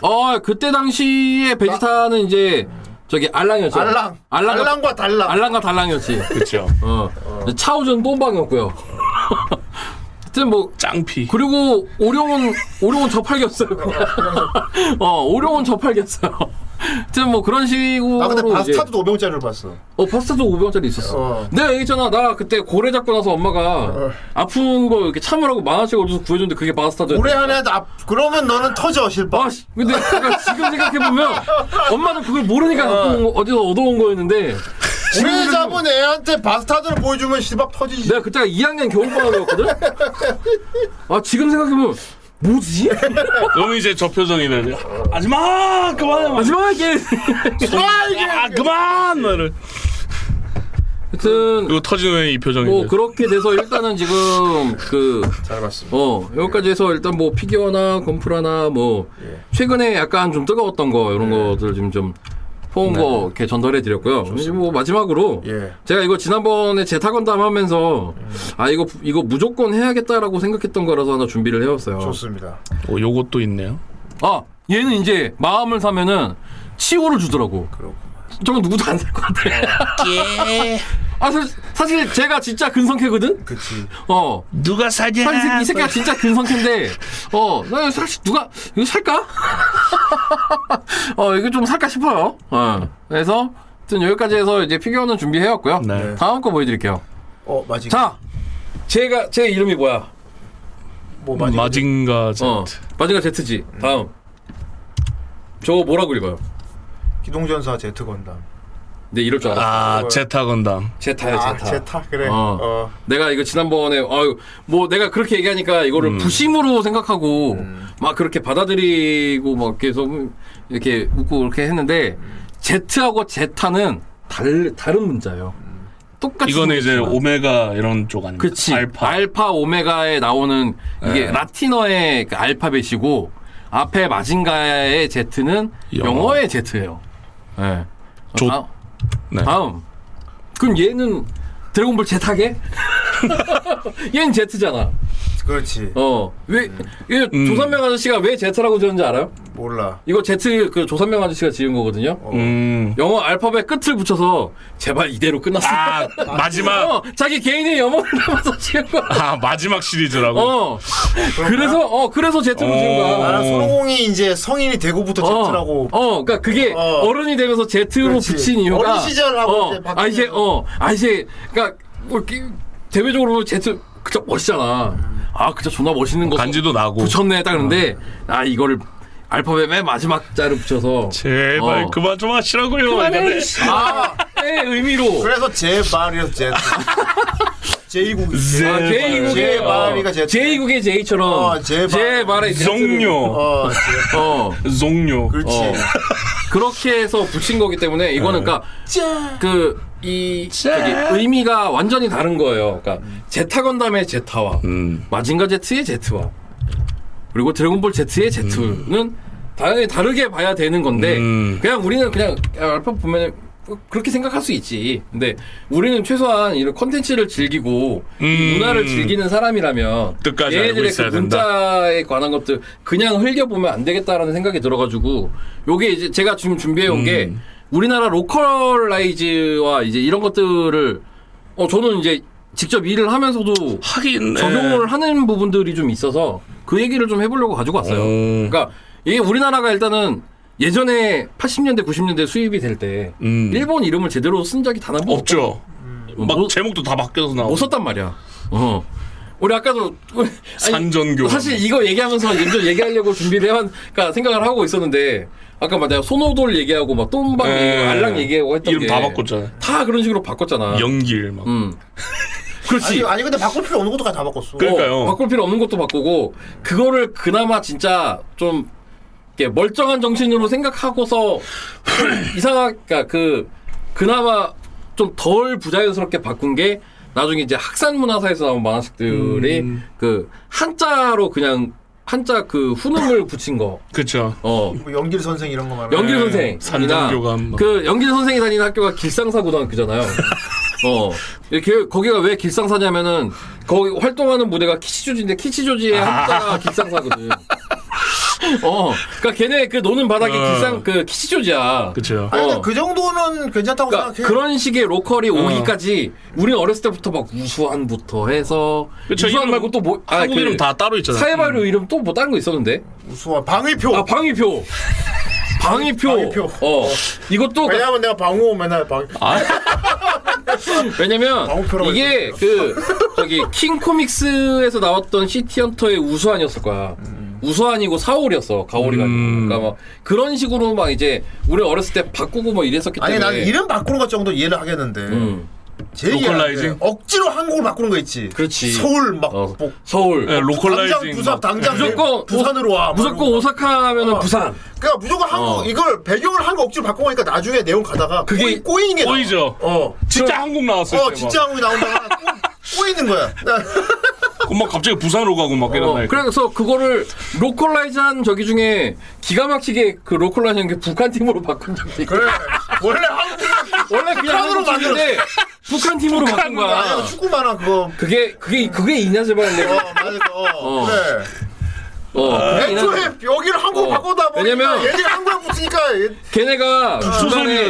[SPEAKER 3] 어, 그때 당시에 베지타는 이제 저기 알랑이었죠.
[SPEAKER 6] 알랑.
[SPEAKER 3] 알랑.
[SPEAKER 6] 알랑. 과 달랑.
[SPEAKER 3] 알랑과 달랑이었지.
[SPEAKER 4] 그렇죠.
[SPEAKER 3] 어. 차우전 똥방이었고요. 하여튼 뭐
[SPEAKER 4] 짱피.
[SPEAKER 3] 그리고 오룡은 오룡은 저팔겼어요. 어, 오룡은 저팔겼어요. 하여튼 뭐 그런 식으로
[SPEAKER 6] 나 아, 근데
[SPEAKER 3] 이제-
[SPEAKER 6] 바스타드도 500원짜리를 봤어.
[SPEAKER 3] 어 파스타도 500원짜리 있었어.
[SPEAKER 6] 어.
[SPEAKER 3] 내가 얘기했잖아. 나 그때 고래 잡고 나서 엄마가 아픈 거 이렇게 참으라고 만화책 얻어서 구해줬는데 그게 파스타죠.
[SPEAKER 6] 올해 한 해도 앞 그러면 너는 터져 실밥.
[SPEAKER 3] 아, 씨. 근데 내가 지금 생각해보면 엄마는 그걸 모르니까 갖고 온 거, 어디서 얻어온 거였는데
[SPEAKER 6] 올해 잡은 애한테 바스타드를 보여주면 실밥 터지지.
[SPEAKER 3] 내가 그때가 2학년 겨울방학이었거든? 아, 지금 생각해보면 뭐지?
[SPEAKER 4] 그럼 이제 저 표정이 되죠. 하지마! 그만해!
[SPEAKER 3] 마지막 게
[SPEAKER 4] 아, 그만! 말을.
[SPEAKER 3] 하여튼
[SPEAKER 4] 이거 터지는 왜이 표정이
[SPEAKER 3] 뭐
[SPEAKER 4] 뭐,
[SPEAKER 3] 그렇게 돼서 일단은 지금 그
[SPEAKER 6] 잘 봤습니다.
[SPEAKER 3] 어, 여기까지 해서 일단 뭐 피규어나 건프라나 뭐
[SPEAKER 6] 예.
[SPEAKER 3] 최근에 약간 좀 뜨거웠던 거 이런 것들 지금 좀 포옹 거 이렇게 전달해 드렸고요. 이제 뭐 마지막으로
[SPEAKER 6] 네. 예.
[SPEAKER 3] 제가 이거 지난번에 제타건담 하면서 아 이거 이거 무조건 해야겠다라고 생각했던 거라서 하나 준비를 해왔어요.
[SPEAKER 6] 좋습니다.
[SPEAKER 3] 그
[SPEAKER 4] 어, 요것도 있네요.
[SPEAKER 3] 아 얘는 이제 마음을 사면은 치우를 주더라고. 저건 누구도 안 살 것
[SPEAKER 6] 네.
[SPEAKER 3] 같아. 아 사실, 사실 제가 진짜 근성캐거든.
[SPEAKER 6] 그치.
[SPEAKER 3] 어
[SPEAKER 4] 누가 사냐?
[SPEAKER 3] 사실 이 새끼가 진짜 근성캔데, 어, 나 사실 누가, 이거 살까? 어, 이거 좀 살까 싶어요. 어. 그래서, 하여튼 여기까지 해서 이제 피규어는 준비해왔고요.
[SPEAKER 4] 네.
[SPEAKER 3] 다음 거 보여드릴게요.
[SPEAKER 6] 어 마징.
[SPEAKER 3] 자! 제가, 제 이름이 뭐야?
[SPEAKER 6] 뭐 마징.
[SPEAKER 4] 마징가 제트.
[SPEAKER 3] 어. 마징가 Z지. 다음. 저거 뭐라고 읽어요?
[SPEAKER 6] 기동전사 제트 건담.
[SPEAKER 3] 네, 이럴 줄 알았어.
[SPEAKER 4] 아, 제타 건담.
[SPEAKER 3] 제타야,
[SPEAKER 6] 아
[SPEAKER 3] 제타.
[SPEAKER 6] 제타 그래.
[SPEAKER 3] 어.
[SPEAKER 6] 어.
[SPEAKER 3] 내가 이거 지난번에 아유 뭐 내가 그렇게 얘기하니까
[SPEAKER 4] 음.
[SPEAKER 3] 이거를 부심으로 생각하고 막 그렇게 받아들이고 막 계속 이렇게 웃고 이렇게 했는데
[SPEAKER 4] 음.
[SPEAKER 3] 제트하고 제타는 달, 다른 문자예요. 똑같이
[SPEAKER 4] 이거는 이제
[SPEAKER 3] 생겼지만.
[SPEAKER 4] 오메가 이런 쪽 아닙니까?
[SPEAKER 3] 음. 그치
[SPEAKER 4] 알파.
[SPEAKER 3] 오메가에 나오는 이게
[SPEAKER 4] 네.
[SPEAKER 3] 라틴어의 그 알파벳이고 앞에 마징가의 제트는
[SPEAKER 4] 영어.
[SPEAKER 3] 영어. 의 제트예요. 예.
[SPEAKER 4] 조-
[SPEAKER 3] 다-
[SPEAKER 4] 네.
[SPEAKER 3] 다음. 그럼 얘는 드래곤볼 제타게? 얘는 제트잖아.
[SPEAKER 6] 그렇지.
[SPEAKER 3] 어. 왜, 이게
[SPEAKER 4] 음.
[SPEAKER 3] 조선명 아저씨가 왜 제트라고 지었는지 알아요?
[SPEAKER 6] 몰라.
[SPEAKER 3] 이거 제트 그 조선명 아저씨가 지은 거거든요.
[SPEAKER 4] 음.
[SPEAKER 3] 영어 알파벳 끝을 붙여서 제발 이대로 끝났어.
[SPEAKER 4] 아 마지막
[SPEAKER 3] 어, 자기 개인의 염원을 담아서 지은 거야.
[SPEAKER 4] 아 마지막 시리즈라고.
[SPEAKER 3] 어. 그래서, 어, 그래서 제트로 지은
[SPEAKER 4] 어.
[SPEAKER 3] 거야.
[SPEAKER 6] 나는 손오공이 이제 성인이 되고부터
[SPEAKER 3] 어,
[SPEAKER 6] Z라고.
[SPEAKER 3] 어, 그러니까 그게
[SPEAKER 6] 어.
[SPEAKER 3] 어. 른이 되면서 Z로
[SPEAKER 6] 그렇지.
[SPEAKER 3] 붙인 이유가
[SPEAKER 6] 어린 시절하고
[SPEAKER 3] 어,
[SPEAKER 6] 이제
[SPEAKER 3] 아 이제
[SPEAKER 6] 바뀌면서.
[SPEAKER 3] 어, 아 이제 그러니까 뭐 이렇게 대외적으로 보면 Z 그저 멋있잖아. 아 그저 존나 멋있는 거
[SPEAKER 4] 간지도 나고.
[SPEAKER 3] 붙였네 딱
[SPEAKER 4] 어.
[SPEAKER 3] 그런데 아 이거를 알파벳 맨 마지막 자를 붙여서
[SPEAKER 4] 제발
[SPEAKER 3] 어.
[SPEAKER 4] 그만 좀 하시라고요.
[SPEAKER 3] 그만해.
[SPEAKER 4] 이러네.
[SPEAKER 3] 아, 의 의미로.
[SPEAKER 6] 그래서 제 말이었어 제. 제2국이
[SPEAKER 3] 아,
[SPEAKER 6] 제
[SPEAKER 3] 제2국의 어,
[SPEAKER 6] 말이가 제-
[SPEAKER 3] 제2국의 J처럼
[SPEAKER 6] 어, 제 말.
[SPEAKER 3] 말의 Z를-
[SPEAKER 4] 종료.
[SPEAKER 6] 어, 제-
[SPEAKER 3] 어.
[SPEAKER 4] 종료.
[SPEAKER 6] 그렇지.
[SPEAKER 3] 아, 어. 그렇게 해서 붙인 거기 때문에 이거는 그러니까 그이 저기 의미가 완전히 다른 거예요. 그러니까 제타 건담의 제타와
[SPEAKER 4] 음.
[SPEAKER 3] 마징가 제트의 제트와 그리고 드래곤볼 제트의 제트는 당연히 다르게 봐야 되는 건데
[SPEAKER 4] 음.
[SPEAKER 3] 그냥 우리는 그냥 알파 보면 그렇게 생각할 수 있지. 근데 우리는 최소한 이런 컨텐츠를 즐기고 이
[SPEAKER 4] 음.
[SPEAKER 3] 문화를 즐기는 사람이라면
[SPEAKER 4] 뜻까지 알고
[SPEAKER 3] 얘네들의 그
[SPEAKER 4] 있어야 된다.
[SPEAKER 3] 문자에 관한 것들 그냥 흘려보면 안 되겠다라는 생각이 들어가지고 요게 이제 제가 지금
[SPEAKER 4] 음.
[SPEAKER 3] 준비해온 게 우리나라 로컬라이즈와 이제 이런 것들을 어 저는 이제 직접 일을 하면서도
[SPEAKER 4] 하긴 예.
[SPEAKER 3] 적용을 하는 부분들이 좀 있어서 그 얘기를 좀 해보려고 가지고 왔어요.
[SPEAKER 4] 오.
[SPEAKER 3] 그러니까 이게 우리나라가 일단은 예전에 80년대 90년대 수입이 될 때
[SPEAKER 4] 음.
[SPEAKER 3] 일본 이름을 제대로 쓴 적이 단 한 번
[SPEAKER 4] 없죠. 막
[SPEAKER 3] 뭐-
[SPEAKER 4] 제목도 다 바뀌어서 나오고.
[SPEAKER 3] 못 썼단 말이야. 어. 우리 아까도 우리- 아니,
[SPEAKER 4] 산전교.
[SPEAKER 3] 사실 이거 얘기하면서 먼저 얘기하려고 준비를 해왔, 그러니까 생각을 하고 있었는데 아까 막 내가 손오돌 얘기하고 막 똥방
[SPEAKER 4] 예.
[SPEAKER 3] 얘기하고 알랑 얘기하고 했던
[SPEAKER 4] 이름
[SPEAKER 3] 게
[SPEAKER 4] 다 바꿨잖아요.
[SPEAKER 3] 다 그런 식으로 바꿨잖아.
[SPEAKER 4] 연길 막.
[SPEAKER 3] 음. 그렇지.
[SPEAKER 6] 아니, 아니 근데 바꿀 필요 없는 것도 다 바꿨어.
[SPEAKER 4] 그러니까요.
[SPEAKER 3] 어, 바꿀 필요 없는 것도 바꾸고 그거를 그나마 진짜 좀 이렇게 멀쩡한 정신으로 생각하고서 좀 이상하니까 그 그나마 좀 덜 부자연스럽게 바꾼 게 나중에 이제 학산문화사에서 나온 만화책들이
[SPEAKER 4] 음.
[SPEAKER 3] 그 한자로 그냥 한자 그 훈음을 붙인 거.
[SPEAKER 4] 그렇죠.
[SPEAKER 3] 어.
[SPEAKER 6] 뭐 연길 선생 이런 거 말하는.
[SPEAKER 3] 연길
[SPEAKER 4] 네,
[SPEAKER 3] 선생이나
[SPEAKER 4] 산전교감 막.
[SPEAKER 3] 그 연길 선생이 다니는 학교가 길상사 고등학교잖아요. 어 이렇게 거기가 왜 길상사냐면은 거기 활동하는 무대가 키치조지인데 키치조지의
[SPEAKER 4] 아.
[SPEAKER 3] 한자가 길상사거든. 어, 그러니까 걔네 그 노는 바닥이
[SPEAKER 4] 어.
[SPEAKER 3] 길상 그 키치조지야.
[SPEAKER 4] 그렇죠.
[SPEAKER 6] 아니
[SPEAKER 3] 어.
[SPEAKER 6] 근데 그 정도는 괜찮다고
[SPEAKER 3] 그러니까
[SPEAKER 6] 생각해.
[SPEAKER 3] 그런 식의 로컬이
[SPEAKER 4] 어.
[SPEAKER 3] 오기까지 우리는 어렸을 때부터 막 우수한부터 해서
[SPEAKER 4] 그쵸,
[SPEAKER 3] 우수한
[SPEAKER 4] 이름
[SPEAKER 3] 말고 또뭐 아, 그
[SPEAKER 4] 한국 이름 다 따로 있잖아요. 음.
[SPEAKER 3] 사회발효 이름 또 뭐 다른 거 있었는데
[SPEAKER 6] 우수한 방위표.
[SPEAKER 3] 아 방위표 방위표
[SPEAKER 6] 방위표.
[SPEAKER 3] 어 이것도 그-
[SPEAKER 6] 왜냐면 내가 방호 맨날 방.
[SPEAKER 3] 아, 왜냐면
[SPEAKER 6] 방어표라고
[SPEAKER 3] 이게 그 저기 킹 코믹스에서 나왔던 시티헌터의 우수한이었을 거야. 우수한이고 사월이었어 가오리가 아니고.
[SPEAKER 4] 음.
[SPEAKER 3] 그러니까 막 그런 식으로 막 이제 우리 어렸을 때 바꾸고 뭐 이랬었기 때문에
[SPEAKER 6] 아니 난 이름 바꾸는 것 정도 이해를 하겠는데.
[SPEAKER 3] 음.
[SPEAKER 6] 제
[SPEAKER 4] 로컬라이징?
[SPEAKER 6] 얘기하는데 억지로 한국을 바꾸는 거 있지.
[SPEAKER 3] 그렇지.
[SPEAKER 6] 서울 막
[SPEAKER 3] 어,
[SPEAKER 6] 뭐,
[SPEAKER 3] 서울
[SPEAKER 4] 예, 로컬라이징.
[SPEAKER 6] 당장 부산
[SPEAKER 4] 막. 예.
[SPEAKER 6] 당장
[SPEAKER 3] 무조건
[SPEAKER 6] 아, 부산으로 와. 막
[SPEAKER 3] 무조건
[SPEAKER 6] 이러고.
[SPEAKER 3] 오사카 하면은
[SPEAKER 6] 어.
[SPEAKER 3] 부산
[SPEAKER 6] 그러니까 무조건 한국
[SPEAKER 3] 어.
[SPEAKER 6] 이걸 배경을 한국 억지로 바꾸니까 나중에 내용 가다가
[SPEAKER 3] 그게
[SPEAKER 6] 꼬이, 꼬이는 게 나와.
[SPEAKER 4] 꼬이죠.
[SPEAKER 6] 어.
[SPEAKER 4] 진짜 한국 나왔을 때.
[SPEAKER 6] 어
[SPEAKER 4] 막.
[SPEAKER 6] 진짜 한국이 나온다가 꼬- 꼬이는 거야. 네.
[SPEAKER 4] 그럼 막 갑자기 부산으로 가고 막 이런
[SPEAKER 3] 어,
[SPEAKER 4] 날.
[SPEAKER 3] 그래서 그거를 로컬라이즈한 저기 중에 기가 막히게 그 로컬라이즈한 게 북한 팀으로 바꾼 적이 있고
[SPEAKER 6] 그래. 원래 한국
[SPEAKER 3] 원래 그냥
[SPEAKER 6] 북한으로
[SPEAKER 3] 한국 팀인데 북한 팀으로 바꾼
[SPEAKER 6] 아니야
[SPEAKER 3] 거야
[SPEAKER 6] 축구만한 그거.
[SPEAKER 3] 그게 그게 그게 이냐즈바인
[SPEAKER 6] 어
[SPEAKER 3] 내가
[SPEAKER 6] 맞아. 어.
[SPEAKER 3] 어.
[SPEAKER 6] 그래.
[SPEAKER 3] 어,
[SPEAKER 6] 애초에
[SPEAKER 3] 그게 이냐즈바.
[SPEAKER 6] 여기를 한국
[SPEAKER 3] 어.
[SPEAKER 6] 바꾸다 보니까
[SPEAKER 3] 왜냐면-
[SPEAKER 6] 얘네가 한국에 붙으니까 얘-
[SPEAKER 3] 걔네가
[SPEAKER 4] 그
[SPEAKER 3] 중간에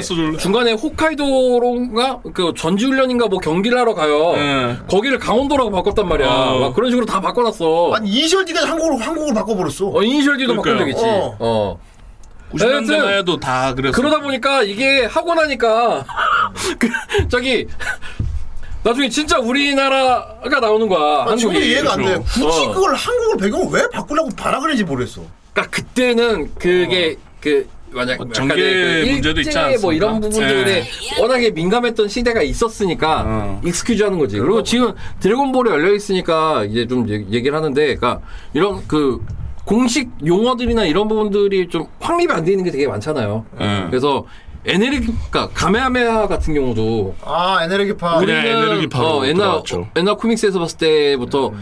[SPEAKER 4] 조선이었어, 원래.
[SPEAKER 3] 중간에 홋카이도로인가 그 전지훈련인가 뭐 경기를 하러 가요.
[SPEAKER 4] 예.
[SPEAKER 3] 거기를 강원도라고 바꿨단 말이야.
[SPEAKER 4] 어.
[SPEAKER 3] 막 그런 식으로 다 바꿔놨어.
[SPEAKER 6] 아니 이니셜 D가 한국으로 한국으로 바꿔버렸어.
[SPEAKER 3] 어, 이니셜디도 바꾼 적
[SPEAKER 4] 그러니까요.
[SPEAKER 3] 있지.
[SPEAKER 6] 어.
[SPEAKER 3] 어.
[SPEAKER 4] 90년대나
[SPEAKER 3] 하여튼
[SPEAKER 4] 해도 다 그랬어.
[SPEAKER 3] 그러다 보니까 이게 하고 나니까 그 저기 나중에 진짜 우리나라가 나오는 거야.
[SPEAKER 6] 나 지금
[SPEAKER 3] 한국이.
[SPEAKER 6] 아, 이해가 안 돼.
[SPEAKER 4] 그렇죠.
[SPEAKER 6] 굳이
[SPEAKER 3] 어.
[SPEAKER 6] 그걸 한국을 배경을 왜 바꾸려고 바라 그는지 모르겠어.
[SPEAKER 3] 그러니까 그때는 그게 그 만약
[SPEAKER 4] 어,
[SPEAKER 3] 약간의
[SPEAKER 4] 전개 문제도 있지
[SPEAKER 3] 일제 뭐
[SPEAKER 4] 않습니까? 네.
[SPEAKER 3] 이런 부분들에 워낙에 민감했던 시대가 있었으니까
[SPEAKER 4] 어.
[SPEAKER 3] 익스큐즈 하는 거지. 그리고 지금 드래곤볼이 열려 있으니까 이제 좀 얘- 얘기를 하는데, 그러니까 이런 그 공식 용어들이나 이런 부분들이 좀 확립이 안 돼 있는 게 되게 많잖아요.
[SPEAKER 4] 예.
[SPEAKER 3] 그래서 에네르기가 가메아메아 같은 경우도
[SPEAKER 6] 아 에너지파.
[SPEAKER 4] 우리- 그냥 에네르기파로
[SPEAKER 3] 어, 옛날
[SPEAKER 4] 들어왔죠.
[SPEAKER 3] 어, 옛날 코믹스에서 봤을 때부터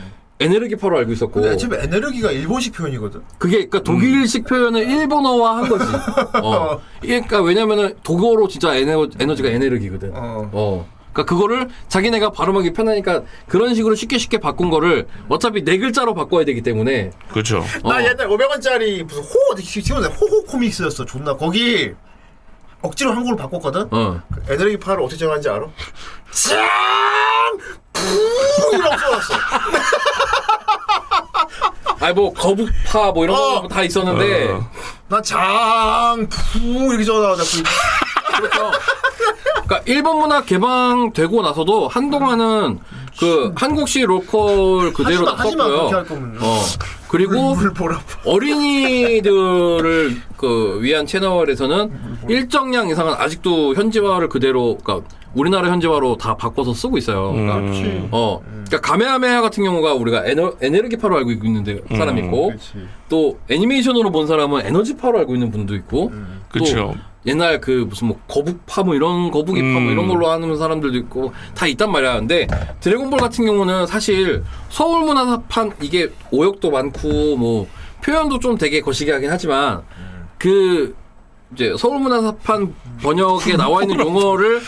[SPEAKER 3] 에네르기파로 알고 있었고
[SPEAKER 6] 근데 지금 에너지가 일본식 표현이거든.
[SPEAKER 3] 그게 그러니까
[SPEAKER 6] 음.
[SPEAKER 3] 독일식 표현을 일본어화 한 거지. 어. 그러니까 왜냐면은 독어로 진짜 에너, 에너지가 에네르기거든.
[SPEAKER 6] 어.
[SPEAKER 3] 어. 그러니까 그거를 자기네가 발음하기 편하니까 그런 식으로 쉽게 쉽게 바꾼 거를 어차피 네 글자로 바꿔야 되기 때문에
[SPEAKER 4] 그렇죠.
[SPEAKER 3] 어.
[SPEAKER 6] 나 옛날 500원짜리 무슨 호 어디 키우는데 호호 코믹스였어 존나 거기 억지로 한국으로 바꿨거든.
[SPEAKER 3] 어.
[SPEAKER 6] 에너지 파를 어떻게 정하는지 알아? 짱! 푸이라고 써놨어.
[SPEAKER 3] 아니 뭐 거북파 뭐 이런
[SPEAKER 6] 어.
[SPEAKER 3] 거 다 있었는데
[SPEAKER 4] 어.
[SPEAKER 6] 난장 푸 이렇게 적어놨어.
[SPEAKER 3] 그렇죠. 그러니까 일본 문화 개방되고 나서도 한동안은 그 한국식 로컬 그대로
[SPEAKER 6] 하지마, 하지마, 그렇게 할
[SPEAKER 3] 놨었고요.
[SPEAKER 6] 거면. 음.
[SPEAKER 3] 어. 그리고
[SPEAKER 6] 물 보라.
[SPEAKER 3] 어린이들을 그 위한 채널에서는 일정량 이상은 아직도 현지화를 그대로 그러니까 우리나라 현지화로 다 바꿔서 쓰고 있어요. 그러니까
[SPEAKER 4] 음.
[SPEAKER 3] 어, 그러니까 가메아메아 같은 경우가 우리가 에너, 에너지파로 알고 있는 사람 이 있고 또 애니메이션으로 본 사람은 에너지파로 알고 있는 분도 있고 또
[SPEAKER 4] 그렇죠.
[SPEAKER 3] 옛날 그 무슨 뭐 거북파 뭐 이런 거북이파 뭐
[SPEAKER 4] 음.
[SPEAKER 3] 이런 걸로 하는 사람들도 있고 다 있단 말이야. 근데 드래곤볼 같은 경우는 사실 서울 문화사판 이게 오역도 많고 뭐 표현도 좀 되게 거시기하긴 하지만 그 이제 서울 문화사판 번역에 나와 있는 용어를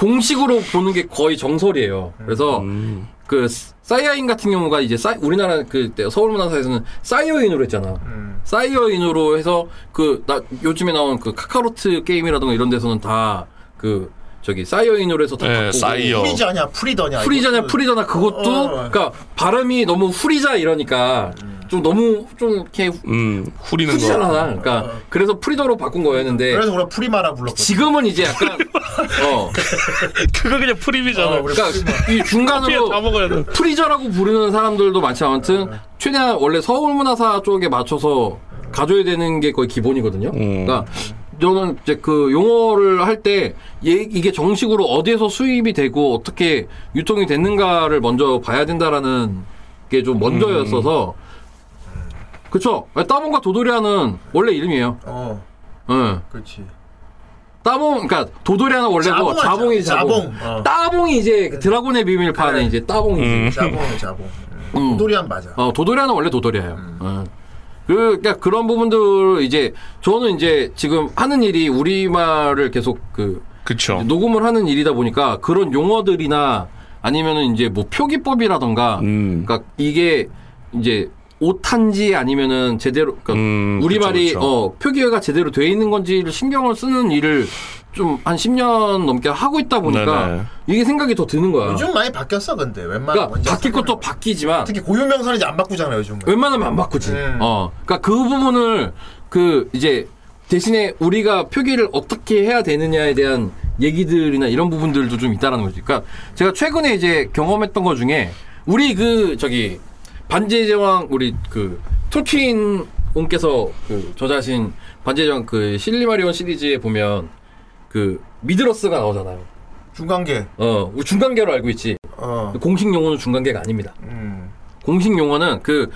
[SPEAKER 3] 공식으로 보는 게 거의 정설이에요. 그래서
[SPEAKER 4] 음.
[SPEAKER 3] 그 사이어인 같은 경우가 이제 싸- 우리나라 그때 서울 문화사에서는 사이어인으로 했잖아.
[SPEAKER 6] 음.
[SPEAKER 3] 사이어인으로 해서 그 나 요즘에 나온 그 카카로트 게임이라든가 이런 데서는 다 그 저기 사이어인으로 해서 다
[SPEAKER 4] 예,
[SPEAKER 3] 바꾸고
[SPEAKER 4] 싸이어.
[SPEAKER 6] 프리자냐 프리더냐.
[SPEAKER 3] 프리자냐
[SPEAKER 6] 이것도.
[SPEAKER 3] 프리자나 그것도
[SPEAKER 6] 어.
[SPEAKER 3] 그러니까 발음이 너무 후리자 이러니까 좀 너무 좀 이렇게
[SPEAKER 4] 음, 후리는
[SPEAKER 3] 후지잖아.
[SPEAKER 4] 거.
[SPEAKER 3] 그러니까 그래서 프리더로 바꾼 거였는데
[SPEAKER 6] 어, 그래서 우리가 프리마라 불렀거든.
[SPEAKER 3] 지금은 이제 약간 어
[SPEAKER 4] 그거 그냥 프림이잖아.
[SPEAKER 6] 우리
[SPEAKER 3] 그러니까 이
[SPEAKER 4] 커피에 다
[SPEAKER 3] 중간으로
[SPEAKER 4] 먹어야 돼.
[SPEAKER 3] 프리저라고 부르는 사람들도 많지만 아무튼
[SPEAKER 6] 네.
[SPEAKER 3] 최대한 원래 서울 문화사 쪽에 맞춰서 가져야 되는 게 거의 기본이거든요.
[SPEAKER 4] 음.
[SPEAKER 3] 그러니까 저는 이제 그 용어를 할 때 예, 이게 정식으로 어디에서 수입이 되고 어떻게 유통이 됐는가를 먼저 봐야 된다라는 게 좀 먼저였어서
[SPEAKER 6] 음.
[SPEAKER 3] 그쵸? 따봉과 도도리아는 원래 이름이에요.
[SPEAKER 6] 어,
[SPEAKER 3] 응.
[SPEAKER 6] 그렇지.
[SPEAKER 3] 따봉, 그러니까 도도리아는 원래도
[SPEAKER 6] 자봉
[SPEAKER 3] 자봉이 자봉.
[SPEAKER 6] 자봉. 어. 네.
[SPEAKER 3] 따봉이 이제 드라곤의 비밀판에
[SPEAKER 6] 그래.
[SPEAKER 3] 이제 따봉이지.
[SPEAKER 4] 음.
[SPEAKER 6] 자봉 자봉.
[SPEAKER 3] 음.
[SPEAKER 6] 도리안 맞아.
[SPEAKER 3] 어, 도돌이는 원래 도돌이에요.
[SPEAKER 6] 음.
[SPEAKER 3] 어. 그, 그러니까 그런 부분들 이제 저는 이제 지금 하는 일이 우리말을 계속 그
[SPEAKER 4] 그렇죠.
[SPEAKER 3] 녹음을 하는 일이다 보니까 그런 용어들이나 아니면은 이제 뭐 표기법이라던가
[SPEAKER 4] 음.
[SPEAKER 3] 그러니까 이게 이제 오탄지 아니면은 제대로 그러니까
[SPEAKER 4] 음,
[SPEAKER 3] 우리말이
[SPEAKER 4] 그쵸, 그쵸.
[SPEAKER 3] 어 표기가 제대로 돼 있는 건지를 신경을 쓰는 일을 좀 한 10년 넘게 하고 있다 보니까
[SPEAKER 4] 네네.
[SPEAKER 3] 이게 생각이 더 드는 거야.
[SPEAKER 6] 요즘 많이 바뀌었어 근데 웬만한
[SPEAKER 3] 그러니까
[SPEAKER 6] 원작
[SPEAKER 3] 바뀔 것도 바뀌지만
[SPEAKER 6] 특히 고유명사는 이제 안 바꾸잖아 요즘.
[SPEAKER 3] 네. 웬만하면 안 바꾸지.
[SPEAKER 6] 음.
[SPEAKER 3] 어. 그니까 그 부분을 그 이제 대신에 우리가 표기를 어떻게 해야 되느냐에 대한 얘기들이나 이런 부분들도 좀 있다라는 거지. 그니까 제가 최근에 이제 경험했던 것 중에 우리 그 저기 반지의 제왕 우리 그 톨킨 온께서 그 저자신 반지의 제왕 그 실리마리온 시리즈에 보면 그 미드러스가 나오잖아요.
[SPEAKER 6] 중간계.
[SPEAKER 3] 어, 우리 중간계로 알고 있지.
[SPEAKER 6] 어.
[SPEAKER 3] 공식 용어는 중간계가 아닙니다.
[SPEAKER 6] 음.
[SPEAKER 3] 공식 용어는 그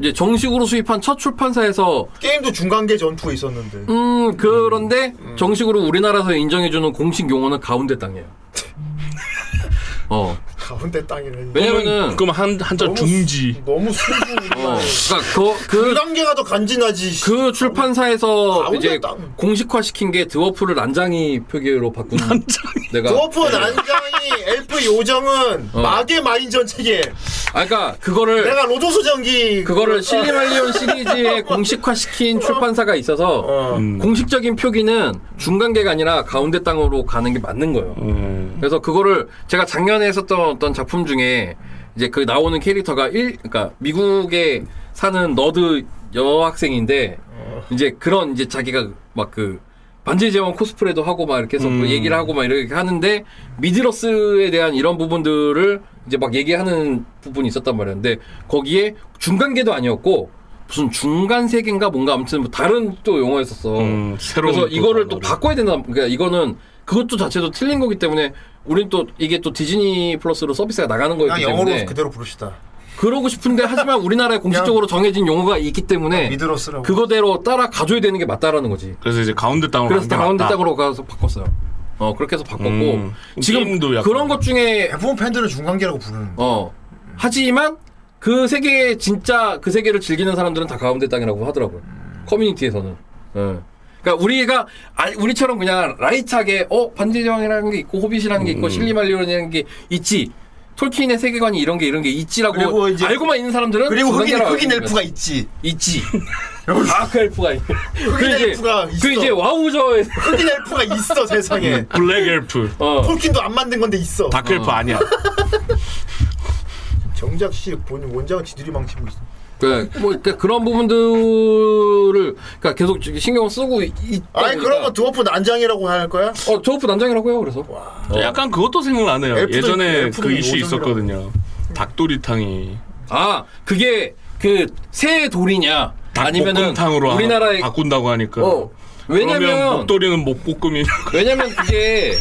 [SPEAKER 3] 이제 정식으로 수입한 첫 출판사에서
[SPEAKER 6] 게임도 중간계 전투가 있었는데.
[SPEAKER 3] 음 그런데 정식으로 우리나라에서 인정해주는 공식 용어는 가운데 땅이에요. 어
[SPEAKER 6] 가운데 땅이라니.
[SPEAKER 3] 왜냐면은
[SPEAKER 4] 그럼 한 한자 중지.
[SPEAKER 6] 너무 순수.
[SPEAKER 3] 어 그러니까 그그
[SPEAKER 6] 중간계가 더 간지나지. 씨.
[SPEAKER 3] 그 출판사에서
[SPEAKER 6] 가운데
[SPEAKER 3] 이제
[SPEAKER 6] 땅.
[SPEAKER 3] 공식화 시킨 게 드워프를 난장이 표기로 바꾼 내가
[SPEAKER 6] 드워프 난장이 엘프 요정은
[SPEAKER 3] 네. 어.
[SPEAKER 6] 마계 마인 전체계.
[SPEAKER 3] 아 그러니까 그거를
[SPEAKER 6] 내가 로조소 전기.
[SPEAKER 3] 그거를 실리말리온 시리즈에 공식화 시킨 출판사가 있어서
[SPEAKER 6] 어.
[SPEAKER 4] 음.
[SPEAKER 3] 공식적인 표기는 중간계가 아니라 가운데 땅으로 가는 게 맞는 거예요.
[SPEAKER 4] 음.
[SPEAKER 3] 그래서 그거를 제가 작년에 했었던 어떤 작품 중에 이제 그 나오는 캐릭터가 일 그러니까 미국에 사는 너드 여학생인데
[SPEAKER 4] 어.
[SPEAKER 3] 이제 그런 이제 자기가 막 그 반지의 제왕 코스프레도 하고 막 이렇게 해서 그
[SPEAKER 4] 음.
[SPEAKER 3] 얘기를 하고 막 이렇게 하는데 미드러스에 대한 이런 부분들을 이제 막 얘기하는 부분이 있었단 말이야. 근데 거기에 중간계도 아니었고 무슨 중간 세계인가 뭔가 아무튼 뭐 다른 또 용어였었어.
[SPEAKER 4] 음, 새로운
[SPEAKER 3] 그래서
[SPEAKER 4] 또
[SPEAKER 3] 이거를 또
[SPEAKER 4] 단어를.
[SPEAKER 3] 바꿔야 된다. 그러니까 이거는 그것도 자체도 틀린 거기 때문에 우린 또 이게 또 디즈니 플러스로 서비스가 나가는 거기
[SPEAKER 6] 그냥 영어로
[SPEAKER 3] 때문에
[SPEAKER 6] 그대로 부르시다.
[SPEAKER 3] 그러고 싶은데 하지만 우리나라에 공식적으로 정해진 용어가 있기 때문에
[SPEAKER 6] 미드로 쓰라고.
[SPEAKER 3] 네. 그거대로 따라 가져야 되는 게 맞다라는 거지.
[SPEAKER 4] 그래서 이제 가운데 땅으로
[SPEAKER 3] 그래서
[SPEAKER 4] 가는 게
[SPEAKER 3] 다운데
[SPEAKER 4] 아, 맞다.
[SPEAKER 3] 땅으로 가서 바꿨어요. 어 그렇게 해서 바꿨고
[SPEAKER 4] 음.
[SPEAKER 3] 지금
[SPEAKER 4] 게임도 약간-
[SPEAKER 3] 그런 것 중에
[SPEAKER 6] F1 팬들은 중간계라고 부르는. 거.
[SPEAKER 3] 어 하지만 그 세계 진짜 그 세계를 즐기는 사람들은 다 가운데 땅이라고 하더라고요. 커뮤니티에서는. 예. 그러니까 우리가 아, 우리처럼 그냥 라이트하게 어 반지성이라는 게 있고 호빗이라는 게
[SPEAKER 6] 음.
[SPEAKER 3] 있고 실리말리온이라는 게 있지. 톨킨의 세계관이 이런 게 이런 게 있지라고
[SPEAKER 6] 그리고 이제-
[SPEAKER 3] 알고만 있는 사람들은
[SPEAKER 6] 그리고
[SPEAKER 3] 두
[SPEAKER 6] 흑인
[SPEAKER 3] 단계라고
[SPEAKER 6] 흑인
[SPEAKER 3] 알고 있는
[SPEAKER 6] 엘프가 있지.
[SPEAKER 3] 있지. 아크 엘프가 있고. 그 이제-
[SPEAKER 6] 엘프가 있어.
[SPEAKER 3] 그 이제 음. 와우저에
[SPEAKER 6] 흑인 엘프가 있어 세상에.
[SPEAKER 4] 블랙 엘프.
[SPEAKER 3] 어.
[SPEAKER 6] 톨킨도 안 만든 건데 있어.
[SPEAKER 4] 다크 엘프 아니야.
[SPEAKER 6] 정작 씨 본인 원작은 지들이 망치고 있어.
[SPEAKER 3] 그러니까 뭐 그러니까 그런 부분들을 그러니까 계속 신경 쓰고 있다.
[SPEAKER 6] 아니 그런 거 드워프 난장이라고 할 거야?
[SPEAKER 3] 어, 저오프 난장이라고 해요, 그래서.
[SPEAKER 4] 약간 그것도 생각나네요.
[SPEAKER 6] 엘프도
[SPEAKER 4] 예전에
[SPEAKER 6] 있고, 엘프도
[SPEAKER 4] 그 이슈
[SPEAKER 6] 오정이라고.
[SPEAKER 4] 있었거든요. 닭도리탕이
[SPEAKER 3] 아, 그게 그 새 돌이냐 아니면은
[SPEAKER 4] 닭볶음탕으로
[SPEAKER 3] 우리나라에
[SPEAKER 4] 바꾼다고 하니까.
[SPEAKER 3] 어.
[SPEAKER 4] 그러면 뭐
[SPEAKER 3] 왜냐면
[SPEAKER 4] 목도리는 목볶음이
[SPEAKER 3] 왜냐면 그게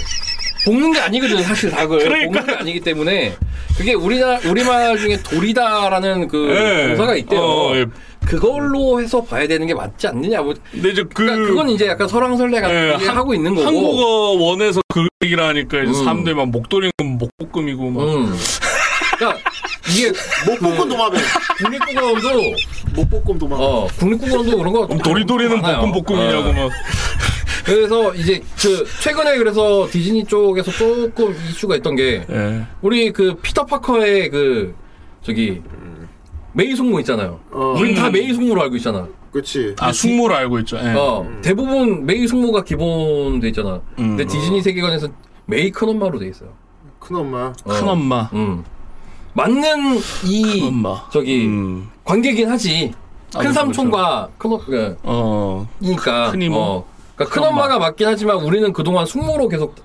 [SPEAKER 3] 볶는 게 아니거든 사실 닭을
[SPEAKER 4] 그러니까요.
[SPEAKER 3] 볶는 게 아니기 때문에 그게 우리나 우리말 중에 돌이다라는 그
[SPEAKER 4] 예.
[SPEAKER 3] 동사가 있대요.
[SPEAKER 4] 어, 예.
[SPEAKER 3] 그걸로 해서 봐야 되는 게 맞지 않느냐. 뭐
[SPEAKER 4] 근데 이제 그
[SPEAKER 3] 그러니까 그건 이제 약간 설왕설래 같은
[SPEAKER 4] 예,
[SPEAKER 3] 게
[SPEAKER 4] 한-
[SPEAKER 3] 하고 있는 거고.
[SPEAKER 4] 한국어 원에서 그 얘기를 하니까 이제
[SPEAKER 3] 음.
[SPEAKER 4] 사람들이 막 목도리는 목볶음이고 막
[SPEAKER 3] 음. 그러니까 이게
[SPEAKER 6] 못 뽑은 도마뱀.
[SPEAKER 3] 국립국어원도
[SPEAKER 6] 못 뽑은 도마뱀.
[SPEAKER 3] 네. 어 국립국어원도 그런 거
[SPEAKER 4] 그럼 음, 도리도리는
[SPEAKER 3] 많아요.
[SPEAKER 4] 볶음볶음이냐고
[SPEAKER 3] 어.
[SPEAKER 4] 막
[SPEAKER 3] 그래서 이제 그 최근에 그래서 디즈니 쪽에서 조금 이슈가 있던 게
[SPEAKER 4] 예.
[SPEAKER 3] 우리 그 피터 파커의 그 저기 메이 숙모 있잖아요. 우린
[SPEAKER 4] 음.
[SPEAKER 3] 다 메이 숙모로 알고 있잖아.
[SPEAKER 5] 그렇지.
[SPEAKER 4] 아 숙모를 알고 있죠. 예.
[SPEAKER 3] 어 대부분 메이 숙모가 기본 돼 있잖아.
[SPEAKER 4] 음.
[SPEAKER 3] 근데 디즈니 세계관에서 메이 큰 엄마로 돼 있어요.
[SPEAKER 5] 큰 엄마.
[SPEAKER 3] 어.
[SPEAKER 4] 큰 엄마.
[SPEAKER 3] 음. 맞는 이
[SPEAKER 4] 큰 엄마.
[SPEAKER 3] 저기
[SPEAKER 4] 음.
[SPEAKER 3] 관계긴 하지. 큰
[SPEAKER 4] 아, 그렇죠,
[SPEAKER 3] 삼촌과 큰 어, 그,
[SPEAKER 4] 어.
[SPEAKER 3] 그러니까
[SPEAKER 4] 큰 이모?
[SPEAKER 3] 어. 그러니까 큰
[SPEAKER 4] 큰 엄마.
[SPEAKER 3] 엄마가 맞긴 하지만 우리는 그동안 숙모로 계속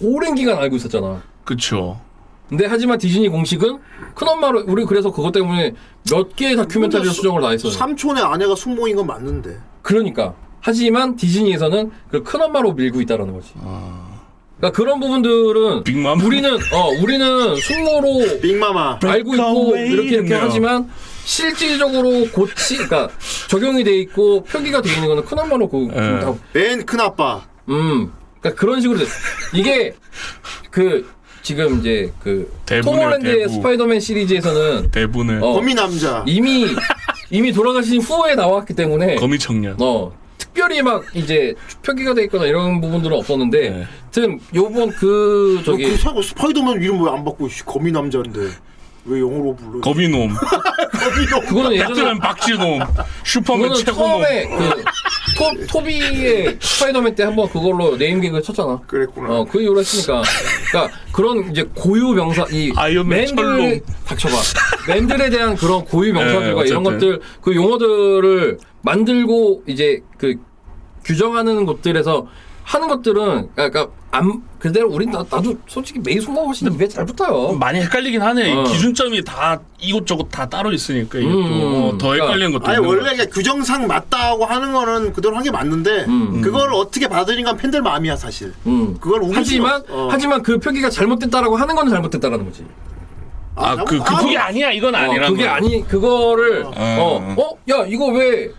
[SPEAKER 3] 오랜 기간 알고 있었잖아.
[SPEAKER 4] 그쵸.
[SPEAKER 3] 근데 하지만 디즈니 공식은 큰 엄마로 우리 그래서 그것 때문에 몇 개의 다큐멘터리를 수정을 다 했어요.
[SPEAKER 5] 삼촌의 아내가 숙모인 건 맞는데.
[SPEAKER 3] 그러니까 하지만 디즈니에서는 그큰 엄마로 밀고 있다라는 거지. 그러니까 그런 부분들은
[SPEAKER 4] 빅맘?
[SPEAKER 3] 우리는 어 우리는 숙모로
[SPEAKER 5] 빅마마.
[SPEAKER 3] 알고 있고
[SPEAKER 4] Breakaway
[SPEAKER 3] 이렇게 이렇게
[SPEAKER 4] 있네요.
[SPEAKER 3] 하지만 실질적으로 고치 그러니까 적용이 돼 있고 표기가 돼 있는 거는 큰 엄마로 그
[SPEAKER 4] 예.
[SPEAKER 3] 다
[SPEAKER 5] 맨 큰 아빠.
[SPEAKER 3] 음. 그러니까 그런 식으로 됐어. 이게 그 지금 이제 그톰
[SPEAKER 4] 대부네요,
[SPEAKER 3] 홀랜드의
[SPEAKER 4] 대부.
[SPEAKER 3] 스파이더맨 시리즈에서는
[SPEAKER 4] 대본에
[SPEAKER 3] 어,
[SPEAKER 5] 거미 남자.
[SPEAKER 3] 이미 이미 돌아가신 후에 나왔기 때문에
[SPEAKER 4] 거미 청년.
[SPEAKER 3] 어 특별히 막 이제 표기가 돼 있거나 이런 부분들은 없었는데
[SPEAKER 4] 네.
[SPEAKER 3] 하여튼 요번 그
[SPEAKER 5] 저기
[SPEAKER 3] 저기
[SPEAKER 5] 그 사고 스파이더맨 이름 왜 안 바꾸고 씨, 거미 남자인데 왜 영어로 불러?
[SPEAKER 4] 거미놈.
[SPEAKER 3] 그거는 예전에
[SPEAKER 4] 닥터맨 박쥐놈. 슈퍼맨
[SPEAKER 3] 그거는
[SPEAKER 4] 최고놈.
[SPEAKER 3] 처음에 그 토, 토비의 스파이더맨 때 한번 그걸로 네임 개그 쳤잖아.
[SPEAKER 5] 그랬구나.
[SPEAKER 3] 어, 그 이후로 했으니까. 그러니까 그런 이제 고유 명사, 이
[SPEAKER 4] 아이언맨
[SPEAKER 3] 맨들, 닥쳐봐. 맨들에 대한 그런 고유 명사들과
[SPEAKER 4] 네,
[SPEAKER 3] 이런
[SPEAKER 4] 어쨌든.
[SPEAKER 3] 것들, 그 용어들을 만들고 이제 그 규정하는 것들에서 하는 것들은, 그러니까 안, 그대로 우린 나, 나도 솔직히 메이 숙모가 훨씬 입에 잘 붙어요.
[SPEAKER 4] 많이 헷갈리긴 하네.
[SPEAKER 3] 어.
[SPEAKER 4] 기준점이 다 이곳저곳 다 따로 있으니까 이게
[SPEAKER 3] 음,
[SPEAKER 4] 또 어, 더
[SPEAKER 3] 그러니까.
[SPEAKER 4] 헷갈리는 것도
[SPEAKER 5] 아니
[SPEAKER 4] 있는
[SPEAKER 5] 원래 그냥 규정상 맞다고 하는 거는 그대로 한 게 맞는데
[SPEAKER 3] 음.
[SPEAKER 5] 그걸 어떻게 받아들인 건 팬들 마음이야 사실.
[SPEAKER 3] 음.
[SPEAKER 5] 그걸 우기지
[SPEAKER 3] 하지만,
[SPEAKER 5] 마- 어.
[SPEAKER 3] 하지만 그 표기가 잘못됐다라고 하는 건 잘못됐다라는 거지.
[SPEAKER 4] 아그 그, 그- 그게 아니야 이건
[SPEAKER 3] 어,
[SPEAKER 4] 아니라
[SPEAKER 3] 그게 아니 그거를 어, 어, 야 이거 왜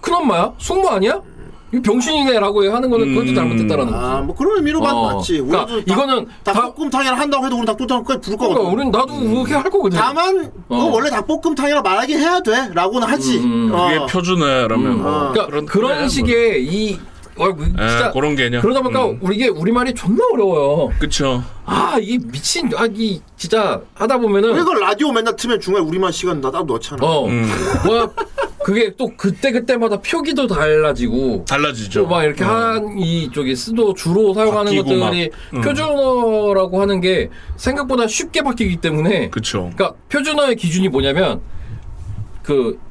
[SPEAKER 3] 큰엄마야? 숙모 아니야? 이 병신이네라고 하는 거는 그것도
[SPEAKER 4] 음.
[SPEAKER 3] 잘못됐다라는 거지.
[SPEAKER 5] 아뭐 그런 의미로
[SPEAKER 3] 어.
[SPEAKER 5] 봐도 맞지.
[SPEAKER 3] 그러니까
[SPEAKER 5] 우리도
[SPEAKER 3] 이거는 다-
[SPEAKER 5] 닭볶음탕이라 한다고 해도 우리 닭볶음탕까지 부를 거거든.
[SPEAKER 3] 그러니까 우린 나도 그렇게 할 거거든.
[SPEAKER 5] 다만 그거
[SPEAKER 3] 어.
[SPEAKER 5] 원래 닭볶음탕이라 말하긴 해야 돼라고는 하지.
[SPEAKER 3] 음,
[SPEAKER 5] 어.
[SPEAKER 4] 그게 표준어라면
[SPEAKER 3] 음.
[SPEAKER 4] 뭐
[SPEAKER 3] 그러니까 그런, 식의 이 어, 그 진짜
[SPEAKER 4] 네, 그런 개념.
[SPEAKER 3] 그러다 보니까
[SPEAKER 4] 음.
[SPEAKER 3] 우리 이게 우리 말이 존나 어려워요.
[SPEAKER 4] 그쵸.
[SPEAKER 3] 아 이게 미친 아이 진짜 하다 보면은
[SPEAKER 5] 그러니까 라디오 맨날 틀면 중간에 우리만 시간 나 따로 넣잖아.
[SPEAKER 3] 어
[SPEAKER 4] 음.
[SPEAKER 3] 뭐야 그게 또 그때 그때마다 표기도 달라지고
[SPEAKER 4] 달라지죠.
[SPEAKER 3] 어, 또막 이렇게 한 이쪽에 쓰도 주로 사용하는
[SPEAKER 4] 음. 바뀌고
[SPEAKER 3] 것들이
[SPEAKER 4] 막. 음.
[SPEAKER 3] 표준어라고 하는 게 생각보다 쉽게 바뀌기 때문에
[SPEAKER 4] 그쵸.
[SPEAKER 3] 그러니까 표준어의 기준이 뭐냐면 그 그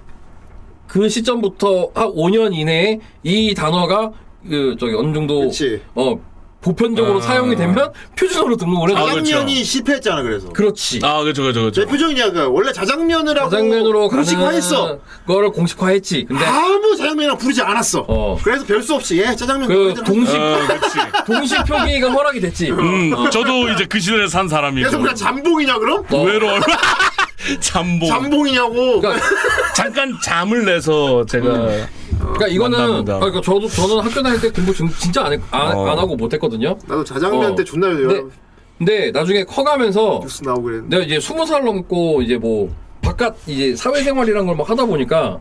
[SPEAKER 3] 시점부터 한 5년 이내에 이 단어가 그 저기 어느 정도
[SPEAKER 5] 그치.
[SPEAKER 3] 어 보편적으로
[SPEAKER 4] 아.
[SPEAKER 3] 사용이 되면 표준어로 등록을 해줘.
[SPEAKER 4] 아, 그렇죠.
[SPEAKER 5] 짜장면이 실패했잖아 그래서.
[SPEAKER 3] 그렇지.
[SPEAKER 4] 아 그쵸 그쵸 그쵸.
[SPEAKER 5] 대표적인 이야기가 원래 자장면이라고
[SPEAKER 3] 자장면으로
[SPEAKER 5] 공식화했어.
[SPEAKER 3] 가는 거를 공식화했지. 근데
[SPEAKER 5] 아무 자장면이랑 부르지 않았어.
[SPEAKER 3] 어.
[SPEAKER 5] 그래서 별 수 없이 예 짜장면
[SPEAKER 3] 그
[SPEAKER 5] 너희들 하지.
[SPEAKER 3] 동시
[SPEAKER 4] 어, 그치.
[SPEAKER 3] 동시 표기가 허락이 됐지.
[SPEAKER 4] 음, 저도 이제 그 시대에 산 사람이고.
[SPEAKER 5] 그래서 우리가 잠봉이냐 그럼?
[SPEAKER 3] 어.
[SPEAKER 4] 외로 얼마 잠봉.
[SPEAKER 5] 잠봉이냐고.
[SPEAKER 3] 그러니까
[SPEAKER 4] 잠깐 잠을 내서 제가
[SPEAKER 3] 그러니까 이거는
[SPEAKER 4] 만납니다.
[SPEAKER 3] 아, 그러니까 저도 저는 학교 다닐 때 공부 진- 진짜 안, 해- 안,
[SPEAKER 4] 어.
[SPEAKER 3] 안 하고 못 했거든요.
[SPEAKER 5] 나도 자장면
[SPEAKER 3] 어.
[SPEAKER 5] 때 존나
[SPEAKER 3] 근데
[SPEAKER 5] 여
[SPEAKER 3] 근데 나중에 커가면서
[SPEAKER 5] 뉴스 나오고 그랬는데.
[SPEAKER 3] 내가 이제 스무 살 넘고 이제 뭐 바깥 이제 사회생활이란 걸 막 하다 보니까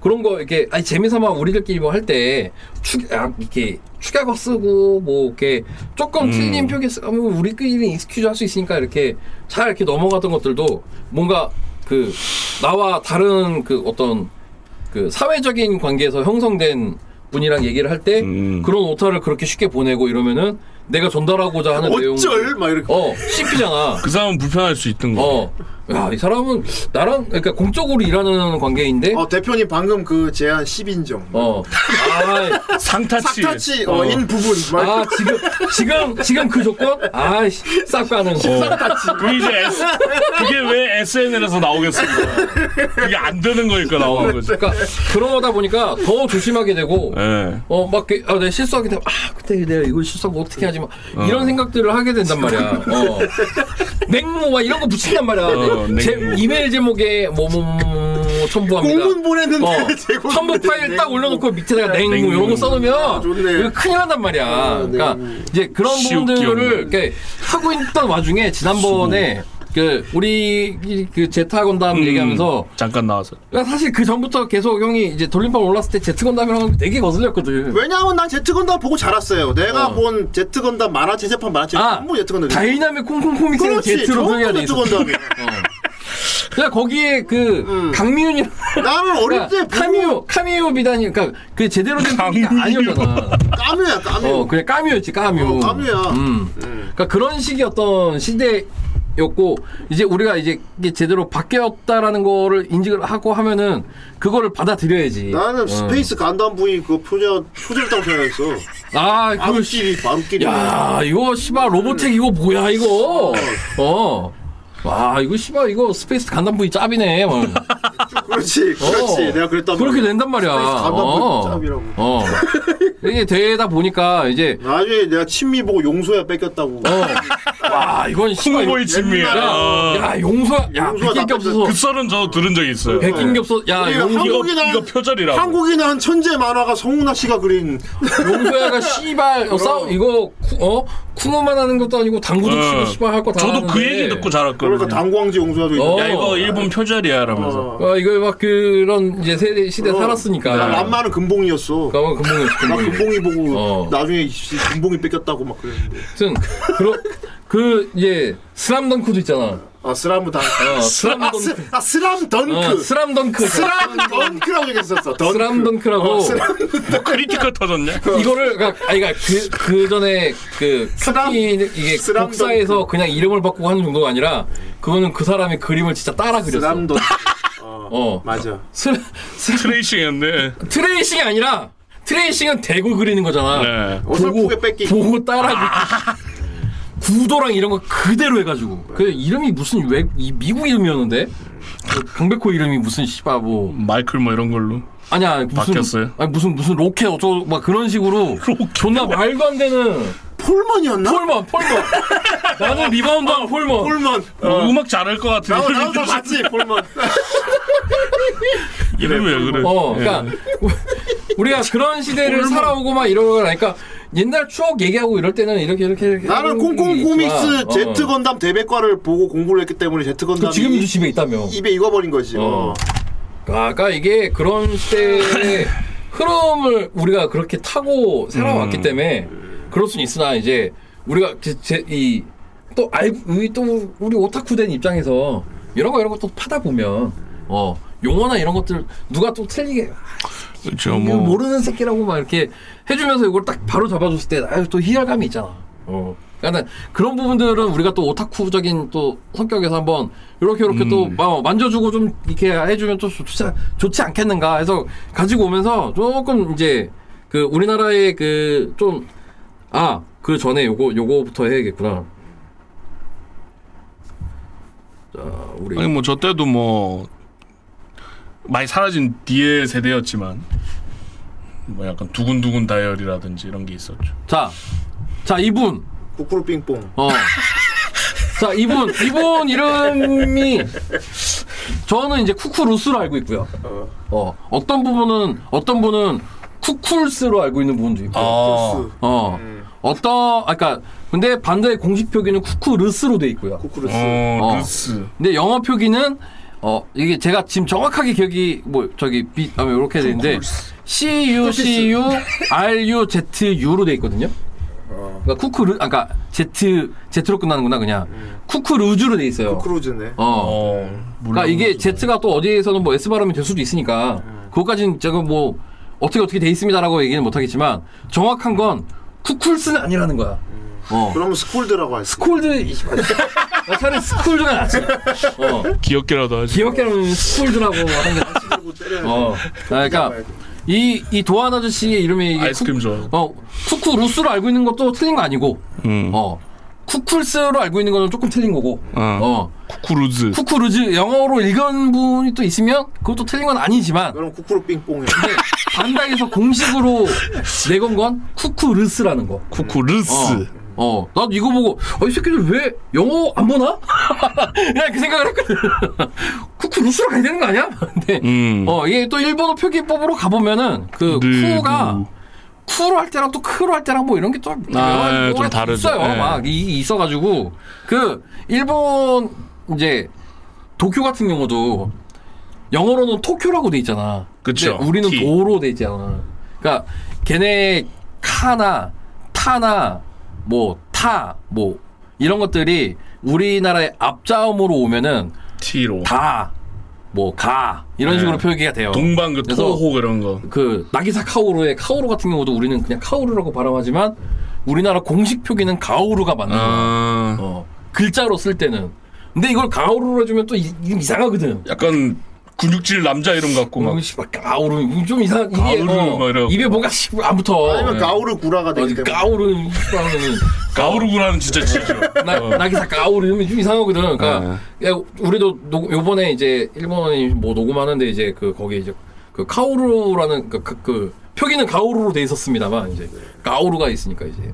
[SPEAKER 3] 그런 거 이렇게 아니 재미삼아 우리들끼리 뭐 할 때 축 아, 이렇게 축약어 쓰고 뭐 이렇게 조금 틀린
[SPEAKER 5] 음.
[SPEAKER 3] 표기 쓰면 아, 뭐 우리끼리 익스큐즈 할 수 있으니까 이렇게 잘 이렇게 넘어가던 것들도 뭔가 그 나와 다른 그 어떤 그 사회적인 관계에서 형성된 분이랑 얘기를 할 때
[SPEAKER 4] 음.
[SPEAKER 3] 그런 오타를 그렇게 쉽게 보내고 이러면은 내가 전달하고자 하는 내용
[SPEAKER 5] 어쩔 막 이렇게
[SPEAKER 3] 어 씹히잖아.
[SPEAKER 4] 그 사람은 불편할 수 있던 거.
[SPEAKER 3] 어. 야, 이 사람은 나랑 그러니까 공적으로 일하는 관계인데
[SPEAKER 5] 어,
[SPEAKER 3] 어.
[SPEAKER 5] 대표님 방금 그 제안 10인정
[SPEAKER 3] 아,
[SPEAKER 4] 상타치.
[SPEAKER 5] 삭타치 어, 인 부분 막
[SPEAKER 3] 아, 지금 지금 지금 그 조건? 아, 씨, 싹 가는 거.
[SPEAKER 4] 그 이제 S, 그게 왜 SNL에서 나오겠습니까? 그게 안 되는 거니까 나오는 거지.
[SPEAKER 3] 그러니까 그러다 보니까 더 조심하게 되고
[SPEAKER 4] 예.
[SPEAKER 3] 어, 막, 그- 아, 내가 실수하게 되면, 아, 그때 내가 이걸 실수한 거 어떻게 하지? 막, 이런 생각들을 하게 된단 말이야. 어. 냉모, 막 이런 거 붙인단 말이야.
[SPEAKER 4] 어,
[SPEAKER 3] 제,
[SPEAKER 4] 냉모.
[SPEAKER 3] 이메일 제목에, 뭐, 뭐, 뭐, 첨부합니다.
[SPEAKER 5] 공문 보냈는데
[SPEAKER 3] 어,
[SPEAKER 5] 네, 제공
[SPEAKER 3] 첨부 파일 딱 올려놓고 밑에다가 냉무
[SPEAKER 4] 냉무.
[SPEAKER 3] 이런 거 써놓으면
[SPEAKER 5] 아, 좋네. 아, 네.
[SPEAKER 3] 이거 큰일 난단 말이야. 그러니까 이제 그런
[SPEAKER 4] 쉬운
[SPEAKER 3] 부분들을
[SPEAKER 4] 기억이네.
[SPEAKER 3] 이렇게 하고 있던 와중에 지난번에 그 우리 그 제타
[SPEAKER 5] 음.
[SPEAKER 3] 건담 얘기하면서
[SPEAKER 4] 음. 잠깐 나와서.
[SPEAKER 3] 그러니까 사실 그 전부터 계속 형이 이제 돌림판 올랐을 때 제트 건담이랑 되게 거슬렸거든.
[SPEAKER 5] 왜냐하면 난 제트건담 보고 자랐어요 내가
[SPEAKER 3] 어.
[SPEAKER 5] 본 제트건담 만화책 재판 만화책
[SPEAKER 3] 아,
[SPEAKER 5] 전부 제트건담
[SPEAKER 3] 다이나믹 콩콩코믹스는
[SPEAKER 5] 그렇지
[SPEAKER 3] 제트로
[SPEAKER 5] 전부
[SPEAKER 3] 분해가 돼 있어.
[SPEAKER 5] 제트건담이야 음.
[SPEAKER 3] 그냥 거기에 그 강미윤이
[SPEAKER 5] 나는 어릴 때
[SPEAKER 3] 그러니까 카미오 카미오 비단이 그러니까 그 제대로 된 분이 아니었잖아.
[SPEAKER 5] 까뮤야 까뮤
[SPEAKER 3] 어, 그래 까뮤였지 까뮤.
[SPEAKER 5] 어, 까뮤야.
[SPEAKER 3] 음. 그러니까 그런 식의 어떤 시대였고 이제 우리가 이제 이게 제대로 바뀌었다라는 거를 인식을 하고 하면은 그거를 받아들여야지.
[SPEAKER 5] 나는
[SPEAKER 3] 어.
[SPEAKER 5] 스페이스 간담 부이 그 표절 표절했다고 생각했어
[SPEAKER 3] 아, 그 씨.
[SPEAKER 5] 바로끼리 바로끼리
[SPEAKER 3] 야, 이거 씨발 로보텍 이거 뭐야 이거? 어. 와, 이거 씨발 이거 스페이스 간담부이 짭이네. 뭐.
[SPEAKER 5] 그렇지 그렇지
[SPEAKER 3] 어.
[SPEAKER 5] 내가 그랬단
[SPEAKER 3] 그렇게
[SPEAKER 5] 말이야
[SPEAKER 3] 된단 말이야.
[SPEAKER 5] 스페이스 간담부이
[SPEAKER 3] 어.
[SPEAKER 5] 짭이라고.
[SPEAKER 3] 어. 이게 되다 보니까 이제
[SPEAKER 5] 나중에 내가 친미 보고 용서야 뺏겼다고
[SPEAKER 3] 어. 와, 이건 씨발 이거-
[SPEAKER 4] 콩보이 진미야.
[SPEAKER 3] 야,
[SPEAKER 4] 어.
[SPEAKER 3] 야 용서 야
[SPEAKER 5] 용서가 그러니까
[SPEAKER 3] 백인 겹소서 그
[SPEAKER 4] 그 썰은 저 들은 적 있어요. 예.
[SPEAKER 3] 백인 겹소 야 어,
[SPEAKER 5] 우리가
[SPEAKER 3] 용,
[SPEAKER 4] 이거,
[SPEAKER 5] 한국이나-
[SPEAKER 4] 이거 표절이라고.
[SPEAKER 5] 한국인 한 천재 만화가 성훈아 씨가 그린
[SPEAKER 3] 용서야가 씨발 어, 싸우 이거 쿠- 어 쿵어만 하는 것도 아니고 당구도
[SPEAKER 4] 어.
[SPEAKER 3] 치고 씨발 할 거다
[SPEAKER 4] 저도 그 얘기 듣고 자랐거든요.
[SPEAKER 5] 그러니까 당광지 용서야도 있는
[SPEAKER 3] 어.
[SPEAKER 4] 야 이거 일본 표절이야 이러면서.
[SPEAKER 5] 어.
[SPEAKER 3] 어, 이거 막 그런 이제 세대 시대 살았으니까
[SPEAKER 5] 나 람마는 금봉이었어.
[SPEAKER 3] 가만 금붕이
[SPEAKER 5] 나 금봉이 보고
[SPEAKER 3] 어.
[SPEAKER 5] 나중에 씨, 금봉이 뺏겼다고 막 그랬는데.
[SPEAKER 3] 아무튼 그런 그 이제 스람덩크도 있잖아
[SPEAKER 5] 아 스람 덩크.
[SPEAKER 3] 어,
[SPEAKER 5] 아,
[SPEAKER 3] 스람덩크
[SPEAKER 5] 스, 아 스람 덩크.
[SPEAKER 3] 어, 스람덩크
[SPEAKER 5] 스람 덩크라고 얘기했었어. 덩크.
[SPEAKER 3] 스람덩크라고
[SPEAKER 5] 어, 스람,
[SPEAKER 4] 뭐 크리티컬 터졌냐?
[SPEAKER 3] 이거를 그러니까 아니 그그 전에 그
[SPEAKER 5] 스람-
[SPEAKER 3] 카피 이게
[SPEAKER 5] 스람
[SPEAKER 3] 복사해서 그냥 이름을 바꾸고 하는 정도가 아니라 그거는 그 사람이 그림을 진짜 따라 그렸어.
[SPEAKER 5] 스람 덩크.
[SPEAKER 3] 어.
[SPEAKER 5] 맞아.
[SPEAKER 3] 스, 스,
[SPEAKER 4] 트레이싱인데.
[SPEAKER 3] 트레이싱이 아니라 트레이싱은 대고 그리는 거잖아.
[SPEAKER 4] 네.
[SPEAKER 5] 어설프게 뺏기.
[SPEAKER 3] 보고 따라 그- 구도랑 이런 거 그대로 해가지고 그 이름이 무슨 외 이 미국 이름이었는데 그 강백호 이름이 무슨 씨바 뭐
[SPEAKER 4] 마이클 뭐 이런 걸로.
[SPEAKER 3] 아니야 무슨
[SPEAKER 4] 바뀌었어요?
[SPEAKER 3] 아니 무슨 무슨 로켓 어쩌고 막 그런 식으로 존나 말도 안 되는
[SPEAKER 5] 폴먼이었나?
[SPEAKER 3] 폴먼, 폴먼. 나는 리바운드한 폴먼.
[SPEAKER 5] 폴먼.
[SPEAKER 4] 음악 잘할 것 같은데.
[SPEAKER 5] 어. 나도 나도 다 봤지 폴먼.
[SPEAKER 4] 이름이 왜 그래?
[SPEAKER 3] 어,
[SPEAKER 5] 예.
[SPEAKER 3] 그러니까 우- 우리가 그런 시대를 살아오고 막 이러고 나니까 옛날 추억 얘기하고 이럴 때는 이렇게 이렇게 이렇게
[SPEAKER 5] 나는
[SPEAKER 3] 하는
[SPEAKER 5] 콩콩
[SPEAKER 3] 게
[SPEAKER 5] 코믹스
[SPEAKER 3] 있지만,
[SPEAKER 5] 제트
[SPEAKER 3] 어.
[SPEAKER 5] 건담 대백과를 보고 공부를 했기 때문에 제트
[SPEAKER 3] 그
[SPEAKER 5] 건담이
[SPEAKER 3] 지금도 집에 있다며.
[SPEAKER 5] 입에 익어버린 거지. 어.
[SPEAKER 3] 어. 그러니까 이게 그런 시대의 흐름을 우리가 그렇게 타고
[SPEAKER 5] 음.
[SPEAKER 3] 살아왔기 때문에 그럴 수는 있으나 이제 우리가 제이또 알, 우리 또 우리 오타쿠 된 입장에서 이런 거 이런 거 또 파다 보면 어 용어나 이런 것들 누가 또 틀리게
[SPEAKER 4] 그렇죠.
[SPEAKER 3] 이거
[SPEAKER 4] 뭐
[SPEAKER 3] 모르는 새끼라고 막 이렇게 해주면서 이걸 딱 바로 잡아줬을 때 아유 또 희열감이 있잖아. 어. 그러니까 그런 부분들은 우리가 또 오타쿠적인 또 성격에서 한번 이렇게 이렇게 또
[SPEAKER 4] 음.
[SPEAKER 3] 마- 만져주고 좀 이렇게 해주면 좀 좋지, 않- 좋지 않겠는가 해서 가지고 오면서 조금 이제 그 우리나라의 그 좀 아, 그 전에 요거, 요거부터 해야겠구나. 자, 우리.
[SPEAKER 4] 아니 뭐 저 때도 뭐 많이 사라진 뒤의 세대였지만 뭐 약간 두근두근 다이어리라든지 이런 게 있었죠.
[SPEAKER 3] 자, 자, 이분.
[SPEAKER 5] 구꾸로 빙뽕.
[SPEAKER 3] 어. 자, 이분, 이분 이름이 저는 이제 쿠쿠루스로 알고 있고요. 어. 어떤 부분은 어떤 분은 쿠쿨스로 알고 있는 부분도 있고.
[SPEAKER 4] 아,
[SPEAKER 3] 어. 어떤 아까 그러니까 근데 반대의 공식 표기는 쿠쿠르스로 돼 있고요.
[SPEAKER 5] 구꾸루스.
[SPEAKER 4] 어,
[SPEAKER 3] 어.
[SPEAKER 4] 루스.
[SPEAKER 3] 근데 영어 표기는 어 이게 제가 지금 정확하게 기억이 뭐 저기 비 아니 이렇게 돼 있는데 C U C U R U Z U로 돼 있거든요. 그러니까 쿠쿠르 아까 그러니까 Z Z로 끝나는구나 그냥 쿠쿠루즈로 돼 있어요.
[SPEAKER 8] 크루즈네.
[SPEAKER 3] 어.
[SPEAKER 4] 어,
[SPEAKER 3] 그러니까 이게 Z가 또 어디에서는 뭐 S 발음이 될 수도 있으니까 그것까지는 제가 뭐 어떻게 어떻게 돼 있습니다라고 얘기는 못하겠지만 정확한 건 쿠쿨스는 아니라는 거야. 어.
[SPEAKER 8] 그러면 스쿨드라고 할수
[SPEAKER 3] 스콜드 이 씨발. 나 차라리 스콜드가 낫지. 어.
[SPEAKER 4] 기억기라도 하지.
[SPEAKER 3] 기억해놓은 스콜드라고 하는 게 낫지. 어. 그러니까 이, 이 도안 아저씨의 이름이 이게
[SPEAKER 4] 아이스크림 좋아.
[SPEAKER 3] 쿠, 어, 쿠쿠 루스로 알고 있는 것도 틀린 거 아니고
[SPEAKER 4] 음.
[SPEAKER 3] 어. 쿠쿨스로 알고 있는 거는 조금 틀린 거고
[SPEAKER 4] 어.
[SPEAKER 3] 어.
[SPEAKER 4] 쿠쿠루즈.
[SPEAKER 3] 쿠쿠루즈 영어로 읽은 분이 또 있으면 그것도 틀린 건 아니지만
[SPEAKER 8] 그럼 쿠쿠루 삥뽕이.
[SPEAKER 3] 근데 반다이에서 공식으로 내건 건 쿠쿠르스라는 거.
[SPEAKER 4] 쿠쿠르스.
[SPEAKER 3] 어, 나도 이거 보고, 아, 이 새끼들 왜 영어 안 보나? 그냥 그 생각을 했거든. 쿠쿠 루스로 가야 되는 거 아니야? 근데,
[SPEAKER 4] 음.
[SPEAKER 3] 어, 이게 또 일본어 표기법으로 가보면은, 그,
[SPEAKER 4] 네,
[SPEAKER 3] 쿠가,
[SPEAKER 4] 음.
[SPEAKER 3] 쿠로 할 때랑 또 크로 할 때랑 뭐 이런 게 좀,
[SPEAKER 4] 아,
[SPEAKER 3] 여러 가지
[SPEAKER 4] 좀
[SPEAKER 3] 뭐가
[SPEAKER 4] 다르죠.
[SPEAKER 3] 있어요.
[SPEAKER 4] 예.
[SPEAKER 3] 막, 이, 이 있어가지고. 그, 일본, 이제, 도쿄 같은 경우도, 영어로는 토쿄라고 돼 있잖아.
[SPEAKER 4] 그쵸.
[SPEAKER 3] 근데 우리는
[SPEAKER 4] T.
[SPEAKER 3] 도로 돼 있잖아. 그러니까 걔네 카나 타나 뭐 타 뭐 이런 것들이 우리나라의 앞자음으로 오면은
[SPEAKER 4] T로.
[SPEAKER 3] 다뭐 가 이런
[SPEAKER 4] 네.
[SPEAKER 3] 식으로 표기가 돼요.
[SPEAKER 4] 동방 그
[SPEAKER 3] 그래서-
[SPEAKER 4] 토호 그런 거.
[SPEAKER 3] 그 나기사 카오루의 카오루 같은 경우도 우리는 그냥 카오루라고 발음하지만 우리나라 공식 표기는 가오루가 맞는 거야.
[SPEAKER 4] 아.
[SPEAKER 3] 어. 글자로 쓸 때는. 근데 이걸 가오루로 해주면 또 이, 이
[SPEAKER 4] 어.
[SPEAKER 3] 이상하거든.
[SPEAKER 4] 약간 근육질 남자 이름 같고 막.
[SPEAKER 3] 어, 씨발 가오르 이거 좀 이상 이게
[SPEAKER 4] 가오르 막
[SPEAKER 3] 어,
[SPEAKER 4] 이러고.
[SPEAKER 3] 입에 뭐가 씨발 안 붙어.
[SPEAKER 8] 아니면 가오르 구라가 되기
[SPEAKER 3] 어디
[SPEAKER 8] 때문에.
[SPEAKER 3] 가오르 씨발은
[SPEAKER 4] 가오르구라는
[SPEAKER 3] 네.
[SPEAKER 4] 진짜 어, 지죠.
[SPEAKER 3] 나 나기사 가오르면 좀 이상하거든. 그러니까 야, 우리도 노, 요번에 이제 일본이 뭐 녹음하는데 이제 그 거기 이제 그 카오르라는 그, 그, 그 표기는 가오르로 돼 있었습니다만 이제 가오르가 있으니까 이제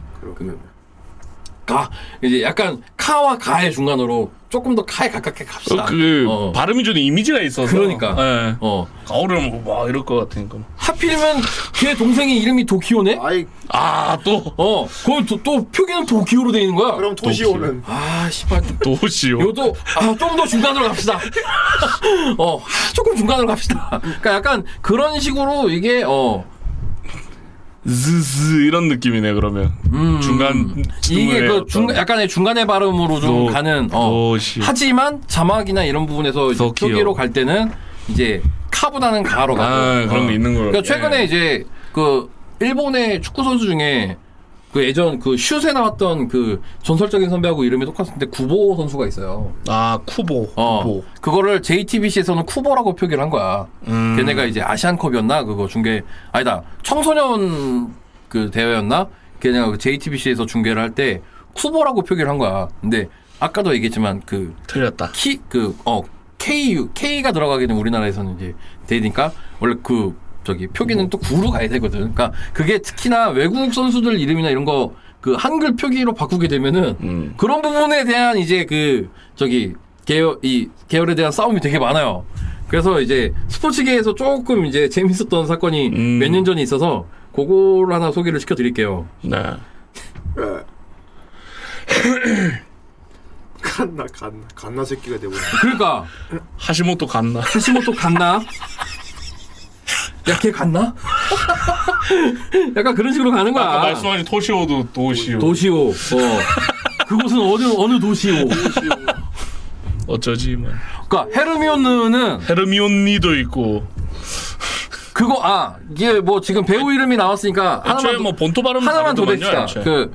[SPEAKER 3] 그가 이제 약간 카와 가의 중간으로 조금 더 카에 가깝게 갑시다.
[SPEAKER 4] 어, 그
[SPEAKER 3] 어.
[SPEAKER 4] 발음이 좀 이미지가 있어서.
[SPEAKER 3] 그러니까.
[SPEAKER 4] 예.
[SPEAKER 3] 어.
[SPEAKER 4] 가오르면 뭐, 막 이럴 것 같으니까.
[SPEAKER 3] 하필이면 걔 동생이 이름이 도키오네?
[SPEAKER 8] 아이
[SPEAKER 4] 아 또.
[SPEAKER 3] 어, 그럼 또, 또 표기는 도키오로 돼 있는 거야.
[SPEAKER 8] 그럼 토시오는
[SPEAKER 3] 아, 씨발.
[SPEAKER 4] 도시요.
[SPEAKER 3] 요도, 아, 좀 더 중간으로 갑시다. 어, 아, 조금 중간으로 갑시다. 그러니까 약간 그런 식으로 이게, 어,
[SPEAKER 4] 즈즈 이런 느낌이네 그러면. 중간.
[SPEAKER 3] 음. 이게 그 중간, 약간의 중간의 발음으로 좀
[SPEAKER 4] 도-
[SPEAKER 3] 가는, 어.
[SPEAKER 4] 도시.
[SPEAKER 3] 하지만 자막이나 이런 부분에서 이제
[SPEAKER 4] 도키오.
[SPEAKER 3] 표기로 갈 때는 이제 카보다는 가로 가고.
[SPEAKER 4] 아 그런
[SPEAKER 3] 어.
[SPEAKER 4] 게 있는 걸.
[SPEAKER 3] 그러니까 최근에
[SPEAKER 4] 예.
[SPEAKER 3] 이제 그 일본의 축구 선수 중에 그 예전 그 슛에 나왔던 그 전설적인 선배하고 이름이 똑같은데 구보 선수가 있어요.
[SPEAKER 4] 아 쿠보.
[SPEAKER 3] 어.
[SPEAKER 4] 쿠보.
[SPEAKER 3] 그거를 JTBC에서는 쿠보라고 표기를 한 거야.
[SPEAKER 4] 음.
[SPEAKER 3] 걔네가 이제 아시안컵이었나 그거 중계 아니다 청소년 그 대회였나 걔네가 그 JTBC에서 중계를 할 때 쿠보라고 표기를 한 거야. 근데 아까도 얘기했지만 그
[SPEAKER 4] 틀렸다.
[SPEAKER 3] 키, 그, 어, KU, K가 들어가게 되면 우리나라에서는 이제 되니까, 원래 그, 저기, 표기는 또 구로 가야 되거든. 그러니까 그게 특히나 외국 선수들 이름이나 이런 거, 그 한글 표기로 바꾸게 되면은,
[SPEAKER 4] 음.
[SPEAKER 3] 그런 부분에 대한 이제 그, 저기, 계열, 이, 계열에 대한 싸움이 되게 많아요. 그래서 이제 스포츠계에서 조금 이제 재밌었던 사건이
[SPEAKER 4] 음.
[SPEAKER 3] 몇 년 전에 있어서, 그걸 하나 소개를 시켜드릴게요.
[SPEAKER 4] 네.
[SPEAKER 8] 예. 간나 간나 간나 새끼가 되고.
[SPEAKER 3] 그러니까,
[SPEAKER 4] 하시모토 갔나?
[SPEAKER 3] 하시모토 갔나? 야, 걔 갔나? 약간 그런 식으로 가는 거야.
[SPEAKER 4] 아까 말씀하신 토시오도 도시오.
[SPEAKER 3] 도시오. 어. 그곳은 어느, 어느 도시오.
[SPEAKER 4] 어쩌지 뭐.
[SPEAKER 3] 그니까, 그러니까 헤르미온느는
[SPEAKER 4] 헤르미온니도 있고.
[SPEAKER 3] 그거, 아, 이게 뭐 지금 배우 이름이 나왔으니까
[SPEAKER 4] 애초에
[SPEAKER 3] 하나만,
[SPEAKER 4] 뭐
[SPEAKER 3] 더-
[SPEAKER 4] 본토 발음
[SPEAKER 3] 하나만 더 냅시다. 그,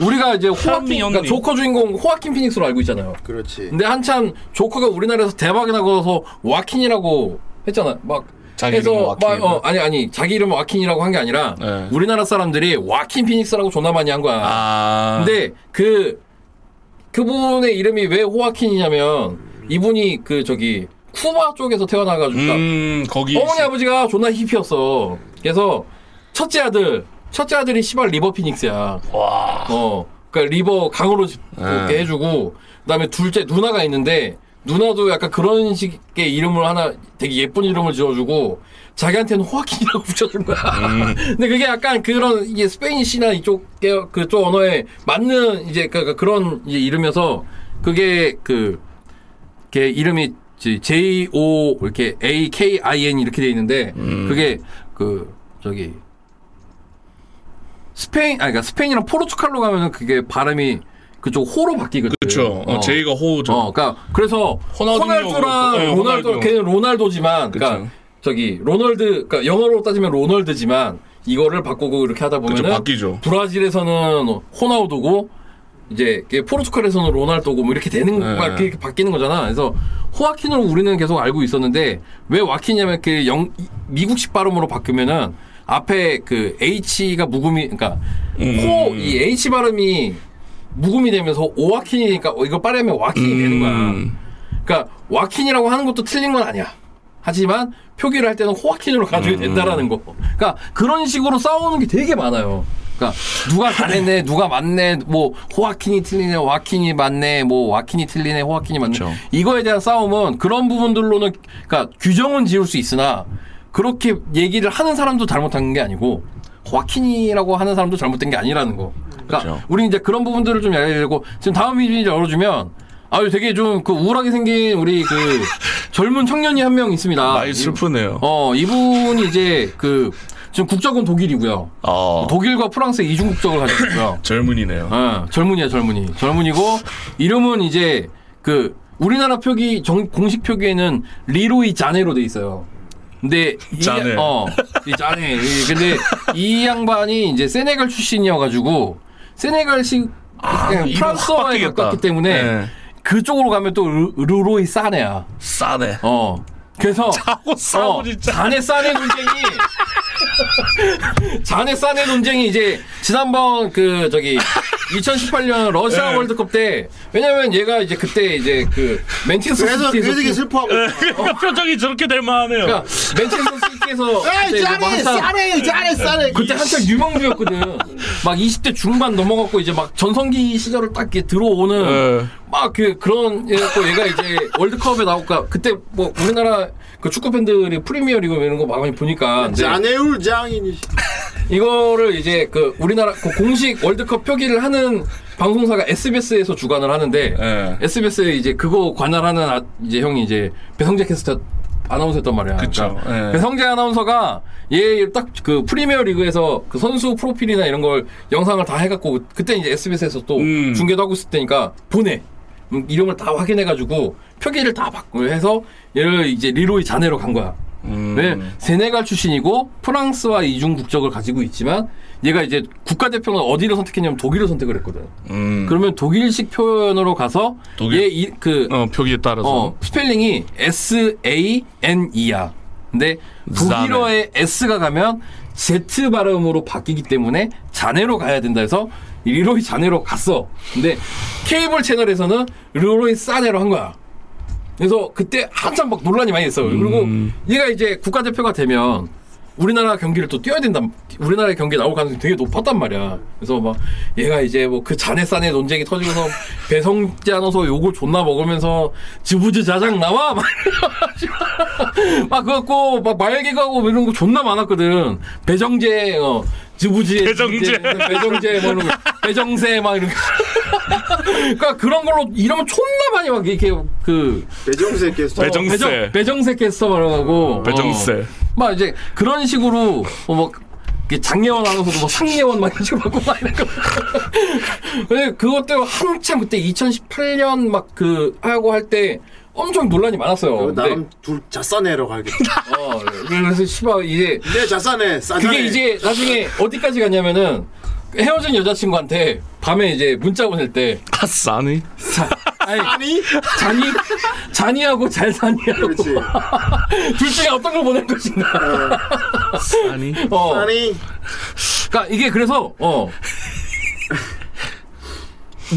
[SPEAKER 3] 우리가 이제 호아킨,
[SPEAKER 4] 헤르미온느.
[SPEAKER 3] 그러니까 조커 주인공 호아킨 피닉스로 알고 있잖아요.
[SPEAKER 8] 그렇지.
[SPEAKER 3] 근데 한참 조커가 우리나라에서 대박이 나고서 와킨이라고 했잖아. 막
[SPEAKER 4] 자기
[SPEAKER 3] 해서
[SPEAKER 4] 이름을
[SPEAKER 3] 막,
[SPEAKER 4] 와킨이라?
[SPEAKER 3] 어, 아니 아니 자기 이름 와킨이라고 한 게 아니라
[SPEAKER 4] 네.
[SPEAKER 3] 우리나라 사람들이 와킨 피닉스라고 존나 많이 한 거야.
[SPEAKER 4] 아.
[SPEAKER 3] 근데 그 그분의 이름이 왜 호아킨이냐면 이분이 그 저기 쿠바 쪽에서 태어나가지고 그러니까
[SPEAKER 4] 음 거기.
[SPEAKER 3] 어머니 아버지가 존나 히피였어. 그래서 첫째 아들 첫째 아들이 시발 리버 피닉스야.
[SPEAKER 4] 와.
[SPEAKER 3] 어, 그러니까 리버 강으로 집- 이렇게
[SPEAKER 4] 네.
[SPEAKER 3] 해주고 그다음에 둘째 누나가 있는데 누나도 약간 그런 식의 이름을 하나 되게 예쁜 이름을 지어주고 자기한테는 호아킨이라고 붙여준 거야. 근데 그게 약간 그런 이게 스페인시나 이쪽 계열- 그쪽 언어에 맞는 이제 그- 그- 그런 이제 이름이어서 그게 그 걔 이름이 지- J O 이렇게 A K I N 이렇게 돼 있는데
[SPEAKER 4] 음.
[SPEAKER 3] 그게 그 저기 스페인 아니 그러니까 스페인이랑 포르투갈로 가면은 그게 발음이 그쪽 호로 바뀌거든요.
[SPEAKER 4] 그렇죠. 어, 제이가 호우죠.
[SPEAKER 3] 어, 그러니까 그래서
[SPEAKER 4] 호날두냐고.
[SPEAKER 3] 호날두랑
[SPEAKER 4] 네,
[SPEAKER 3] 로날두
[SPEAKER 4] 호날두.
[SPEAKER 3] 걔는 로날도지만 그러니까
[SPEAKER 4] 그쵸.
[SPEAKER 3] 저기 로널드 그러니까 영어로 따지면 로널드지만 이거를 바꾸고 이렇게 하다
[SPEAKER 4] 그렇죠.
[SPEAKER 3] 보면은
[SPEAKER 4] 바뀌죠.
[SPEAKER 3] 브라질에서는 호나우도고 이제 이게 포르투갈에서는 로날도고 뭐 이렇게 되는
[SPEAKER 4] 네.
[SPEAKER 3] 막 이렇게 바뀌는 거잖아. 그래서 호아킨을 우리는 계속 알고 있었는데 왜 와키냐면 그 영, 미국식 발음으로 바뀌면은 앞에 그 H가 무음이 그러니까 호 이 H 발음이 무음이 되면서 오와킨이니까 어, 이거 빠르면 와킨이 되는 거야.
[SPEAKER 4] 음,
[SPEAKER 3] 그러니까 와킨이라고 하는 것도 틀린 건 아니야. 하지만 표기를 할 때는 호아킨으로
[SPEAKER 4] 음.
[SPEAKER 3] 가져야 된다라는 거. 그러니까 그런 식으로 싸우는 게 되게 많아요. 그러니까 누가 잘했네, 누가 맞네, 뭐 호아킨이 틀리네, 와킨이 맞네, 뭐 와킨이 틀리네, 호아킨이 맞네.
[SPEAKER 4] 그쵸.
[SPEAKER 3] 이거에 대한 싸움은 그런 부분들로는 그러니까 규정은 지을 수 있으나 그렇게 얘기를 하는 사람도 잘못한 게 아니고 호아킨이라고 하는 사람도 잘못된 게 아니라는 거. 그러니까
[SPEAKER 4] 그쵸.
[SPEAKER 3] 우리 이제 그런 부분들을 좀 알려드리고 지금 다음 미진이 열어주면 아유 되게 좀 그 우울하게 생긴 우리 그 젊은 청년이 한 명 있습니다.
[SPEAKER 4] 아, 많이 슬프네요.
[SPEAKER 3] 어 이분이 이제 그 지금 국적은 독일이고요.
[SPEAKER 4] 아,
[SPEAKER 3] 독일과 프랑스 이중 국적을 가지고 있고요.
[SPEAKER 4] 젊은이네요.
[SPEAKER 3] 어, 젊은이야 젊은이 젊은이고 이름은 이제 그 우리나라 표기 정, 공식 표기에는 리로이 자네로 돼 있어요. 근데 이,
[SPEAKER 4] 자네.
[SPEAKER 3] 어, 이 자네. 이- 근데 이 양반이 이제 세네갈 출신이어가지고 세네갈식 그냥
[SPEAKER 4] 아, 이거 확
[SPEAKER 3] 프랑스어에
[SPEAKER 4] 바뀌겠다.
[SPEAKER 3] 가깝기 때문에
[SPEAKER 4] 네.
[SPEAKER 3] 그쪽으로 가면 또 르, 루로이 싸네야.
[SPEAKER 4] 싸네.
[SPEAKER 3] 어. 그래서
[SPEAKER 4] 하고 싸고
[SPEAKER 3] 어,
[SPEAKER 4] 진짜.
[SPEAKER 3] 자네 싸네 논쟁이 자네 싸네 논쟁이 이제 지난번 그 저기 2018년 러시아
[SPEAKER 4] 네.
[SPEAKER 3] 월드컵 때 왜냐면 얘가 이제 그때 이제 그 맨체스터
[SPEAKER 8] 그래서 그
[SPEAKER 3] 시티에서 네.
[SPEAKER 8] 되게
[SPEAKER 3] 뛰-
[SPEAKER 8] 슬퍼하고
[SPEAKER 4] 그러니까 표정이 저렇게 될 만하네요.
[SPEAKER 3] 그러니까 맨체스터 시티에서 그때
[SPEAKER 5] 에이
[SPEAKER 3] 이제 뭐
[SPEAKER 5] 짜네
[SPEAKER 3] 한창-
[SPEAKER 5] 짜네 짜네 짜네
[SPEAKER 3] 그때 한창 유망주였거든. 막 20대 중반 넘어갔고 이제 막 전성기 시절을 딱 이렇게 들어오는
[SPEAKER 4] 예.
[SPEAKER 3] 막 그 그런 얘고 얘가 이제 월드컵에 나올까 그때 뭐 우리나라 그 축구 팬들이 프리미어리그 이런 거 많이 보니까 근데
[SPEAKER 8] 자네울 장인이
[SPEAKER 3] 이거를 이제 그 우리나라 그 공식 월드컵 표기를 하는 방송사가 SBS에서 주관을 하는데
[SPEAKER 4] 예.
[SPEAKER 3] SBS에 이제 그거 관할하는 아, 이제 형이 이제 배성재 캐스터 아나운서였단 말이야.
[SPEAKER 4] 그쵸,
[SPEAKER 3] 그러니까
[SPEAKER 4] 예.
[SPEAKER 3] 배성재 아나운서가 얘 딱 그 프리미어 리그에서 그 선수 프로필이나 이런 걸 영상을 다 해갖고 그때 이제 SBS에서 또
[SPEAKER 4] 음.
[SPEAKER 3] 중계도 하고 있을 때니까 보내. 음, 이름을 다 확인해가지고 표기를 다 바꾸 해서 얘를 이제 리로이 자네로 간 거야.
[SPEAKER 4] 음.
[SPEAKER 3] 왜 세네갈 출신이고 프랑스와 이중 국적을 가지고 있지만 얘가 이제 국가대표는 어디를 선택했냐면 독일을 선택을 했거든.
[SPEAKER 4] 음.
[SPEAKER 3] 그러면 독일식 표현으로 가서
[SPEAKER 4] 독일?
[SPEAKER 3] 얘그
[SPEAKER 4] 어, 표기에 따라서.
[SPEAKER 3] 어, 스펠링이 S A N E야. 근데 독일어에 S가 가면 Z 발음으로 바뀌기 때문에 자네로 가야 된다 해서 리로이 자네로 갔어. 근데 케이블 채널에서는 리로이 싸네로 한 거야. 그래서 그때 한참 막 논란이 많이 됐어요. 그리고 얘가 이제 국가대표가 되면 우리나라 경기를 또 뛰어야 된다. 우리나라의 경기에 나올 가능성이 되게 높았단 말이야. 그래서 막 얘가 이제 뭐 그 자네 싸네 논쟁이 터지면서 배성재 아나서 욕을 존나 먹으면서 지부지 자장 나와 막 이래가지고 막 그갖고 막 말개가고 뭐 이런 거 존나 많았거든. 배정재 어 지부지
[SPEAKER 4] 배정재.
[SPEAKER 3] 배정재 뭐 이런 거 배정세 막 이런 거. 그러니까 그런 걸로 이러면 존나 많이 막 이렇게 그
[SPEAKER 8] 배정세 캐스터
[SPEAKER 4] 배정- 어, 배정세. 어.
[SPEAKER 3] 배정, 배정세 캐스터 말하고
[SPEAKER 4] 네. 배정세.
[SPEAKER 3] 막 이제 그런 식으로 어, 막 이게 장례원 하면서도 뭐 상례원 막 이런 식으로 바꾸고 막 이런 거. 근데 그것 때문에 한참 그때 2018년 막 그 하고 할 때 엄청 논란이 많았어요.
[SPEAKER 8] 어,
[SPEAKER 3] 근데,
[SPEAKER 8] 나랑 둘 자싸네로 가야겠다
[SPEAKER 3] 어, 그래서 씨발 이제
[SPEAKER 8] 내 자싸네 싸자네
[SPEAKER 3] 그게 이제 나중에 어디까지 갔냐면은 헤어진 여자친구한테 밤에 이제 문자 보낼 때
[SPEAKER 4] 아, 싸네.
[SPEAKER 3] 자, 아니,
[SPEAKER 8] 아니
[SPEAKER 3] 잔이 잔이하고 잘 산이하고
[SPEAKER 8] 그렇지
[SPEAKER 3] 어. 둘 중에 어떤 걸 보낼 것인가.
[SPEAKER 4] 싸니.
[SPEAKER 3] 어.
[SPEAKER 8] 어. 아니
[SPEAKER 3] 그러니까 이게 그래서 어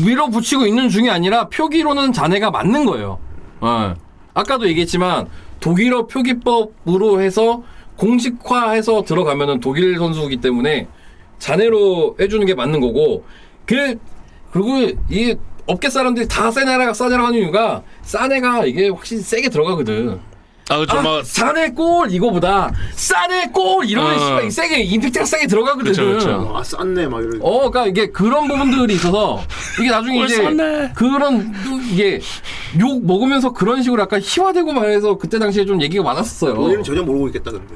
[SPEAKER 3] 위로 붙이고 있는 중이 아니라 표기로는 자네가 맞는 거예요. 어. 아까도 얘기했지만 독일어 표기법으로 해서 공식화해서 들어가면은 독일 선수이기 때문에 자네로 해주는 게 맞는 거고 그 그리고 이 업계 사람들이 다 세네라 싸네라 하는 이유가 싸네가 이게 확실히 세게 들어가거든.
[SPEAKER 4] 아 그쵸 막
[SPEAKER 3] 싸네 골 이거보다 싸네 골 이런
[SPEAKER 4] 어.
[SPEAKER 3] 씨발 세게 임팩트가 세게 들어가거든.
[SPEAKER 4] 그쵸, 그쵸.
[SPEAKER 8] 아 쌌네 막 이런.
[SPEAKER 3] 어, 그러니까 이게 그런 부분들이 있어서 이게 나중에
[SPEAKER 4] 골
[SPEAKER 3] 이제
[SPEAKER 4] 쌌네.
[SPEAKER 3] 그런 이게 욕 먹으면서 그런 식으로 약간 희화되고 말해서 그때 당시에 좀 얘기가 많았었어요.
[SPEAKER 8] 본인은 전혀 모르고 있겠다 근데.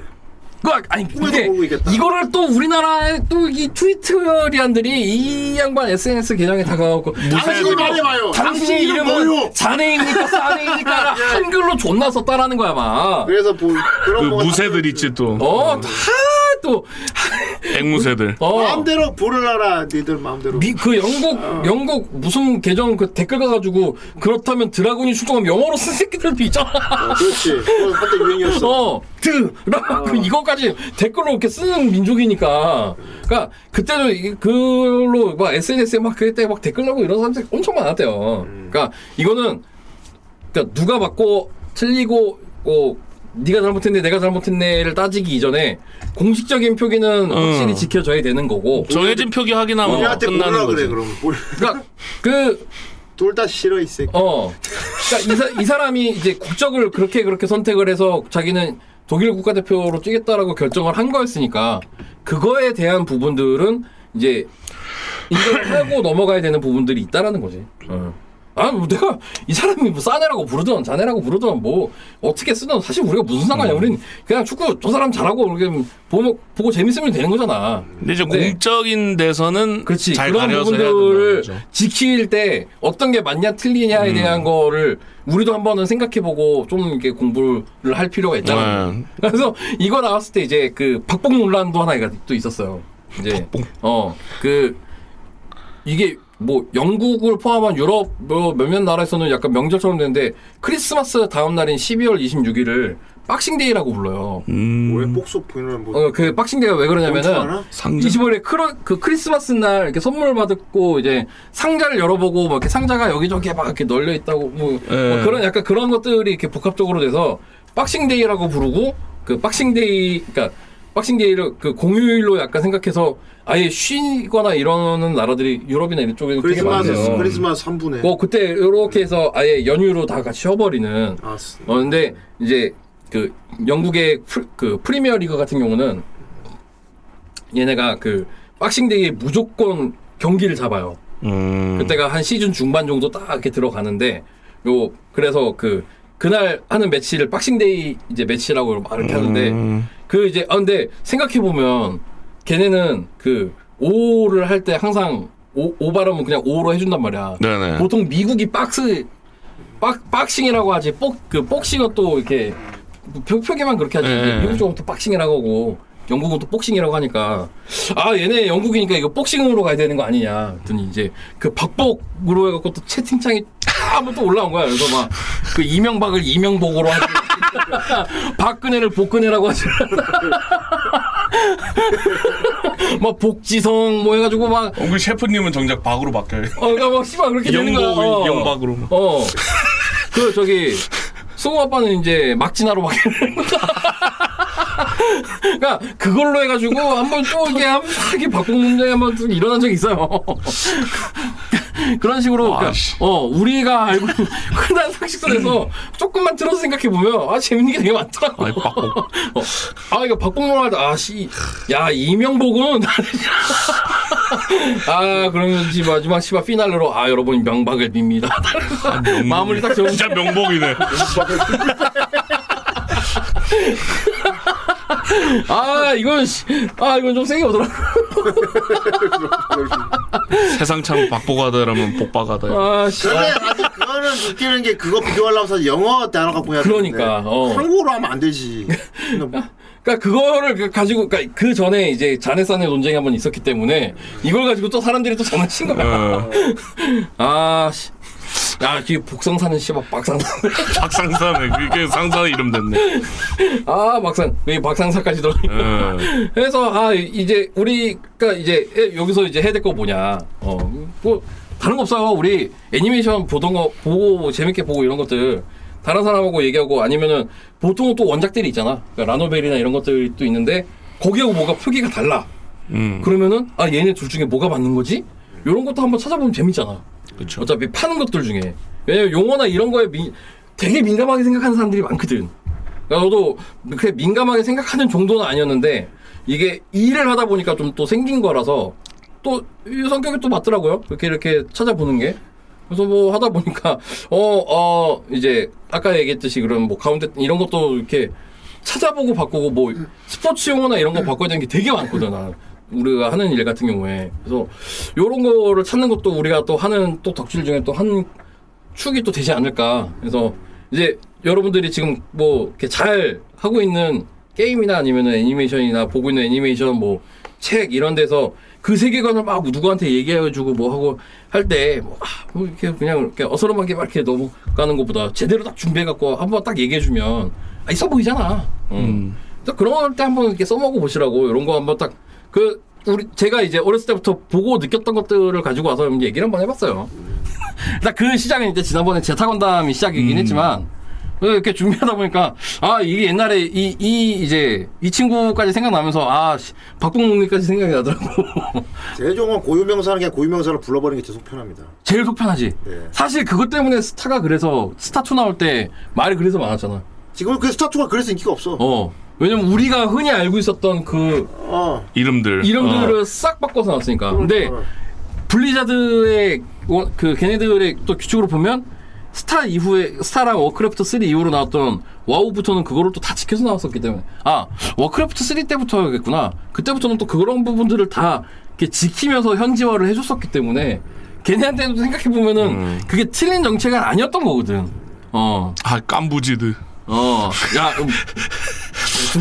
[SPEAKER 3] 그 아니 근데
[SPEAKER 8] 모르고 있겠다.
[SPEAKER 3] 이거를 또 우리나라의 또 이 트위터리안들이 이 양반 SNS 계정에 다가가고
[SPEAKER 8] 당신이 말해봐요.
[SPEAKER 3] 당신
[SPEAKER 8] 당신 이름 뭐요? 예.
[SPEAKER 3] 이름은 자네입니까 싸네입니까 한글로 존나 썼다라는 거야 막.
[SPEAKER 8] 그래서 보,
[SPEAKER 4] 그
[SPEAKER 8] 그런 거
[SPEAKER 4] 무새들 있지 또
[SPEAKER 3] 어, 다또
[SPEAKER 4] 앵무새들
[SPEAKER 3] 어.
[SPEAKER 8] 마음대로 부를 알아 니들 마음대로.
[SPEAKER 3] 미, 그 영국 영국 무슨 계정 그 댓글 가가지고 그렇다면 드라군이 출동하면 영어로 쓴 새끼들도 있잖아.
[SPEAKER 8] 어, 그렇지. 그건 한때 유행이었어.
[SPEAKER 3] 어, 드라 그 이거까지 댓글로 이렇게 쓰는 민족이니까. 그러니까 그때도 이- 그걸로 막 SNS에 막 그때 막 댓글 나고 이런 사람들 엄청 많았대요.
[SPEAKER 8] 음.
[SPEAKER 3] 그러니까 이거는 그러니까 누가 맞고 틀리고 뭐 네가 잘못했네 내가 잘못했네를 따지기 이전에 공식적인 표기는 확실히 지켜져야 되는 거고.
[SPEAKER 4] 정해진 표기 확인하면
[SPEAKER 3] 어,
[SPEAKER 8] 우리한테
[SPEAKER 4] 끝나는
[SPEAKER 8] 뭐라
[SPEAKER 4] 거지
[SPEAKER 8] 그래 그럼.
[SPEAKER 3] 그러니까 그
[SPEAKER 8] 둘 다 싫어 이 새끼.
[SPEAKER 3] 어. 그러니까 이, 사, 이 사람이 이제 국적을 그렇게 그렇게 선택을 해서 자기는 독일 국가대표로 뛰겠다라고 결정을 한 거였으니까 그거에 대한 부분들은 이제 인정하고 넘어가야 되는 부분들이 있다라는 거지. 어. 아, 뭐 내가 이 사람이 뭐 싸네라고 부르든 자네라고 부르든 뭐 어떻게 쓰든 사실 우리가 무슨 상관이야. 우린 그냥 축구 저 사람 잘하고 이렇게 보면 보고 재밌으면 되는 거잖아.
[SPEAKER 4] 근데 이제
[SPEAKER 3] 네.
[SPEAKER 4] 공적인 데서는
[SPEAKER 3] 그렇지
[SPEAKER 4] 잘
[SPEAKER 3] 그런
[SPEAKER 4] 가려서 해야
[SPEAKER 3] 부분들을
[SPEAKER 4] 된다는 거죠. 음.
[SPEAKER 3] 지킬 때 어떤 게 맞냐 틀리냐에 대한 거를 우리도 한번은 생각해보고 좀 이렇게 공부를 할 필요가 있다.
[SPEAKER 4] 네.
[SPEAKER 3] 그래서 이거 나왔을 때 이제 그 박봉 논란도 하나가 또 있었어요. 이제 어그 이게 뭐 영국을 포함한 유럽 뭐 몇몇 나라에서는 약간 명절처럼 되는데 크리스마스 다음 날인 12월 26일을 박싱데이라고 불러요.
[SPEAKER 8] 왜
[SPEAKER 4] 음,
[SPEAKER 8] 복수 부인을 뭐.
[SPEAKER 3] 어 그 박싱데이가 왜
[SPEAKER 8] 엄청
[SPEAKER 3] 그러냐면은
[SPEAKER 8] 알아?
[SPEAKER 4] 상징
[SPEAKER 3] 25일에 크로, 그 크리스마스 날 이렇게 선물 받고 이제 상자를 열어보고 막 이렇게 상자가 여기저기 막 이렇게 널려 있다고 뭐, 뭐
[SPEAKER 4] 예.
[SPEAKER 3] 그런 약간 그런 것들이 이렇게 복합적으로 돼서 박싱데이라고 부르고 그 박싱데이 그러니까 박싱데이를 그 공휴일로 약간 생각해서 아예 쉬거나 이러는 나라들이 유럽이나 이런 쪽에는 되게
[SPEAKER 8] 크리스마스
[SPEAKER 3] 많아요.
[SPEAKER 8] 크리스마스 3분에.
[SPEAKER 3] 뭐 그때 이렇게 해서 아예 연휴로 다 같이 쉬어버리는
[SPEAKER 8] 아, 쓰-
[SPEAKER 3] 어, 근데 이제 그 영국의 프리, 그 프리미어 리그 같은 경우는 얘네가 그 박싱데이에 무조건 경기를 잡아요.
[SPEAKER 4] 음,
[SPEAKER 3] 그때가 한 시즌 중반 정도 딱 이렇게 들어가는데 요 그래서 그 그날 하는 매치를 박싱데이 이제 매치라고 막 이렇게 하는데
[SPEAKER 4] 음.
[SPEAKER 3] 그 이제 아 근데 생각해 보면 걔네는 그 오를 할 때 항상 오, 오 발음은 그냥 오로 해준단 말이야.
[SPEAKER 4] 네네
[SPEAKER 3] 보통 미국이 박스 박 박싱이라고 하지 복그 복싱은 또 이렇게 표, 표기만 그렇게 하지
[SPEAKER 4] 예, 예.
[SPEAKER 3] 미국 쪽은 또 박싱이라고 하고 영국은 또 복싱이라고 하니까 아 얘네 영국이니까 이거 복싱으로 가야 되는 거 아니냐 그랬더니 이제 그 박복으로 해갖고 또 채팅창이 한번 또 올라온 거야 그래서 막 그 이명박을 이명복으로 하지 박근혜를 복근혜라고 하지 막 복지성 뭐 해가지고 막
[SPEAKER 4] 우리 셰프님은 정작 박으로 바뀌어요
[SPEAKER 3] 어, 그러니까 막 씨발 그렇게 되는 거야 어.
[SPEAKER 4] 영복 영박으로
[SPEAKER 3] 어. 그 저기 승우 아빠는 이제 막진하로 막. 그러니까 그걸로 해가지고 한번 또 이게 한번 하게 박공 문제 한번 좀 일어난 적이 있어요. 그런 식으로 그러니까,
[SPEAKER 4] 아, 씨.
[SPEAKER 3] 어 우리가 알고 있는 흔한 상식선에서 조금만 들어서 생각해 보면 아 재밌는 게 되게 많더라고.
[SPEAKER 4] 아이, 박봉.
[SPEAKER 3] 어. 아 이거 박봉만 하다 아씨 야 이명복은 아 그러면지 마지막 시바 피날레로 아 여러분 명박을 빕니다. 마무리 딱 좋은
[SPEAKER 4] 진짜 명복이네
[SPEAKER 3] 아 이건 씨- 아 이건 좀 세게 오더라고.
[SPEAKER 4] 세상 참 박복하다라면 복박하다
[SPEAKER 3] 아 씨.
[SPEAKER 8] 근데 아직 그거는 웃기는 게 그거 비교하려고 해서 영어 단어 갖고 해야 되는데
[SPEAKER 3] 그러니까, 어.
[SPEAKER 8] 한국어로 하면 안 되지. 근데 뭐-
[SPEAKER 3] 그러니까 그거를 그- 가지고 그러니까 그 전에 이제 자네산의 논쟁이 한번 있었기 때문에 이걸 가지고 또 사람들이 또 장난친 거야.
[SPEAKER 4] 어,
[SPEAKER 3] 아 씨. 야, 이 복상사는 씨발 박상사.
[SPEAKER 4] 박상사네 그게 상사 이름 됐네
[SPEAKER 3] 아, 박상. 왜 박상사까지 들어.
[SPEAKER 4] 어.
[SPEAKER 3] 그래서 아 이제 우리가 그러니까 이제 해- 여기서 이제 해야 될 거 뭐냐. 어, 뭐 다른 거 없어요. 우리 애니메이션 보던 거 보고 재밌게 보고 이런 것들 다른 사람하고 얘기하고 아니면은 보통은 또 원작들이 있잖아. 그러니까 라노벨이나 이런 것들이 또 있는데 거기하고 뭐가 표기가 달라.
[SPEAKER 4] 음,
[SPEAKER 3] 그러면은 아 얘네 둘 중에 뭐가 맞는 거지? 이런 것도 한번 찾아보면 재밌잖아.
[SPEAKER 4] 그렇죠
[SPEAKER 3] 어차피 파는 것들 중에 왜냐면 용어나 이런 거에 미- 되게 민감하게 생각하는 사람들이 많거든. 그러니까 저도 그렇게 민감하게 생각하는 정도는 아니었는데 이게 일을 하다 보니까 좀 또 생긴 거라서 또 이 성격이 또 맞더라고요. 이렇게 이렇게 찾아보는 게. 그래서 뭐 하다 보니까 어 어 이제 아까 얘기했듯이 그런 뭐 가운데 이런 것도 이렇게 찾아보고 바꾸고 뭐 스포츠 용어나 이런 거 바꿔야 되는 게 되게 많거든. 나는. 우리가 하는 일 같은 경우에 그래서 요런 거를 찾는 것도 우리가 또 하는 또 덕질 중에 또 한 축이 또 되지 않을까. 그래서 이제 여러분들이 지금 뭐 이렇게 잘 하고 있는 게임이나 아니면은 애니메이션이나 보고 있는 애니메이션 뭐 책 이런 데서 그 세계관을 막 누구한테 얘기해주고 뭐 하고 할 때 뭐, 아, 뭐 이렇게 그냥 이렇게 어스름하게 막 이렇게 넘어가는 것보다 제대로 딱 준비해갖고 한번 딱 얘기해주면 아, 있어 보이잖아. 음. 딱 그런 걸 때 한번 이렇게 써먹어 보시라고 이런 거 한번 딱 그 우리 제가 이제 어렸을 때부터 보고 느꼈던 것들을 가지고 와서 이제 얘기를 한번 해봤어요. 일단 그 시작은 이제 지난번에 제타건담이 시작이긴 했지만 이렇게 준비하다 보니까 아 이게 옛날에 이, 이 이제 이 친구까지 생각나면서 아 씨, 박봉목님까지 생각이 나더라고
[SPEAKER 8] 세종은 고유명사는 그냥 고유명사로 불러버리는 게 제일 속 편합니다.
[SPEAKER 3] 제일 속편하지
[SPEAKER 8] 예.
[SPEAKER 3] 사실 그것 때문에 스타가 그래서 스타2 나올 때 말이 그래서 많았잖아
[SPEAKER 8] 지금 그 스타투가 그래서 인기가 없어. 어.
[SPEAKER 3] 어 왜냐면 우리가 흔히 알고 있었던 그
[SPEAKER 5] 어.
[SPEAKER 8] 어.
[SPEAKER 4] 이름들.
[SPEAKER 3] 이름들을 싹 바꿔서 나왔으니까 근데
[SPEAKER 5] 그렇죠.
[SPEAKER 3] 블리자드의 원- 그 걔네들의 또 규칙으로 보면 스타 이후에 스타랑 워크래프트 3 이후로 나왔던 와우부터는 그거를 또 다 지켜서 나왔었기 때문에 아 워크래프트 3 때부터였겠구나 그때부터는 또 그런 부분들을 다 이렇게 지키면서 현지화를 해줬었기 때문에 걔네한테도 생각해 보면은 그게 틀린 정체가 아니었던 거거든 어어
[SPEAKER 4] 아 깐부지드.
[SPEAKER 3] 야좀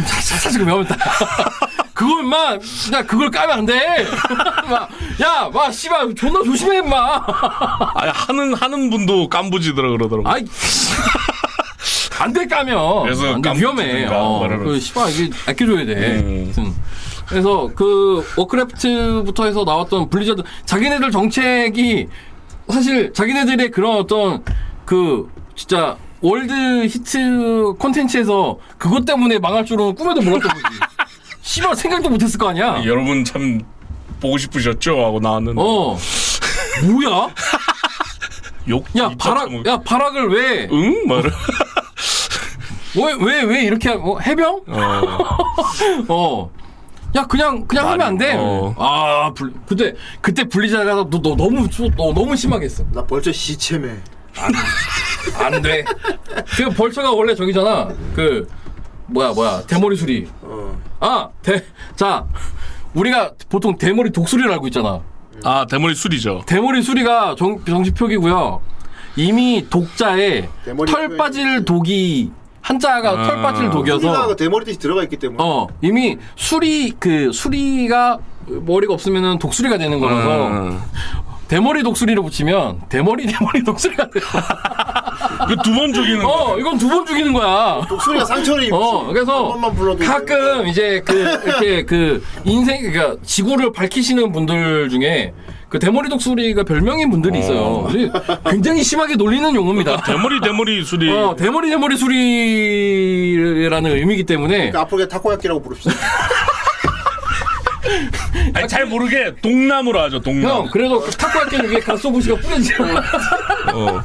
[SPEAKER 3] 살살 지금 외웠다 그거 임마 야 그걸 까면 안돼야막 씨발 존나 조심해 임마
[SPEAKER 4] 아 하는 하는 분도 깐부지드라 그러더라고.
[SPEAKER 3] 아이 안돼 까면
[SPEAKER 4] 그래서
[SPEAKER 3] 안 돼,
[SPEAKER 4] 깜빡
[SPEAKER 3] 위험해.
[SPEAKER 4] 뜯는가,
[SPEAKER 3] 어,
[SPEAKER 4] 말하면서.
[SPEAKER 3] 그 씨발 이게 아껴줘야 돼.
[SPEAKER 4] 음.
[SPEAKER 3] 아무튼. 그래서 그 워크래프트부터 해서 나왔던 블리자드 자기네들 정책이 사실 자기네들의 그런 어떤 그 진짜 월드 히트 콘텐츠에서 그것 때문에 망할 줄은 꿈에도 몰랐던 거지. 씨발 생각도 못했을 거 아니야.
[SPEAKER 4] 여러분 참 보고 싶으셨죠 하고 나왔는데
[SPEAKER 3] 어 뭐야?
[SPEAKER 4] 욕.
[SPEAKER 3] 야
[SPEAKER 4] 이따 뭐-
[SPEAKER 3] 바락 야 바락을 왜
[SPEAKER 4] 응 말을.
[SPEAKER 3] 왜 왜, 왜 이렇게 뭐 해병?
[SPEAKER 4] 어.
[SPEAKER 3] 어. 야 그냥 그냥 하면 안 돼.
[SPEAKER 4] 어.
[SPEAKER 3] 아, 불, 근데 그때 분리자가 너, 너 너무 추- 너 너무 심하게 했어.
[SPEAKER 8] 나 벌써 시체매.
[SPEAKER 3] 안 돼. 그 벌처가 원래 저기잖아. 그 뭐야 뭐야 대머리 수리.
[SPEAKER 8] 어.
[SPEAKER 3] 아, 대, 자 우리가 보통 대머리 독수리를 알고 있잖아.
[SPEAKER 4] 아 대머리 술이죠.
[SPEAKER 3] 대머리 수리가 정, 정식 표기고요. 이미 독자에
[SPEAKER 8] 대머리
[SPEAKER 3] 털 빠질 독이 한자가
[SPEAKER 4] 아.
[SPEAKER 3] 털 빠질 독이어서
[SPEAKER 8] 소리가 그 대머리 뜻이 들어가 있기 때문에.
[SPEAKER 3] 어 이미 수리 그 수리가 머리가 없으면은 독수리가 되는 거라서
[SPEAKER 4] 음.
[SPEAKER 3] 대머리 독수리를 붙이면 대머리 대머리 독수리가 돼요.
[SPEAKER 4] 그두 번 죽이는 거.
[SPEAKER 3] 어 이건 두 번 죽이는 거야.
[SPEAKER 8] 목소리가 상처를 입지.
[SPEAKER 3] 어
[SPEAKER 8] 한
[SPEAKER 3] 그래서
[SPEAKER 8] 번만 불러도
[SPEAKER 3] 가끔 이제 그 이렇게 그 인생 그러니까 지구를 밝히시는 분들 중에 그 대머리 독수리가 별명인 분들이 있어요. 근데 굉장히 심하게 놀리는 용어입니다.
[SPEAKER 4] 대머리 대머리 술이.
[SPEAKER 3] 어 대머리 대머리 수리라는 의미이기 때문에
[SPEAKER 8] 그러니까 앞으로 그냥 타코야끼라고 부릅시다.
[SPEAKER 4] 아니 잘 모르게 동남으로 하죠 동남.
[SPEAKER 3] 형 그래도 탁구할 때는 위에 가쏘부시가 뿌려지잖아.
[SPEAKER 4] 어.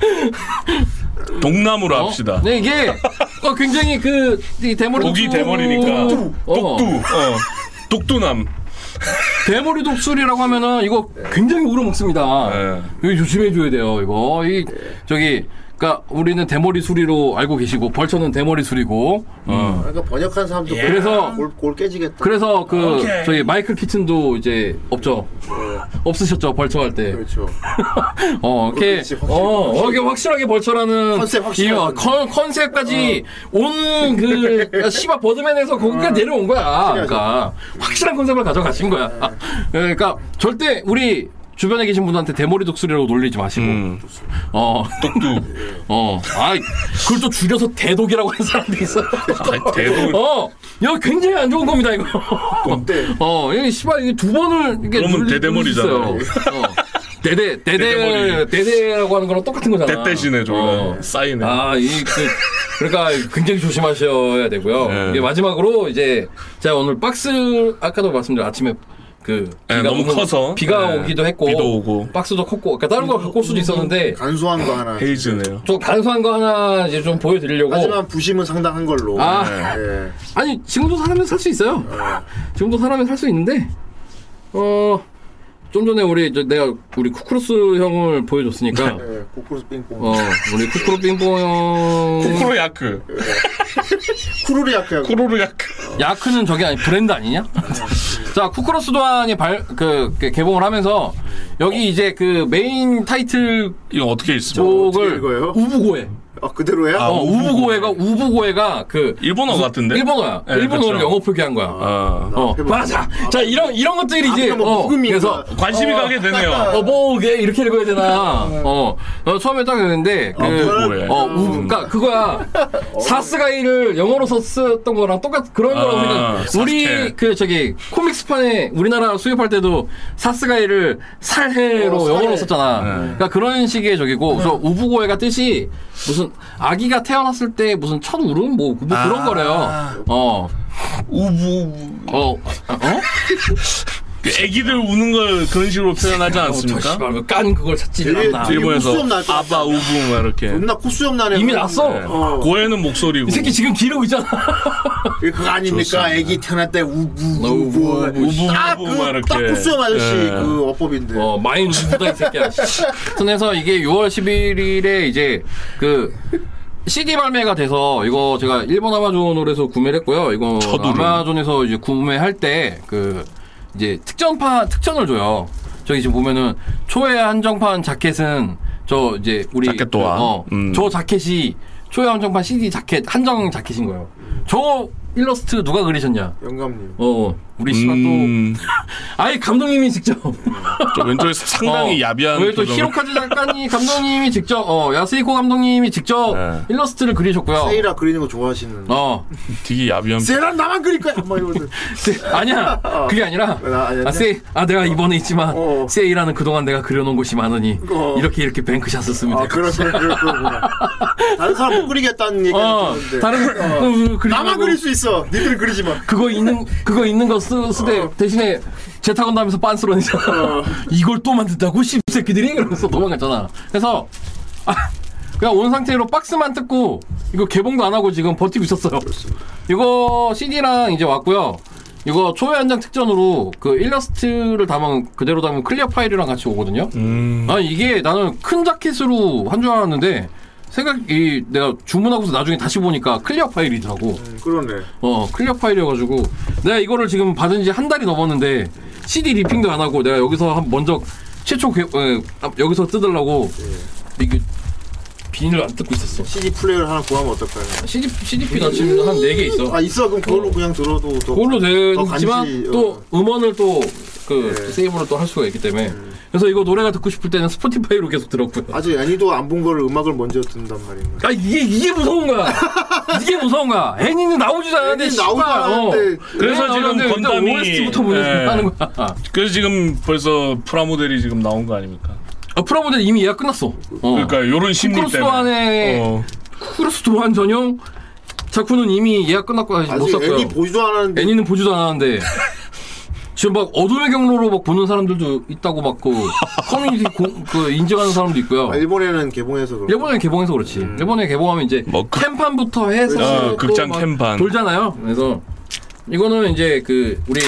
[SPEAKER 4] 동남으로
[SPEAKER 3] 어?
[SPEAKER 4] 합시다.
[SPEAKER 3] 네, 이게 어, 굉장히 그, 이 대머리
[SPEAKER 4] 독이
[SPEAKER 3] 독수-
[SPEAKER 4] 대머리니까
[SPEAKER 3] 어,
[SPEAKER 4] 독두 어. 독두남
[SPEAKER 3] 대머리 독수리라고 하면은 이거 굉장히 우려 먹습니다.
[SPEAKER 4] 네.
[SPEAKER 3] 여기 조심해줘야 돼요, 이거. 이, 저기, 그니까 우리는 대머리 수리로 알고 계시고, 벌처는 대머리 수리고, 어.
[SPEAKER 8] 그러니까 번역한 사람도
[SPEAKER 3] 그래서-
[SPEAKER 8] 골, 골 깨지겠다.
[SPEAKER 3] 그래서 그, 저희 마이클 키튼도 이제 없죠. 없으셨죠, 벌처 할 때.
[SPEAKER 8] 그렇죠.
[SPEAKER 3] 어, 이렇게,
[SPEAKER 8] 그렇지, 확실히,
[SPEAKER 3] 어, 어, 이게 확실하게 벌처라는
[SPEAKER 8] 컨셉 확실히 어.
[SPEAKER 3] 이유,
[SPEAKER 8] 하셨네.
[SPEAKER 3] 컨, 컨셉까지 온 그, 씨바 버드맨에서
[SPEAKER 8] 어.
[SPEAKER 3] 거기까지 내려온 거야. 그러니까 확실한 컨셉을 가져가신 거야.
[SPEAKER 8] 네.
[SPEAKER 3] 아, 그러니까 절대 우리 주변에 계신 분들한테 대머리 독수리라고 놀리지 마시고,
[SPEAKER 4] 음.
[SPEAKER 3] 어,
[SPEAKER 4] 독두
[SPEAKER 3] 어, 아, 그걸 또 줄여서 대독이라고 하는 사람도 있어.
[SPEAKER 4] 아, 대독
[SPEAKER 3] 어, 이거 굉장히 안 좋은 겁니다 이거. 어, 이 씨발 이게 두 번을 이게
[SPEAKER 4] 그러면 대대머리잖아요.
[SPEAKER 3] 어. 대대 대대
[SPEAKER 4] 대대머리.
[SPEAKER 3] 대대라고 하는 거랑 똑같은 거잖아.
[SPEAKER 4] 대대시네 저거
[SPEAKER 3] 어.
[SPEAKER 4] 사인에
[SPEAKER 3] 아, 이 그, 그러니까 굉장히 조심하셔야 되고요.
[SPEAKER 4] 네.
[SPEAKER 3] 이게 마지막으로 이제 제가 오늘 박스 아까도 말씀드린 아침에 그
[SPEAKER 4] 네,
[SPEAKER 3] 비가
[SPEAKER 4] 너무
[SPEAKER 3] 오는-
[SPEAKER 4] 커서.
[SPEAKER 3] 비가
[SPEAKER 4] 네.
[SPEAKER 3] 오기도 했고
[SPEAKER 4] 비도 오고.
[SPEAKER 3] 박스도 컸고 그러니까 다른 거 갖고
[SPEAKER 8] 음,
[SPEAKER 3] 올 수도 있었는데
[SPEAKER 8] 간소한 거
[SPEAKER 3] 어.
[SPEAKER 8] 하나.
[SPEAKER 4] 헤이즈네요.
[SPEAKER 3] 좀 간소한 거 하나 이제 좀 보여드리려고
[SPEAKER 8] 하지만 부심은 상당한 걸로.
[SPEAKER 3] 아
[SPEAKER 4] 네.
[SPEAKER 8] 예.
[SPEAKER 3] 아니 지금도 사람은 살 수 있어요. 지금도 사람은 살 수 있는데 어. 좀 전에 우리 저 내가 우리 쿠크루스 형을 보여줬으니까
[SPEAKER 5] 네.
[SPEAKER 8] 예. 코코스 빙봉.
[SPEAKER 3] 어 우리 쿠크루 빙봉 형
[SPEAKER 4] 쿠쿠로 야크.
[SPEAKER 8] 쿠루리아크야.
[SPEAKER 4] 쿠로르 야크.
[SPEAKER 3] 야크는 저게 아니 브랜드 아니냐? 자 쿠크루스도안이 발그 개봉을 하면서 여기 이제 그 메인 타이틀
[SPEAKER 4] 이거 어떻게 있습니까?
[SPEAKER 3] 곡을
[SPEAKER 8] 읽어요?
[SPEAKER 3] 우부고해
[SPEAKER 8] 아 그대로야?
[SPEAKER 4] 아,
[SPEAKER 3] 어, 우부고해가 우부고해가 그
[SPEAKER 4] 일본어 같은데?
[SPEAKER 3] 일본어야.
[SPEAKER 4] 네,
[SPEAKER 3] 일본어를
[SPEAKER 4] 그쵸.
[SPEAKER 3] 영어 표기한 거야. 어,
[SPEAKER 4] 아.
[SPEAKER 8] 해봐.
[SPEAKER 3] 맞아. 자 이런 이런 것들이 이제
[SPEAKER 8] 앞에 뭐
[SPEAKER 3] 어,
[SPEAKER 8] 묵음인가?
[SPEAKER 3] 그래서
[SPEAKER 4] 관심이 가게 되네요.
[SPEAKER 3] 어뭐 이게 이렇게 읽어야 되나? 어, 어, 처음에 딱 했는데
[SPEAKER 4] 아,
[SPEAKER 3] 그
[SPEAKER 4] 우부고해.
[SPEAKER 3] 어, 우,
[SPEAKER 4] 음.
[SPEAKER 3] 그니까 그거야.
[SPEAKER 4] 어.
[SPEAKER 3] 사스가이를 영어로 썼던 거랑 똑같 그런 거라고
[SPEAKER 4] 아,
[SPEAKER 3] 생각. 우리
[SPEAKER 4] 사스케.
[SPEAKER 3] 그 저기 코믹스판에 우리나라 수입할 때도 사스가이를 살해로
[SPEAKER 8] 어, 살해.
[SPEAKER 3] 영어로 썼잖아.
[SPEAKER 4] 네.
[SPEAKER 3] 그러니까 그런 식의 저기고, 그래서 우부고해가 뜻이 무슨 아기가 태어났을 때 무슨 첫 울음 뭐, 뭐 그런 거래요. 어,
[SPEAKER 4] 아. 우부.
[SPEAKER 3] 어, 어?
[SPEAKER 4] 그 애기들 우는 걸 그런 식으로 표현하지 않습니까?
[SPEAKER 3] 어, 씨발, 깐 그걸 찾지
[SPEAKER 8] 되게
[SPEAKER 3] 않나.
[SPEAKER 8] 되게
[SPEAKER 4] 일본에서
[SPEAKER 8] 수염 날것 같아.
[SPEAKER 4] 아빠 우부 막 이렇게.
[SPEAKER 8] 존나 코수염 나네.
[SPEAKER 3] 이미 났어.
[SPEAKER 4] 네.
[SPEAKER 8] 어.
[SPEAKER 4] 고해는 목소리고.
[SPEAKER 3] 이 새끼 지금 기르고 있잖아.
[SPEAKER 8] 이게 그거 아닙니까?
[SPEAKER 4] 좋습니다.
[SPEAKER 8] 애기 태어날 때 우부
[SPEAKER 3] 우부,
[SPEAKER 8] 우부
[SPEAKER 3] 우부.
[SPEAKER 4] 우부
[SPEAKER 8] 딱
[SPEAKER 4] 우부 막
[SPEAKER 8] 그,
[SPEAKER 4] 이렇게.
[SPEAKER 8] 딱 코수염 아저씨
[SPEAKER 4] 예.
[SPEAKER 8] 그 어법인데.
[SPEAKER 3] 어, 마인 누구다 이 새끼야. 그래서 이게 6월 11일에 이제 그 CD 발매가 돼서 이거 제가 일본 아마존으로 해서 구매를 했고요. 이거
[SPEAKER 4] 저도요.
[SPEAKER 3] 아마존에서 이제 구매할 때 그 이제 특전판 특전을 줘요. 저기 지금 보면은 초회 한정판 자켓은 저 이제 우리
[SPEAKER 4] 자켓 또한.
[SPEAKER 3] 그, 어,
[SPEAKER 4] 음.
[SPEAKER 3] 저 자켓이 초회 한정판 CD 자켓 한정 자켓인 거예요. 저 일러스트 누가 그리셨냐?
[SPEAKER 8] 영감님.
[SPEAKER 3] 어, 우리 씨가
[SPEAKER 4] 음,
[SPEAKER 3] 또 아예 감독님이 직접
[SPEAKER 4] 저 왼쪽에서 상당히
[SPEAKER 3] 어,
[SPEAKER 4] 야비한
[SPEAKER 3] 오늘 또
[SPEAKER 4] 표정을-
[SPEAKER 3] 히로카즈 작가님 감독님이 직접 어 야스이코 감독님이 직접
[SPEAKER 4] 네.
[SPEAKER 3] 일러스트를 그리셨고요.
[SPEAKER 8] 세이라 그리는 거 좋아하시는.
[SPEAKER 3] 어
[SPEAKER 4] 되게 야비한
[SPEAKER 8] 세이라 나만 그릴 거야. 막 이러면서.
[SPEAKER 3] 세, 아니야 그게 아니라
[SPEAKER 8] 나 어. 아니었냐?
[SPEAKER 3] 아 세이 아 내가 이번에 있지만
[SPEAKER 8] 어.
[SPEAKER 3] 세이라는 그동안 내가 그려놓은 곳이 많으니
[SPEAKER 8] 어.
[SPEAKER 3] 이렇게 이렇게 뱅크샷을 쓰면
[SPEAKER 8] 아
[SPEAKER 3] 돼.
[SPEAKER 8] 그럴 거 그럴 거구나. 다른 사람 못 그리겠다는 얘기가
[SPEAKER 3] 어
[SPEAKER 8] 있었는데.
[SPEAKER 3] 다른 어. 그리
[SPEAKER 8] 나만 그릴 수 있어. 니들은 그리지 마.
[SPEAKER 3] 그거 있는 그거 있는 거 쓰, 쓰되 대신에 재타건 다면서 빤스러니잖아. 이걸 또 만든다고 씹새끼들이 그러면서 도망갔잖아. 그래서 아, 그냥 온 상태로 박스만 뜯고 이거 개봉도 안 하고 지금 버티고 있었어요. 이거 CD랑 이제 왔고요. 이거 초회 한 장 특전으로 그 일러스트를 담은 그대로 담은 클리어 파일이랑 같이 오거든요.
[SPEAKER 4] 음,
[SPEAKER 3] 아 이게 나는 큰 자켓으로 한 줄 알았는데 생각 이 내가 주문하고서 나중에 다시 보니까 클리어 파일이더라고.
[SPEAKER 8] 그러네.
[SPEAKER 3] 어 클리어 파일이어가지고 내가 이거를 지금 받은 지 한 달이 넘었는데 CD 리핑도 안 하고 내가 여기서 한 먼저 최초 개, 에, 아, 여기서 뜯으려고
[SPEAKER 8] 네.
[SPEAKER 3] 이게 비닐을 안 뜯고 있었어.
[SPEAKER 8] CD 플레이를 하나 구하면 어떨까요?
[SPEAKER 3] CD CDP 나 지금 한 네 개 있어.
[SPEAKER 8] 아 있어 그럼 그걸로 그냥 들어도 더
[SPEAKER 3] 그걸로
[SPEAKER 8] 더 간지,
[SPEAKER 3] 되지만
[SPEAKER 8] 어.
[SPEAKER 3] 또 음원을 또 그
[SPEAKER 8] 네. 음.
[SPEAKER 3] 세이브를 또 할 수가 있기 때문에 그래서 이거 노래가 듣고 싶을 때는 스포티파이로 계속 들었고요.
[SPEAKER 8] 아직 애니도 안 본 거를 음악을 먼저 듣는단 말인가
[SPEAKER 3] 아 이게 이게 무서운 거야. 이게 무서운 거야. 애니는 나오지도 않았는데
[SPEAKER 8] 애니는 나오지도
[SPEAKER 3] 씨발, 어.
[SPEAKER 8] 않았는데.
[SPEAKER 4] 그래서 지금
[SPEAKER 3] 나오는데 일단
[SPEAKER 4] 건담이-
[SPEAKER 3] OST부터 보는
[SPEAKER 4] 네.
[SPEAKER 3] 하는 거야.
[SPEAKER 4] 그래서 지금 벌써 프라모델이 지금 나온 거 아닙니까?
[SPEAKER 3] 아, 프라모델 이미 예약 끝났어. 어.
[SPEAKER 4] 그러니까 요런 심리
[SPEAKER 3] 쿠크로스
[SPEAKER 4] 때문에
[SPEAKER 3] 안에
[SPEAKER 4] 어,
[SPEAKER 3] 쿠크로스 도안 전용 자쿠는 이미 예약 끝났고 아직 못
[SPEAKER 8] 아직
[SPEAKER 3] 샀고요.
[SPEAKER 8] 애니 보지도 않았는데
[SPEAKER 3] 애니... 는 보지도 않았는데 지금 막 어둠의 경로로 막 보는 사람들도 있다고 막 그 커뮤니티 공, 그 인증하는 사람도 있고요.
[SPEAKER 8] 아, 일본에는 개봉해서 그런
[SPEAKER 3] 일본에 개봉해서 그렇지. 일본에 개봉하면 이제
[SPEAKER 4] 뭐 그-
[SPEAKER 3] 캠판부터 해서
[SPEAKER 4] 어,
[SPEAKER 3] 또
[SPEAKER 4] 극장
[SPEAKER 3] 막
[SPEAKER 4] 캠판.
[SPEAKER 3] 돌잖아요. 그래서 이거는 이제 그 우리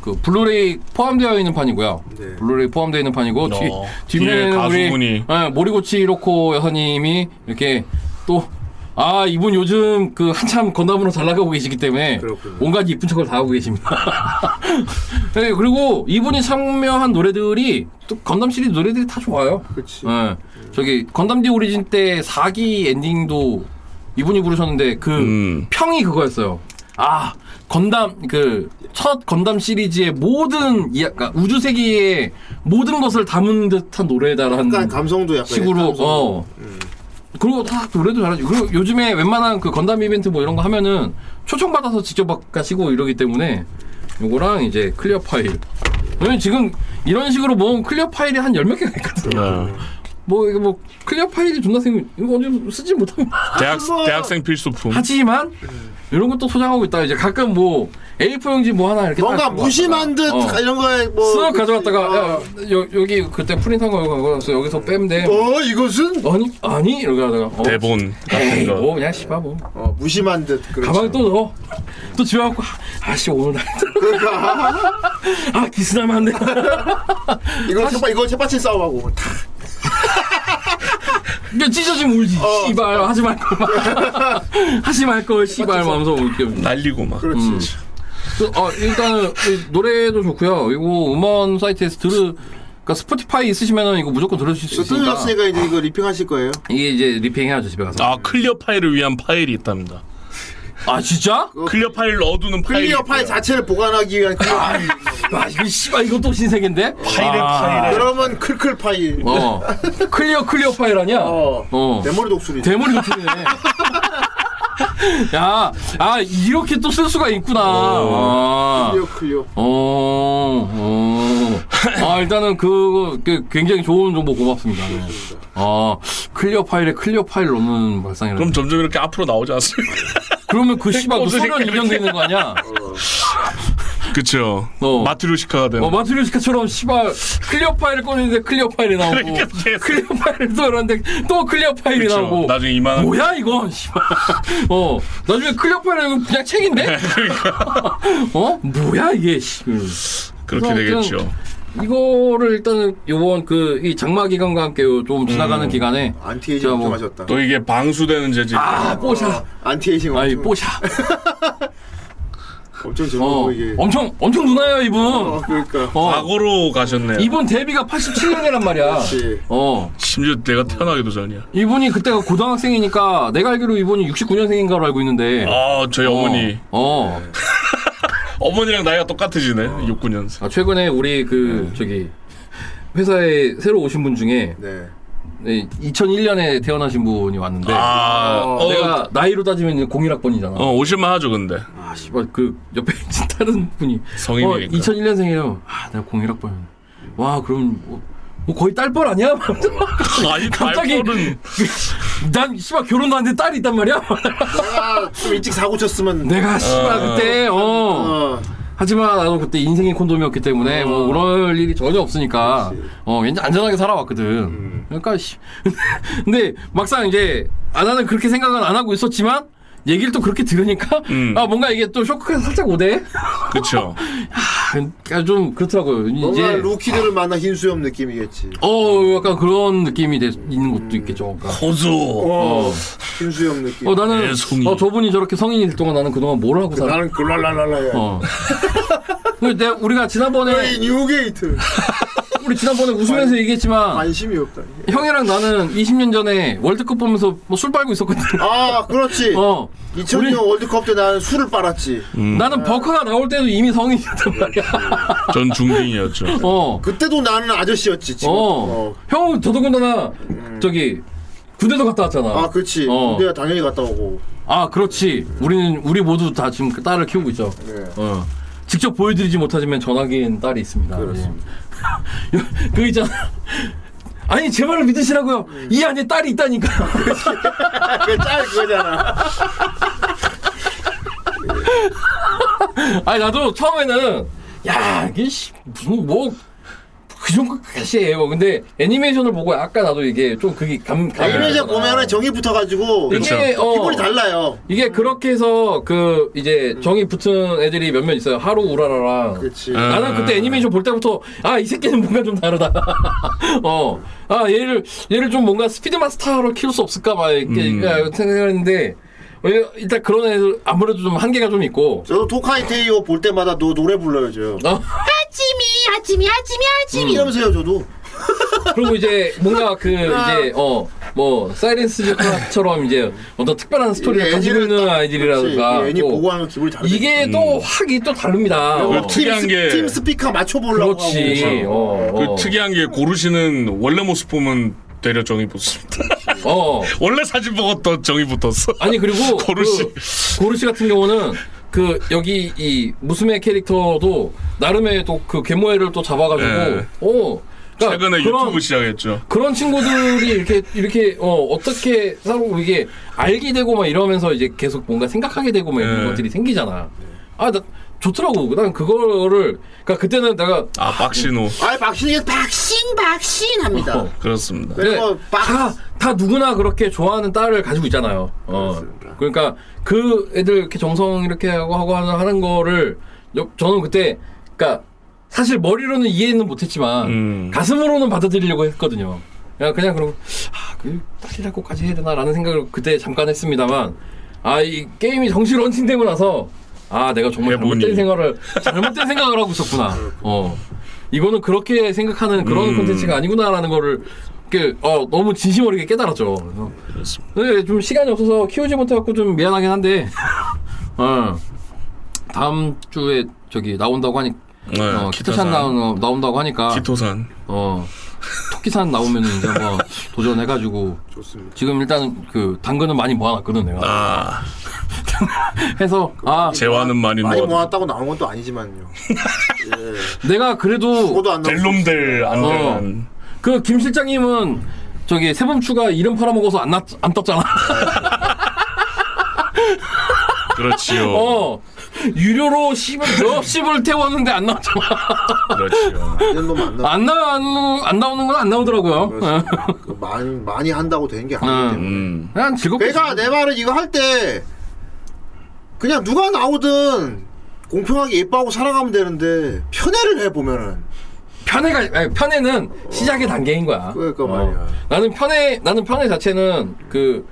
[SPEAKER 3] 그 블루레이 포함되어 있는 판이고요.
[SPEAKER 8] 네.
[SPEAKER 3] 블루레이 포함되어 있는 판이고 뒤
[SPEAKER 4] 어,
[SPEAKER 3] 뒷면에는
[SPEAKER 4] 뒤에
[SPEAKER 3] 우리
[SPEAKER 4] 가수분이.
[SPEAKER 3] 예, 모리고치 이로코 여사님이 이렇게 또. 아 이분 요즘 그 한참 건담으로 잘 나가고 계시기 때문에
[SPEAKER 8] 그렇군요.
[SPEAKER 3] 온갖 이쁜 척을 다 하고 계십니다. 네, 그리고 이분이 참여한 노래들이 또 건담 시리즈 노래들이 다 좋아요.
[SPEAKER 8] 그치
[SPEAKER 3] 예. 저기 건담 디 오리진 때 4기 엔딩도 이분이 부르셨는데 그
[SPEAKER 4] 음.
[SPEAKER 3] 평이 그거였어요. 아 건담 그 첫 건담 시리즈의 모든 이야, 그러니까 우주 세계의 모든 것을 담은 듯한 노래다라는
[SPEAKER 5] 그러니까
[SPEAKER 8] 약간 그러니까 감성도 약간
[SPEAKER 3] 식으로
[SPEAKER 8] 감성.
[SPEAKER 3] 어 그리고 다 노래도 잘하지 그리고 요즘에 웬만한 그 건담 이벤트 뭐 이런 거 하면은 초청 받아서 직접 막 가시고 이러기 때문에 요거랑 이제 클리어 파일 왜냐면 지금 이런 식으로 모은 클리어 파일이 한 열 몇 개가 있거든
[SPEAKER 4] 어,
[SPEAKER 3] 뭐 이게 뭐 음. 클리어 파일이 존나 생긴 이거 어디 쓰지 못하면
[SPEAKER 4] 대학, 대학생 필수품
[SPEAKER 3] 하지만 이런 것도 소장하고 있다. 이제 가끔 뭐 A4 용지 뭐 하나 이렇게
[SPEAKER 5] 뭔가
[SPEAKER 3] 딱 갖고
[SPEAKER 5] 무심한 듯
[SPEAKER 3] 왔다가. 어.
[SPEAKER 5] 이런 거에 뭐
[SPEAKER 3] 쓱
[SPEAKER 8] 아.
[SPEAKER 3] 가져갔다가 야, 여, 여기 그때 프린트한 거 이거 가져왔어. 여기서 빼면 돼.
[SPEAKER 5] 어 이것은
[SPEAKER 3] 아니 아니 이러게 하다가 어,
[SPEAKER 4] 대본 같은
[SPEAKER 3] 에이
[SPEAKER 4] 거.
[SPEAKER 3] 뭐 그냥 씨발 뭐
[SPEAKER 5] 어, 무심한 듯 그렇죠.
[SPEAKER 3] 가방에 또 넣어 또 집에 갖고 아씨 오늘
[SPEAKER 8] 그러니까
[SPEAKER 3] 날아 기스나면 안돼
[SPEAKER 5] 이걸 첫 바- 이걸 첫바친 싸움하고 다
[SPEAKER 3] 이게 찢어지면 울지 씨발 하지 말걸 막. 하지 말걸 씨발 하면서 이렇게
[SPEAKER 4] 날리고 막.
[SPEAKER 5] 그렇지.
[SPEAKER 3] 음. 그, 어, 일단은 이 노래도 좋고요 이거 음원 사이트에서 들으 그러니까 스포티파이 있으시면은 이거 무조건 들으실 수 있으니까
[SPEAKER 5] 뜯어졌으니까 이제 이거 리핑하실 거예요.
[SPEAKER 3] 이게 이제 리핑해야죠 집에 가서
[SPEAKER 4] 아 클리어 파일을 위한 파일이 있답니다.
[SPEAKER 3] 아 진짜?
[SPEAKER 4] 클리어 파일 넣어두는 파일이
[SPEAKER 5] 클리어 파일
[SPEAKER 4] 있대요.
[SPEAKER 5] 자체를 보관하기 위한 클리어 파일.
[SPEAKER 3] 아 이거 씨발 이것도 신세계인데?
[SPEAKER 4] 파일에 파일에
[SPEAKER 5] 그러면 클클 파일.
[SPEAKER 3] 어 클리어 클리어 파일 아니야?
[SPEAKER 5] 어.
[SPEAKER 3] 어.
[SPEAKER 5] 대머리 독수리.
[SPEAKER 3] 대머리 높이네. 야, 아 이렇게 또 쓸 수가 있구나. 아.
[SPEAKER 5] 클리어 클리어.
[SPEAKER 3] 어, 어. 아 일단은 그거 그 굉장히 좋은 정보 고맙습니다. 네. 아 클리어 파일에 클리어 파일 넣는 발상이라.
[SPEAKER 4] 그럼 점점 이렇게 앞으로 나오지 않습니까?
[SPEAKER 3] 그러면 그 씨발 그 소련
[SPEAKER 4] 꽂으니까
[SPEAKER 3] 인정되는 거 아니야?
[SPEAKER 4] 그쵸.
[SPEAKER 3] 어.
[SPEAKER 4] 마트루시카가 되는.
[SPEAKER 3] 어, 마트리오시카처럼 씨발 클리어 파일을 꺼내는데 클리어 파일이 나오고
[SPEAKER 4] 그러니까 계속.
[SPEAKER 3] 뭐. 클리어 파일을 또 열었는데 또 클리어 파일이
[SPEAKER 4] 그쵸.
[SPEAKER 3] 나오고
[SPEAKER 4] 나중에 이만한
[SPEAKER 3] 뭐야 이거 씨발 어 나중에 클리어 파일은 그냥
[SPEAKER 4] 네,
[SPEAKER 3] 책인데
[SPEAKER 4] 그러니까.
[SPEAKER 3] 어 뭐야 이게 씨.
[SPEAKER 4] 그렇게
[SPEAKER 3] 그래서
[SPEAKER 4] 되겠죠.
[SPEAKER 3] 이거를 일단은 요번 그 이 장마 기간과 함께 요좀
[SPEAKER 4] 음.
[SPEAKER 3] 지나가는 기간에
[SPEAKER 5] 안티에이징
[SPEAKER 3] 제가
[SPEAKER 5] 엄청
[SPEAKER 3] 뭐-
[SPEAKER 5] 하셨다.
[SPEAKER 4] 또 이게 방수되는 재질.
[SPEAKER 3] 아 뽀샤
[SPEAKER 5] 안티에이징
[SPEAKER 3] 아니
[SPEAKER 5] 엄청.
[SPEAKER 3] 뽀샤
[SPEAKER 5] 엄청 재밌고
[SPEAKER 3] 어
[SPEAKER 5] 이게.
[SPEAKER 3] 엄청 엄청 누나예요 이분
[SPEAKER 5] 어, 그러니까.
[SPEAKER 3] 어
[SPEAKER 4] 과거로 가셨네요.
[SPEAKER 3] 이분 데뷔가 87년이란 말이야
[SPEAKER 5] 그렇지.
[SPEAKER 3] 어
[SPEAKER 4] 심지어 내가 태어나기도 전이야.
[SPEAKER 3] 이분이 그때가 고등학생이니까 내가 알기로 이분이 69년생인 가로 알고 있는데
[SPEAKER 4] 아 저희
[SPEAKER 3] 어,
[SPEAKER 4] 어머니.
[SPEAKER 3] 어
[SPEAKER 4] 어머니랑 나이가 똑같으시네. 69년생.
[SPEAKER 3] 아, 최근에 우리 그
[SPEAKER 4] 네.
[SPEAKER 3] 저기 회사에 새로 오신 분 중에
[SPEAKER 5] 네.
[SPEAKER 3] 2001년에 태어나신 분이 왔는데
[SPEAKER 4] 아,
[SPEAKER 3] 어,
[SPEAKER 4] 어,
[SPEAKER 3] 내가 나이로 따지면 01학번이잖아.
[SPEAKER 4] 어 오실만 하죠 근데.
[SPEAKER 3] 아 씨발 그 옆에 있는 다른 분이 어,
[SPEAKER 4] 성인이니까.
[SPEAKER 3] 2001년생이에요. 아 내가 01학번이야. 와 그럼 뭐, 뭐 거의 딸뻘 아니야?
[SPEAKER 4] 아니
[SPEAKER 3] 갑자기-
[SPEAKER 4] 달벌은
[SPEAKER 3] 난 씨발 결혼도 안 돼 딸이 있단 말이야.
[SPEAKER 5] 내가 좀 일찍 사고 쳤으면.
[SPEAKER 3] 내가 씨발
[SPEAKER 4] 어.
[SPEAKER 3] 그때 어.
[SPEAKER 5] 어.
[SPEAKER 3] 하지만 나도 그때 인생이 콘돔이었기 때문에
[SPEAKER 5] 음.
[SPEAKER 3] 뭐 그럴 일이 전혀 없으니까 어 왠지 안전하게 살아왔거든.
[SPEAKER 5] 음.
[SPEAKER 3] 그러니까 씨. 근데 막상 이제 아 나는 그렇게 생각은 안 하고 있었지만 얘기를 또 그렇게 들으니까
[SPEAKER 4] 음.
[SPEAKER 3] 아 뭔가 이게 또 쇼크가 살짝 오대.
[SPEAKER 4] 그쵸.
[SPEAKER 3] 그러니까 좀 그렇더라고요.
[SPEAKER 5] 뭔가
[SPEAKER 3] 이제
[SPEAKER 5] 루키들을 만나 흰수염 느낌이겠지.
[SPEAKER 3] 어 약간 그런 느낌이 되- 있는 것도 있겠죠. 그러니까.
[SPEAKER 4] 호수.
[SPEAKER 5] 어. 흰수염 느낌.
[SPEAKER 3] 어 나는
[SPEAKER 4] 애송이.
[SPEAKER 3] 어 저분이 저렇게 성인이 될 동안 나는 그동안 뭘 하고 살았
[SPEAKER 5] 나는 글랄랄랄라야.
[SPEAKER 3] 어. 근데 내가- 우리가 지난번에
[SPEAKER 5] 이 뉴게이트.
[SPEAKER 3] 우리 지난번에 웃으면서 얘기했지만
[SPEAKER 5] 관심이 없다.
[SPEAKER 3] 형이랑 나는 20년 전에 월드컵 보면서 뭐 술 빨고 있었거든.
[SPEAKER 5] 아, 그렇지.
[SPEAKER 3] 어.
[SPEAKER 5] 2000년 월드컵 때 나는 술을 빨았지.
[SPEAKER 3] 나는 버커가 나올 때도 이미 성인이었단 말이야.
[SPEAKER 4] 전 중딩이었죠.
[SPEAKER 3] 어.
[SPEAKER 5] 그때도 나는 아저씨였지. 지금.
[SPEAKER 3] 어.
[SPEAKER 5] 어.
[SPEAKER 3] 형은 더더군다나 저기 군대도 갔다 왔잖아.
[SPEAKER 5] 아, 그렇지.
[SPEAKER 3] 어.
[SPEAKER 5] 내가 당연히 갔다 오고.
[SPEAKER 3] 아, 그렇지. 우리는 우리 모두 다 지금 그 딸을 키우고 있죠.
[SPEAKER 5] 네.
[SPEAKER 3] 어. 직접 보여드리지 못하지만 전화기엔 딸이 있습니다. 그렇습니다. 그 있잖아. 아니 제 말을 믿으시라고요. 이 안에 딸이 있다니까.
[SPEAKER 5] 그짤 그거잖아.
[SPEAKER 3] 아니 나도 처음에는 야 이게 씨, 무슨 뭐그 정도까지 해요. 근데 애니메이션을 보고 아까 나도 이게 좀 그게 감 감-
[SPEAKER 5] 애니메이션 보면은 정이 붙어가지고 그렇죠.
[SPEAKER 3] 이게 어,
[SPEAKER 5] 기분이 달라요.
[SPEAKER 3] 이게 그렇게 해서 그 이제 정이 붙은 애들이 몇몇 있어요. 하루 우라라랑.
[SPEAKER 5] 그렇지.
[SPEAKER 4] 아.
[SPEAKER 3] 나는 그때 애니메이션 볼 때부터 아 이 새끼는 뭔가 좀 다르다. 어, 아 얘를 얘를 좀 뭔가 스피드 마스터로 키울 수 없을까 막 이렇게
[SPEAKER 4] 음.
[SPEAKER 3] 생각했는데 어, 일단 그런 애들 아무래도 좀 한계가 좀 있고.
[SPEAKER 5] 저도 토카이 테이오 볼 때마다 너 노래 불러요, 저.
[SPEAKER 3] 어?
[SPEAKER 5] 찜 이러면서요, 저도.
[SPEAKER 3] 그리고 이제 뭔가 그
[SPEAKER 5] 아.
[SPEAKER 3] 이제 어 뭐 사이렌스 조카처럼 이제 어떤 특별한 스토리를
[SPEAKER 5] 이게
[SPEAKER 3] 가지고
[SPEAKER 5] 애니를
[SPEAKER 3] 있는
[SPEAKER 5] 딱-
[SPEAKER 3] 아이들이라든가
[SPEAKER 5] 그렇지. 애니
[SPEAKER 3] 또
[SPEAKER 5] 보고 하는 기분이 다르지.
[SPEAKER 3] 이게
[SPEAKER 4] 음.
[SPEAKER 3] 또 확이 또 다릅니다.
[SPEAKER 4] 그
[SPEAKER 3] 어.
[SPEAKER 4] 특- 특이한
[SPEAKER 5] 팀,
[SPEAKER 4] 게-
[SPEAKER 5] 팀 스피커 맞춰보려고
[SPEAKER 3] 그렇지.
[SPEAKER 5] 하고.
[SPEAKER 3] 어,
[SPEAKER 4] 그
[SPEAKER 3] 어.
[SPEAKER 4] 특이한 게 고르시는 원래 모습 보면 되려 정이 붙습니다.
[SPEAKER 3] 어.
[SPEAKER 4] 원래 사진 보고 또 정이 붙었어.
[SPEAKER 3] 아니 그리고
[SPEAKER 4] 고르시.
[SPEAKER 3] 그 고르시 같은 경우는 그 여기 이 무스메 캐릭터도 나름의 또 그 괴모애를 또 잡아가지고
[SPEAKER 4] 예.
[SPEAKER 3] 어 그러니까
[SPEAKER 4] 최근에
[SPEAKER 3] 그런-
[SPEAKER 4] 유튜브 시작했죠.
[SPEAKER 3] 그런 친구들이 이렇게 이렇게 어 어떻게 살고 이게 알게 되고 막 이러면서 이제 계속 뭔가 생각하게 되고 막 이런
[SPEAKER 4] 네.
[SPEAKER 3] 것들이 생기잖아. 아 나 좋더라고. 난 그거를 그러니까 그때는 내가
[SPEAKER 4] 아 박신호
[SPEAKER 8] 아이 박신이 박신 박신 합니다.
[SPEAKER 3] 어.
[SPEAKER 4] 그렇습니다.
[SPEAKER 8] 그래, 뭐, 빡-
[SPEAKER 3] 다, 다 누구나 그렇게 좋아하는 딸을 가지고 있잖아요. 어.
[SPEAKER 8] 그렇습니다.
[SPEAKER 3] 그러니까 그 애들 이렇게 정성 이렇게 하고 하고 하는, 하는 거를 여- 저는 그때 그러니까 사실 머리로는 이해는 못했지만
[SPEAKER 4] 음.
[SPEAKER 3] 가슴으로는 받아들이려고 했거든요. 그냥 그냥 그러고 아그 딸이라고까지 해야 되나라는 생각을 그때 잠깐 했습니다만 아 이 게임이 정식 런칭되고 나서 아 내가 정말
[SPEAKER 4] 해보니.
[SPEAKER 3] 잘못된 생각을 잘못된 생각을 하고 있었구나. 어. 이거는 그렇게 생각하는 그런
[SPEAKER 4] 음.
[SPEAKER 3] 콘텐츠가 아니구나라는 거를 이렇게 어, 너무 진심 어리게 깨달았죠. 그래서
[SPEAKER 4] 그렇습니다.
[SPEAKER 3] 네, 좀 시간이 없어서 키우지 못해갖고 좀 미안하긴 한데, 어, 다음 주에 저기 나온다고 하니,
[SPEAKER 4] 네,
[SPEAKER 3] 어, 키토산
[SPEAKER 4] 키토산.
[SPEAKER 3] 나온, 어, 나온다고 하니까,
[SPEAKER 4] 키토산.
[SPEAKER 3] 어, 토끼산 나오면 이제 한번 도전해가지고,
[SPEAKER 8] 좋습니다.
[SPEAKER 3] 지금 일단 그 당근은 많이 모아놨거든 내가.
[SPEAKER 4] 아
[SPEAKER 3] 해서 아
[SPEAKER 4] 재화는 많이
[SPEAKER 5] 많이
[SPEAKER 4] 모아.
[SPEAKER 5] 모았다고 나온 것도 아니지만요.
[SPEAKER 3] 내가 그래도
[SPEAKER 5] 그것도 안 나오고.
[SPEAKER 4] 델놈들 안
[SPEAKER 3] 어.
[SPEAKER 4] 되는.
[SPEAKER 3] 그 김 실장님은 저기 세범추가 이름 팔아먹어서 안, 났, 안 떴잖아.
[SPEAKER 4] 그렇지요.
[SPEAKER 3] 어. 유료로 씹을, 몇십을 태웠는데 안 나왔잖아.
[SPEAKER 4] 그렇지요.
[SPEAKER 5] 이런 놈안 나와.
[SPEAKER 3] 안, 나, 안, 안 나오는 건 안 나오더라고요. 예.
[SPEAKER 5] 그 많이 많이 한다고 되는 게 아니기
[SPEAKER 3] 음.
[SPEAKER 5] 때문에.
[SPEAKER 4] 음.
[SPEAKER 3] 난 즐겁게.
[SPEAKER 5] 그러니까 내 말은 이거 할 때 그냥 누가 나오든 공평하게 예뻐하고 살아가면 되는데 편애를 해 보면은
[SPEAKER 3] 편애가 아니, 편애는 시작의 단계인 거야.
[SPEAKER 5] 그러니까
[SPEAKER 3] 어.
[SPEAKER 5] 말이야.
[SPEAKER 3] 나는 편애 나는 편애 자체는 그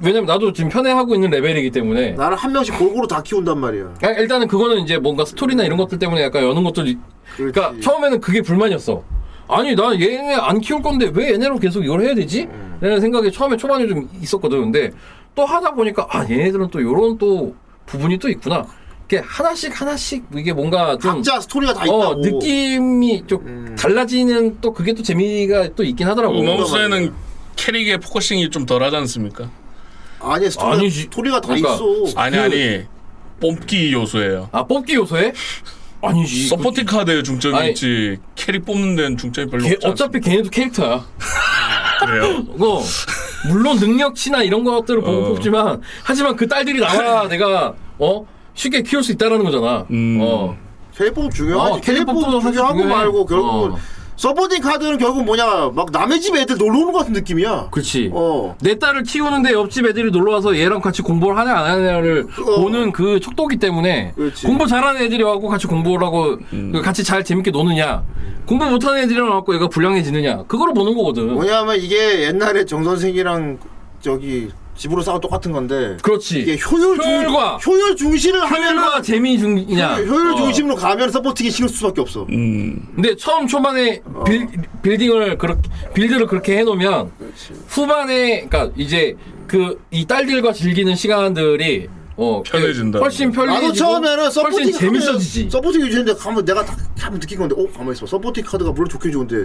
[SPEAKER 3] 왜냐면 나도 지금 편애하고 있는 레벨이기 때문에
[SPEAKER 5] 나를 한 명씩 골고루 다 키운단 말이야.
[SPEAKER 3] 아, 일단은 그거는 이제 뭔가 스토리나 이런 것들 때문에 약간 여는 것도 이- 그러니까
[SPEAKER 5] 그렇지.
[SPEAKER 3] 처음에는 그게 불만이었어. 아니 난 얘네 안 키울 건데 왜 얘네로 계속 이걸 해야 되지?
[SPEAKER 5] 음.
[SPEAKER 3] 라는 생각이 처음에 초반에 좀 있었거든. 근데 또 하다 보니까 아 얘네들은 또 요런 또 부분이 또 있구나. 이게 하나씩 하나씩 이게 뭔가 좀
[SPEAKER 5] 각자 스토리가 다
[SPEAKER 3] 어,
[SPEAKER 5] 있다고. 음.
[SPEAKER 3] 느낌이 좀 달라지는 또 그게 또 재미가 또 있긴 하더라고.
[SPEAKER 4] 어, 음, 우마우스에는 캐릭의 포커싱이 좀 덜하지 않습니까?
[SPEAKER 5] 아니 스토리가,
[SPEAKER 3] 아니지.
[SPEAKER 5] 스토리가 다
[SPEAKER 3] 그러니까
[SPEAKER 5] 있어.
[SPEAKER 4] 아니 아니 뽑기 요소예요.
[SPEAKER 3] 아, 뽑기 요소에? 아니지.
[SPEAKER 4] 서포팅 카드에 중점이
[SPEAKER 3] 아니.
[SPEAKER 4] 있지 캐릭 뽑는 데는 중점이 별로
[SPEAKER 3] 걔,
[SPEAKER 4] 없지
[SPEAKER 3] 어차피 걔네도 캐릭터야.
[SPEAKER 4] 그래요.
[SPEAKER 3] 어, 물론 능력치나 이런 것들을 보고
[SPEAKER 4] 어.
[SPEAKER 3] 뽑지만, 하지만 그 딸들이 나와야 내가, 어? 쉽게 키울 수 있다라는 거잖아.
[SPEAKER 4] 음.
[SPEAKER 3] 어.
[SPEAKER 5] 캐리폼 중요하지.
[SPEAKER 3] 어,
[SPEAKER 5] 캐리폼
[SPEAKER 3] 캐리폼 사실
[SPEAKER 5] 중요한 거
[SPEAKER 3] 중요해.
[SPEAKER 5] 말고 결국은
[SPEAKER 3] 어.
[SPEAKER 5] 서포팅 카드는 결국 뭐냐 막 남의 집 애들 놀러 오는 것 같은 느낌이야.
[SPEAKER 3] 그렇지.
[SPEAKER 5] 어.
[SPEAKER 3] 내 딸을 키우는데 옆집 애들이 놀러 와서 얘랑 같이 공부를 하냐 안 하냐를
[SPEAKER 5] 어.
[SPEAKER 3] 보는 그 척도기 때문에
[SPEAKER 5] 그렇지.
[SPEAKER 3] 공부 잘하는 애들이 와고 같이 공부를 하고
[SPEAKER 4] 음.
[SPEAKER 3] 그 같이 잘 재밌게 노느냐 공부 못하는 애들이랑 와고 얘가 불량해지느냐 그거를 보는 거거든.
[SPEAKER 5] 뭐냐면 이게 옛날에 정 선생이랑 저기 집으로 싸워 똑같은 건데 이게
[SPEAKER 3] 그렇지.
[SPEAKER 5] 효율 중,
[SPEAKER 3] 효율과-
[SPEAKER 5] 효율 중심을 하면
[SPEAKER 3] 효율과 재미 중이냐.
[SPEAKER 5] 효율
[SPEAKER 3] 어.
[SPEAKER 5] 중심으로 가면 서포팅이 식을 수밖에 없어.
[SPEAKER 4] 음.
[SPEAKER 3] 근데 처음 초반에
[SPEAKER 5] 어.
[SPEAKER 3] 빌, 빌딩을 그렇게 빌드를 그렇게 해놓으면 후반에 그러니까 이제 그 이 딸들과 즐기는 시간들이 어
[SPEAKER 4] 편해진다.
[SPEAKER 3] 훨씬 편리해지고
[SPEAKER 5] 나도 처음에는 서포팅
[SPEAKER 3] 훨씬
[SPEAKER 5] 카드-
[SPEAKER 3] 재밌어지지.
[SPEAKER 5] 서포팅 유지했는데 가면 내가 다 한번 느낀 건데, 어 가만 있어. 서포팅 카드가 물론 좋긴 좋은데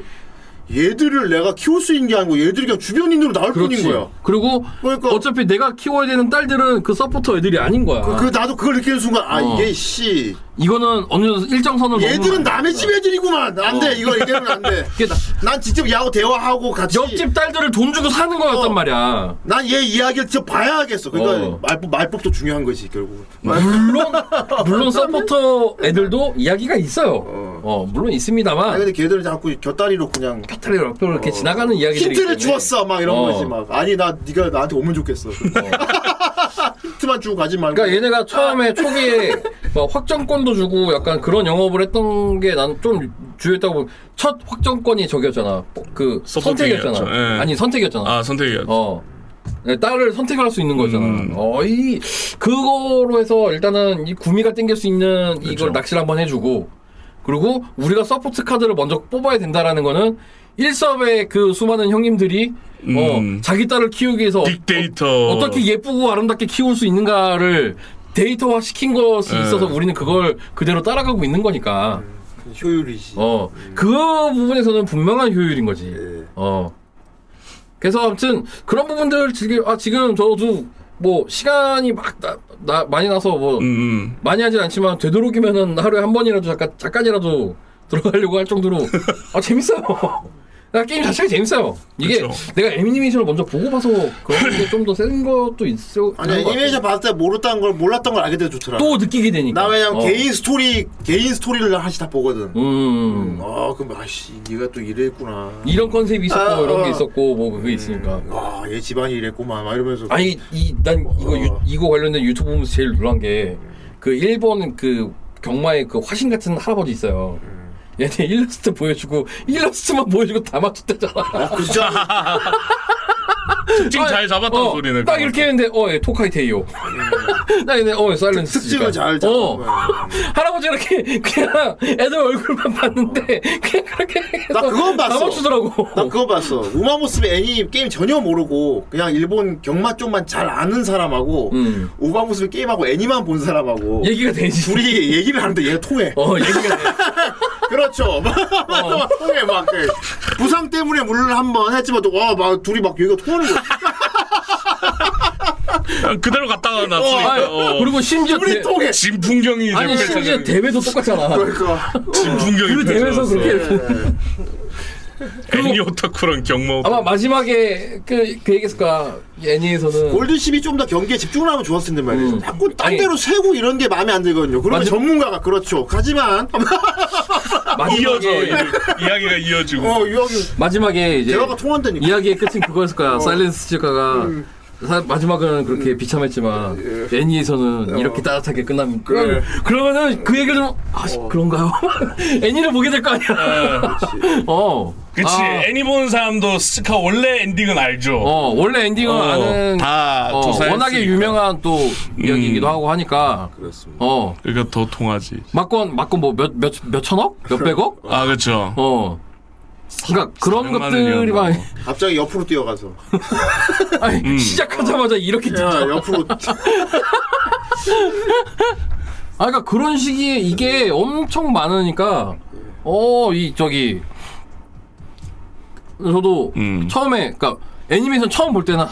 [SPEAKER 5] 얘들을 내가 키울 수 있는 게 아니고 얘들이 그냥 주변인으로 나올
[SPEAKER 3] 그렇지.
[SPEAKER 5] 뿐인 거야.
[SPEAKER 3] 그리고
[SPEAKER 5] 그러니까-
[SPEAKER 3] 어차피 내가 키워야 되는 딸들은 그 서포터 애들이 아닌 거야.
[SPEAKER 5] 그, 그 나도 그걸 느끼는 순간 아
[SPEAKER 3] 어.
[SPEAKER 5] 이게 씨
[SPEAKER 3] 이거는 어느 정도 일정선을
[SPEAKER 5] 얘들은
[SPEAKER 3] 넘으면
[SPEAKER 5] 남의 집 애들이구만. 안 돼. 이거 이대로는 안 돼.
[SPEAKER 3] 어. 이게 나-
[SPEAKER 5] 난 직접 야하고 대화하고 같이
[SPEAKER 3] 옆집 딸들을 돈 주고 사는 거였단
[SPEAKER 5] 어.
[SPEAKER 3] 말이야.
[SPEAKER 5] 난 얘 이야기를 직접 봐야겠어. 그러니까
[SPEAKER 3] 어.
[SPEAKER 5] 말법 말법도 중요한 거지 결국은.
[SPEAKER 3] 물론 물론 서포터 애들도 이야기가 있어요. 어, 물론
[SPEAKER 5] 아
[SPEAKER 3] 있습니다만
[SPEAKER 5] 근데 걔들은 자꾸 곁다리로 그냥 어,
[SPEAKER 3] 곁다리 옆으로 이렇게 지나가는 이야기들이
[SPEAKER 5] 힌트를 주었어 막 이런
[SPEAKER 3] 어.
[SPEAKER 5] 거지 막 아니 나 네가 나한테 오면 좋겠어 힌트만 주고 가지 말고
[SPEAKER 3] 그러니까 얘네가 처음에 초기에 막 확정권도 주고 약간 그런 영업을 했던 게 난 좀 주요했다고 보면 첫 확정권이 저기였잖아. 그
[SPEAKER 4] 서포팅이었죠.
[SPEAKER 3] 선택이었잖아.
[SPEAKER 4] 예.
[SPEAKER 3] 아니 선택이었잖아.
[SPEAKER 4] 아 선택이야.
[SPEAKER 3] 어. 네, 딸을 선택할 수 있는 거잖아.
[SPEAKER 4] 음.
[SPEAKER 3] 어, 이, 그거로 해서 일단은 이 구미가 땡길 수 있는
[SPEAKER 4] 그렇죠.
[SPEAKER 3] 이걸 낚시를 한번 해주고, 그리고 우리가 서포트 카드를 먼저 뽑아야 된다라는 거는 일섭의 그 수많은 형님들이
[SPEAKER 4] 음.
[SPEAKER 3] 어, 자기 딸을 키우기 위해서
[SPEAKER 4] 빅데이터.
[SPEAKER 3] 어, 떻게 예쁘고 아름답게 키울 수 있는가를 데이터화 시킨 것이
[SPEAKER 4] 예.
[SPEAKER 3] 있어서 우리는 그걸 그대로 따라가고 있는 거니까.
[SPEAKER 5] 효율이지
[SPEAKER 3] 어, 그 부분에서는 분명한 효율인 거지. 어. 그래서 아무튼 그런 부분들 즐겨, 아, 지금 저도 뭐 시간이 막 나, 나 많이 나서 뭐
[SPEAKER 4] 음, 음.
[SPEAKER 3] 많이 하진 않지만 되도록이면은 하루에 한 번이라도 잠깐, 잠깐이라도 들어가려고 할 정도로 아 재밌어요. 나 게임 자체가 재밌어요. 이게
[SPEAKER 4] 그쵸.
[SPEAKER 3] 내가 애니메이션을 먼저 보고 봐서 그런 게 좀 더 센 것도 있어.
[SPEAKER 5] 아니 애니메이션 봤을 때 모르던 걸 몰랐던 걸 알게 돼서 좋더라.
[SPEAKER 3] 또 느끼게 되니까.
[SPEAKER 5] 나 왜냐면
[SPEAKER 3] 어.
[SPEAKER 5] 개인 스토리 개인 스토리를 하나씩 다 보거든.
[SPEAKER 3] 음.
[SPEAKER 5] 아 그럼 아씨 네가 또 이랬구나.
[SPEAKER 3] 이런 컨셉이 있었고
[SPEAKER 5] 아,
[SPEAKER 3] 이런 게
[SPEAKER 5] 어. 음.
[SPEAKER 3] 있었고 뭐 그게 있으니까.
[SPEAKER 5] 아, 와얘 집안이 이랬구만 막 이러면서.
[SPEAKER 3] 아니 이 난 이거
[SPEAKER 5] 어.
[SPEAKER 3] 유, 이거 관련된 유튜브 보면서 제일 놀란 게 그 일본 그 경마에 그 화신 같은 할아버지 있어요.
[SPEAKER 5] 음.
[SPEAKER 3] 얘네 일러스트 보여주고 일러스트만 보여주고 다 맞췄다잖아.
[SPEAKER 5] 진짜
[SPEAKER 4] 특징 잘 잡았다는
[SPEAKER 3] 어,
[SPEAKER 4] 소리네.
[SPEAKER 3] 딱 이렇게 했는데 음. 어예 토카이 테이오. 딱 이제 어예 사일런스.
[SPEAKER 5] 특징을 잘 잡은
[SPEAKER 3] 어
[SPEAKER 5] 거야.
[SPEAKER 3] 할아버지 이렇게 그냥 애들 얼굴만 봤는데 그냥 그렇게 해서
[SPEAKER 5] 나 그건
[SPEAKER 3] 다
[SPEAKER 5] 봤어.
[SPEAKER 3] 맞추더라고.
[SPEAKER 5] 나 그거 봤어. 우마무스메 애니 게임 전혀 모르고 그냥 일본 경마 쪽만 잘 아는 사람하고
[SPEAKER 3] 음.
[SPEAKER 5] 우마무스메 게임하고 애니만 본 사람하고
[SPEAKER 3] 얘기가 되지.
[SPEAKER 5] 둘이 얘기를 하는데 얘가 통해.
[SPEAKER 3] 어 얘기가 돼.
[SPEAKER 5] 그렇죠. 막, 막, 막 통해 막 그. 부상 때문에 물론 한번 했지만 또와막 둘이 막 얘기가 통하는 거야.
[SPEAKER 4] 그대로 갔다가 났으니까.
[SPEAKER 3] 아, 그리고 심지어
[SPEAKER 5] 둘이
[SPEAKER 3] 대-
[SPEAKER 5] 통해.
[SPEAKER 4] 진풍경이
[SPEAKER 3] 아니 심지어 대회도 똑같잖아.
[SPEAKER 5] 그러니까
[SPEAKER 4] 진풍경이
[SPEAKER 3] 그 대회에서
[SPEAKER 4] 펼쳐졌어.
[SPEAKER 3] 그렇게
[SPEAKER 4] 애니 오타쿠랑 경모.
[SPEAKER 3] 아마 마지막에 그, 그 얘기했을 거야. 애니에서는.
[SPEAKER 5] 골드십이 좀 더 경기에 집중을 하면 좋았을 텐데 말이죠.
[SPEAKER 3] 음.
[SPEAKER 5] 자꾸 딴
[SPEAKER 3] 아니.
[SPEAKER 5] 데로 세고 이런 게 마음에 안 들거든요. 그러면
[SPEAKER 3] 맞아.
[SPEAKER 5] 전문가가 그렇죠. 하지만
[SPEAKER 3] 마지막에,
[SPEAKER 4] 이어져 이- 이야기가 이어지고.
[SPEAKER 5] 어 유학이
[SPEAKER 3] 마지막에 이제
[SPEAKER 5] 대화가 통한다니까.
[SPEAKER 3] 이야기의 끝은 그거였을 거야. 사일런스 치카가 사- 마지막은 그렇게 비참했지만 애니에서는 이렇게 따뜻하게 끝나면 예, 어. 그럼, 그러면은 그 얘기를 좀 아, 그런가요? 애니를 보게 될 거 아니야. 어.
[SPEAKER 4] 그치
[SPEAKER 3] 아,
[SPEAKER 4] 애니 보는 사람도 스카 원래 엔딩은 알죠.
[SPEAKER 3] 어, 원래 엔딩은
[SPEAKER 4] 어,
[SPEAKER 3] 아는
[SPEAKER 4] 다
[SPEAKER 3] 어,
[SPEAKER 4] 조사했으니까. 음.
[SPEAKER 3] 워낙에 유명한 또 이야기이기도 하고 하니까
[SPEAKER 5] 그렇습니다.
[SPEAKER 3] 어.
[SPEAKER 4] 그러니까 더 통하지.
[SPEAKER 3] 막건 막건 뭐 몇 몇 몇천억? 몇백억?
[SPEAKER 4] 아 그렇죠.
[SPEAKER 3] 어. 그러니까 그런
[SPEAKER 4] 사백만
[SPEAKER 3] 것들이 막
[SPEAKER 4] 원이었나 뭐. 음.
[SPEAKER 5] 갑자기 옆으로 뛰어가서
[SPEAKER 3] 아니, 시작하자마자 이렇게
[SPEAKER 5] 야
[SPEAKER 3] 진짜
[SPEAKER 5] 옆으로
[SPEAKER 3] 아 그러니까 그런 시기에 이게 엄청 많으니까 어 이 저기 저도
[SPEAKER 4] 음.
[SPEAKER 3] 처음에 그러니까 애니메이션 처음 볼 때는 아,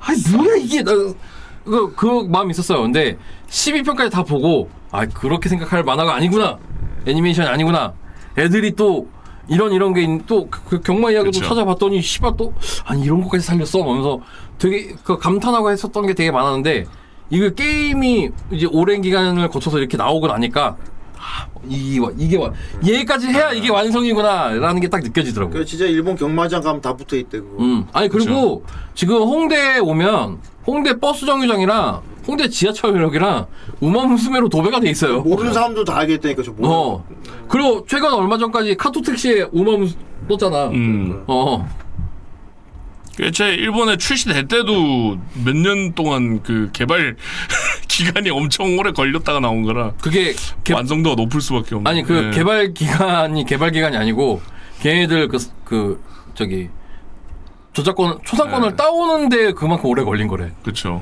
[SPEAKER 3] 아니 뭐야 이게 나 그, 그 마음이 있었어요. 근데 12편까지 다 보고 아 그렇게 생각할 만화가 아니구나 애니메이션이 아니구나 애들이 또 이런 이런 게 또 그 경마 이야기도
[SPEAKER 4] 그쵸.
[SPEAKER 3] 찾아봤더니 씨발 또 아니 이런 것까지 살렸어 하면서 되게 그 감탄하고 했었던 게 되게 많았는데 이거 게임이 이제 오랜 기간을 거쳐서 이렇게 나오고 나니까 아, 이 와- 이게 와- 얘까지 해야 이게 완성이구나라는 게 딱 느껴지더라고요.
[SPEAKER 5] 그 진짜 일본 경마장 가면 다 붙어 있대 그거.
[SPEAKER 3] 음. 아니 그리고 지금 홍대에 오면 홍대 버스 정류장이랑 홍대 지하철역이랑 우마무스메로 도배가 돼 있어요.
[SPEAKER 4] 뭐?
[SPEAKER 5] 모르는 사람도 다 알겠다니까 저 모르는.
[SPEAKER 3] 어. 그리고 최근 얼마 전까지 카톡 택시에 우마무스 떴잖아.
[SPEAKER 4] 음.
[SPEAKER 3] 어.
[SPEAKER 4] 제 일본에 출시될 때도 몇 년 동안 그 개발 기간이 엄청 오래 걸렸다가 나온 거라
[SPEAKER 3] 그게 개,
[SPEAKER 4] 완성도가 높을 수밖에 없는.
[SPEAKER 3] 아니 그
[SPEAKER 4] 예.
[SPEAKER 3] 개발 기간이 개발 기간이 아니고 걔네들 그 그 저기 저작권 초상권을
[SPEAKER 4] 네.
[SPEAKER 3] 따오는데 그만큼 오래 걸린 거래.
[SPEAKER 4] 그렇죠.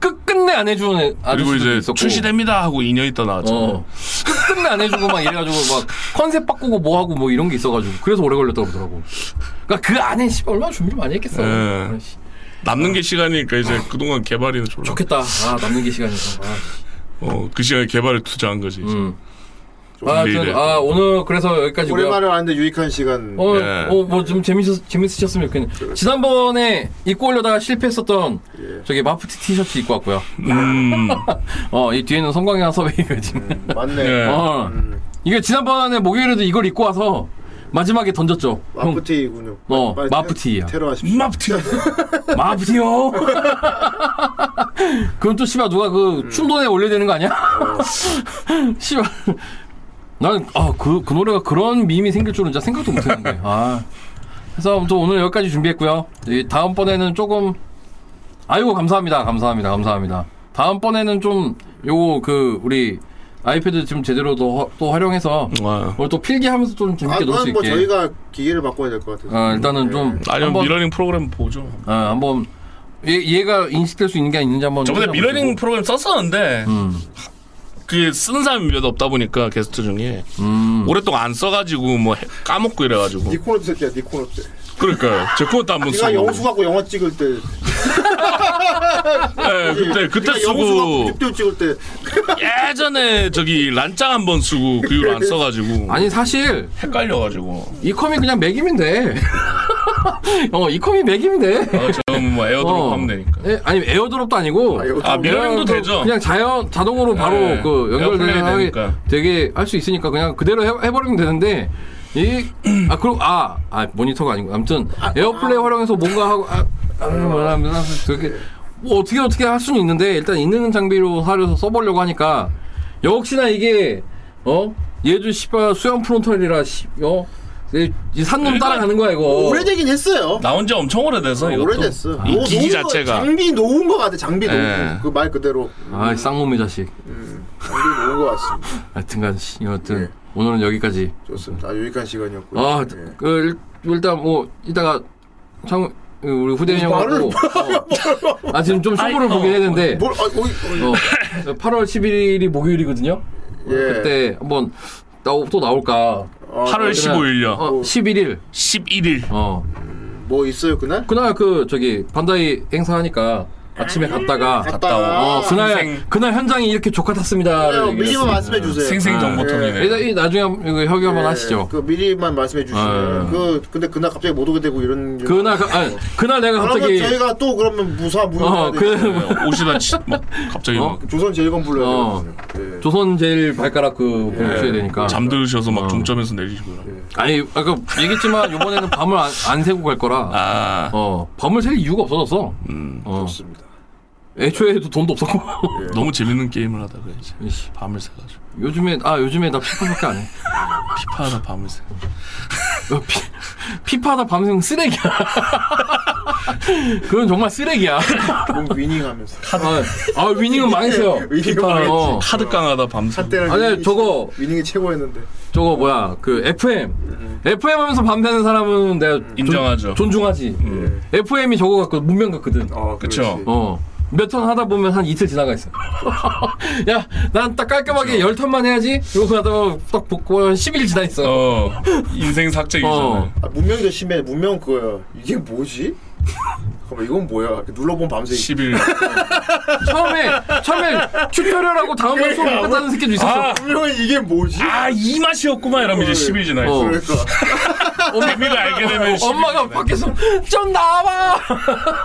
[SPEAKER 3] 끝끝내 안 해주는
[SPEAKER 4] 그리고
[SPEAKER 3] 아저씨도
[SPEAKER 4] 이제
[SPEAKER 3] 있었고.
[SPEAKER 4] 출시됩니다 하고 2년 있다 나왔죠.
[SPEAKER 3] 어. 끝끝내 안 해주고 막 이래가지고 막 컨셉 바꾸고 뭐 하고 뭐 이런 게 있어가지고 그래서 오래 걸렸다고 그러더라고. 그러니까 그 안에 씨 얼마나 준비 많이 했겠어.
[SPEAKER 4] 네.
[SPEAKER 3] 아, 씨,
[SPEAKER 4] 남는 게 시간이니까 이제 그동안 개발이 졸라.
[SPEAKER 3] 좋겠다. 아 남는 게 시간이다. 아, 씨.
[SPEAKER 4] 어, 그 시간에 개발에 투자한 거지. 이제.
[SPEAKER 3] 음. 아, 하여튼, 아 오늘 그래서 여기까지고요.
[SPEAKER 5] 오랜만에 왔는데 유익한 시간.
[SPEAKER 3] 어,
[SPEAKER 4] 예.
[SPEAKER 3] 어, 뭐 좀 재밌었, 재밌으셨으면 좋겠네. 지난번에 입고 오려다가 실패했었던
[SPEAKER 5] 예.
[SPEAKER 3] 저기 마프티 티셔츠 입고 왔고요.
[SPEAKER 4] 음.
[SPEAKER 3] 어, 이 뒤에는 성광이랑 서베이가 지금.
[SPEAKER 5] 맞네.
[SPEAKER 4] 예.
[SPEAKER 3] 어.
[SPEAKER 5] 음.
[SPEAKER 3] 이게 지난번에 목요일에도 이걸 입고 와서 마지막에 던졌죠. 형,
[SPEAKER 5] 마프티군요.
[SPEAKER 3] 어,
[SPEAKER 5] 빨리
[SPEAKER 3] 마프티야.
[SPEAKER 5] 테러 하십시오.
[SPEAKER 4] 마프티.
[SPEAKER 3] 마프티요! 그럼 또 씨발 누가
[SPEAKER 5] 음.
[SPEAKER 3] 그 춤돈에 올려야 되는 거 아니야?
[SPEAKER 5] 어.
[SPEAKER 3] 씨발. 나는 아, 그, 그 노래가 그런 밈이 생길 줄은 진짜 생각도 못 했는데. 아. 그래서 아무튼 오늘 여기까지 준비했고요. 이 다음번에는 조금 아이고 감사합니다. 감사합니다. 감사합니다. 다음번에는 좀 요거 그 우리 아이패드 지금 제대로 더, 허- 또 활용해서
[SPEAKER 4] 와.
[SPEAKER 3] 오늘 또 필기하면서 좀
[SPEAKER 5] 음. 아,
[SPEAKER 3] 재밌게 놀 수
[SPEAKER 5] 그건
[SPEAKER 3] 있게.
[SPEAKER 5] 뭐 저희가 네. 기계를 바꿔야 될 것 같아요.
[SPEAKER 3] 어, 일단은 좀
[SPEAKER 4] 아니면
[SPEAKER 3] 한번-
[SPEAKER 4] 미러링 프로그램 보죠.
[SPEAKER 3] 어, 한번 얘, 얘가 인식될 수 있는 게 있는지 한번
[SPEAKER 4] 저번에
[SPEAKER 3] 찾아보시고.
[SPEAKER 4] 미러링 프로그램 썼었는데 그게 쓰는 사람이 몇 없다 보니까 게스트 중에 오랫동안 안 써가지고 뭐 해- 까먹고 이래가지고
[SPEAKER 5] 니코노트 새끼야, 니코노트.
[SPEAKER 4] 그러니까요 제 그것도 한번
[SPEAKER 5] 네가
[SPEAKER 4] 쓰고
[SPEAKER 5] 영수 갖고 영화 찍을 때
[SPEAKER 4] 예, 그때 그때 쓰고
[SPEAKER 5] 영수가 빅 찍을 때
[SPEAKER 4] 예전에 저기 란짱 한 번 쓰고 그 이후로 안 써가지고
[SPEAKER 3] 아니 사실
[SPEAKER 4] 헷갈려가지고
[SPEAKER 3] 이컴이 그냥 매김면 돼. 어 이컴이 매김면 돼.
[SPEAKER 4] 어, 저는 뭐 에어드롭
[SPEAKER 3] 어.
[SPEAKER 4] 하면 되니까
[SPEAKER 3] 예, 아니 에어드롭도 아니고
[SPEAKER 4] 아
[SPEAKER 3] 그냥
[SPEAKER 4] 미러링도
[SPEAKER 3] 그-
[SPEAKER 4] 되죠
[SPEAKER 3] 그냥 자연 자동으로 바로
[SPEAKER 4] 네.
[SPEAKER 3] 그
[SPEAKER 4] 에어플레이
[SPEAKER 3] 연결되는 하게
[SPEAKER 4] 되니까.
[SPEAKER 3] 되게 할 수 있으니까 그냥 그대로 해, 해버리면 되는데 이 아 그리고 아, 아 모니터가 아니고 아무튼 에어플레이 활용해서 뭔가 하고 아, 아, 하면서 되게 뭐 어떻게 어떻게 할 수는 있는데 일단 있는 장비로 하려서 써보려고 하니까 역시나 이게 어 얘도 씨발 수영 프론털이라 씨어이 산놈 따라가는 거야 이거
[SPEAKER 5] 오래되긴 했어요.
[SPEAKER 4] 나온 지 엄청 오래돼서 아, 이것도
[SPEAKER 5] 오래됐어.
[SPEAKER 4] 이
[SPEAKER 5] 노-
[SPEAKER 4] 기기
[SPEAKER 5] 노은
[SPEAKER 4] 자체가
[SPEAKER 5] 거, 장비 놓은 거 같아. 장비
[SPEAKER 4] 예.
[SPEAKER 5] 놓은 거. 그 말 그대로
[SPEAKER 3] 아이 쌍놈의 자식
[SPEAKER 5] 장비 놓은 거 같습니다.
[SPEAKER 3] 하여튼간 씨, 여하튼 오늘은 여기까지
[SPEAKER 5] 좋습니다. 아, 유익한 시간이었고요.
[SPEAKER 3] 아,
[SPEAKER 5] 예.
[SPEAKER 3] 그 일- 일단 뭐 이따가 참 우리 후대인
[SPEAKER 5] 뭐
[SPEAKER 3] 형하고 어. 아 지금 좀 쇼부를 보긴 했는데
[SPEAKER 5] 뭘? 아, 어이, 어이.
[SPEAKER 3] 어, 8월 11일이 목요일이거든요.
[SPEAKER 5] 예.
[SPEAKER 3] 그때 한번 나- 또 나올까?
[SPEAKER 5] 아,
[SPEAKER 4] 8월 15일요
[SPEAKER 3] 어, 11일.
[SPEAKER 4] 11일
[SPEAKER 3] 어.
[SPEAKER 5] 뭐 있어요 그날?
[SPEAKER 3] 그날 그 저기 반다이 행사하니까 아침에 갔다가
[SPEAKER 5] 음, 갔다
[SPEAKER 3] 어,
[SPEAKER 5] 와.
[SPEAKER 3] 그날
[SPEAKER 4] 인생.
[SPEAKER 3] 그날 현장이 이렇게 조카 탔습니다. 예.
[SPEAKER 5] 그래요. 미리만 어, 말씀해 주세요.
[SPEAKER 4] 생생 정보통이네
[SPEAKER 3] 일단 이 나중에 한번 이거 협의 한번 하시죠.
[SPEAKER 5] 그 미리만 말씀해 주시면
[SPEAKER 3] 아, 예.
[SPEAKER 5] 그 근데 그날 갑자기 못 오게 되고 이런
[SPEAKER 3] 그날 가- 아니, 그날 내가
[SPEAKER 5] 그러면
[SPEAKER 3] 갑자기
[SPEAKER 5] 저희가 또 그러면 무사 무사
[SPEAKER 3] 어, 그
[SPEAKER 4] 오시다 치, 막 갑자기
[SPEAKER 3] 어?
[SPEAKER 4] 막
[SPEAKER 5] 조선 제일 건 불러요.
[SPEAKER 3] 어.
[SPEAKER 5] 예.
[SPEAKER 3] 조선 제일 발가락 그 보셔야 되니까.
[SPEAKER 4] 예. 잠드셔서
[SPEAKER 3] 어.
[SPEAKER 4] 막 중점에서 내리시고요
[SPEAKER 3] 아니 아까 얘기했지만 이번에는 밤을 안, 안 새고 갈 거라.
[SPEAKER 4] 아
[SPEAKER 3] 어 밤을 셀 이유가 없어졌어.
[SPEAKER 4] 음,
[SPEAKER 3] 어
[SPEAKER 5] 좋습니다.
[SPEAKER 3] 애초에도 돈도 없었고.
[SPEAKER 4] 너무 재밌는 게임을 하다가 이제
[SPEAKER 3] 이씨,
[SPEAKER 4] 밤을 새가지고
[SPEAKER 3] 요즘에 아 요즘에 나 피파밖에 안 해.
[SPEAKER 4] 피파하다 밤을 새
[SPEAKER 3] 어. 나 피, 피파다 밤새는 쓰레기야. 그건 정말 쓰레기야.
[SPEAKER 5] 뭔 위닝하면서
[SPEAKER 3] 아, 아 위닝은 망했어요.
[SPEAKER 5] 위닝은
[SPEAKER 3] 피파. 어.
[SPEAKER 4] 카드 깡하다 밤새
[SPEAKER 5] 한때는
[SPEAKER 3] 아니,
[SPEAKER 5] 위닝이
[SPEAKER 3] 저거-
[SPEAKER 5] 진짜 위닝이 최고였는데
[SPEAKER 3] 저거 뭐야 그 FM. FM 하면서 밤새는 사람은 내가
[SPEAKER 4] 인정하죠. 음.
[SPEAKER 3] 존, 존중하지. FM이 저거 같거든 문명 같거든.
[SPEAKER 5] 어,
[SPEAKER 4] 그쵸.
[SPEAKER 5] 그렇지.
[SPEAKER 3] 어. 몇 턴 하다 보면 한 이틀 지나가 있어. 야, 난 딱 깔끔하게 열 턴만 해야지. 이러고 하다가 딱 복고 한 10일 지나 있어.
[SPEAKER 4] 어 인생
[SPEAKER 3] 어.
[SPEAKER 4] 삭제기잖아요
[SPEAKER 5] 아, 문명이 더 심해 문명 그거야 이게 뭐지? 잠깐만 이건 뭐야 눌러본 밤새
[SPEAKER 4] 10일
[SPEAKER 3] 처음에, 처음에 튜토리얼하고
[SPEAKER 5] 그러니까.
[SPEAKER 3] 다음날 수업 못 갔다는 새끼도 있었어.
[SPEAKER 4] 아,
[SPEAKER 5] 분명히 이게 뭐지?
[SPEAKER 4] 아, 이 맛이었구만 이러면 이제 10일 지나 있어
[SPEAKER 3] 어.
[SPEAKER 5] 그러니까
[SPEAKER 4] 재미를 알게 되면 10일
[SPEAKER 3] 엄마가 밖에서 좀 나와!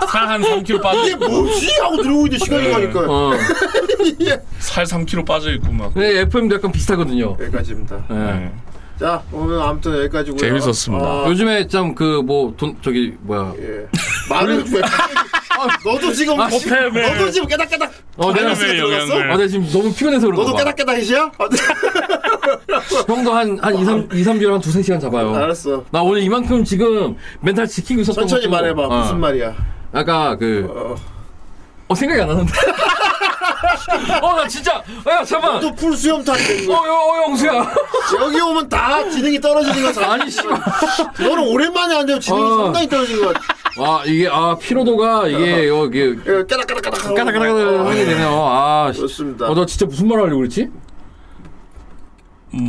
[SPEAKER 4] 살한 3kg
[SPEAKER 5] 이게
[SPEAKER 4] 빠져
[SPEAKER 5] 뭐지? 하고 들어오고 이제 시간이
[SPEAKER 4] 네.
[SPEAKER 5] 가니까
[SPEAKER 3] 어.
[SPEAKER 4] 살 3kg 빠져 있고 막
[SPEAKER 3] 근데 FM도 약간 비슷하거든요.
[SPEAKER 5] 여기까지입니다
[SPEAKER 3] 예.
[SPEAKER 4] 네.
[SPEAKER 5] 자 오늘 아무튼 여기까지고요
[SPEAKER 4] 재밌었습니다.
[SPEAKER 5] 아,
[SPEAKER 3] 요즘에 참 그 뭐 돈, 저기, 뭐야.
[SPEAKER 5] 예. 말을 왜 아, 너도 지금
[SPEAKER 3] 아,
[SPEAKER 5] 지-
[SPEAKER 4] 호텔을-
[SPEAKER 5] 너도 지금 깨닥깨닥
[SPEAKER 3] 어, 내가,
[SPEAKER 5] 네.
[SPEAKER 4] 삶의
[SPEAKER 5] 들어갔어?
[SPEAKER 3] 아,
[SPEAKER 4] 영향을
[SPEAKER 3] 내가 지금 너무 피곤해서 그런 거
[SPEAKER 5] 너도
[SPEAKER 3] 봐.
[SPEAKER 5] 깨닥깨닥이시야? 아,
[SPEAKER 3] 형도 한, 한 2, 3, 2, 3개월 한 2, 3시간 잡아요.
[SPEAKER 5] 알았어
[SPEAKER 3] 나 오늘 이만큼 지금 멘탈 지키고 있었던
[SPEAKER 5] 천천히
[SPEAKER 3] 것도-
[SPEAKER 5] 말해봐
[SPEAKER 3] 어.
[SPEAKER 5] 무슨 말이야
[SPEAKER 3] 아까 그 어, 생각이 안 나는데. 어 나 진짜 야 잠만.
[SPEAKER 5] 또 풀수염 탄
[SPEAKER 3] 어, 어, 어 영수야.
[SPEAKER 5] 여기 오면 다 지능이 떨어지는 거잖아
[SPEAKER 3] 아니 씨발.
[SPEAKER 5] 너는 오랜만에 앉아도 지능이
[SPEAKER 3] 어.
[SPEAKER 5] 상당히 떨어진 것 같아.
[SPEAKER 3] 와 이게 아 피로도가 이게 어, 이게
[SPEAKER 5] 예, 까닥까닥까닥. 어.
[SPEAKER 3] 까닥까닥 하게 되네요. 아 씨.
[SPEAKER 5] 좋습니다.
[SPEAKER 3] 어나 진짜 무슨 말 하려고 그랬지?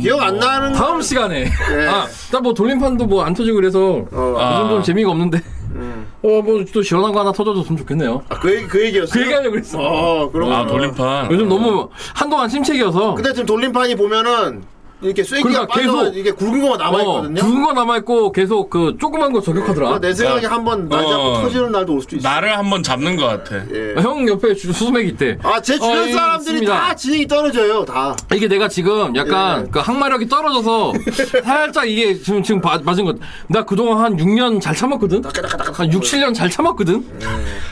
[SPEAKER 5] 기억 안 나는.
[SPEAKER 3] 다음 시간에.
[SPEAKER 5] 예.
[SPEAKER 3] 아나뭐 돌림판도 뭐 안 터지고 그래서
[SPEAKER 5] 어. 음. 아,
[SPEAKER 3] 요즘 좀 재미가 없는데. 어뭐 또 시원한 거 하나 터져줬으면 좋겠네요.
[SPEAKER 5] 그, 얘기, 그 얘기였어.
[SPEAKER 3] 그 얘기하려고 그랬어.
[SPEAKER 5] 어, 그럼.
[SPEAKER 4] 아 돌림판
[SPEAKER 3] 요즘 너무 한동안 침체기여서.
[SPEAKER 5] 근데 지금 돌림판이 보면은 이렇게 쐐기가
[SPEAKER 3] 그러니까
[SPEAKER 5] 빠져
[SPEAKER 3] 계속-
[SPEAKER 5] 이게 굵은 거만 남아 있거든요. 어, 네. 그러니까
[SPEAKER 3] 어, 굵은 거 남아 있고 계속 그 조그만 거 저격하더라.
[SPEAKER 5] 내 생각에 한번 날잡고
[SPEAKER 4] 어.
[SPEAKER 5] 터지는 날도 올 수도 있어.
[SPEAKER 4] 나를 한번 잡는 것 같아
[SPEAKER 5] 예.
[SPEAKER 3] 아, 형 옆에 주- 수수맥이 있대.
[SPEAKER 5] 아, 제 주변
[SPEAKER 3] 어, 예,
[SPEAKER 5] 사람들이
[SPEAKER 3] 있습니다.
[SPEAKER 5] 다 지능이 떨어져요, 다.
[SPEAKER 3] 이게 내가 지금 약간
[SPEAKER 5] 예.
[SPEAKER 3] 그 항마력이 떨어져서 살짝 이게 지금 지금 바- 맞은 것. 나 그동안 한 6년 잘 참았거든. 한 6, 7년 잘 참았거든.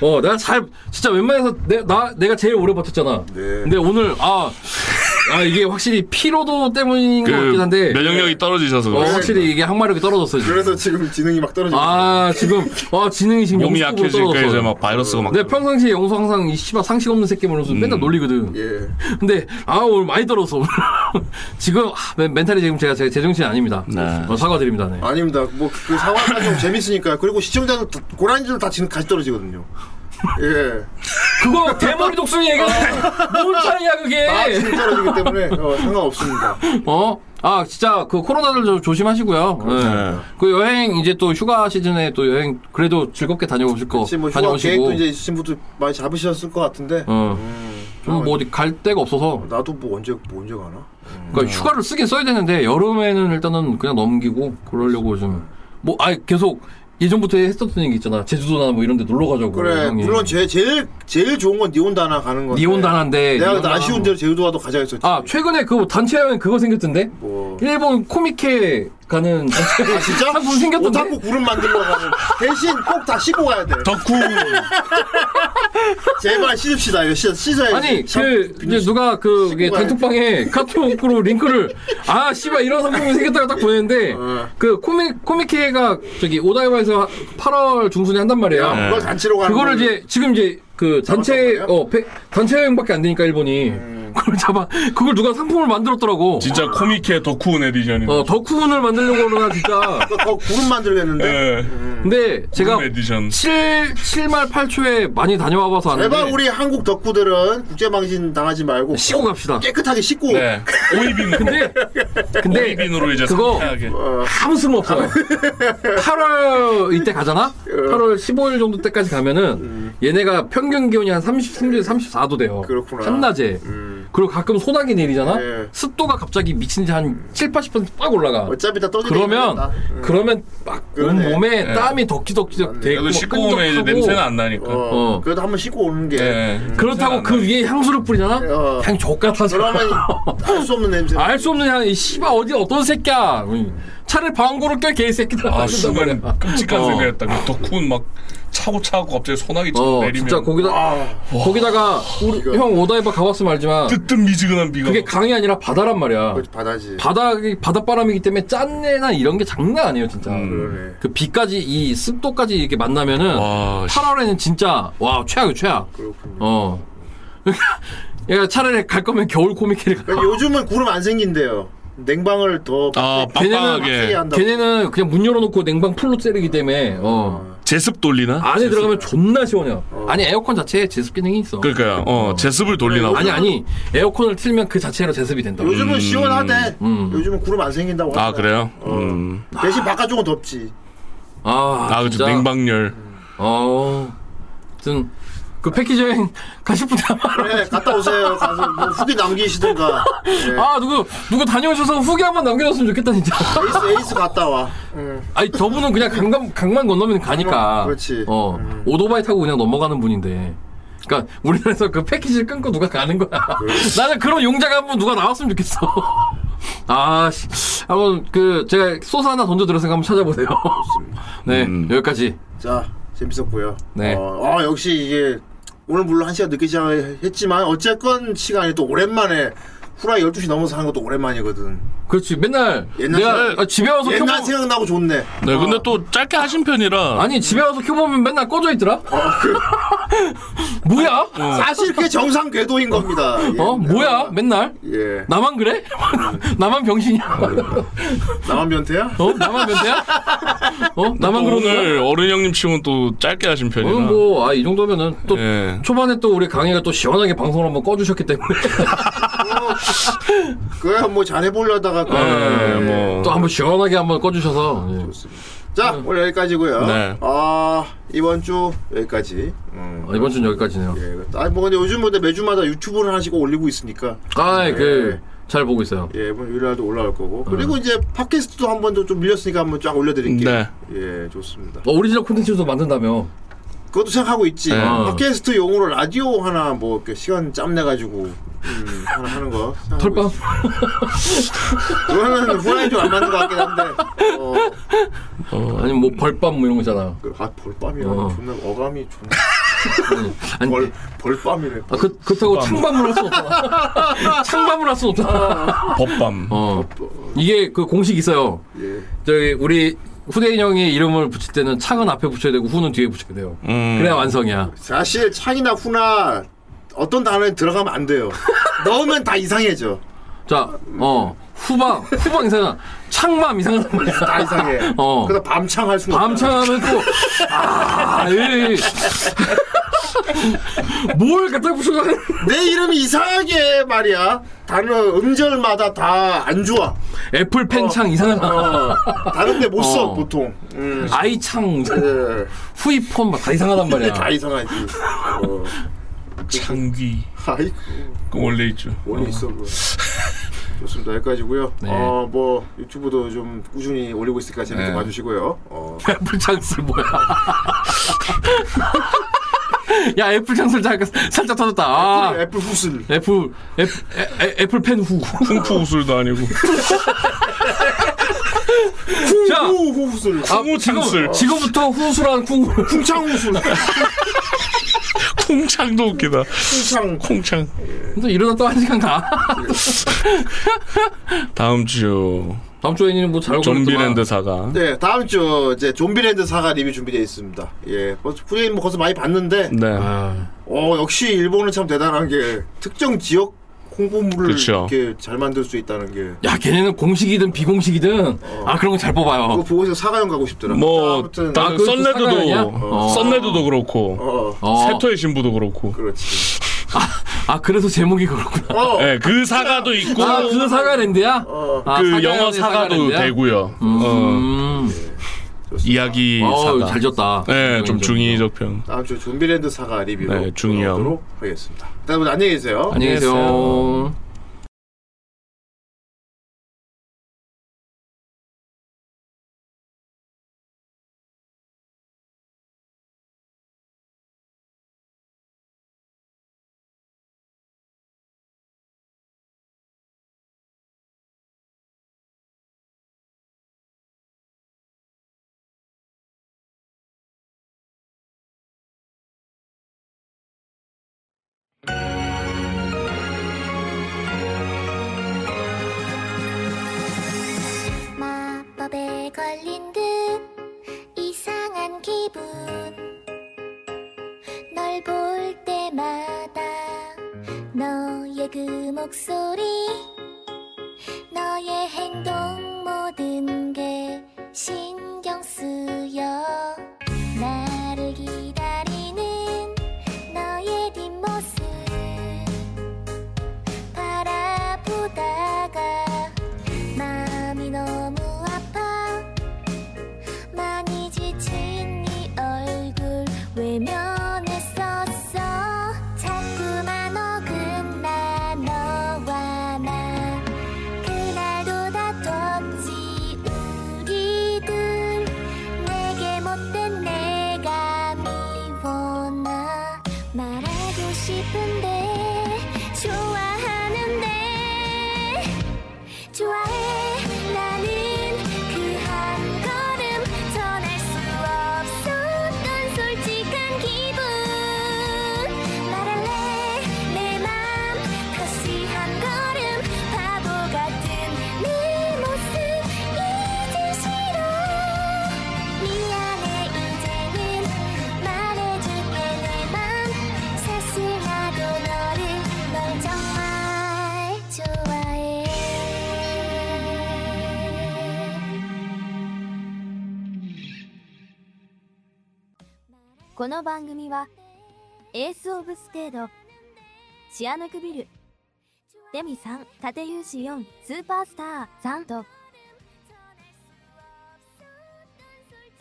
[SPEAKER 5] 예.
[SPEAKER 3] 어, 내가 잘 진짜 웬만해서 내, 나 내가 제일 오래 버텼잖아.
[SPEAKER 5] 네.
[SPEAKER 3] 근데 오늘 아, 아 이게 확실히 피로도 때문인 것 같긴 한데.
[SPEAKER 4] 그 면역력이 떨어지셔서
[SPEAKER 3] 어,
[SPEAKER 4] 그래
[SPEAKER 3] 확실히 이게 항마력이 떨어졌어 지금.
[SPEAKER 5] 그래서 지금 지능이 막 떨어지고.
[SPEAKER 3] 아 지금 아 지능이 지금
[SPEAKER 4] 몸이
[SPEAKER 3] 영수급으로 네.
[SPEAKER 4] 약해지니까
[SPEAKER 3] 떨어졌어.
[SPEAKER 4] 이제 막 바이러스가 막
[SPEAKER 3] 내 평상시에 영수 항상 이 씨발 상식 없는 새끼 면서
[SPEAKER 4] 음.
[SPEAKER 3] 맨날 놀리거든.
[SPEAKER 5] 예.
[SPEAKER 3] 근데 아 오늘 많이 떨어서 오늘 지금 아, 멘- 멘탈이 지금 제가 제 제정신이 아닙니다.
[SPEAKER 4] 네.
[SPEAKER 3] 어, 사과드립니다. 네.
[SPEAKER 5] 아닙니다. 뭐 그 상황이 좀 재밌으니까 그리고 시청자는 다- 고라니들도 다 지금 같이 떨어지거든요. 예.
[SPEAKER 3] 그거 대머리 독수리 얘기하는 뭔 차이야 그게?
[SPEAKER 5] 마침이 아, 떨어지기 때문에 어, 상관없습니다.
[SPEAKER 3] 어? 아 진짜 그 코로나들 좀 조심하시고요. 네. 그 여행 이제 또 휴가 시즌에 또 여행 그래도 즐겁게 다녀오실 거
[SPEAKER 5] 혹시 뭐 휴가 계획도
[SPEAKER 3] 다녀오시고.
[SPEAKER 5] 이제 있으신 분들 많이 잡으셨을 것 같은데
[SPEAKER 3] 어. 좀뭐 어디 갈 데가 없어서
[SPEAKER 5] 나도 뭐 언제 뭐 언제 가나?
[SPEAKER 3] 그러니까
[SPEAKER 5] 네.
[SPEAKER 3] 휴가를 쓰긴 써야 되는데 여름에는 일단은 그냥 넘기고 그러려고 좀 뭐 아예 계속 예전부터 했었던 얘기 있잖아 제주도나 뭐 이런 데 놀러 가자고
[SPEAKER 5] 그래
[SPEAKER 3] 형이.
[SPEAKER 5] 물론 제 제일 제일 좋은 건 니온다나 가는 건데.
[SPEAKER 3] 니온다나인데
[SPEAKER 5] 내가 그
[SPEAKER 3] 니온다나 뭐.
[SPEAKER 5] 아쉬운 대로 제주도와도 가자 했었지.
[SPEAKER 3] 아 최근에 그 단체 여행 그거 생겼던데
[SPEAKER 5] 뭐.
[SPEAKER 3] 일본 코미케 가는 단체
[SPEAKER 5] 아, 진짜?
[SPEAKER 3] 상품 생겼던데
[SPEAKER 5] 오타쿠 구름 만들러 가는 대신 꼭 다 씻고 가야 돼.
[SPEAKER 4] 덕후
[SPEAKER 5] 제발 씻읍시다. 이거 씻, 씻어야지.
[SPEAKER 3] 아니
[SPEAKER 5] 참,
[SPEAKER 3] 그 이제 누가 그 이게
[SPEAKER 5] 가야지.
[SPEAKER 3] 단톡방에 카톡으로 링크를 아 씨발 이런 상품이 생겼다고 딱 보냈는데
[SPEAKER 5] 어.
[SPEAKER 3] 그 코미 코미케가 저기 오다이바에서 8월 중순에 한단 말이에요.
[SPEAKER 5] 야, 그걸 단체로 가는
[SPEAKER 3] 그거를
[SPEAKER 5] 거는
[SPEAKER 3] 이제 지금 이제 그 단체
[SPEAKER 5] 잡았단 말이야? 음.
[SPEAKER 3] 어 배- 단체 여행밖에 안 되니까 일본이 그걸 잡아 그걸 누가 상품을 만들었더라고.
[SPEAKER 4] 진짜 코믹해 덕후 에디션이.
[SPEAKER 3] 어 덕후문을 만들려고 그러나 진짜.
[SPEAKER 5] 더 구름 만들겠는데.
[SPEAKER 4] 예.
[SPEAKER 3] 근데 제가
[SPEAKER 4] 덕후 음, 에디션.
[SPEAKER 3] 7 7말 8초에 많이 다녀와 봐서 아는데
[SPEAKER 5] 제발 우리 한국 덕후들은 국제망신 당하지 말고
[SPEAKER 3] 네. 씻고 갑시다.
[SPEAKER 5] 깨끗하게 씻고
[SPEAKER 4] 네. 오이빈.
[SPEAKER 3] 근데 근데
[SPEAKER 4] 오이빈으로 이제
[SPEAKER 3] 그거- 어,
[SPEAKER 4] 상쾌하게.
[SPEAKER 3] 아무 쓸모 없어요. 8월 이때 가잖아? 8월 15일 정도 때까지 가면은 얘네가 평균 기온이 한 33도에서 34도 돼요.
[SPEAKER 5] 음. 그렇구나. 음.
[SPEAKER 3] 한낮에. 그리고 가끔 소나기 내리잖아?
[SPEAKER 5] 네.
[SPEAKER 3] 습도가 갑자기 미친 듯 한 7, 80%빡 올라가.
[SPEAKER 5] 어차피 다 떠지게
[SPEAKER 3] 그러면
[SPEAKER 5] 된다.
[SPEAKER 3] 그러면 막 온
[SPEAKER 5] 그러네. 네.
[SPEAKER 3] 몸에 땀이 덕지덕지덕 되고
[SPEAKER 4] 그래도
[SPEAKER 3] 막
[SPEAKER 4] 씻고 오면 이제
[SPEAKER 3] 끈적하고.
[SPEAKER 4] 냄새는 안 나니까.
[SPEAKER 5] 어,
[SPEAKER 3] 어.
[SPEAKER 5] 그래도 한번 씻고 오는 게
[SPEAKER 4] 예.
[SPEAKER 3] 그렇다고 그 위에 향수를 뿌리잖아?
[SPEAKER 5] 어.
[SPEAKER 3] 향이 족같아서
[SPEAKER 5] 그러면 알 수 없는 냄새
[SPEAKER 3] 알 수 없는 향이 씨발 어디 어떤 새끼야 음. 차를 방구로 껴 개새끼들
[SPEAKER 4] 아 순간 끔찍한
[SPEAKER 3] 어.
[SPEAKER 4] 생각이었다. 그 덕후는 막 차고 차고 갑자기 소나기
[SPEAKER 3] 어,
[SPEAKER 4] 처럼 내리면
[SPEAKER 3] 진짜 거기다
[SPEAKER 5] 아,
[SPEAKER 3] 거기다가 우리 형 오다이바 가봤으면 알지만
[SPEAKER 4] 뜨뜻 미지근한 비가.
[SPEAKER 3] 그게 강이 아니라 바다란 말이야.
[SPEAKER 5] 바다지
[SPEAKER 3] 바닥이 바닷바람이기 때문에 짠내나 이런 게 장난 아니에요, 진짜.
[SPEAKER 4] 음.
[SPEAKER 5] 그러네.
[SPEAKER 3] 그 비까지 이 습도까지 이렇게 만나면은
[SPEAKER 4] 와, 씨.
[SPEAKER 3] 8월에는 진짜 와 최악이 최악. 어. 그러니까 차라리 갈 거면 겨울 코미케를 가.
[SPEAKER 5] 그러니까 요즘은 구름 안 생긴대요 냉방을 더
[SPEAKER 4] 아
[SPEAKER 5] 세게
[SPEAKER 4] 빡빡하게
[SPEAKER 5] 한다고
[SPEAKER 3] 걔네는 그냥 문 열어놓고 냉방 풀로 쐬기 때문에 어.
[SPEAKER 4] 제습 돌리나?
[SPEAKER 5] 아,
[SPEAKER 3] 안에 들어가면 존나 시원해요. 아니 에어컨 자체에 제습 기능이 있어.
[SPEAKER 4] 그러니까요. 어 제습을 돌리나.
[SPEAKER 3] 아니
[SPEAKER 4] 보다.
[SPEAKER 3] 아니 에어컨을 틀면 그 자체로 제습이 된다. 고
[SPEAKER 5] 요즘은 시원하대 요즘은 구름 안 생긴다고
[SPEAKER 4] 음, 아
[SPEAKER 5] 하더라.
[SPEAKER 4] 그래요?
[SPEAKER 3] 어.
[SPEAKER 4] 음.
[SPEAKER 5] 대신 바깥쪽은 덥지
[SPEAKER 3] 아,
[SPEAKER 4] 아 그죠.
[SPEAKER 3] 진짜?
[SPEAKER 4] 냉방열.
[SPEAKER 3] 어. 하여튼 그 패키지 여행 가실 분들 한번
[SPEAKER 5] 네, 갔다 오세요 가서 뭐 후기 남기시든가 네.
[SPEAKER 3] 아 누구 누구 다녀오셔서 후기 한번 남겨줬으면 좋겠다 진짜.
[SPEAKER 5] 에이스 에이스 갔다 와
[SPEAKER 3] 아니 저분은 그냥 강남 강만 건너면 가니까.
[SPEAKER 5] 그렇지. 음.
[SPEAKER 3] 어 오토바이 타고 그냥 넘어가는 분인데. 그러니까 우리나라에서 그 패키지를 끊고 누가 가는 거야. 나는 그런 용자가 한번 누가 나왔으면 좋겠어. 아, 씨. 한번 그 제가 소스 하나 던져 들어서 한번 찾아보세요. 네
[SPEAKER 5] 음.
[SPEAKER 3] 여기까지.
[SPEAKER 5] 자 재밌었고요
[SPEAKER 3] 네.
[SPEAKER 5] 어, 아, 역시 이게 오늘 물론 한 시간 늦게 시작했지만 어쨌건 시간이 또 오랜만에 후라이 12시 넘어서 하는 것도 오랜만이거든
[SPEAKER 4] 어,
[SPEAKER 3] 그렇지 맨날
[SPEAKER 5] 옛날 생각-
[SPEAKER 3] 내가 아, 집에 와서
[SPEAKER 5] 옛날
[SPEAKER 3] 켜보-
[SPEAKER 5] 생각나고 좋네
[SPEAKER 4] 네, 근데 또 짧게 하신 편이라.
[SPEAKER 3] 아. 아니 집에 와서 켜보면 맨날 꺼져
[SPEAKER 5] 어,
[SPEAKER 3] 있더라.
[SPEAKER 5] 그-
[SPEAKER 3] 뭐야?
[SPEAKER 4] 어.
[SPEAKER 5] 사실 그게 정상 궤도인 겁니다. 예.
[SPEAKER 3] 어 뭐야? 맨날
[SPEAKER 5] 예.
[SPEAKER 3] 나만 그래?
[SPEAKER 5] 음.
[SPEAKER 3] 나만 병신이야?
[SPEAKER 5] 나만 변태야?
[SPEAKER 3] 어 나만 변태야? 어
[SPEAKER 4] 또
[SPEAKER 3] 나만 그런 거야?
[SPEAKER 4] 오늘 어른 형님 치고는 또 짧게 하신 편이라.
[SPEAKER 3] 오늘 뭐아 이 정도면은 또
[SPEAKER 4] 예.
[SPEAKER 3] 초반에 또 우리 강의가 또 시원하게 방송을 한번 꺼주셨기 때문에
[SPEAKER 5] 그래 뭐 잘해보려다가 그-
[SPEAKER 4] 예, 뭐.
[SPEAKER 3] 네. 또 한번 시원하게 한번 꺼주셔서 예.
[SPEAKER 5] 자 오늘 여기까지고요.
[SPEAKER 4] 네.
[SPEAKER 5] 아 이번 주 여기까지. 음.
[SPEAKER 3] 아, 이번 주는 여기까지네요.
[SPEAKER 5] 예. 아뭐 근데 요즘 뭐 매주마다 유튜브를 하나씩 올리고 있으니까
[SPEAKER 4] 네.
[SPEAKER 3] 아이 그잘 보고 있어요.
[SPEAKER 5] 예, 뭐 유일날도 올라올 거고 그리고 이제 팟캐스트도 한 번도 좀 밀렸으니까 한번 쫙 올려드릴게요.
[SPEAKER 4] 음. 네.
[SPEAKER 5] 예, 좋습니다.
[SPEAKER 3] 어, 오리지널 콘텐츠도 만든다며.
[SPEAKER 5] 그것도 생각하고 있지.
[SPEAKER 4] 네.
[SPEAKER 5] 팟캐스트 용으로 라디오 하나 뭐 이렇게 시간 짬 내 가지고 음, 하나 하는 거. 생각하고
[SPEAKER 3] 털빵.
[SPEAKER 5] 있어. 그거는 후라이 좀안 맞는 것 같긴 한데. 어,
[SPEAKER 4] 어.
[SPEAKER 3] 아니 뭐 벌밤 뭐 이런 거 있잖아.
[SPEAKER 5] 그, 아 벌밤이라
[SPEAKER 3] 어.
[SPEAKER 5] 존나 어감이 존나
[SPEAKER 3] 아니
[SPEAKER 5] 벌 벌밤이래.
[SPEAKER 3] 아, 그, 그렇다고 창밤을 할 수 없잖아. 창밤을 할 수 없잖아.
[SPEAKER 4] 법밤.
[SPEAKER 3] 어. 이게 그 공식 있어요.
[SPEAKER 5] 예.
[SPEAKER 3] 저기, 우리 후대인 형의 이름을 붙일 때는 창은 앞에 붙여야 되고 후는 뒤에 붙여야 돼요.
[SPEAKER 4] 음.
[SPEAKER 3] 그래야 완성이야.
[SPEAKER 5] 사실 창이나 후나 어떤 단어에 들어가면 안 돼요. 넣으면 다 이상해져.
[SPEAKER 3] 자, 어. 후방, 후방 이상한, 창밤 이상한 말이야.
[SPEAKER 5] 다 이상해.
[SPEAKER 3] 어.
[SPEAKER 5] 그래서 밤창 할 수는 없잖아.
[SPEAKER 3] 밤창 하면 또, 아, 에이. 뭘 갖다 붙여가는
[SPEAKER 5] 내 이름이 이상하게 말이야. 다른 음절마다 다 안 좋아.
[SPEAKER 3] 애플 펜창 이상하다.
[SPEAKER 5] 다른데 못 써
[SPEAKER 3] 어.
[SPEAKER 5] 보통. 음.
[SPEAKER 3] 아이창
[SPEAKER 5] 예.
[SPEAKER 3] 후이폰 막 다 이상하단 말이야.
[SPEAKER 5] 다 이상하지. 어.
[SPEAKER 4] 창귀.
[SPEAKER 5] 아이
[SPEAKER 4] 그 원래 있죠.
[SPEAKER 5] 원이 있어. 그거. 좋습니다. 여기까지고요.
[SPEAKER 3] 네.
[SPEAKER 5] 어, 뭐 유튜브도 좀 꾸준히 올리고 있으니까 재밌게
[SPEAKER 3] 네.
[SPEAKER 5] 봐주시고요. 어.
[SPEAKER 3] 애플 창슬 뭐야? 야 애플 창슬 잠깐 살짝 터졌다. 아,
[SPEAKER 5] 애플 후슬.
[SPEAKER 3] 애플 애플 애- 애- 애플 펜 후.
[SPEAKER 4] 쿵푸 우술도 아니고.
[SPEAKER 3] 자,
[SPEAKER 5] 후후 후슬.
[SPEAKER 3] 아,
[SPEAKER 4] 쿵우
[SPEAKER 3] 지금,
[SPEAKER 4] 창슬.
[SPEAKER 3] 지금부터 후수란 쿵.
[SPEAKER 5] 쿵창 후슬.
[SPEAKER 4] 쿵창도 웃기다.
[SPEAKER 5] 쿵창.
[SPEAKER 4] 쿵창.
[SPEAKER 3] 너 일어나 또 한 시간 가.
[SPEAKER 4] 다음 주
[SPEAKER 3] 다음 주에는 뭐잘 올
[SPEAKER 4] 좀비랜드 사가.
[SPEAKER 5] 네 다음 주 이제 좀비랜드 사가 리뷰 준비되어 있습니다. 예, 벌써 후대인 뭐 거기서 많이 봤는데,
[SPEAKER 4] 네.
[SPEAKER 3] 아,
[SPEAKER 5] 어 역시 일본은 참 대단한 게 특정 지역 홍보물을
[SPEAKER 4] 그쵸.
[SPEAKER 5] 이렇게 잘 만들 수 있다는 게.
[SPEAKER 3] 야 걔네는 공식이든 비공식이든 아 그런 거 잘
[SPEAKER 5] 그거
[SPEAKER 3] 뽑아요.
[SPEAKER 5] 보고 있어 사가형 가고 싶더라.
[SPEAKER 4] 뭐
[SPEAKER 5] 아무튼
[SPEAKER 4] 다른
[SPEAKER 3] 그것도 사과냐?
[SPEAKER 4] 썬레드도
[SPEAKER 3] 어.
[SPEAKER 4] 썬레드도 그렇고
[SPEAKER 5] 어
[SPEAKER 3] 어,
[SPEAKER 4] 세토의 신부도 그렇고.
[SPEAKER 5] 그렇지.
[SPEAKER 3] 아 그래서 제목이 그렇구나.
[SPEAKER 5] 어
[SPEAKER 4] 예, 그 사가도 있고
[SPEAKER 3] 아 그거 사과랜드야? 음.
[SPEAKER 5] 어.
[SPEAKER 3] 아,
[SPEAKER 4] 그
[SPEAKER 3] 사과연의
[SPEAKER 4] 영어 사가도
[SPEAKER 3] 사과랜드야?
[SPEAKER 4] 되고요. 어,
[SPEAKER 3] 음,
[SPEAKER 4] 이야기
[SPEAKER 3] 어,
[SPEAKER 4] 사가.
[SPEAKER 3] 잘 졌다.
[SPEAKER 4] 네,
[SPEAKER 3] 음.
[SPEAKER 4] 좀 중의적 평.
[SPEAKER 5] 다음 주 좀비랜드 사가 리뷰로
[SPEAKER 4] 네, 중이염.
[SPEAKER 5] 돌아오도록 하겠습니다. 여러분 안녕히 계세요.
[SPEAKER 3] 안녕히 계세요.
[SPEAKER 1] 마법에 걸린 듯 이상한 기분 널 볼 때마다 너의 그 목소리 너의 행동 모든 게 신경 쓰여 나를 기다리는 너의 뒷모습 바라보다가 마음이 너무 아파 많이 지친 네 얼굴 외면했었어 자꾸만 어긋나 너와 나 그날도 다퉜지 우리들 내게 못된 내가 미워 나 말하고 싶은데 좋아하는데 좋아해 나는 그 한 걸음 전할 수 없었던 솔직한 기분 말할래 내 맘 다시 한 걸음 바보 같은 내 모습 이제 싫어 미안해 이제는 말해줄게 내 맘 사실 나도 너를 널 정말 좋아해
[SPEAKER 9] この番組は、エースオブステード、シアヌクビル、デミさん、縦勇士4、スーパースターさんと、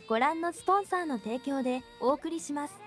[SPEAKER 9] ご覧のスポンサーの提供でお送りします。